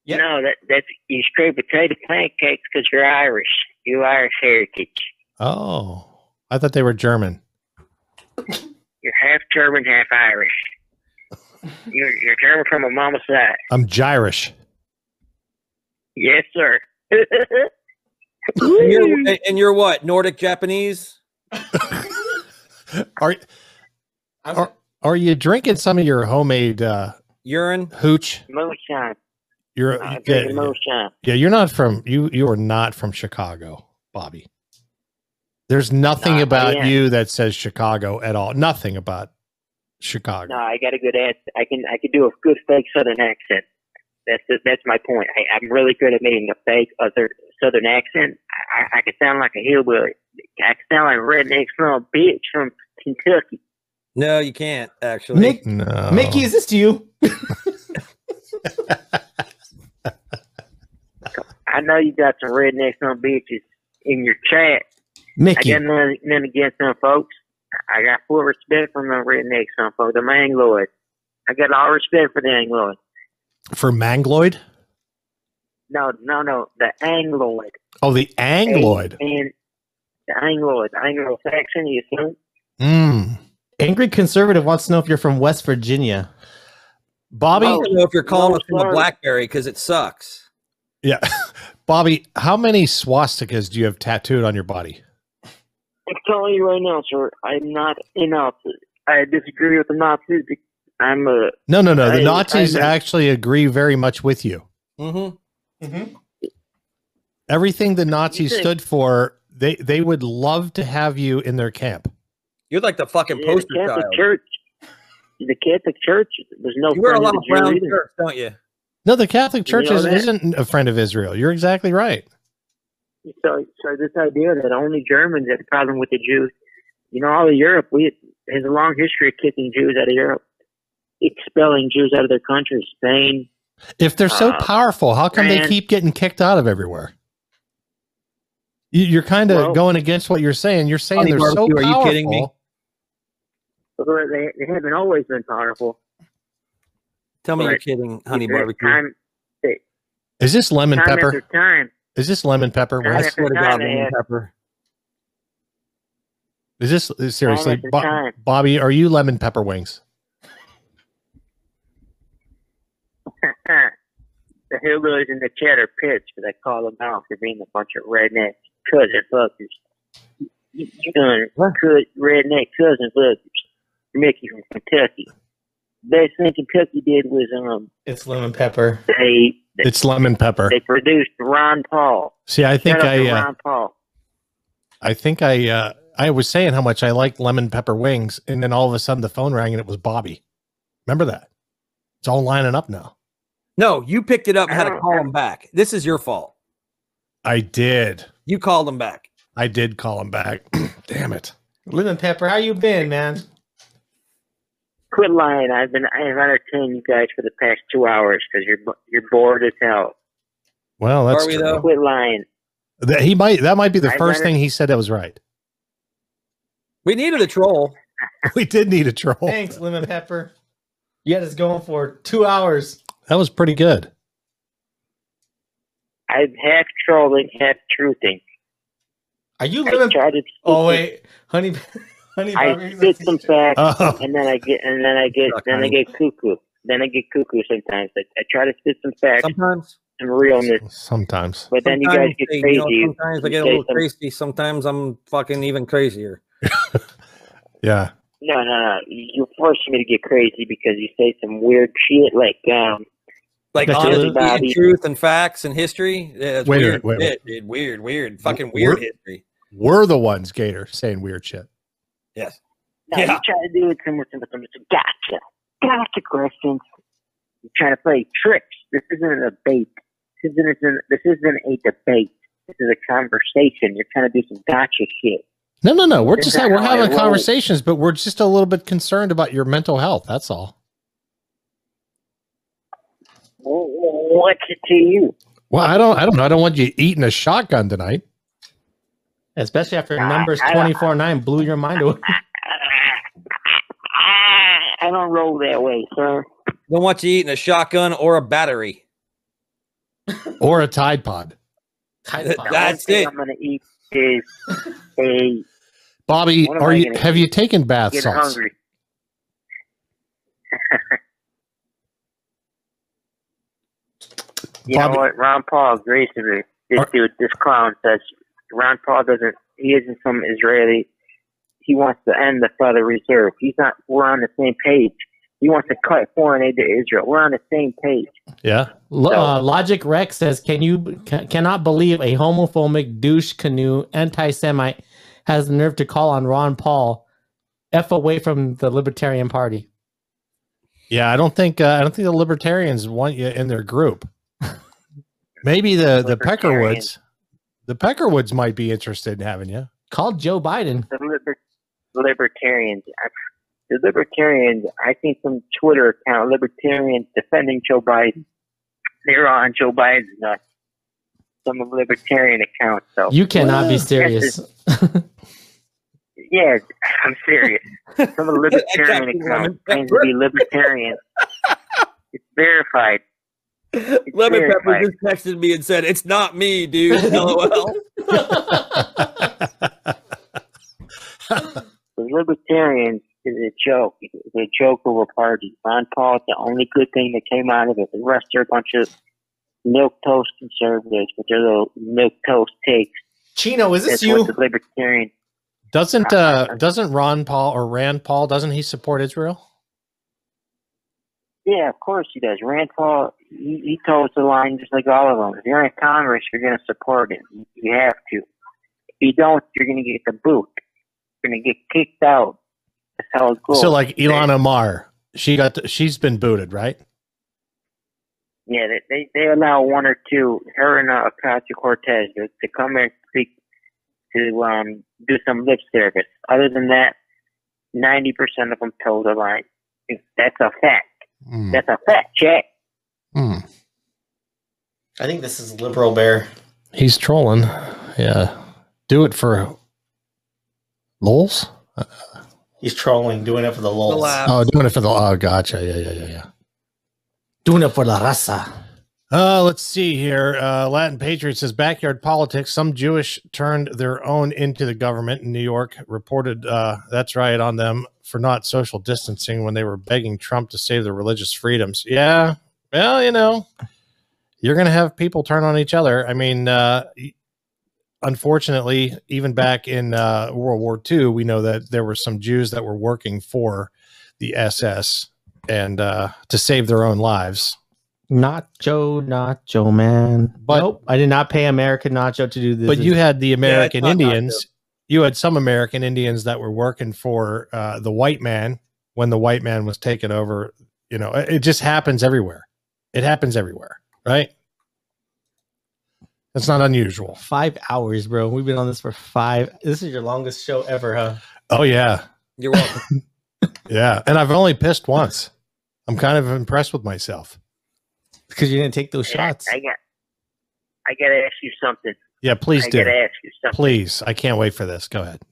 Speaker 4: Yeah.
Speaker 1: No, that that's you scrape potato pancakes because you're Irish. You Irish heritage.
Speaker 2: Oh. I thought they were German.
Speaker 1: You're half German, half Irish. You're you're German from a mama's side.
Speaker 2: I'm gyrish.
Speaker 1: Yes, sir.
Speaker 3: and you're and you're what? Nordic Japanese?
Speaker 2: Are
Speaker 8: I'm,
Speaker 2: Or- are you drinking some of your homemade uh,
Speaker 3: Urine?
Speaker 2: hooch?
Speaker 1: Moonshine.
Speaker 2: You're
Speaker 1: I
Speaker 2: yeah,
Speaker 1: drink moonshine.
Speaker 2: yeah, you're not from you. You are not from Chicago, Bobby. There's nothing
Speaker 1: Nah, I
Speaker 2: about
Speaker 1: am.
Speaker 2: you that says Chicago at all. Nothing about Chicago.
Speaker 1: No, I got a good ad. I can I can do a good fake Southern accent. That's the, that's my point. I, I'm really good at making a fake other Southern accent. I, I- I can sound like a hillbilly. I can sound like a redneck son of a bitch from Kentucky.
Speaker 3: No, you can't actually.
Speaker 4: Mick, oh.
Speaker 2: No.
Speaker 4: Mickey, is this to you?
Speaker 1: I know you got some redneck son of bitches in your chat. I
Speaker 4: Mickey,
Speaker 1: got nothing, nothing against them folks. I got full respect for them redneck son folks, them Angloids. I got all respect for the Angloids.
Speaker 2: for Mangloid.
Speaker 1: No, no, no, the Angloid.
Speaker 2: Oh, the Angloid.
Speaker 1: And the Angloid, Anglo-Saxon, you see?
Speaker 2: Mm.
Speaker 4: angry conservative wants to know if you're from West Virginia.
Speaker 2: Bobby,
Speaker 1: Oh,
Speaker 3: I don't know if you're calling us from a
Speaker 1: Florida.
Speaker 3: BlackBerry because it sucks.
Speaker 2: yeah, Bobby, how many swastikas do you have tattooed on your body?
Speaker 1: I'm telling you right now, sir, I'm not a Nazi. I disagree with the Nazis. because I'm a
Speaker 2: No, no, no. The
Speaker 1: I-
Speaker 2: Nazis
Speaker 1: I-
Speaker 2: actually agree very much with you.
Speaker 3: Mm-hmm.
Speaker 2: Everything the Nazis
Speaker 1: think-
Speaker 2: stood for, they they would love to have you in their camp.
Speaker 3: You're like the fucking
Speaker 1: yeah, the
Speaker 3: poster
Speaker 1: Catholic
Speaker 3: child.
Speaker 1: Church. The Catholic Church was no
Speaker 3: You wear a
Speaker 1: friend
Speaker 3: lot of
Speaker 1: of the Jew
Speaker 3: brown
Speaker 1: either.
Speaker 3: shirts, don't you?
Speaker 2: No, the Catholic
Speaker 1: You know
Speaker 2: Church is,
Speaker 1: that?
Speaker 2: isn't a friend of Israel. You're exactly right.
Speaker 1: So, so this idea that only Germans have a problem with the Jews, you know, all of Europe, we there's a long history of kicking Jews out of Europe, expelling Jews out of their country, Spain,
Speaker 2: If they're so
Speaker 1: Uh,
Speaker 2: powerful, how come they
Speaker 1: man.
Speaker 2: keep getting kicked out of everywhere? You- You're kind of
Speaker 1: Well-
Speaker 2: going against what you're saying. You're saying
Speaker 3: Honey
Speaker 2: they're so
Speaker 3: barbecue,
Speaker 2: powerful.
Speaker 3: are you kidding me?
Speaker 1: Well, they, they haven't always been powerful.
Speaker 3: Tell me you're
Speaker 1: Right.
Speaker 3: kidding, honey
Speaker 1: There's
Speaker 3: barbecue.
Speaker 1: Time,
Speaker 2: Is this lemon
Speaker 1: time
Speaker 2: pepper?
Speaker 1: after time.
Speaker 2: Is this lemon pepper?
Speaker 1: Time
Speaker 2: Wes?
Speaker 3: I swear to God,
Speaker 1: Time
Speaker 3: lemon
Speaker 1: is-
Speaker 3: pepper.
Speaker 2: Is this is- seriously,
Speaker 1: after
Speaker 2: Bo-
Speaker 1: time.
Speaker 2: Bobby? Are you lemon pepper wings?
Speaker 1: the hillbillies in the cheddar pits, because I call them out for being a bunch of redneck cousin fuckers. You you done could redneck cousin fuckers. Mickey from Kentucky. Best thing Kentucky did was um
Speaker 7: It's lemon pepper.
Speaker 1: they they,
Speaker 2: It's lemon pepper.
Speaker 1: they produced Ron Paul.
Speaker 2: See, I think
Speaker 1: Shout out
Speaker 2: I
Speaker 1: to
Speaker 2: uh,
Speaker 1: Ron Paul.
Speaker 2: I think I uh, I was saying how much I liked lemon pepper wings, and then all of a sudden the phone rang and it was Bobby. Remember that? It's all lining up now.
Speaker 3: No, you picked it up and had
Speaker 1: I
Speaker 3: to
Speaker 1: don't-
Speaker 3: call him back. This is your fault.
Speaker 2: I did.
Speaker 3: You called him back.
Speaker 2: I did call him back. Damn it.
Speaker 4: Lemon Pepper, how you been, man?
Speaker 1: Quit lying. I've been I've entertained you guys for the past two hours because you're bo- you're bored as hell.
Speaker 2: Well, that's
Speaker 3: Are we
Speaker 2: true.
Speaker 3: though?
Speaker 1: Quit lying.
Speaker 2: That- he might. That might be the
Speaker 1: I
Speaker 2: first
Speaker 1: read
Speaker 2: thing he said that was right.
Speaker 3: We needed a troll.
Speaker 2: We did need a troll.
Speaker 4: Thanks, Lemon Pepper. You had us going for two hours.
Speaker 2: That was pretty good.
Speaker 1: I'm half trolling, half truthing.
Speaker 4: Are you
Speaker 1: I
Speaker 4: Lemon?
Speaker 1: try to
Speaker 4: Oh wait, honey, honey.
Speaker 1: I
Speaker 4: Barbecue-
Speaker 1: spit some facts,
Speaker 2: Oh,
Speaker 1: and then I get, and then I get,
Speaker 3: Suck,
Speaker 1: then I
Speaker 3: honey.
Speaker 1: get cuckoo. Then I get cuckoo sometimes. I, I try to spit some facts,
Speaker 3: Sometimes,
Speaker 1: some realness,
Speaker 2: sometimes.
Speaker 1: but then you guys
Speaker 3: sometimes,
Speaker 1: get
Speaker 3: they- you
Speaker 1: crazy.
Speaker 3: know, sometimes I
Speaker 1: You
Speaker 3: get a
Speaker 1: say
Speaker 3: little
Speaker 1: some-
Speaker 3: crazy. Sometimes I'm fucking even crazier.
Speaker 2: Yeah.
Speaker 1: No, no, no. You force me to get crazy because you say some weird shit like, um,
Speaker 3: Like
Speaker 4: That's your
Speaker 3: honesty
Speaker 1: little
Speaker 3: and
Speaker 1: body.
Speaker 3: truth and facts and history. Yeah, it's
Speaker 2: Wait a minute,
Speaker 3: weird,
Speaker 2: wait a
Speaker 3: shit, dude. Weird, weird, fucking weird history.
Speaker 2: We're the ones, Gator, saying weird shit.
Speaker 3: Yes.
Speaker 1: no,
Speaker 3: Yeah.
Speaker 1: you try to do it some some some some gotcha, gotcha questions. You're trying to play tricks. This isn't a debate. This isn't this isn't a debate. This is a conversation. You're trying to do some gotcha shit.
Speaker 2: No, no, no. We're
Speaker 1: Is
Speaker 2: just
Speaker 1: that
Speaker 2: we're
Speaker 1: how I
Speaker 2: having
Speaker 1: roll?
Speaker 2: conversations, but we're just a little bit concerned about your mental health. That's all.
Speaker 1: What's it to you?
Speaker 2: Well, I don't, I don't, know. I don't want you eating a shotgun tonight.
Speaker 4: Especially after numbers
Speaker 1: I- I-
Speaker 4: twenty four nine blew your mind away.
Speaker 1: I don't roll that way, sir.
Speaker 3: Don't want you eating a shotgun or a battery.
Speaker 2: or a Tide Pod.
Speaker 1: The only
Speaker 3: That's
Speaker 1: thing
Speaker 3: it.
Speaker 1: I'm gonna eat is a
Speaker 2: Bobby,
Speaker 1: What am
Speaker 2: are
Speaker 1: I
Speaker 2: you
Speaker 1: gonna
Speaker 2: have you taken bath
Speaker 1: get
Speaker 2: salts?
Speaker 1: hungry. you
Speaker 2: Bobby-
Speaker 1: know what? Ron Paul agrees with me. This
Speaker 2: Are-
Speaker 1: dude, this clown says Ron Paul doesn't. He isn't some Israeli. He wants to end the Federal Reserve. He's not. We're on the same page. He wants to cut foreign aid to Israel. We're on the same page.
Speaker 2: Yeah.
Speaker 4: Lo-
Speaker 1: So-
Speaker 4: uh, Logic Rex says, "Can you ca- cannot believe a homophobic douche canoe anti-Semite has the nerve to call on Ron Paul f away from the Libertarian Party?"
Speaker 2: Yeah, I don't think uh, I don't think the libertarians want you in their group. Maybe the the Peckerwoods,
Speaker 1: Libertarians.
Speaker 2: the Peckerwoods might be interested in having you.
Speaker 4: Call Joe Biden.
Speaker 1: The liber- libertarians. I- The libertarians. I seen some Twitter account libertarians defending Joe Biden. They're on Joe Biden's nuts. Some libertarian accounts. So
Speaker 4: You cannot be
Speaker 1: Yes,
Speaker 4: serious.
Speaker 1: yeah, I'm serious. Some of the libertarian accounts claim to be libertarian. It's verified.
Speaker 3: Lemon Pepper
Speaker 1: Verified.
Speaker 3: just texted me and said, "It's not me, dude." LOL.
Speaker 1: The libertarians is a joke. It's a joke of a party. Ron Paul, the only good thing that came out of it, the rest are a bunch of milk toast conservatives with their little milk toast takes.
Speaker 4: Chino, is
Speaker 1: That's what the libertarian. Ah,
Speaker 2: Doesn't uh doesn't Ron Paul or Rand Paul doesn't he support Israel?
Speaker 1: Yeah, of course he does. Rand Paul, he, he toes the line just like all of them. If you're in Congress, you're going to support it. You- You have to. If you don't, you're going to get the boot. You're going to get kicked out. That's how it goes.
Speaker 2: So like Ilhan Omar, she got the, she's been booted, right?
Speaker 1: Yeah, they, they they allow one or two, her and uh, Apache Cortez, to, to come and speak to um do some lip service. Other than that, ninety percent of them toe the line. That's a fact.
Speaker 2: Hmm.
Speaker 1: That's a fact check.
Speaker 2: Hmm.
Speaker 7: I think this is liberal bear.
Speaker 2: He's trolling. Yeah, do it for lols.
Speaker 7: He's trolling, doing it for the lulz.
Speaker 3: Relax.
Speaker 2: Oh, doing it for the oh, gotcha. Yeah, yeah, yeah, yeah.
Speaker 4: Doing it for la raza.
Speaker 2: Uh, let's see here. Uh, Latin Patriot says backyard politics. Some Jewish turned their own into the government in New York. Reported uh, that's right on them for not social distancing when they were begging Trump to save their religious freedoms. Yeah, well, you know, you're gonna have people turn on each other. I mean, uh, unfortunately, even back in uh, World War II, we know that there were some Jews that were working for the SS and uh, to save their own lives.
Speaker 4: Nacho, nacho, man.
Speaker 2: But-
Speaker 4: nope, I did not pay American Nacho to do this.
Speaker 2: but you had the American
Speaker 3: not
Speaker 2: Indians. You had some American Indians that were working for uh, the white man when the white man was taken over. You know, it, it just happens everywhere. It happens everywhere, right? That's not unusual.
Speaker 4: five hours, bro. We've been on this for five. This is your longest show ever, huh?
Speaker 2: Oh yeah,
Speaker 3: You're welcome.
Speaker 2: yeah. And I've only pissed once. I'm kind of impressed with myself.
Speaker 4: Because you didn't take those
Speaker 1: Yeah,
Speaker 4: shots.
Speaker 1: I got. I gotta ask you something.
Speaker 2: Yeah, please
Speaker 1: I
Speaker 2: do.
Speaker 1: gotta ask you something.
Speaker 2: Please, I can't wait for this. Go ahead.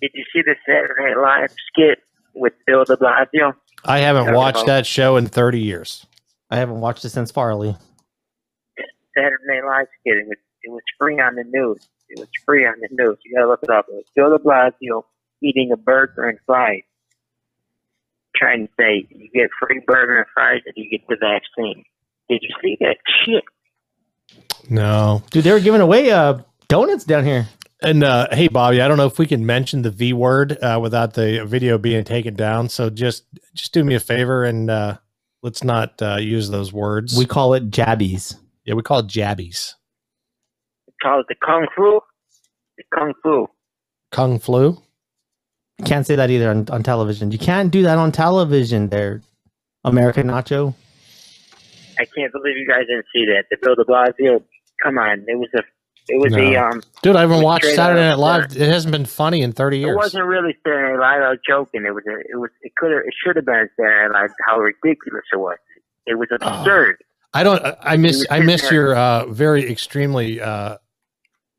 Speaker 1: Did you see the Saturday Night Live skit with Bill De Blasio?
Speaker 2: I haven't
Speaker 1: Okay.
Speaker 2: watched that show in 30 years.
Speaker 4: I haven't watched it since Farley.
Speaker 1: Saturday Night Live skit. It was it was free on the news. It was free on the news. You gotta look it up. It was Bill De Blasio eating a burger and fries, trying to say you get free burger and fries if you get the vaccine. Did you see that shit?
Speaker 2: No,
Speaker 4: Dude, they were giving away uh donuts down here.
Speaker 2: And uh, hey, Bobby, I don't know if we can mention the V word uh, without the video being taken down. So just just do me a favor and uh, let's not uh, use those words.
Speaker 4: We call it jabbies.
Speaker 2: yeah, we call it jabbies.
Speaker 1: Call it the kung fu. The kung fu.
Speaker 2: Kung flu.
Speaker 4: Can't say that either on, on television. You can't do that on television there, American Nacho.
Speaker 1: I can't believe you guys didn't see that. The Bill De Blasio. Come on, it was a. It was a
Speaker 2: No.
Speaker 1: um.
Speaker 2: Dude, I haven't
Speaker 1: We
Speaker 2: watched
Speaker 1: straight
Speaker 2: Saturday Night
Speaker 1: out
Speaker 2: Live. It hasn't been funny in 30 years.
Speaker 1: It wasn't really Saturday Night Live. I was joking. It was. A, it was. It could have. It should have been Saturday Night Live. How ridiculous it was. It was absurd.
Speaker 2: I don't I- I miss
Speaker 1: was
Speaker 2: I miss
Speaker 1: sitting
Speaker 2: your uh, very extremely uh,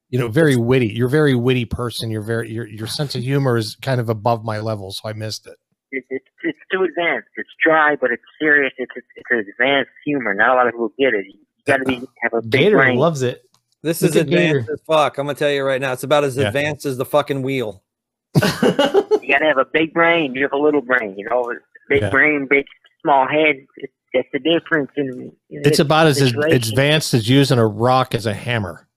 Speaker 2: you know, very witty. You're a very witty person. You're very your your sense of humor is kind of above my level, so I missed it.
Speaker 1: It, it, it's too advanced. It's dry, but it's serious. It's it's, it's advanced humor. Not a lot of people get it. You gotta be have a big
Speaker 4: Gator
Speaker 1: brain.
Speaker 4: loves it.
Speaker 3: This
Speaker 4: Look
Speaker 3: is
Speaker 4: at Gator.
Speaker 3: advanced as fuck. I'm gonna tell you right now. It's about as
Speaker 2: Yeah.
Speaker 3: advanced as the fucking wheel.
Speaker 1: you gotta have a big brain. You have a little brain. You know, big
Speaker 2: Yeah.
Speaker 1: brain, big small head. It's, that's the difference. In, in
Speaker 2: It's
Speaker 1: this
Speaker 2: about as ad-
Speaker 1: situation.
Speaker 2: advanced as using a rock as a hammer.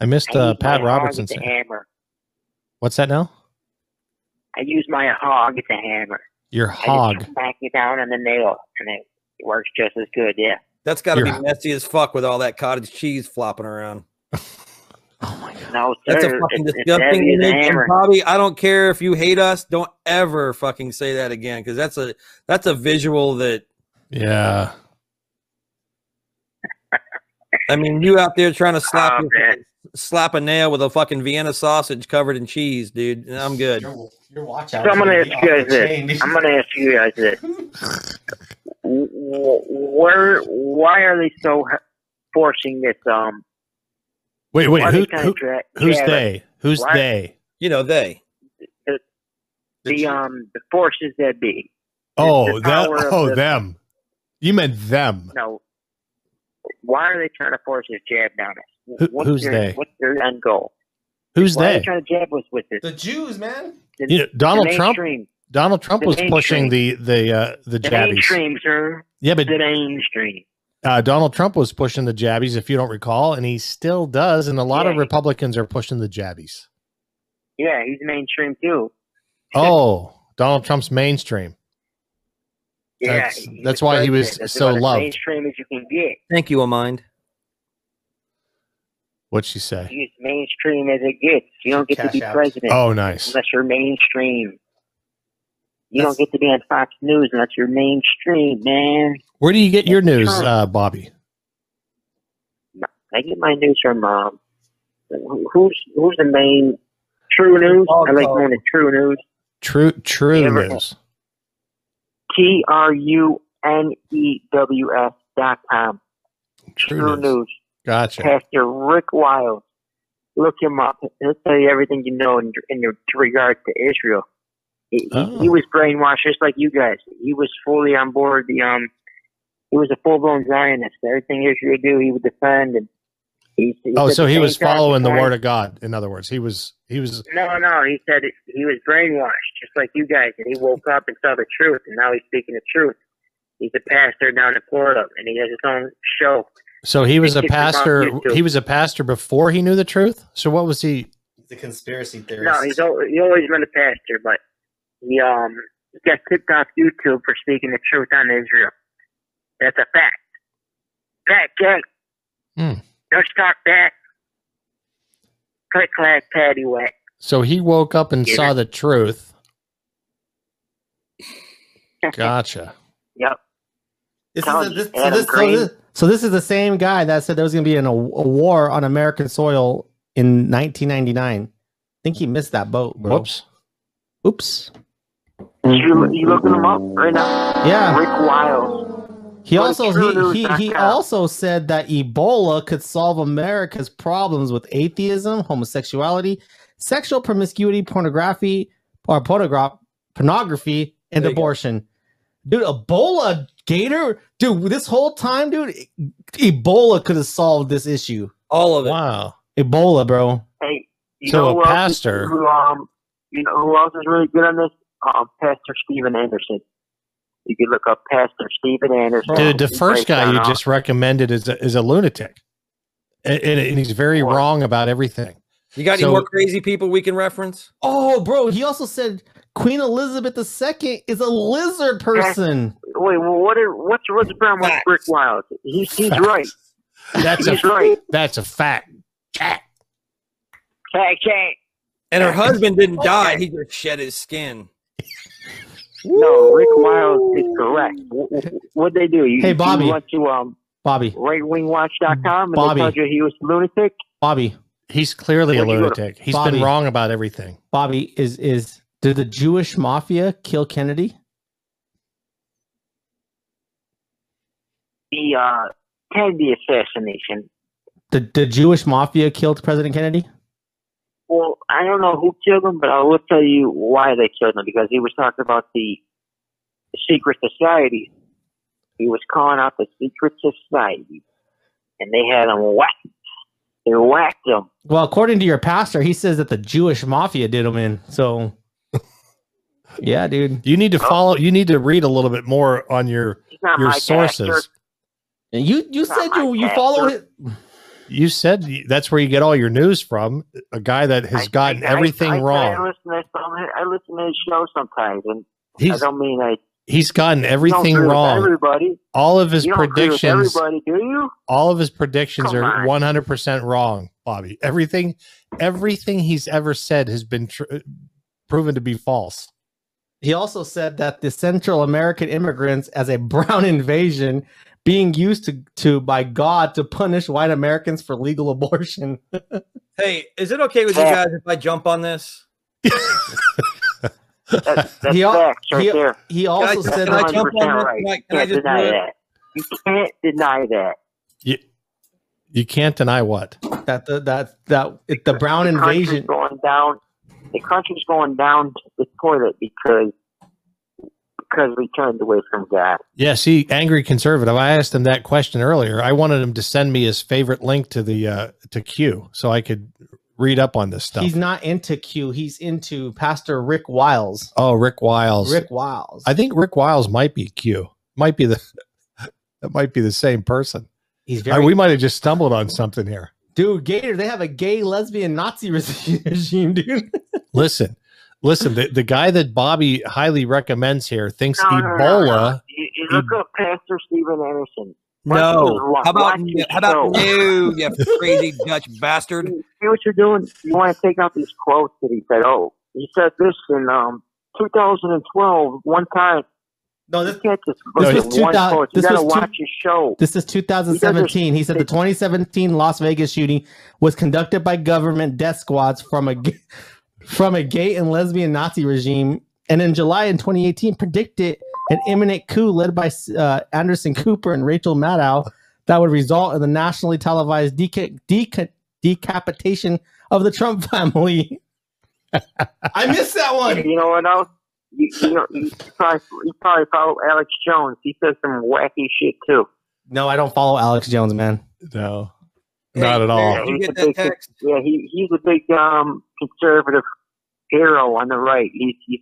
Speaker 2: I missed
Speaker 1: I
Speaker 2: uh,
Speaker 1: use
Speaker 2: Pat
Speaker 1: my hog
Speaker 2: Robertson.
Speaker 1: as a
Speaker 2: saying-
Speaker 1: hammer.
Speaker 2: What's that now?
Speaker 1: I use my hog as a hammer.
Speaker 2: Your
Speaker 1: I
Speaker 2: hog.
Speaker 1: just smack it down on the nail, and it works just as good. Yeah.
Speaker 3: That's got to be
Speaker 2: You're-
Speaker 3: messy as fuck with all that cottage cheese flopping around.
Speaker 1: No,
Speaker 3: That's a
Speaker 1: sir. it's,
Speaker 3: fucking
Speaker 1: it's
Speaker 3: disgusting
Speaker 1: heavy as a
Speaker 3: image. And
Speaker 1: hammer.
Speaker 3: Bobby, I don't care if you hate us. Don't ever fucking say that again because that's a that's a visual that
Speaker 2: Yeah.
Speaker 3: I mean you out there trying to slap
Speaker 1: Oh,
Speaker 3: your-
Speaker 1: man.
Speaker 3: slap a nail with a fucking Vienna sausage covered in cheese, dude. I'm good.
Speaker 7: Your, your watch out.
Speaker 1: So I'm gonna
Speaker 7: is
Speaker 1: ask you
Speaker 7: be off
Speaker 1: guys
Speaker 7: the
Speaker 1: this.
Speaker 7: chain.
Speaker 1: I'm going to ask you guys this. W- w- Where, why are they so h- forcing this? Um,
Speaker 2: Wait, wait.
Speaker 1: why are
Speaker 2: Who,
Speaker 1: they kinda
Speaker 2: who,
Speaker 1: dra-
Speaker 2: who's
Speaker 1: yeah,
Speaker 2: they? Who's
Speaker 1: Why-
Speaker 2: they?
Speaker 3: You know they.
Speaker 1: The, the um, the forces that be.
Speaker 2: Oh,
Speaker 1: the
Speaker 2: that.
Speaker 1: power of
Speaker 2: Oh,
Speaker 1: the-
Speaker 2: them. You meant them.
Speaker 1: No. Why are they trying to force this jab down us?
Speaker 2: Who-
Speaker 1: what's
Speaker 2: who's
Speaker 1: their,
Speaker 2: they?
Speaker 1: What's their end goal?
Speaker 2: Who's
Speaker 1: Why are
Speaker 2: they?
Speaker 1: they trying to jab us with this?
Speaker 7: The Jews, man.
Speaker 1: The,
Speaker 2: You know, Donald
Speaker 1: the
Speaker 2: Trump.
Speaker 1: mainstream.
Speaker 2: Donald Trump
Speaker 1: the
Speaker 2: was pushing the the uh, the
Speaker 1: The
Speaker 2: jabbies.
Speaker 1: mainstream, sir.
Speaker 2: Yeah, but
Speaker 1: The mainstream.
Speaker 2: uh, Donald Trump was pushing the jabbies, if you don't recall, and he still does. And a lot of
Speaker 1: Yeah.
Speaker 2: Republicans are pushing the jabbies.
Speaker 1: Yeah, he's mainstream too.
Speaker 2: Oh, Donald Trump's mainstream.
Speaker 1: Yeah,
Speaker 2: That's-
Speaker 1: he
Speaker 2: that's why he was
Speaker 1: president. That's
Speaker 2: so
Speaker 1: about as
Speaker 2: loved.
Speaker 1: Mainstream as you can get.
Speaker 3: Thank you, Amind.
Speaker 2: What'd she say?
Speaker 1: He's mainstream as it gets. You don't get
Speaker 7: Cash
Speaker 1: to be
Speaker 7: out.
Speaker 1: president
Speaker 2: Oh, nice.
Speaker 1: unless you're mainstream. You don't get to be on Fox News unless you're mainstream, man.
Speaker 2: Where do you get your news,
Speaker 1: Trump.
Speaker 2: uh, Bobby?
Speaker 1: I get my news from um, who- who's who's the main True News. I like going to True News.
Speaker 2: True, true
Speaker 1: Yeah, right.
Speaker 2: news.
Speaker 1: T R U N E W S dot com. True News.
Speaker 2: Gotcha.
Speaker 1: Pastor Rick Wild. Look him up. He'll tell you everything you know in, in regard to Israel. He, he-
Speaker 2: Oh.
Speaker 1: he was brainwashed just like you guys. He was fully on board. The um, he was a full blown Zionist. Everything Israel do, he would defend. And he, he
Speaker 2: Oh,
Speaker 1: said
Speaker 2: so
Speaker 1: the
Speaker 2: he
Speaker 1: same
Speaker 2: was
Speaker 1: God
Speaker 2: following the
Speaker 1: defends-
Speaker 2: word of God. In other words, he was he was
Speaker 1: No, no, he said it, he was brainwashed just like you guys, and he woke up and saw the truth, and now he's speaking the truth. He's a pastor down in Florida, and he has his own show.
Speaker 2: so he was a
Speaker 1: It's just about
Speaker 2: pastor.
Speaker 1: YouTube.
Speaker 2: He was a pastor before he knew the truth. So what was he?
Speaker 7: He's a conspiracy theorist.
Speaker 1: No, he's always, he always been a pastor, but he um he got kicked off YouTube for speaking the truth on Israel. That's a fact. Fact check.
Speaker 2: Hmm.
Speaker 1: Don't talk back. Click clack patty whack.
Speaker 2: So he woke up and
Speaker 1: Yeah.
Speaker 2: saw the truth. Gotcha.
Speaker 1: Yep.
Speaker 7: This is a, this, so,
Speaker 1: Adam
Speaker 7: this, so,
Speaker 1: Green.
Speaker 7: this,
Speaker 4: So this is the same guy that said there was going to be an, a, a war on American soil in 1999. I think he missed that boat, bro.
Speaker 2: Whoops.
Speaker 4: Oops.
Speaker 1: You you looking him up right now?
Speaker 4: Yeah.
Speaker 1: Rick Wiles.
Speaker 4: He
Speaker 1: Go to
Speaker 4: also he, he, he
Speaker 1: truenews.com.
Speaker 4: also said that Ebola could solve America's problems with atheism, homosexuality, sexual promiscuity, pornography, or pornograph, pornography, and
Speaker 3: There you go.
Speaker 4: abortion. Dude, Ebola Gator, dude, this whole time, dude, Ebola could have solved this issue.
Speaker 3: All of it.
Speaker 2: Wow.
Speaker 4: Ebola, bro.
Speaker 1: Hey, you
Speaker 2: So
Speaker 1: know
Speaker 2: a
Speaker 1: who else is-
Speaker 2: pastor-
Speaker 1: who, um, you know who else is really good on this? Um, Pastor Steven Anderson. You can look up Pastor Steven Anderson.
Speaker 2: Dude, the
Speaker 1: He
Speaker 2: first
Speaker 1: breaks
Speaker 2: guy
Speaker 1: down
Speaker 2: you
Speaker 1: all-
Speaker 2: just recommended is a, is a lunatic, and, and, and he's very
Speaker 1: What?
Speaker 2: wrong about everything.
Speaker 3: You got
Speaker 2: So-
Speaker 3: any more crazy people we can reference?
Speaker 4: Oh, bro, he also said Queen Elizabeth II is a lizard person.
Speaker 1: Wait, well, what are, what's what's the problem with
Speaker 3: Facts.
Speaker 1: Rick Wild? He's he's
Speaker 2: Facts.
Speaker 1: right.
Speaker 2: That's a
Speaker 1: He's right.
Speaker 2: that's a fact.
Speaker 1: Hey, hey.
Speaker 3: And her husband didn't die; he just shed his skin.
Speaker 1: No, Rick Wild is correct. What they do? You,
Speaker 4: Hey, Bobby.
Speaker 1: You went to um,
Speaker 4: Bobby,
Speaker 1: rightwingwatch.com and
Speaker 4: Bobby.
Speaker 1: they told you he was a lunatic.
Speaker 4: Bobby,
Speaker 2: He's clearly a
Speaker 1: Where'd you go to-
Speaker 2: lunatic. He's
Speaker 4: Bobby.
Speaker 2: been wrong about everything.
Speaker 4: Bobby, is is did the Jewish mafia kill Kennedy?
Speaker 1: The uh, Kennedy assassination.
Speaker 4: The the Jewish mafia killed President Kennedy?
Speaker 1: Well, I don't know who killed him, but I will tell you why they killed him because he was talking about the secret society. He was calling out the secret society, and they had him whacked. They whacked him.
Speaker 4: Well, according to your pastor, he says that the Jewish mafia did him in. So Yeah, dude.
Speaker 2: You need to follow. You need to read a little bit more on your
Speaker 1: He's not
Speaker 2: your
Speaker 1: my
Speaker 2: sources.
Speaker 1: pastor.
Speaker 4: And You you
Speaker 1: Not
Speaker 4: said
Speaker 1: my
Speaker 4: you you follow
Speaker 1: pastor.
Speaker 4: it.
Speaker 2: You said y- that's where you get all your news from. A guy that has
Speaker 1: I-
Speaker 2: gotten
Speaker 1: I- I-
Speaker 2: everything
Speaker 1: I,
Speaker 2: wrong.
Speaker 1: I listen, to some, I listen to his show sometimes, and I
Speaker 2: he's
Speaker 1: don't mean I
Speaker 2: he's gotten
Speaker 1: you don't
Speaker 2: everything
Speaker 1: agree with
Speaker 2: wrong.
Speaker 1: Everybody,
Speaker 2: All of his
Speaker 1: you don't agree with
Speaker 2: predictions,
Speaker 1: everybody, do you?
Speaker 2: all of his predictions
Speaker 1: Come
Speaker 2: are
Speaker 1: on.
Speaker 2: one hundred percent wrong, Bobby. Everything, everything he's ever said has been tr- uh, proven to be false.
Speaker 4: He also said that the Central American immigrants as a brown invasion being used to, to by God to punish white Americans for legal abortion.
Speaker 3: Hey, is it okay with you
Speaker 1: Yeah.
Speaker 3: guys if I jump on this?
Speaker 1: That's, that's
Speaker 4: He al-
Speaker 1: facts right
Speaker 4: he-
Speaker 1: there.
Speaker 4: He
Speaker 3: Can I
Speaker 4: also
Speaker 3: just-
Speaker 4: said
Speaker 3: can I
Speaker 4: that
Speaker 1: That's
Speaker 3: jump on
Speaker 1: 100%
Speaker 3: this?
Speaker 1: right.
Speaker 3: Mike,
Speaker 1: You
Speaker 3: can I
Speaker 1: can't
Speaker 3: just do
Speaker 1: deny
Speaker 3: it?
Speaker 1: that. You can't deny that.
Speaker 2: You can't deny what
Speaker 4: that the, that that it, the brown
Speaker 1: The country's
Speaker 4: invasion.
Speaker 1: going down. The country's going down to the toilet because because we turned away from God.
Speaker 2: Yeah, see, angry conservative. I asked him that question earlier. I wanted him to send me his favorite link to the uh, to Q so I could read up on this stuff.
Speaker 4: He's not into Q. He's into Pastor Rick Wiles.
Speaker 2: oh, Rick Wiles.
Speaker 4: Rick Wiles.
Speaker 2: I think Rick Wiles might be Q. Might be the that might be the same person.
Speaker 4: He's
Speaker 2: Uh,
Speaker 4: very
Speaker 2: we might have just stumbled on something here.
Speaker 4: dude. Gator. They have a gay, lesbian, Nazi regime, dude.
Speaker 2: Listen, listen. The, the guy that Bobby highly recommends here thinks
Speaker 1: No, no,
Speaker 2: Ebola.
Speaker 1: no, no. You, you look
Speaker 2: Hmm.
Speaker 1: up Pastor Stephen Anderson. Watch his-
Speaker 3: No. How
Speaker 1: watch
Speaker 3: about
Speaker 1: his
Speaker 3: how about
Speaker 1: show.
Speaker 3: no, you crazy Dutch bastard?
Speaker 1: See what you're doing? You want to take out these quotes that he said. Oh, he said this in um 2012 one time.
Speaker 4: No,
Speaker 1: You
Speaker 4: this
Speaker 1: can't just
Speaker 4: This
Speaker 1: look
Speaker 4: was
Speaker 1: at one
Speaker 4: 2000
Speaker 1: quote. You
Speaker 4: this
Speaker 1: gotta
Speaker 4: was two-
Speaker 1: watch his show.
Speaker 4: This is 2017. He said the 2017 Las Vegas shooting was conducted by government death squads from a g- from a gay and lesbian Nazi regime, and in July in 2018 predicted an imminent coup led by uh, Anderson Cooper and Rachel Maddow that would result in the nationally televised deca- deca- decapitation of the Trump family.
Speaker 7: I missed that one.
Speaker 1: You know what else? You, you, know, you, probably, you probably follow Alex Jones. He says some wacky shit too.
Speaker 4: No, I don't follow Alex Jones, man.
Speaker 2: No, not at
Speaker 3: Hey,
Speaker 2: all.
Speaker 3: Did you get that text?
Speaker 1: Yeah, he he's a big um conservative hero on the right. He's, he's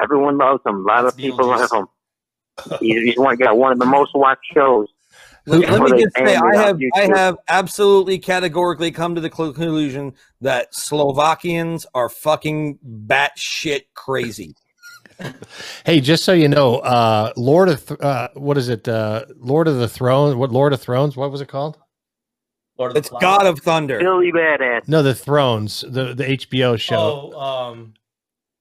Speaker 1: everyone loves him. A lot
Speaker 7: That's
Speaker 1: of people
Speaker 7: Beetlejuice.
Speaker 1: love him. He's, he's one got one of the most watched shows.
Speaker 3: Let,
Speaker 1: Look
Speaker 3: let
Speaker 1: what
Speaker 3: me
Speaker 1: they
Speaker 3: just say,
Speaker 1: banned
Speaker 3: I
Speaker 1: it on
Speaker 3: have I
Speaker 1: YouTube.
Speaker 3: have absolutely categorically come to the cl- conclusion that Slovakians are fucking batshit crazy.
Speaker 2: Hey, just so you know, uh, Lord of Th- uh, what is it? Uh, Lord of the Throne. What Lord of Thrones? What was it called?
Speaker 7: Lord of the
Speaker 3: It's
Speaker 7: Flies.
Speaker 3: God of Thunder.
Speaker 1: Billy Badass.
Speaker 2: No, the Thrones. The the HBO show.
Speaker 7: Oh, um,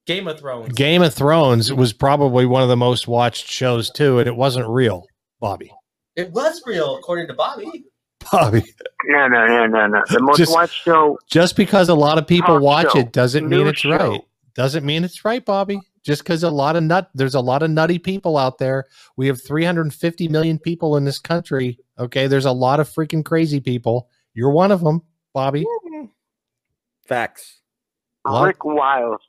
Speaker 7: Game of Thrones.
Speaker 2: Game of Thrones was probably one of the most watched shows too, and it wasn't real, Bobby.
Speaker 7: it was real, according to Bobby.
Speaker 2: Bobby,
Speaker 1: No, no, no, no, no. The most
Speaker 2: Just-
Speaker 1: watched show.
Speaker 2: just because a lot of people
Speaker 1: Talk
Speaker 2: watch
Speaker 1: show.
Speaker 2: it doesn't mean
Speaker 1: News
Speaker 2: it's
Speaker 1: show.
Speaker 2: right. Doesn't mean it's right, Bobby. Just because a lot of nut, there's a lot of nutty people out there. We have 350 million people in this country. Okay, there's a lot of freaking crazy people. You're one of them, Bobby.
Speaker 3: Facts.
Speaker 2: What?
Speaker 1: Rick Wiles.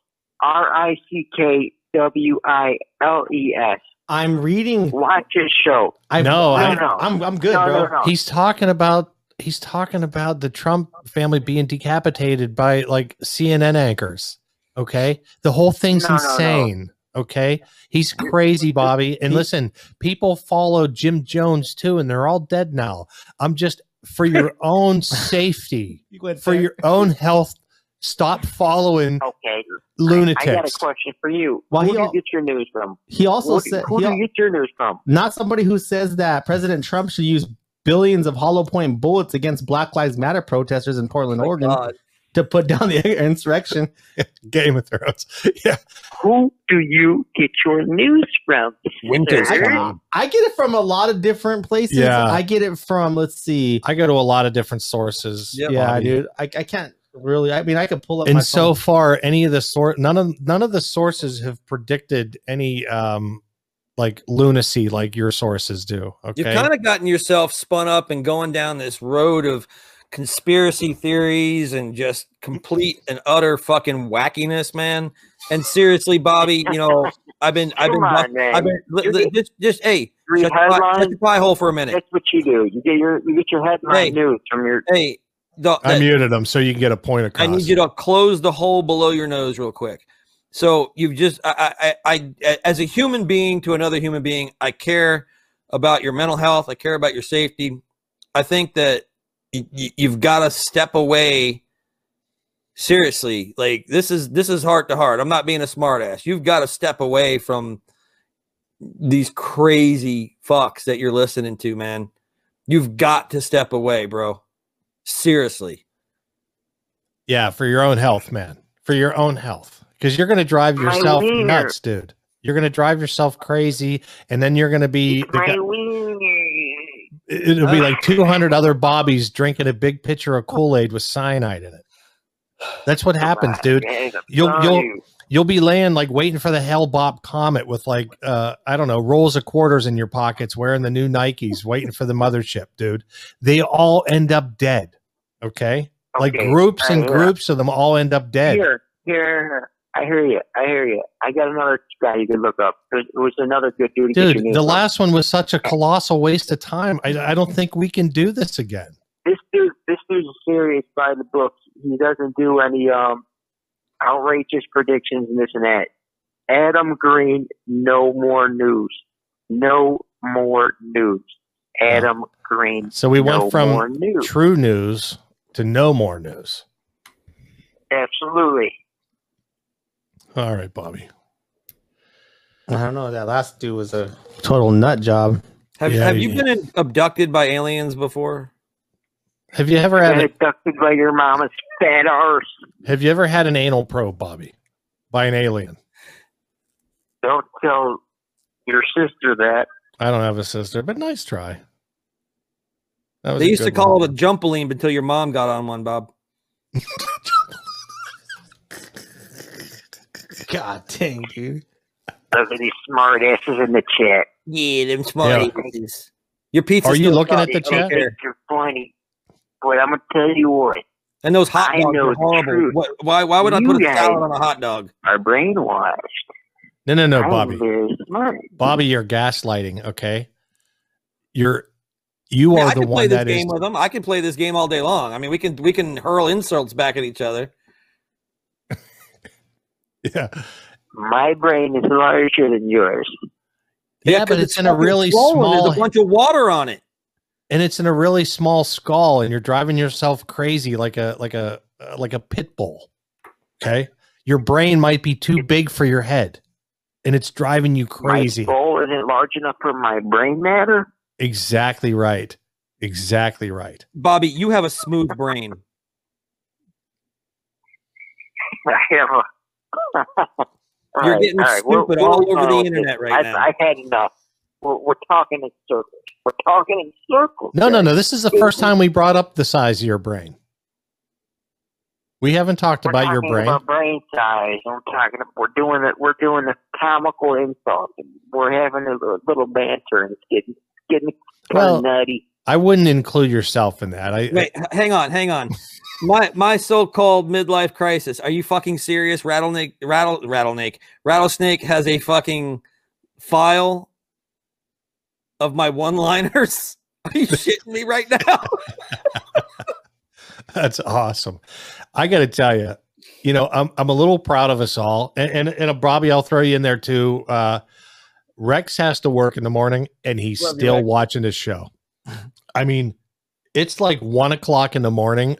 Speaker 1: R I C K W I L E S.
Speaker 4: I'm reading.
Speaker 1: Watch his show.
Speaker 4: I
Speaker 2: No, I-
Speaker 4: I'm, I'm I'm good,
Speaker 1: no,
Speaker 4: bro.
Speaker 1: no, no.
Speaker 2: He's talking about he's talking about the Trump family being decapitated by like CNN anchors. Okay, the whole thing's
Speaker 1: No, no, no.
Speaker 2: insane. Okay, he's crazy, Bobby. And
Speaker 4: He-
Speaker 2: listen, people follow Jim Jones too, and they're all dead now. I'm just for your own safety,
Speaker 4: You went
Speaker 2: for
Speaker 4: there.
Speaker 2: your own health. Stop following
Speaker 1: okay. I got a
Speaker 2: lunatics.
Speaker 1: question for you.
Speaker 4: Well,
Speaker 1: Who
Speaker 4: he
Speaker 1: do
Speaker 4: al-
Speaker 1: you get your news from?
Speaker 4: He also
Speaker 1: Who,
Speaker 4: said
Speaker 1: who
Speaker 4: he
Speaker 1: do
Speaker 4: al-
Speaker 1: you get your news from?
Speaker 4: not somebody who says that President Trump should use billions of hollow point bullets against Black Lives Matter protesters in Portland,
Speaker 3: Oh My
Speaker 4: Oregon,
Speaker 3: God.
Speaker 4: to put down the insurrection.
Speaker 2: Game of Thrones. Yeah,
Speaker 1: Who do you get your news from?
Speaker 3: Winter's
Speaker 1: Sir?
Speaker 3: coming.
Speaker 4: I get it from a lot of different places.
Speaker 2: Yeah.
Speaker 4: I get it from let's see.
Speaker 2: I go to a lot of different sources.
Speaker 3: Yep.
Speaker 4: yeah,
Speaker 2: Bobby.
Speaker 4: dude. I, I can't really. I mean, I could pull up. my
Speaker 2: and so
Speaker 4: phone.
Speaker 2: far any of the sort none of none of the sources have predicted any um like lunacy like your sources do okay
Speaker 3: You've kind of gotten yourself spun up and going down this road of conspiracy theories and just complete and utter fucking wackiness, man. And seriously, Bobby, you know, I've been, I've been,
Speaker 1: Come on,
Speaker 3: buff-
Speaker 1: man.
Speaker 3: I've been, li-
Speaker 1: You
Speaker 3: li-
Speaker 1: get
Speaker 3: just, just, hey,
Speaker 1: Three
Speaker 3: shut your, pie, shut
Speaker 1: headlines.
Speaker 3: your pie hole for a minute.
Speaker 1: That's what you do. You get your you get your headline
Speaker 3: Hey.
Speaker 1: news from your.
Speaker 3: Hey, the,
Speaker 2: i
Speaker 3: the-
Speaker 2: muted them so you can get a point across
Speaker 3: I need you to close the hole below your nose real quick. So you've just, I, I, I, I- as a human being to another human being, I care about your mental health. I care about your safety. I think that y- y- you've got to step away seriously like this is this is heart to heart i'm not being a smartass you've got to step away from these crazy fucks that you're listening to man you've got to step away bro seriously
Speaker 2: Yeah, for your own health, man. For your own health. Because you're going to drive
Speaker 1: My
Speaker 2: yourself
Speaker 1: wiener.
Speaker 2: nuts, dude. You're going to drive yourself crazy. And then you're going to be, the
Speaker 1: My
Speaker 2: guy-
Speaker 1: wiener.
Speaker 2: it- it'll be like 200 other Bobbies drinking a big pitcher of Kool Aid with cyanide in it. That's what happens, dude.
Speaker 1: Yes, I'm
Speaker 2: You'll-
Speaker 1: telling
Speaker 2: you'll-
Speaker 1: you.
Speaker 2: You'll be laying like waiting for the hell Bob Comet with like, uh, I don't know, rolls of quarters in your pockets, wearing the new Nikes, waiting for the mothership, dude. They all end up dead. Okay. Like
Speaker 1: Okay,
Speaker 2: groups and
Speaker 1: uh,
Speaker 2: groups of them all end up dead.
Speaker 1: Here, here. I hear you. I hear you. I got another guy you can look up. It was another good dude. to get your
Speaker 2: dude
Speaker 1: name
Speaker 2: the
Speaker 1: from.
Speaker 2: last one was such a colossal waste of time I, I don't think we can do this again
Speaker 1: this dude, this dude's serious by the book. He doesn't do any um outrageous predictions and this and that. Adam Green, no more news. No more news. Adam Green.
Speaker 2: so we
Speaker 1: no
Speaker 2: went from
Speaker 1: more news.
Speaker 2: true news to no more news
Speaker 1: Absolutely.
Speaker 2: all right bobby
Speaker 4: I don't know. That last dude was a total nut job.
Speaker 3: have,
Speaker 2: Yeah,
Speaker 3: have you
Speaker 2: yeah.
Speaker 3: been in- abducted by aliens before
Speaker 2: have you ever had
Speaker 1: And abducted by your mama's fat arse.
Speaker 2: a, have you ever had an anal probe bobby by an alien
Speaker 1: Don't tell your sister that.
Speaker 2: i don't have a sister but nice try that was
Speaker 3: they
Speaker 2: a
Speaker 3: used to
Speaker 2: good
Speaker 3: call
Speaker 2: one.
Speaker 3: it a jumpoline until your mom got on one bob
Speaker 7: God dang, dude.
Speaker 1: Those are these smart asses in the chat.
Speaker 3: yeah them
Speaker 2: smarty
Speaker 3: your pizza
Speaker 2: Are you looking at the chat?
Speaker 1: You're funny. But I'm going to tell you what.
Speaker 3: and those hot
Speaker 1: I
Speaker 3: dogs
Speaker 1: know
Speaker 3: are
Speaker 1: the truth.
Speaker 3: horrible what, why, why would i
Speaker 1: You
Speaker 3: put a
Speaker 1: guys-
Speaker 3: salad on a hot dog
Speaker 1: Our brainwashed.
Speaker 2: no no no
Speaker 1: I'm
Speaker 2: Oh, bobby
Speaker 1: very smart.
Speaker 2: bobby you're gaslighting okay you're you
Speaker 3: Yeah,
Speaker 2: are
Speaker 3: I
Speaker 2: the
Speaker 3: can play
Speaker 2: one
Speaker 3: this
Speaker 2: that is
Speaker 3: game with them. I can play this game all day long. I mean, we can we can hurl insults back at each other.
Speaker 2: yeah
Speaker 1: My brain is larger than yours.
Speaker 2: Yeah,
Speaker 3: 'cause
Speaker 2: but it's in a
Speaker 3: fucking
Speaker 2: really
Speaker 3: swollen.
Speaker 2: small-
Speaker 3: There's a bunch of water on it.
Speaker 2: and it's in a really small skull and you're driving yourself crazy like a like a uh, like a pit bull okay your brain might be too big for your head and it's driving you crazy
Speaker 1: My bowl isn't large enough for my brain matter.
Speaker 2: exactly right exactly right
Speaker 3: Bobby, you have a smooth brain.
Speaker 1: I have a. All
Speaker 3: You're
Speaker 1: right,
Speaker 3: getting
Speaker 1: all right, we're-
Speaker 3: stupid
Speaker 1: we're-
Speaker 3: all over
Speaker 1: no,
Speaker 3: the internet right
Speaker 1: I've,
Speaker 3: now.
Speaker 1: I've had enough. We're, we're talking in circles. We're talking in circles.
Speaker 2: no no no this is the first time we brought up the size of your brain we haven't talked
Speaker 1: We're
Speaker 2: about your
Speaker 1: talking
Speaker 2: brain
Speaker 1: about brain size. I'm talking. We're doing it. We're doing the comical insult. We're having a, li- little banter and it's getting it's getting kind
Speaker 2: Well,
Speaker 1: of nutty.
Speaker 2: i wouldn't include yourself in that i
Speaker 3: Wait, h- hang on, hang on. My my so-called midlife crisis. Are you fucking serious? Rattlesnake, rattle, rattlesnake, rattlesnake has a fucking file of my one-liners. Are you shitting me right now?
Speaker 2: That's awesome. I got to tell you, you know, I'm I'm a little proud of us all, and and, and uh, Bobby, I'll throw you in there too. Uh, Rex has to work in the morning, and he's
Speaker 3: Love you,
Speaker 2: still
Speaker 3: Rex.
Speaker 2: watching this show. I mean, it's like one o'clock in the morning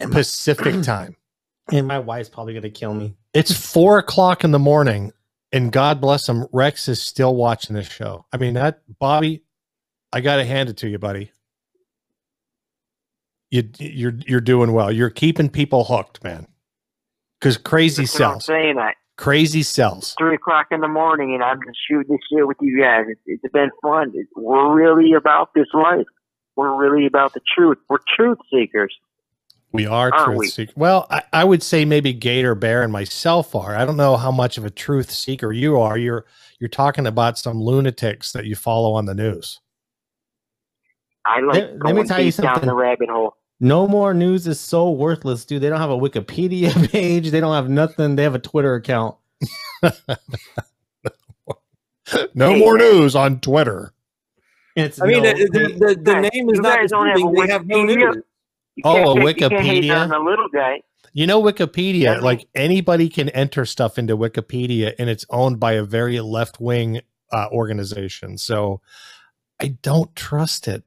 Speaker 2: Pacific time.
Speaker 4: And my wife's probably gonna kill me.
Speaker 2: It's four o'clock in the morning, and God bless him, Rex is still watching this show. I mean, that Bobby, I got to hand it to you, buddy. You you're you're doing well. You're keeping people hooked, man. Because crazy
Speaker 1: That's what I'm
Speaker 2: sells,
Speaker 1: saying. I,
Speaker 2: crazy sells.
Speaker 1: three o'clock in the morning and I'm just shooting this shit with you guys. It's, it's been fun. It, we're really about this life. We're really about the truth. We're truth seekers.
Speaker 2: We are
Speaker 1: Are
Speaker 2: truth
Speaker 1: we?
Speaker 2: seekers. Well, I, I would say maybe Gator Bear and myself are. I don't know how much of a truth seeker you are. You're you're talking about some lunatics that you follow on the news.
Speaker 1: I like
Speaker 4: Let- let me
Speaker 1: going
Speaker 4: tell you
Speaker 1: deep down
Speaker 4: something.
Speaker 1: the rabbit hole.
Speaker 4: No more news is so worthless, dude. They don't have a Wikipedia page. They don't have nothing. They have a Twitter account.
Speaker 2: No
Speaker 1: Hey,
Speaker 2: more news on Twitter.
Speaker 4: It's
Speaker 3: I mean, uh,
Speaker 4: no-
Speaker 3: the, the, the, the
Speaker 1: guys-
Speaker 3: name is
Speaker 1: you
Speaker 3: not
Speaker 1: guys don't have
Speaker 3: deceiving.
Speaker 1: a
Speaker 3: They have no
Speaker 1: Wikipedia.
Speaker 3: news.
Speaker 1: You
Speaker 2: Oh,
Speaker 1: can't-
Speaker 2: a
Speaker 1: You can't hate
Speaker 2: Wikipedia?
Speaker 1: on the little guy.
Speaker 2: You know, Wikipedia,
Speaker 1: Yeah.
Speaker 2: like anybody can enter stuff into Wikipedia and it's owned by a very left wing uh, organization. So I don't trust it.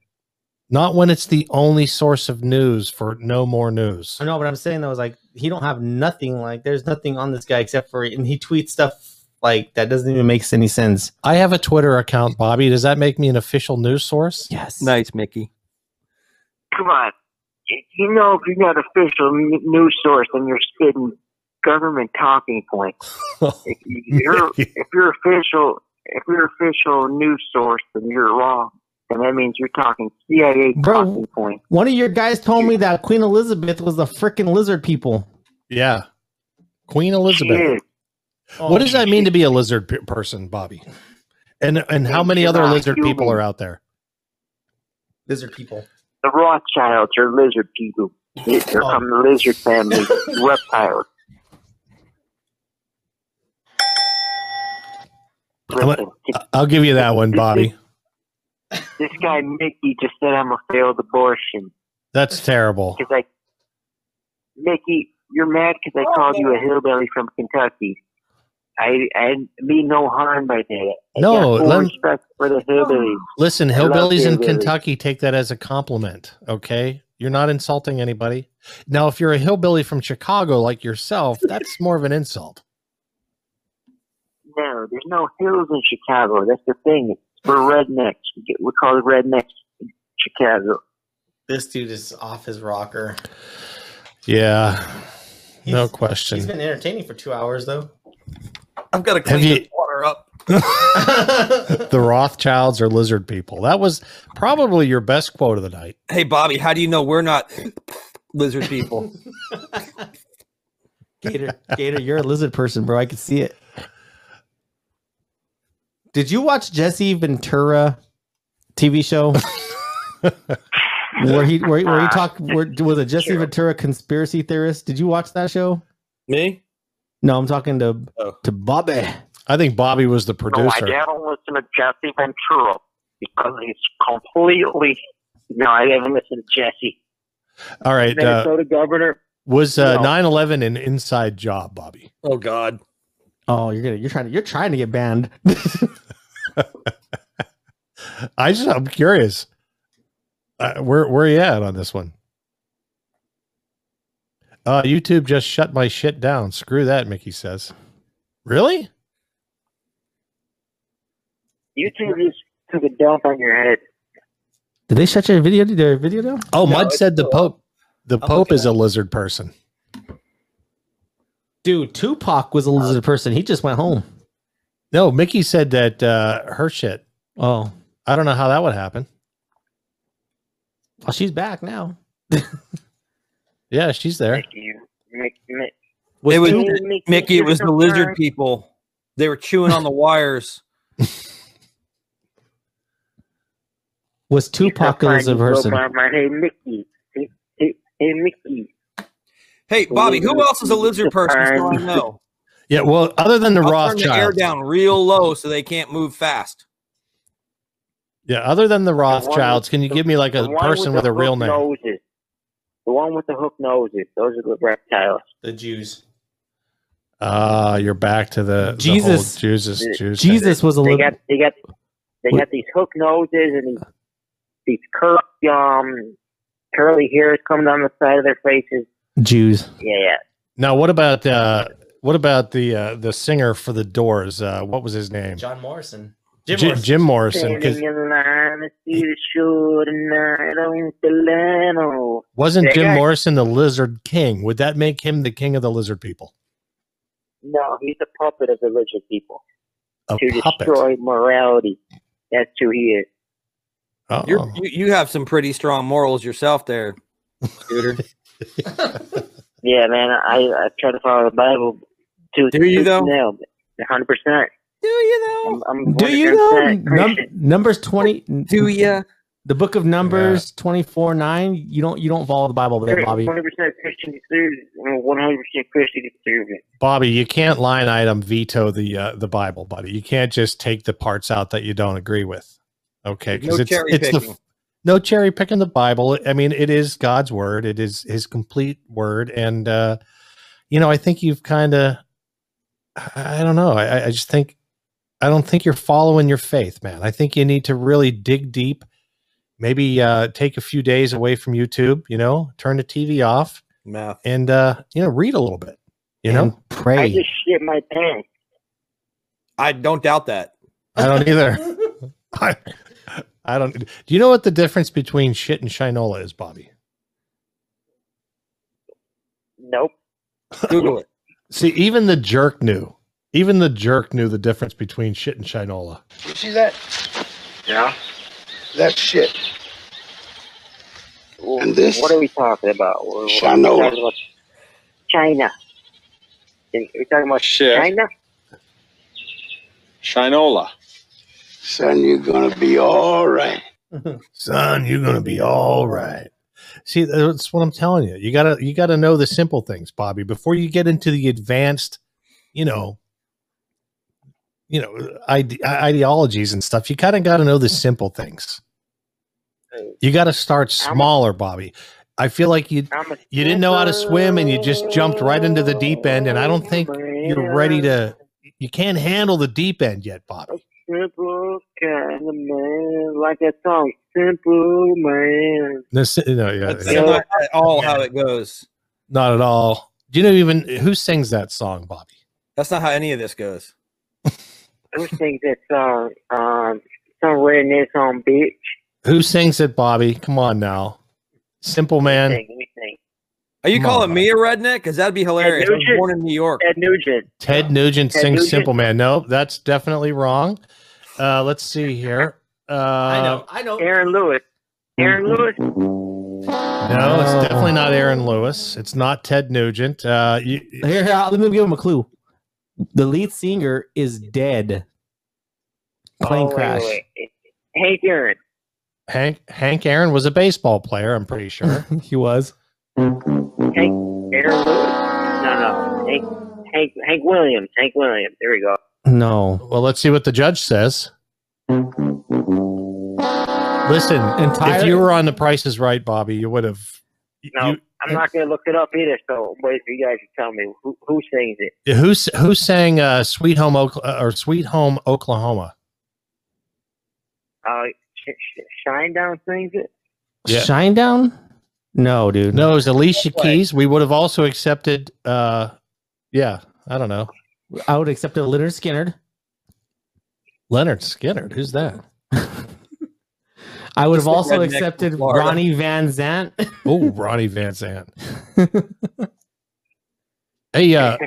Speaker 2: Not when it's the only source of news for no more news.
Speaker 4: I know, but I'm saying though is like he don't have nothing. Like there's nothing on this guy except for and he tweets stuff like that doesn't even make any sense.
Speaker 2: I have a Twitter account, Bobby. Does that make me an official news source?
Speaker 4: Yes.
Speaker 3: Nice, Mickey.
Speaker 1: Come on. Y- You know, if you're not official n- news source and you're spitting government talking points, if you're if you're official if you're official news source then you're wrong, and that means you're talking CIA
Speaker 4: Bro.
Speaker 1: talking points.
Speaker 4: One of your guys told me that Queen Elizabeth was the freaking lizard people.
Speaker 2: Yeah. Queen
Speaker 1: She
Speaker 2: Elizabeth.
Speaker 1: is.
Speaker 7: Oh,
Speaker 2: What does that mean to be a lizard pe- person, Bobby? And and how many other
Speaker 1: Not
Speaker 2: lizard
Speaker 1: human.
Speaker 2: people are out there?
Speaker 4: Lizard people.
Speaker 1: The Rothschilds are lizard people. They're from the lizard family, reptiles.
Speaker 2: I'm gonna-
Speaker 1: Listen,
Speaker 2: I'll give you that one, Bobby.
Speaker 1: this guy Mickey just said I'm a failed abortion.
Speaker 2: That's terrible.
Speaker 1: because I, Mickey, you're mad because I called you a hillbilly from Kentucky. I I mean no harm by that. I
Speaker 2: No,
Speaker 1: got full
Speaker 2: let-
Speaker 1: respect for the hillbillies.
Speaker 2: Listen,
Speaker 1: I love
Speaker 2: hillbillies in
Speaker 1: hillbillies.
Speaker 2: Kentucky take that as a compliment. Okay, you're not insulting anybody. Now, if you're a hillbilly from Chicago like yourself, that's more of an insult.
Speaker 1: No, there's no hills in Chicago. That's the thing. We're rednecks. We, get, we call it rednecks in Chicago.
Speaker 7: This dude is off his rocker.
Speaker 2: Yeah, no
Speaker 4: He's-
Speaker 2: question.
Speaker 4: He's been entertaining for two hours though.
Speaker 3: I've got to
Speaker 2: Have
Speaker 3: clean
Speaker 2: you-
Speaker 3: this water up.
Speaker 2: the Rothschilds are lizard people. That was probably your best quote of the night.
Speaker 3: Hey, Bobby, how do you know we're not lizard people?
Speaker 4: Gator, Gator, you're a lizard person, bro. I could see it. Did you watch Jesse Ventura TV show? where he where, he- where he talked where was it Jesse Ventura conspiracy theorist? Did you watch that show?
Speaker 3: Me?
Speaker 4: No, I'm talking to
Speaker 3: Oh.
Speaker 4: to Bobby.
Speaker 2: I think Bobby was
Speaker 4: Oh,
Speaker 2: the
Speaker 1: No, I
Speaker 2: producer.
Speaker 1: don't listen to Jesse Ventura because he's completely. No, I haven't listened to Jesse.
Speaker 2: All right, uh,
Speaker 1: Minnesota governor.
Speaker 2: was uh,
Speaker 1: No.
Speaker 2: 9/11 an inside job, Bobby?
Speaker 3: Oh God.
Speaker 4: Oh, you're gonna you're trying to you're trying to get banned.
Speaker 2: I just I'm curious. Uh, where where are you at on this one? Uh, YouTube just shut my shit down. Screw that, Mickey says. Really?
Speaker 1: You two just took a dump on your head.
Speaker 4: Did they shut your video their video down?
Speaker 2: Oh,
Speaker 3: No,
Speaker 2: Mud
Speaker 3: it's
Speaker 2: said the
Speaker 3: still
Speaker 2: Pope. The Pope is a lizard person.
Speaker 4: Dude, Tupac was a lizard person. He just went home.
Speaker 2: No, Mickey said that uh, her shit.
Speaker 4: Oh.
Speaker 2: I don't know how that would happen.
Speaker 4: Well, she's back now.
Speaker 2: Yeah, she's there.
Speaker 1: Mickey, Mickey, Mickey,
Speaker 3: It was
Speaker 1: Mickey, Mickey,
Speaker 3: Mickey, it was
Speaker 1: you're
Speaker 3: the
Speaker 1: so
Speaker 3: lizard
Speaker 1: fine.
Speaker 3: people. They were chewing on the wires.
Speaker 4: Was
Speaker 1: You're so
Speaker 4: Tupac a
Speaker 1: fine,
Speaker 4: lizard
Speaker 1: you go
Speaker 4: person?
Speaker 1: by my- Hey Mickey, hey, hey, hey, Mickey.
Speaker 3: Hey, Bobby, who else is a lizard person? So I know.
Speaker 2: Yeah, well, other than the
Speaker 3: I'll turn the air
Speaker 2: Rothschild.
Speaker 3: down real low so they can't move fast.
Speaker 2: Yeah, other than the
Speaker 1: one with-
Speaker 2: Rothschilds, can you give me like
Speaker 1: The
Speaker 2: a
Speaker 1: one
Speaker 2: person with
Speaker 1: the
Speaker 2: a real
Speaker 1: hook
Speaker 2: name?
Speaker 1: Noses. The one with the hook noses. Those are the reptiles.
Speaker 7: The Jews.
Speaker 2: Ah, you're back to the the whole
Speaker 4: Jesus.
Speaker 2: Jesus,
Speaker 1: Yeah.
Speaker 2: Jews thing.
Speaker 4: Jesus was a
Speaker 1: They
Speaker 4: lizard.
Speaker 1: got they got they got these hook noses and these these curly um curly hairs coming down the side of their faces.
Speaker 4: Jews.
Speaker 1: Yeah, yeah.
Speaker 2: Now, what about uh, what about the uh, the singer for the Doors? Uh, what was his name?
Speaker 7: John Morrison.
Speaker 2: Jim, Jim
Speaker 1: Standing
Speaker 2: Morrison. 'cause
Speaker 1: in line to see the show tonight on Delano.
Speaker 2: wasn't
Speaker 1: That
Speaker 2: Jim
Speaker 1: guy.
Speaker 2: Morrison the Lizard King? Would that make him the king of the lizard people?
Speaker 1: No, he's a puppet of the lizard people
Speaker 2: A
Speaker 1: to
Speaker 2: puppet.
Speaker 1: destroy morality. That's who he is.
Speaker 2: Oh,
Speaker 3: You're, you you have some pretty strong morals yourself there, Scooter.
Speaker 1: Yeah, man, I, I try to follow the Bible to
Speaker 3: Do you,
Speaker 1: to
Speaker 3: though?
Speaker 1: Nail, hundred percent.
Speaker 3: Do you know?
Speaker 1: I'm, I'm
Speaker 4: Do you
Speaker 1: 100%
Speaker 4: know num-
Speaker 1: Christian.
Speaker 4: numbers twenty?
Speaker 3: Do you?
Speaker 4: The book of Numbers twenty four nine. You don't you don't follow the Bible there, Bobby.
Speaker 1: One hundred percent Christian conservative. One hundred percent Christian conservative.
Speaker 2: Bobby, you can't line item veto the uh, the Bible, buddy. You can't just take the parts out that you don't agree with. Okay,
Speaker 3: No
Speaker 2: because it's
Speaker 3: cherry
Speaker 2: it's the
Speaker 3: picking.
Speaker 2: no cherry picking the Bible. I mean, it is God's word. It is His complete word, and uh, you know, I think you've kind of, I I don't know. I, I- I just think, I don't think you're following your faith, man. I think you need to really dig deep maybe uh, take a few days away from YouTube. You know, turn the TV off
Speaker 3: Math.
Speaker 2: and uh, you know read a little bit. You know,
Speaker 4: And pray.
Speaker 1: I just shit my pants.
Speaker 3: I don't doubt that.
Speaker 2: I don't either. I, I don't. Do you know what the difference between shit and shinola is, Bobby?
Speaker 1: Nope.
Speaker 3: Google it.
Speaker 2: See, even the jerk knew. Even the jerk knew the difference between shit and shinola.
Speaker 9: You see that?
Speaker 1: Yeah.
Speaker 9: That's shit.
Speaker 1: Well,
Speaker 9: And this-
Speaker 1: What are we talking about? We're- we're
Speaker 9: Shinola.
Speaker 1: talking about China. We're talking about
Speaker 10: Shit.
Speaker 1: China.
Speaker 10: Shinola.
Speaker 9: Son, you're gonna be all right.
Speaker 2: Son, you're gonna be all right. See, that's what I'm telling you. You gotta you gotta know the simple things, Bobby, before you get into the advanced, you know, you know, ide- ideologies and stuff. You kind of got to know the simple things. You got to start smaller, Bobby. I feel like you
Speaker 1: I'm a
Speaker 2: you didn't know how to swim and you just jumped right into the deep end, and I don't think you're ready to. You can't handle the deep end yet, Bobby.
Speaker 1: Simple kind of man, like that song, Simple Man.
Speaker 2: This, no, yeah,
Speaker 3: That's
Speaker 2: yeah.
Speaker 3: not at all how it goes.
Speaker 2: not at all. Do you know even who sings that song, Bobby?
Speaker 3: That's not how any of this goes.
Speaker 1: Who sings that song? Um, some redneck on bitch.
Speaker 2: Who sings it, Bobby? Come on now, simple man.
Speaker 1: Sing, we sing.
Speaker 3: Are you
Speaker 2: Come on,
Speaker 3: calling me a redneck? Because that'd be hilarious. I was
Speaker 1: Nugent.
Speaker 3: born in New York.
Speaker 1: Ted Nugent.
Speaker 2: Ted Nugent
Speaker 1: Ted
Speaker 2: sings
Speaker 1: Nugent.
Speaker 2: "Simple Man." No, that's definitely wrong. Uh, let's see here. Uh,
Speaker 7: I know. I know.
Speaker 1: Aaron Lewis. Aaron Lewis.
Speaker 2: No, it's definitely not Aaron Lewis. It's not Ted Nugent. Uh, you,
Speaker 4: Here, here, let me give him a clue. The lead singer is dead. Plane
Speaker 1: Oh, wait,
Speaker 4: crash.
Speaker 1: wait, wait. Hank Aaron.
Speaker 2: Hank Hank Aaron was a baseball player. I'm pretty sure.
Speaker 4: he was.
Speaker 1: Aaron Lewis. No, no. Hank, Hank, Hank Williams. Hank Williams. There we go.
Speaker 4: No.
Speaker 2: well, let's see what the judge says. Listen,
Speaker 4: Entire-
Speaker 2: if you were on The Price is Right, Bobby, you would have.
Speaker 1: No,
Speaker 2: you-
Speaker 1: I'm not going to look it up either. So, wait for you guys to tell me who, who sings it.
Speaker 2: who s- who sang uh, "Sweet Home Okla- uh, or "Sweet Home Oklahoma"?
Speaker 1: Uh, Sh- Sh- Shinedown sings it.
Speaker 2: Yeah.
Speaker 4: Shine down? No, dude.
Speaker 2: No, it was Alicia Keys. We would have also accepted. Uh, yeah, I don't know.
Speaker 4: I would accept a Leonard Skinner.
Speaker 2: Leonard Skinner. Who's that?
Speaker 4: I would
Speaker 3: Just
Speaker 4: have
Speaker 3: the
Speaker 4: also
Speaker 3: redneck
Speaker 4: accepted
Speaker 3: from Florida.
Speaker 4: Ronnie Van Zant.
Speaker 2: Oh, Ronnie Van Zant. Hey, uh,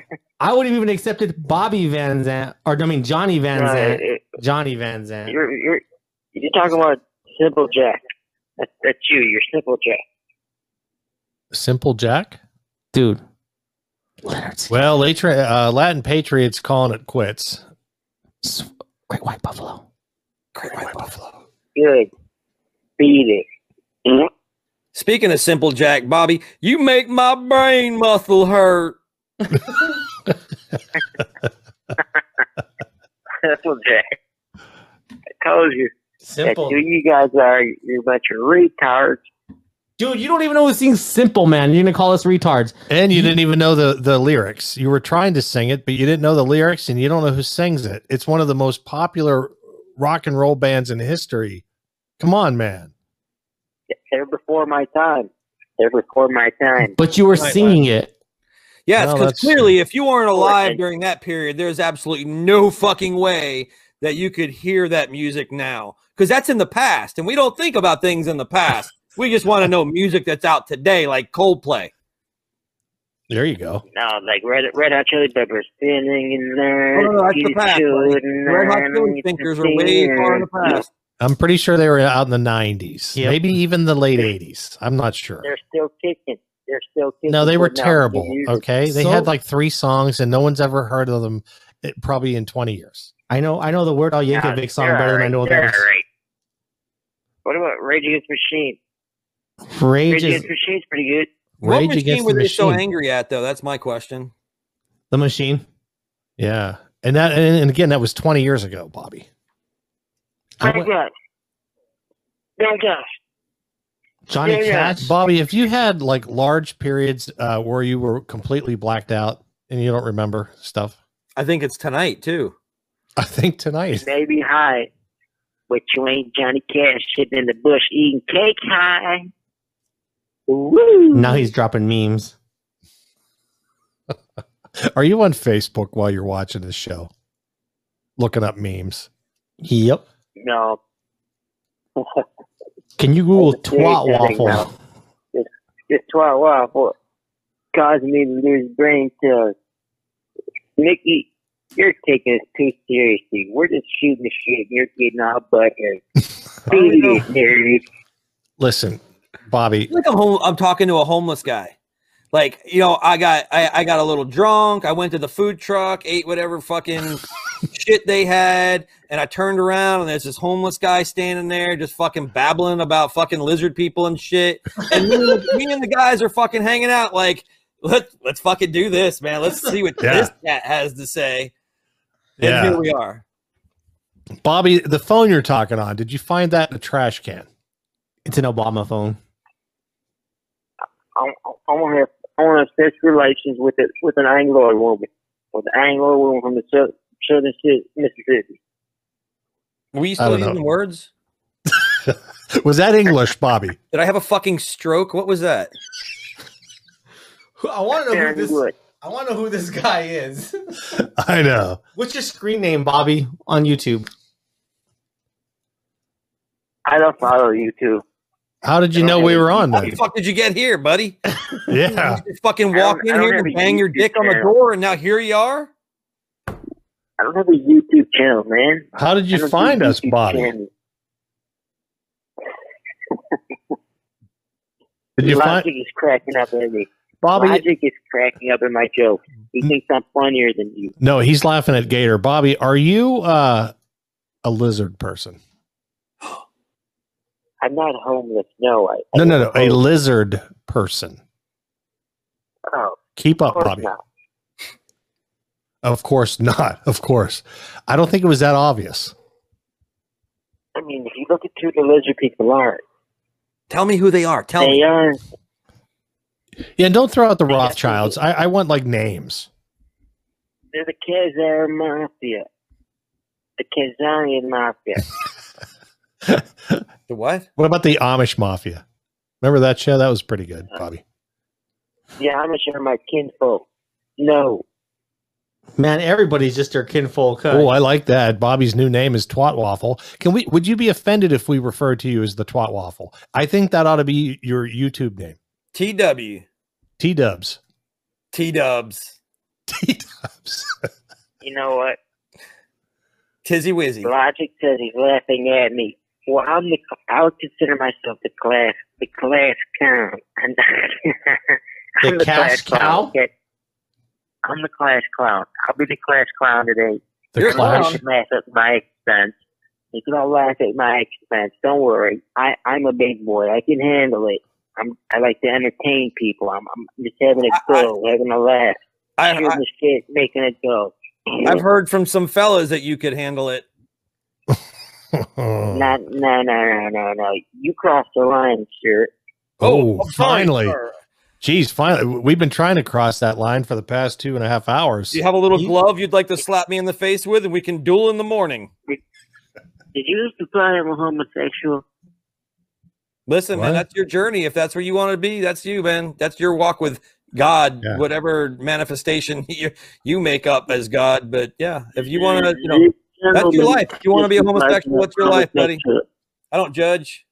Speaker 4: I would have even accepted Bobby Van Zant, or I mean Johnny Van
Speaker 1: No,
Speaker 4: Zant.
Speaker 1: it-
Speaker 4: Johnny Van Zant.
Speaker 1: you're, you're, you're talking about Simple Jack. That, that's you. You're Simple Jack.
Speaker 2: Simple Jack.
Speaker 4: Dude. Leonard Skinner.
Speaker 2: Well, later, uh, Latin Patriots calling it quits.
Speaker 4: Great White Buffalo.
Speaker 3: Great white buffalo.
Speaker 1: Good. Beat it. Mm.
Speaker 3: Speaking of simple Jack, Bobby, you make my brain muscle hurt.
Speaker 1: Simple Jack. I told you. That
Speaker 7: Simple.
Speaker 1: you, you guys are you're a bunch of retards.
Speaker 4: Dude, you don't even know who sings Simple Man. You're gonna call us retards.
Speaker 2: And you didn't even know the, the lyrics. You were trying to sing it, but you didn't know the lyrics and you don't know who sings it. It's one of the most popular rock and roll bands in history. Come on, man.
Speaker 1: They're before my time. They're before my time.
Speaker 4: But you were
Speaker 3: Right,
Speaker 4: singing it.
Speaker 3: Yes,
Speaker 2: No,
Speaker 3: because
Speaker 2: that's-
Speaker 3: clearly, if you weren't alive
Speaker 1: and-
Speaker 3: during that period, there's absolutely no fucking way that you could hear that music now. Because that's in the past, and we don't think about things in the past. We just want to know music that's out today, like Coldplay.
Speaker 2: There you go.
Speaker 1: No, like red red hot chili peppers standing in there.
Speaker 3: Oh, No, no, no, that's the past, buddy. Red Hot Chili Thinkers are way far in the past.
Speaker 2: I'm pretty sure they were out in the 90s,
Speaker 4: Yep.
Speaker 2: maybe even the late 80s. I'm not sure.
Speaker 1: They're still kicking. They're still kicking.
Speaker 2: No, they were
Speaker 1: but no,
Speaker 2: terrible. Uh,
Speaker 1: you-
Speaker 2: Okay. They
Speaker 4: So-
Speaker 2: had like three songs and no one's ever heard of them eh, probably in 20 years.
Speaker 4: I know I know the word Al
Speaker 1: no,
Speaker 4: Yankovic song
Speaker 1: they're
Speaker 4: better than I
Speaker 1: alright,
Speaker 4: know what
Speaker 1: they're
Speaker 4: that
Speaker 1: alright. What about Rage Against the Machine? Rage
Speaker 4: is. Rage is
Speaker 1: Against the Machine's pretty good.
Speaker 3: What
Speaker 2: Rage
Speaker 3: machine
Speaker 2: Against
Speaker 3: were
Speaker 2: the
Speaker 3: they so
Speaker 2: Machine.
Speaker 3: angry at, though? That's my question.
Speaker 4: the machine.
Speaker 2: Yeah. And that, and, and again, that was 20 years ago, Bobby.
Speaker 4: I
Speaker 1: Thank
Speaker 4: went-
Speaker 1: God. Thank God.
Speaker 4: Johnny
Speaker 1: Yeah, yeah.
Speaker 4: Cash.
Speaker 2: Bobby, if you had like large periods uh, where you were completely blacked out and you don't remember stuff,
Speaker 3: I think it's tonight, too.
Speaker 2: I think tonight.
Speaker 1: Maybe high. but you ain't Johnny Cash sitting in the bush eating cake high. Woo!
Speaker 4: Now he's dropping memes.
Speaker 2: Are you on Facebook while you're watching this show? Looking up memes.
Speaker 4: Yep.
Speaker 1: No,
Speaker 4: Can you Google
Speaker 1: It's a serious
Speaker 4: twat
Speaker 1: thing now.
Speaker 4: waffle?
Speaker 1: just twat wow for causing me to lose brain cells. Mickey, you're taking this too seriously. We're just shooting the shit. You're getting all butthead. Serious, serious.
Speaker 2: Listen, Bobby,
Speaker 3: Like I'm, home, I'm talking to a homeless guy. Like you know, I got I, I got a little drunk. I went to the food truck, ate whatever fucking shit they had, and I turned around and there's this homeless guy standing there, just fucking babbling about fucking lizard people and shit. And me, and- me and the guys are fucking hanging out. Like let let's fucking do this, man. Let's see what
Speaker 2: Yeah.
Speaker 3: this cat has to say. And
Speaker 2: Yeah.
Speaker 3: here we are.
Speaker 2: Bobby, the phone you're talking on, did you find that in a trash can?
Speaker 4: It's an Obama phone.
Speaker 1: I, I want to have I want to have sex relations with a, with an Anglo woman, with an Anglo woman from the sou- southern city, Mississippi.
Speaker 3: Were you
Speaker 2: I
Speaker 3: still
Speaker 2: don't know.
Speaker 3: using words?
Speaker 2: Was that English, Bobby?
Speaker 3: Did I have a fucking stroke? What was that?
Speaker 7: Who- I want to know who
Speaker 1: Very
Speaker 7: this.
Speaker 1: good.
Speaker 7: I want to know who this guy is.
Speaker 2: I know.
Speaker 4: What's your screen name, Bobby, on YouTube?
Speaker 1: I don't follow you too.
Speaker 2: How did you know we were on
Speaker 3: How the
Speaker 2: then?
Speaker 3: fuck did you get here, buddy?
Speaker 2: Yeah.
Speaker 3: You just fucking
Speaker 1: I
Speaker 3: walk
Speaker 1: don't-
Speaker 3: in
Speaker 1: I don't
Speaker 3: here
Speaker 1: have
Speaker 3: and
Speaker 1: a
Speaker 3: bang your
Speaker 1: YouTube
Speaker 3: dick on the
Speaker 1: channel.
Speaker 3: door, and now here you are.
Speaker 1: I don't have a YouTube channel, man.
Speaker 2: How did
Speaker 1: I
Speaker 2: you
Speaker 1: don't
Speaker 2: find
Speaker 1: do
Speaker 2: us,
Speaker 1: YouTube
Speaker 2: Bobby?
Speaker 1: channels.
Speaker 2: Did you
Speaker 1: Logic
Speaker 2: find
Speaker 1: is cracking up at me.
Speaker 2: Bobby?
Speaker 1: Logic is cracking up at my jokes. He thinks I'm funnier than you.
Speaker 2: No, he's laughing at Gator. Bobby, are you uh, a lizard person?
Speaker 1: I'm not homeless. No, I.
Speaker 2: No, no, no. A lizard person.
Speaker 1: Oh,
Speaker 2: Keep
Speaker 1: of
Speaker 2: up,
Speaker 1: course
Speaker 2: Bobby.
Speaker 1: not.
Speaker 2: Of course not. Of course. I don't think it was that obvious.
Speaker 1: I mean, if you look at who the lizard people are,
Speaker 3: Tell me who they are. Tell
Speaker 1: they
Speaker 3: me.
Speaker 1: are.
Speaker 2: Yeah, and don't throw out the Rothschilds. I, I want like names.
Speaker 1: They're the Khazar Mafia. The Khazarian Mafia.
Speaker 3: The what?
Speaker 2: What about the Amish Mafia? Remember that show? That was pretty good,
Speaker 1: Uh,
Speaker 2: Bobby.
Speaker 1: the Amish are my kinfolk. No.
Speaker 4: Man, everybody's just their kinfolk. huh?
Speaker 2: Oh, I like that. Bobby's new name is Twat Waffle. Can we? Would you be offended if we referred to you as the Twat Waffle? I think that ought to be your YouTube name,
Speaker 3: T W
Speaker 2: T Dubs.
Speaker 3: T Dubs
Speaker 2: T Dubs.
Speaker 1: You know what?
Speaker 3: Tizzy Wizzy.
Speaker 1: Logic says he's laughing at me. Well, I'm the. I would consider myself the class, the class cow. I'm
Speaker 4: The cash cow?
Speaker 1: clown. I'm the class clown. I'll be the class clown today.
Speaker 2: The
Speaker 3: You're
Speaker 1: You can all
Speaker 2: Clash.
Speaker 1: laugh at my expense. You can all laugh at my expense. Don't worry. I I'm a big boy. I can handle it. I'm. I like to entertain people. I'm. I'm just having a
Speaker 3: I- I-
Speaker 1: go, having a laugh,
Speaker 3: I,
Speaker 1: shooting
Speaker 3: I,
Speaker 1: the shit, making a go.
Speaker 3: I've heard from some fellas that you could handle it. Oh.
Speaker 1: Not, no, no, no, no, no. You crossed the line, sir.
Speaker 2: Oh,
Speaker 3: I'm sorry,
Speaker 2: finally.
Speaker 3: sir.
Speaker 2: Geez, finally. We've been trying to cross that line for the past two and a half hours.
Speaker 3: Do you have a little
Speaker 4: You-
Speaker 3: glove you'd like to slap me in the face with, and we can duel in the morning?
Speaker 1: Did you just imply I'm a homosexual?
Speaker 3: Listen,
Speaker 2: What?
Speaker 3: man, that's your journey. If that's where you want to be, that's you, man. That's your walk with God,
Speaker 2: Yeah.
Speaker 3: whatever manifestation you, you make up as God. But yeah, if you want to, you know,
Speaker 1: This
Speaker 3: that's your
Speaker 1: gentleman
Speaker 3: life. If you want to be a
Speaker 1: just implies
Speaker 3: homosexual,
Speaker 1: I'm
Speaker 3: that's your life, buddy.
Speaker 1: homosexual.
Speaker 3: I don't judge.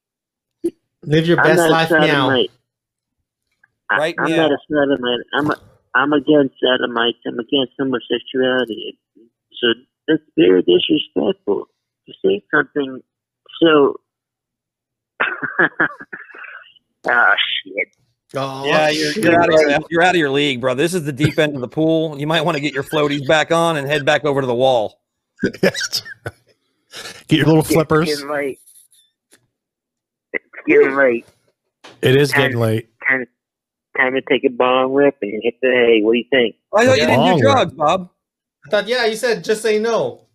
Speaker 4: Live your
Speaker 1: I'm
Speaker 4: best
Speaker 1: not a
Speaker 4: life now.
Speaker 1: sodomite. I-
Speaker 3: Right
Speaker 1: I'm
Speaker 3: now.
Speaker 1: not a sodomite. I'm a, I'm against sodomites. I'm against homosexuality. So that's very disrespectful to say something so. Ah, shit.
Speaker 7: Oh,
Speaker 3: yeah, you're, you're, out of your, you're out of your league, bro. This is the deep end of the pool. You might want to get your floaties back on and head back over to the wall.
Speaker 2: Yes. Get your little
Speaker 1: It's
Speaker 2: flippers.
Speaker 1: getting late. It's getting late.
Speaker 2: It is getting late.
Speaker 1: Time, time to take a bong rip and hit the hay. What do you think?
Speaker 3: I thought you didn't
Speaker 2: Long
Speaker 3: do
Speaker 2: run.
Speaker 3: drugs, Bob.
Speaker 7: I thought, yeah, you said just say no.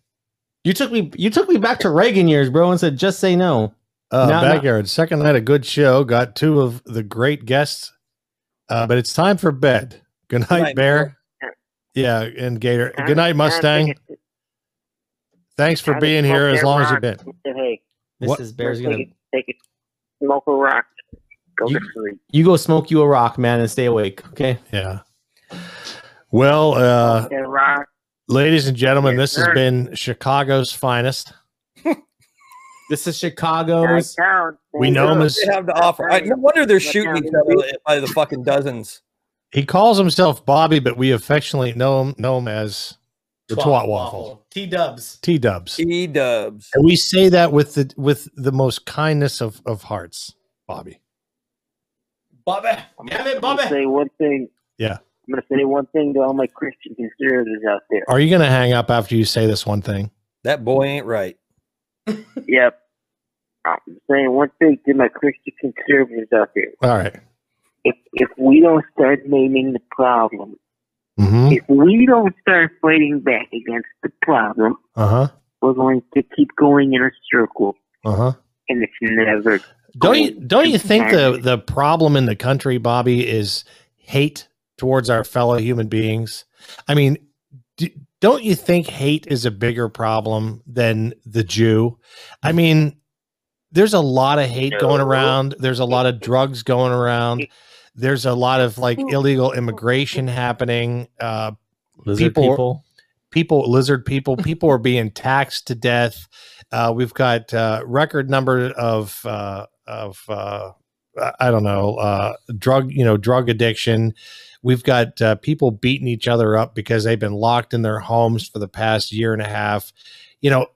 Speaker 4: You took me you took me back to Reagan years, bro, and said just say no.
Speaker 2: Uh,
Speaker 4: No, no.
Speaker 2: backyard. Second night, a good show. Got two of the great guests. Uh, but it's time for bed. Good night,
Speaker 3: night,
Speaker 2: Bear. Yeah, and Gator.
Speaker 1: Time-
Speaker 2: Good night,
Speaker 1: time to
Speaker 2: Mustang.
Speaker 1: hit the-
Speaker 2: Thanks for
Speaker 1: time to
Speaker 2: being
Speaker 1: smoke
Speaker 2: here as
Speaker 1: that
Speaker 2: long as you've
Speaker 1: rock
Speaker 2: been.
Speaker 1: and hit the hay.
Speaker 2: What-
Speaker 4: Mrs. Bear's gonna.
Speaker 1: Take it- take it, smoke a rock. Go
Speaker 4: You-
Speaker 1: get free.
Speaker 4: You go smoke you a rock, man, and stay awake. Okay.
Speaker 2: Yeah. Well, uh,
Speaker 1: Get a rock.
Speaker 2: ladies and gentlemen,
Speaker 1: Yes,
Speaker 2: this has
Speaker 1: sir.
Speaker 2: been Chicago's finest.
Speaker 4: This is Chicago's.
Speaker 1: downtown.
Speaker 2: We know him as
Speaker 3: They have to offer. I, no wonder they're shooting each other by the fucking dozens.
Speaker 2: he calls himself Bobby, but we affectionately know him know him as the twat, waffle.
Speaker 7: T Dubs.
Speaker 2: T Dubs.
Speaker 3: E Dubs.
Speaker 2: And we say that with the with the most kindness of, of hearts, Bobby.
Speaker 7: Bobby.
Speaker 1: Oh,
Speaker 7: Damn it,
Speaker 1: I'm gonna
Speaker 7: Bobby.
Speaker 1: say one thing.
Speaker 2: Yeah.
Speaker 1: I'm gonna say one thing to all my Christian conservatives out there.
Speaker 2: Are you gonna hang up after you say this one thing?
Speaker 3: That boy ain't right.
Speaker 1: Yep. I'm saying one thing to my Christian conservatives out there.
Speaker 2: All right.
Speaker 1: If if we don't start naming the problem,
Speaker 2: Mm-hmm.
Speaker 1: if we don't start fighting back against the problem,
Speaker 2: Uh-huh.
Speaker 1: we're going to keep going in a circle,
Speaker 2: Uh-huh.
Speaker 1: and it's never.
Speaker 2: Don't you don't you think the the problem in the country, Bobby, is hate towards our fellow human beings? I mean, d don't you think hate is a bigger problem than the Jew? I mean, there's a lot of hate going
Speaker 1: No.
Speaker 2: around. There's a lot of drugs going around. There's a lot of like illegal immigration happening. Uh,
Speaker 4: Lizard
Speaker 2: People-
Speaker 4: people.
Speaker 2: people, lizard people, people are being taxed to death. Uh, we've got uh, record number of uh, of uh, I- I don't know uh, drug you know drug addiction. We've got uh, people beating each other up because they've been locked in their homes for the past year and a half. You know,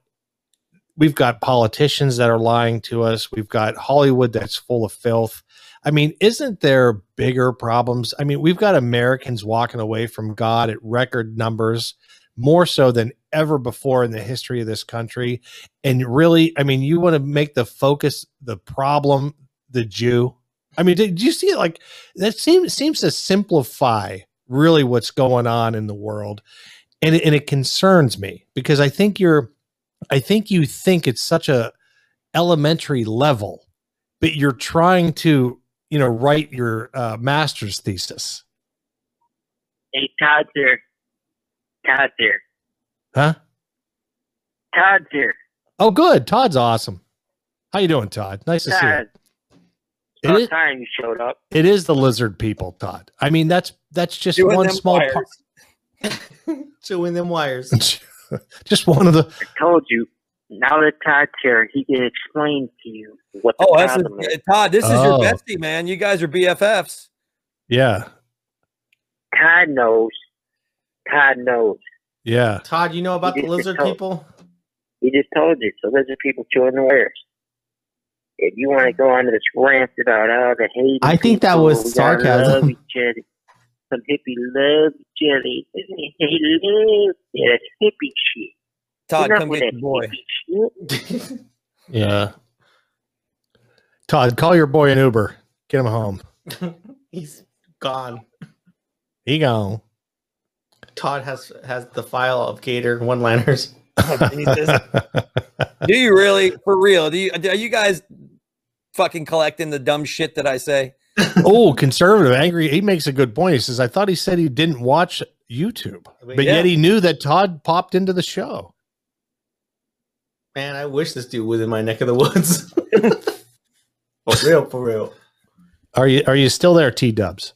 Speaker 2: we've got politicians that are lying to us. We've got Hollywood that's full of filth. I mean, isn't there bigger problems? I mean, we've got Americans walking away from God at record numbers, more so than ever before in the history of this country and really i mean you want to make the focus the problem the jew i mean did, you see it like that seems seems to simplify really what's going on in the world and it, and it concerns me because i think you're i think you think it's such a elementary level but you're trying to you know write your uh, master's thesis
Speaker 1: Hey, Todd's here. Todd's here.
Speaker 2: huh
Speaker 1: Todd's here.
Speaker 2: oh good todd's awesome how you doing todd nice to see you
Speaker 1: Todd.
Speaker 2: It
Speaker 1: About
Speaker 2: is-
Speaker 1: time you showed up.
Speaker 2: it is the lizard people, Todd. I mean, that's that's just
Speaker 3: Doing
Speaker 2: one
Speaker 3: them
Speaker 2: small
Speaker 3: wires.
Speaker 2: part.
Speaker 7: Chewing them wires.
Speaker 2: just one of the.
Speaker 1: I told you. Now that Todd's here, he can explain to you what the
Speaker 3: Oh, that's
Speaker 1: problem is.
Speaker 3: Todd. This is
Speaker 2: Oh.
Speaker 3: your bestie, man. You guys are BFFs.
Speaker 2: Yeah,
Speaker 1: Todd knows. Todd knows.
Speaker 2: yeah.
Speaker 7: Todd, you know about the
Speaker 1: You just
Speaker 7: lizard
Speaker 4: Oh.
Speaker 1: told-
Speaker 7: people?
Speaker 1: He just told you. So those are people chewing the wires. If you want to go on to this rant about all the hate,
Speaker 4: I think that
Speaker 1: people,
Speaker 4: was
Speaker 1: we gotta
Speaker 4: sarcasm.
Speaker 1: Love each other. Some hippie love jelly. They love yeah, that's hippie shit.
Speaker 3: Todd,
Speaker 1: Enough
Speaker 3: come
Speaker 1: with
Speaker 3: get
Speaker 1: that
Speaker 3: your boy.
Speaker 1: hippie shit.
Speaker 2: Yeah. Todd, call your boy an Uber. Get him home.
Speaker 7: He's gone.
Speaker 2: He gone.
Speaker 7: Todd has has the file of Gator one liners.
Speaker 3: Do you really, for real? Do you? Are you guys fucking collecting the dumb shit that I say?
Speaker 2: oh, conservative, angry. He makes a good point. He says, "I thought he said he didn't watch YouTube, but
Speaker 7: Yeah.
Speaker 2: yet he knew that Todd popped into the show."
Speaker 7: Man, I wish this dude was in my neck of the woods. for real, for real.
Speaker 2: Are you Are you still there, T Dubs?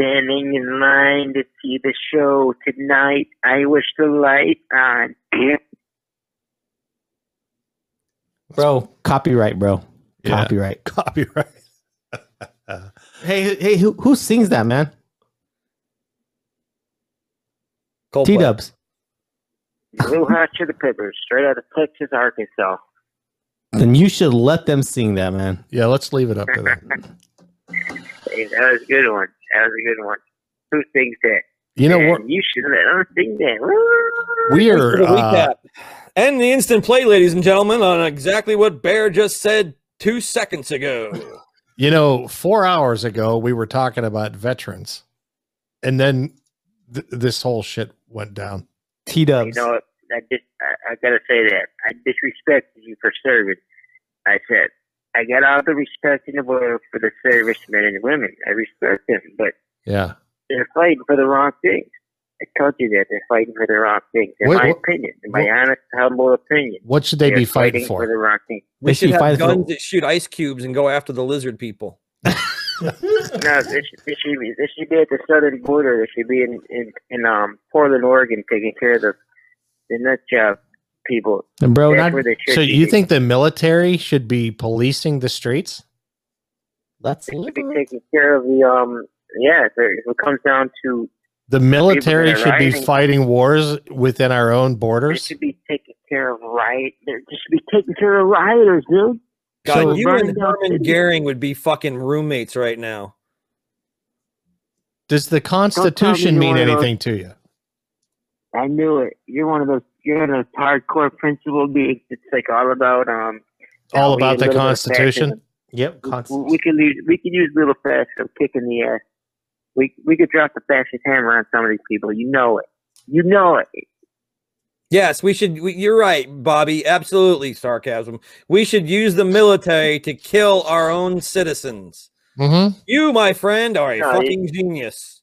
Speaker 1: Standing in line to see the show tonight. I wish the light on.
Speaker 4: Bro, copyright, bro.
Speaker 2: Yeah.
Speaker 4: Copyright.
Speaker 2: Copyright.
Speaker 4: Hey, hey, who, who sings that, man?
Speaker 3: Coldplay.
Speaker 4: T Dubs.
Speaker 1: Blue Hot Chili Peppers, straight out of Texas, Arkansas.
Speaker 4: Then you should let them sing that, man.
Speaker 2: Yeah, let's leave it up to that.
Speaker 1: Hey, that was a good one. That was a good one. Who sings that?
Speaker 2: You know
Speaker 1: Man,
Speaker 2: what?
Speaker 1: You should let them sing that. Woo!
Speaker 2: We
Speaker 3: For
Speaker 2: are
Speaker 3: the
Speaker 2: uh,
Speaker 3: recap. and the instant play, ladies and gentlemen, on exactly what Bear just said two seconds ago.
Speaker 2: You know, four hours ago we were talking about veterans, and then th- this whole shit went down.
Speaker 4: T
Speaker 1: You
Speaker 4: Dubs.
Speaker 1: know, what? I just I, I gotta say that I disrespected you for serving. I said I got all the respect in the world for the servicemen and women. I respect them, but
Speaker 2: Yeah,
Speaker 1: they're fighting for the wrong things. I told you that they're fighting for the wrong things. In
Speaker 2: Wait,
Speaker 1: my
Speaker 2: what-
Speaker 1: opinion, in my
Speaker 2: what-
Speaker 1: honest, humble opinion,
Speaker 2: What should they
Speaker 1: they're
Speaker 2: be fighting,
Speaker 1: for the
Speaker 2: for?
Speaker 1: wrong thing.
Speaker 3: We
Speaker 4: They
Speaker 3: should
Speaker 4: should fight
Speaker 3: have
Speaker 4: for-
Speaker 3: guns that shoot ice cubes and go after the lizard people.
Speaker 1: No, this should, this should be this should be at the southern border. It should be in in, in um Portland, Oregon, taking care of the the nut job people.
Speaker 4: And bro,
Speaker 1: That's
Speaker 4: not,
Speaker 1: where they should
Speaker 2: So
Speaker 1: be.
Speaker 2: you think the military should be policing the streets?
Speaker 4: that's
Speaker 1: they should
Speaker 4: Mm-hmm.
Speaker 1: be taking care of the um yeah? If it, if it comes down to
Speaker 2: The military
Speaker 1: that are
Speaker 2: should be
Speaker 1: rioting.
Speaker 2: fighting wars within our own
Speaker 1: they
Speaker 2: borders.
Speaker 1: should be taking care of riot. They should be taking care of rioters, dude.
Speaker 3: God,
Speaker 1: So-
Speaker 3: you and
Speaker 1: Burn down
Speaker 3: Herman
Speaker 1: cities.
Speaker 3: Gehring would be fucking roommates right now.
Speaker 2: Does the Constitution
Speaker 1: you're
Speaker 2: mean
Speaker 1: one of those-
Speaker 2: anything to you?
Speaker 1: I knew it. You're one of those. You're one of those hardcore principle geeks. It's like all about um
Speaker 2: All
Speaker 1: we need
Speaker 2: about
Speaker 1: a little
Speaker 2: the
Speaker 1: bit of
Speaker 2: Constitution?
Speaker 1: fascism.
Speaker 4: Yep,
Speaker 1: We could leave, we could use little facts of kicking the ass. We we could drop the fascist hammer on some of these people. You know it. You know it.
Speaker 3: Yes, we should. We, you're right, Bobby. Absolutely, sarcasm. We should use the military to kill our own citizens.
Speaker 2: Mm-hmm.
Speaker 3: You, my friend, are a
Speaker 1: No, you-
Speaker 3: fucking genius.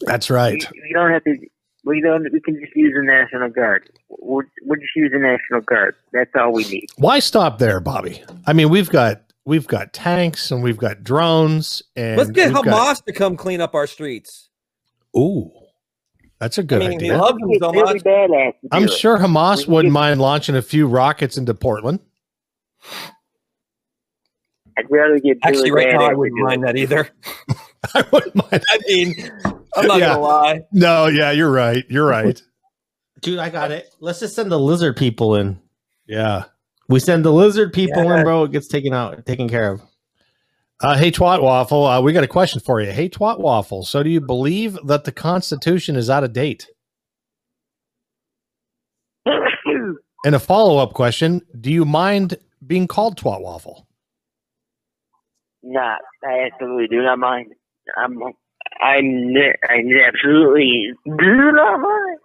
Speaker 2: That's right.
Speaker 1: We, we don't have to. We don't. We can just use the national guard. We'll, we'll just use the national guard. That's all we need.
Speaker 2: Why stop there, Bobby? I mean, we've got we've got tanks and we've got drones and
Speaker 3: Let's get
Speaker 2: we've
Speaker 3: Hamas
Speaker 2: got-
Speaker 3: to come clean up our streets.
Speaker 2: ooh, that's a good
Speaker 3: I mean, we
Speaker 2: idea.
Speaker 3: love them
Speaker 1: It's
Speaker 3: so
Speaker 1: really
Speaker 3: much.
Speaker 1: badass. to
Speaker 2: I'm
Speaker 1: do it.
Speaker 2: sure Hamas
Speaker 1: We
Speaker 2: wouldn't
Speaker 1: give-
Speaker 2: mind launching a few rockets into Portland.
Speaker 1: I'd rather get
Speaker 3: Actually,
Speaker 1: really
Speaker 3: right now
Speaker 1: badass
Speaker 3: I
Speaker 1: to
Speaker 3: wouldn't
Speaker 1: do it.
Speaker 3: mind that either.
Speaker 2: I wouldn't mind.
Speaker 3: I mean, I'm not
Speaker 2: Yeah.
Speaker 3: gonna lie.
Speaker 2: No, yeah, you're right. You're right.
Speaker 4: dude, I got it. Let's just send the lizard people in.
Speaker 2: Yeah.
Speaker 4: We send the lizard people
Speaker 3: Yeah.
Speaker 4: in, bro. It gets taken out, taken care of.
Speaker 2: Uh, hey, Twat Waffle, uh, we got a question for you. Hey, Twat Waffle, so do you believe that the Constitution is out of date? And a follow up question Do you mind being called Twat Waffle?
Speaker 1: Nah, I absolutely do not mind. I'm, I'm, ne- I absolutely do not mind.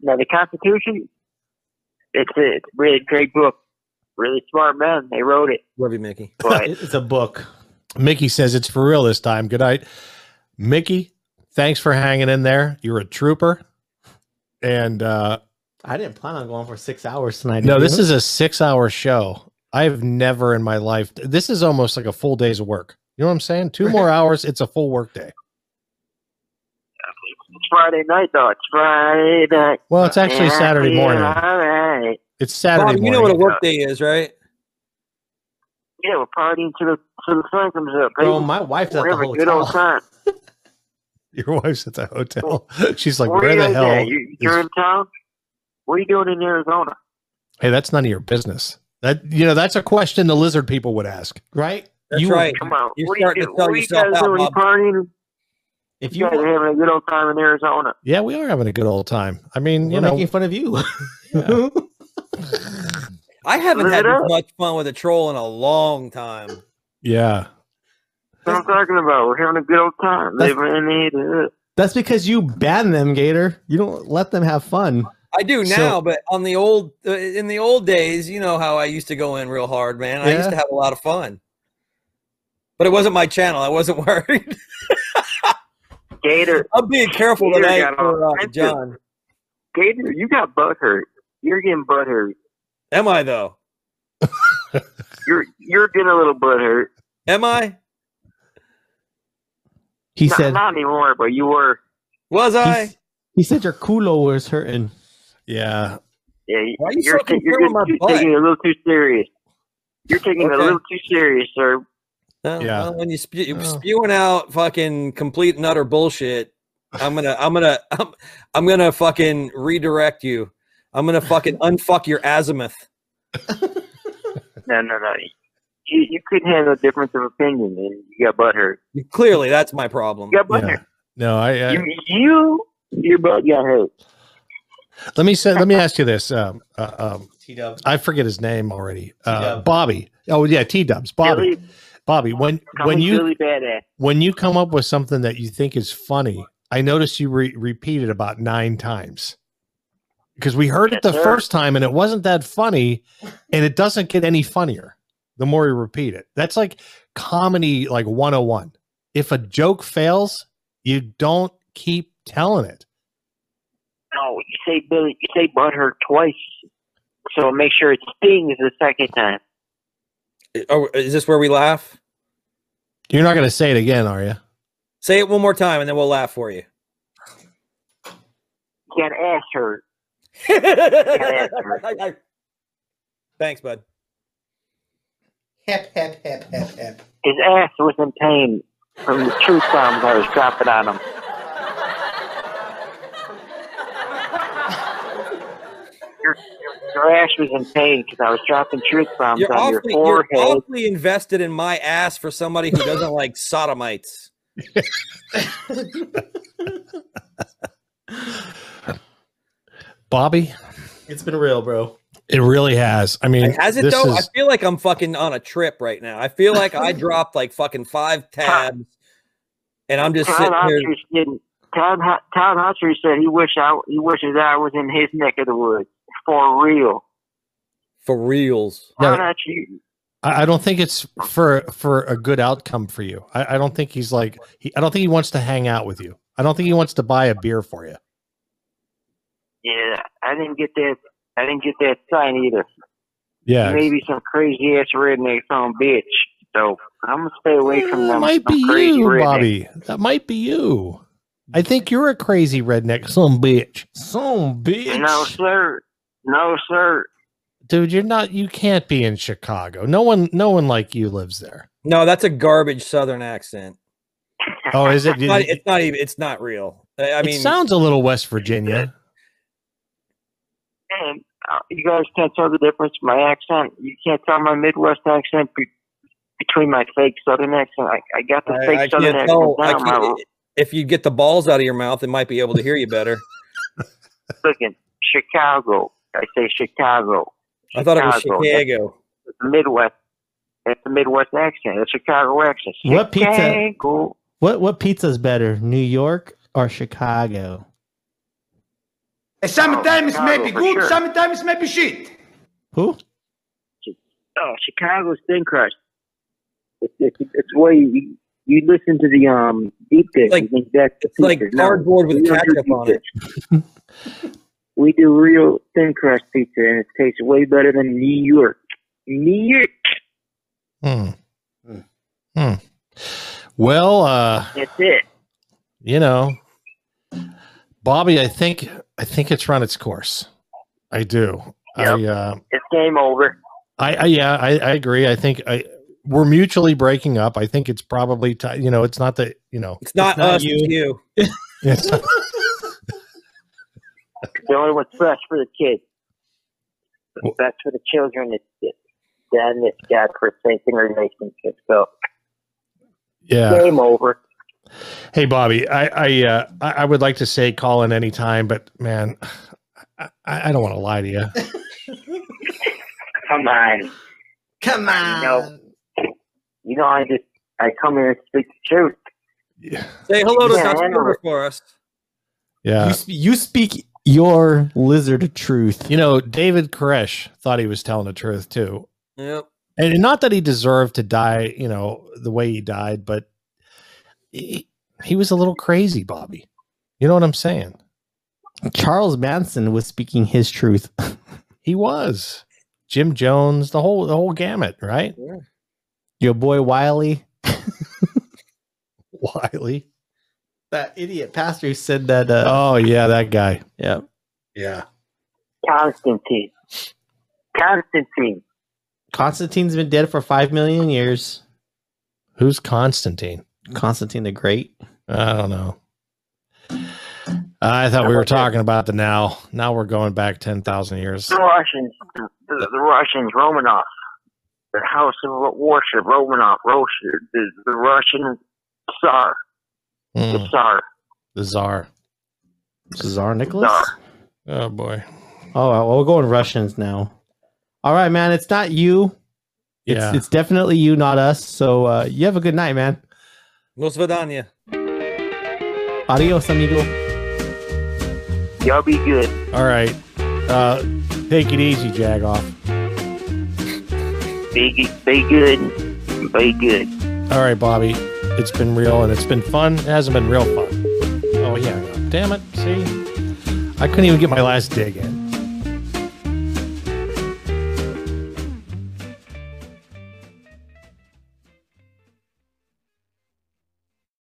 Speaker 1: Now the Constitution, it's a, it's a really great book. Really smart men, they wrote it.
Speaker 3: Love you, Mickey.
Speaker 1: But
Speaker 4: It- It's a book.
Speaker 2: Mickey says it's for real this time. Good night. Mickey, thanks for hanging in there. You're a trooper. And uh,
Speaker 4: I didn't plan on going for six hours tonight.
Speaker 2: no,
Speaker 4: did
Speaker 2: this
Speaker 4: you?
Speaker 2: is a six hour show. I've never in my life, this is almost like a full day's of work. You know what I'm saying? Two more hours, it's a full work day.
Speaker 1: it's Friday night, though. It's Friday night.
Speaker 2: Well, it's actually
Speaker 1: Yeah,
Speaker 2: Saturday
Speaker 1: yeah,
Speaker 2: morning.
Speaker 1: All right.
Speaker 2: It's Saturday
Speaker 3: Bobby,
Speaker 2: morning.
Speaker 3: you know what a work day is, right?
Speaker 1: Yeah, we're partying till the, till the sun comes up.
Speaker 4: bro.
Speaker 1: baby.
Speaker 4: My wife's at
Speaker 1: we're
Speaker 4: the
Speaker 1: having a good old
Speaker 4: hotel.
Speaker 1: time.
Speaker 2: Your wife's at the hotel. She's like,
Speaker 1: Where
Speaker 2: where
Speaker 1: you
Speaker 2: the
Speaker 1: at?
Speaker 2: hell?
Speaker 1: You, you're
Speaker 2: is-
Speaker 1: in town? What are you doing in Arizona?
Speaker 2: Hey, that's none of your business. That you know, that's a question the lizard people would ask.
Speaker 4: Right?
Speaker 3: That's
Speaker 4: You-
Speaker 3: right.
Speaker 1: Come on.
Speaker 3: You're
Speaker 1: what are
Speaker 3: starting
Speaker 1: you,
Speaker 3: to
Speaker 1: do-
Speaker 3: sell
Speaker 1: what are you
Speaker 3: yourself
Speaker 1: guys
Speaker 3: out,
Speaker 1: doing? You
Speaker 3: Bob.
Speaker 1: partying?
Speaker 4: If
Speaker 1: You
Speaker 4: you
Speaker 1: guys are having a good old time in Arizona.
Speaker 2: Yeah, we are having a good old time. I mean,
Speaker 4: we're
Speaker 2: you know,
Speaker 4: making fun of you.
Speaker 2: Yeah.
Speaker 3: I haven't
Speaker 1: Live
Speaker 3: had
Speaker 1: it
Speaker 3: as
Speaker 1: up.
Speaker 3: much fun with a troll in a long time.
Speaker 2: yeah.
Speaker 1: That's what I'm talking about. We're having a good old time.
Speaker 4: That's-
Speaker 1: Living in the
Speaker 4: That's because you ban them, Gator. You don't let them have fun.
Speaker 3: I do
Speaker 2: So-
Speaker 3: now, but on the old uh, in the old days, you know how I used to go in real hard, man. I used
Speaker 4: Yeah.
Speaker 3: to have a lot of fun. But it wasn't my channel. I wasn't worried.
Speaker 1: Gator,
Speaker 3: I'm being careful
Speaker 1: You're
Speaker 3: today
Speaker 1: gonna
Speaker 3: for uh,
Speaker 1: offend you.
Speaker 3: John.
Speaker 1: Gator, you got butt hurt. You're getting butt hurt.
Speaker 3: Am I though?
Speaker 1: You're you're getting a little butt hurt.
Speaker 3: Am I?
Speaker 4: He
Speaker 1: not,
Speaker 4: said.
Speaker 1: not anymore, but you were.
Speaker 3: Was
Speaker 4: he
Speaker 3: I?
Speaker 4: s- he said your culo was hurting.
Speaker 2: Yeah.
Speaker 1: Yeah, you-
Speaker 3: Why are you
Speaker 1: you're,
Speaker 3: so concerned
Speaker 1: you're,
Speaker 3: with
Speaker 1: just-
Speaker 3: my
Speaker 1: you're
Speaker 3: butt?
Speaker 1: taking it a little too serious. You're taking it
Speaker 3: Okay.
Speaker 1: a little too serious, sir.
Speaker 3: No,
Speaker 2: Yeah.
Speaker 3: Oh, well, when you spew, you're
Speaker 2: Oh.
Speaker 3: spewing out fucking complete and utter bullshit, I'm gonna, I'm gonna, I'm, I'm gonna fucking redirect you. I'm gonna fucking unfuck your azimuth.
Speaker 1: No, no, no. You, you couldn't handle a difference of opinion, and you got butt hurt.
Speaker 3: You- Clearly, that's my problem.
Speaker 1: You got butt
Speaker 2: yeah.
Speaker 1: hurt.
Speaker 2: No, I, uh, I
Speaker 1: You, you, your butt got hurt.
Speaker 2: let me say let me ask you this. Um, uh, um
Speaker 7: T Dub.
Speaker 2: I forget his name already. Uh,
Speaker 7: T-Dub.
Speaker 2: Bobby. Oh yeah, T Dubs. Bobby.
Speaker 1: Really,
Speaker 2: Bobby, when when
Speaker 1: coming
Speaker 2: you
Speaker 1: really badass.
Speaker 2: when you come up with something that you think is funny, I notice you re- repeat it about nine times because we heard it the
Speaker 1: Yes, sir.
Speaker 2: first time and it wasn't that funny, and it doesn't get any funnier the more you repeat it. That's like comedy, like 101. If a joke fails, you don't keep telling it.
Speaker 1: No, you say Billy, you say butthurt twice. So make sure it stings the second time.
Speaker 3: Oh, is this where we laugh?
Speaker 2: You're not going to say it again, are you?
Speaker 3: Say it one more time, and then we'll laugh for you.
Speaker 1: You got ass hurt.
Speaker 3: Thanks, bud.
Speaker 8: Hep, hep, hep, hep, hep.
Speaker 1: His ass was in pain from the truth bombs I was dropping on him. Your, your ass was in pain because I was dropping truth bombs
Speaker 3: You're
Speaker 1: on your
Speaker 3: awfully, you're
Speaker 1: forehead.
Speaker 3: awfully invested in my ass for somebody who doesn't like sodomites.
Speaker 2: Bobby,
Speaker 7: It's been real, bro.
Speaker 2: it really has. I mean,
Speaker 3: Has it
Speaker 2: this
Speaker 3: though? I
Speaker 2: is-
Speaker 3: feel like I'm fucking on a trip right now. I feel like I dropped like fucking five tabs, and I'm just
Speaker 1: Todd
Speaker 3: sitting here.
Speaker 1: Hotchkiss didn't. Todd, Ho- Todd Hotchkiss said he wish I he wishes I was in his neck of the woods for real.
Speaker 3: for reals.
Speaker 2: No.
Speaker 1: Todd Hotchkiss,
Speaker 2: I I don't think it's for for a good outcome for you. I, I don't think he's like. He, I don't think he wants to hang out with you. I don't think he wants to buy a beer for you.
Speaker 1: yeah, I didn't get that. I didn't get that sign either.
Speaker 2: Yeah,
Speaker 1: Maybe some crazy ass redneck some bitch. So I'm gonna stay away from
Speaker 2: that
Speaker 1: them.
Speaker 2: might
Speaker 1: some
Speaker 2: be
Speaker 1: crazy
Speaker 2: you,
Speaker 1: redneck.
Speaker 2: Bobby. That might be you. I think you're a crazy redneck, some bitch, some bitch.
Speaker 1: No sir, no sir.
Speaker 2: dude, you're not. You can't be in Chicago. No one, no one like you lives there.
Speaker 3: No, that's a garbage Southern accent.
Speaker 2: Oh, is it?
Speaker 3: It's not, it's not even. It's not real. I I mean,
Speaker 2: it sounds a little West Virginia.
Speaker 1: Man, uh, you guys can't tell the difference in my accent. You can't tell my Midwest accent be- between my fake Southern accent. I, I got the fake
Speaker 3: I, I
Speaker 1: Southern
Speaker 3: can't
Speaker 1: accent
Speaker 3: tell. I
Speaker 1: down. My,
Speaker 3: can't, if you get the balls out of your mouth, it might be able to hear you better.
Speaker 1: looking Chicago. I say Chicago.
Speaker 3: I thought it was
Speaker 1: Chicago.
Speaker 3: Chicago.
Speaker 1: That's the Midwest. That's the Midwest accent. It's Chicago accent.
Speaker 4: What pizza?
Speaker 1: Chicago.
Speaker 4: What what pizza's better, New York or Chicago?
Speaker 5: And sometimes
Speaker 1: Chicago,
Speaker 5: maybe
Speaker 1: Oh, for
Speaker 5: good,
Speaker 1: sure.
Speaker 5: sometimes maybe shit.
Speaker 4: Who?
Speaker 1: Oh, Chicago's thin crust. It's, it's, it's way you, you listen to the um deep dish.
Speaker 3: Like-
Speaker 1: you think that's the
Speaker 3: It's like
Speaker 1: pizza. No,
Speaker 3: cardboard with
Speaker 1: we don't do
Speaker 3: ketchup on
Speaker 1: deep
Speaker 3: it.
Speaker 1: dish. we do real thin crust pizza, and it tastes way better than New York. New York.
Speaker 2: Hmm. Hmm. Well, uh,
Speaker 1: That's it.
Speaker 2: you know, Bobby, I think I think it's run its course. I do. I uh,
Speaker 1: It's game over.
Speaker 2: I, I yeah, I, I agree. I think I we're mutually breaking up. I think it's probably ti you know, it's not that you know,
Speaker 3: It's not,
Speaker 4: not
Speaker 3: us.
Speaker 4: you.
Speaker 3: It's you.
Speaker 2: it's,
Speaker 1: The only what's best for the kids. What's best for the children is this. Then this godforsaken relationship. So
Speaker 2: yeah.
Speaker 1: game over.
Speaker 2: Hey, Bobby, I I, uh, I I would like to say call in anytime, but man, I, I don't want to lie to you.
Speaker 1: Come on.
Speaker 7: Come on.
Speaker 1: No. You know, I just I come here and speak the truth.
Speaker 2: Yeah,
Speaker 3: Say hello to
Speaker 1: Yeah,
Speaker 3: Dr.
Speaker 1: I know.
Speaker 3: Silver for us.
Speaker 4: you,
Speaker 2: yeah.
Speaker 4: sp- you speak your lizard truth.
Speaker 2: You know, David Koresh thought he was telling the truth too,
Speaker 3: Yep.
Speaker 2: and not that he deserved to die, you know, the way he died, but he, he was a little crazy, Bobby. You know what I'm saying?
Speaker 4: Charles Manson was speaking his truth.
Speaker 2: He was Jim Jones, the whole the whole gamut, right?
Speaker 4: Your boy Wiley,
Speaker 2: Wiley.
Speaker 4: that idiot pastor who said that. Uh,
Speaker 2: Oh yeah, that guy.
Speaker 4: yeah,
Speaker 7: Yeah.
Speaker 1: Constantine. Constantine.
Speaker 4: Constantine's been dead for five million years.
Speaker 2: Who's Constantine?
Speaker 4: Constantine the Great.
Speaker 2: I don't know. I thought we were talking about the now. Now we're going back ten thousand years.
Speaker 1: The Russians. The, the Russians. Romanov. The House of Worship. Romanov. Russia. The, the Russian Tsar.
Speaker 2: Mm,
Speaker 1: The Tsar.
Speaker 2: the czar.
Speaker 4: Czar Nicholas.
Speaker 1: Tsar.
Speaker 2: Oh boy.
Speaker 4: Oh, well, we're going Russians now. All right, man. It's not you. It's,
Speaker 2: Yeah.
Speaker 4: it's definitely you, not us. So uh, you have a good night, man.
Speaker 3: Los Vidania.
Speaker 4: Adios, amigo.
Speaker 1: Y'all be good.
Speaker 2: All right. Uh, take it easy, Jagoff.
Speaker 1: Be be good. Be good.
Speaker 2: All right, Bobby. It's been real and it's been fun. It hasn't been real fun. Oh yeah. Damn it. See. I couldn't even get my last dig in.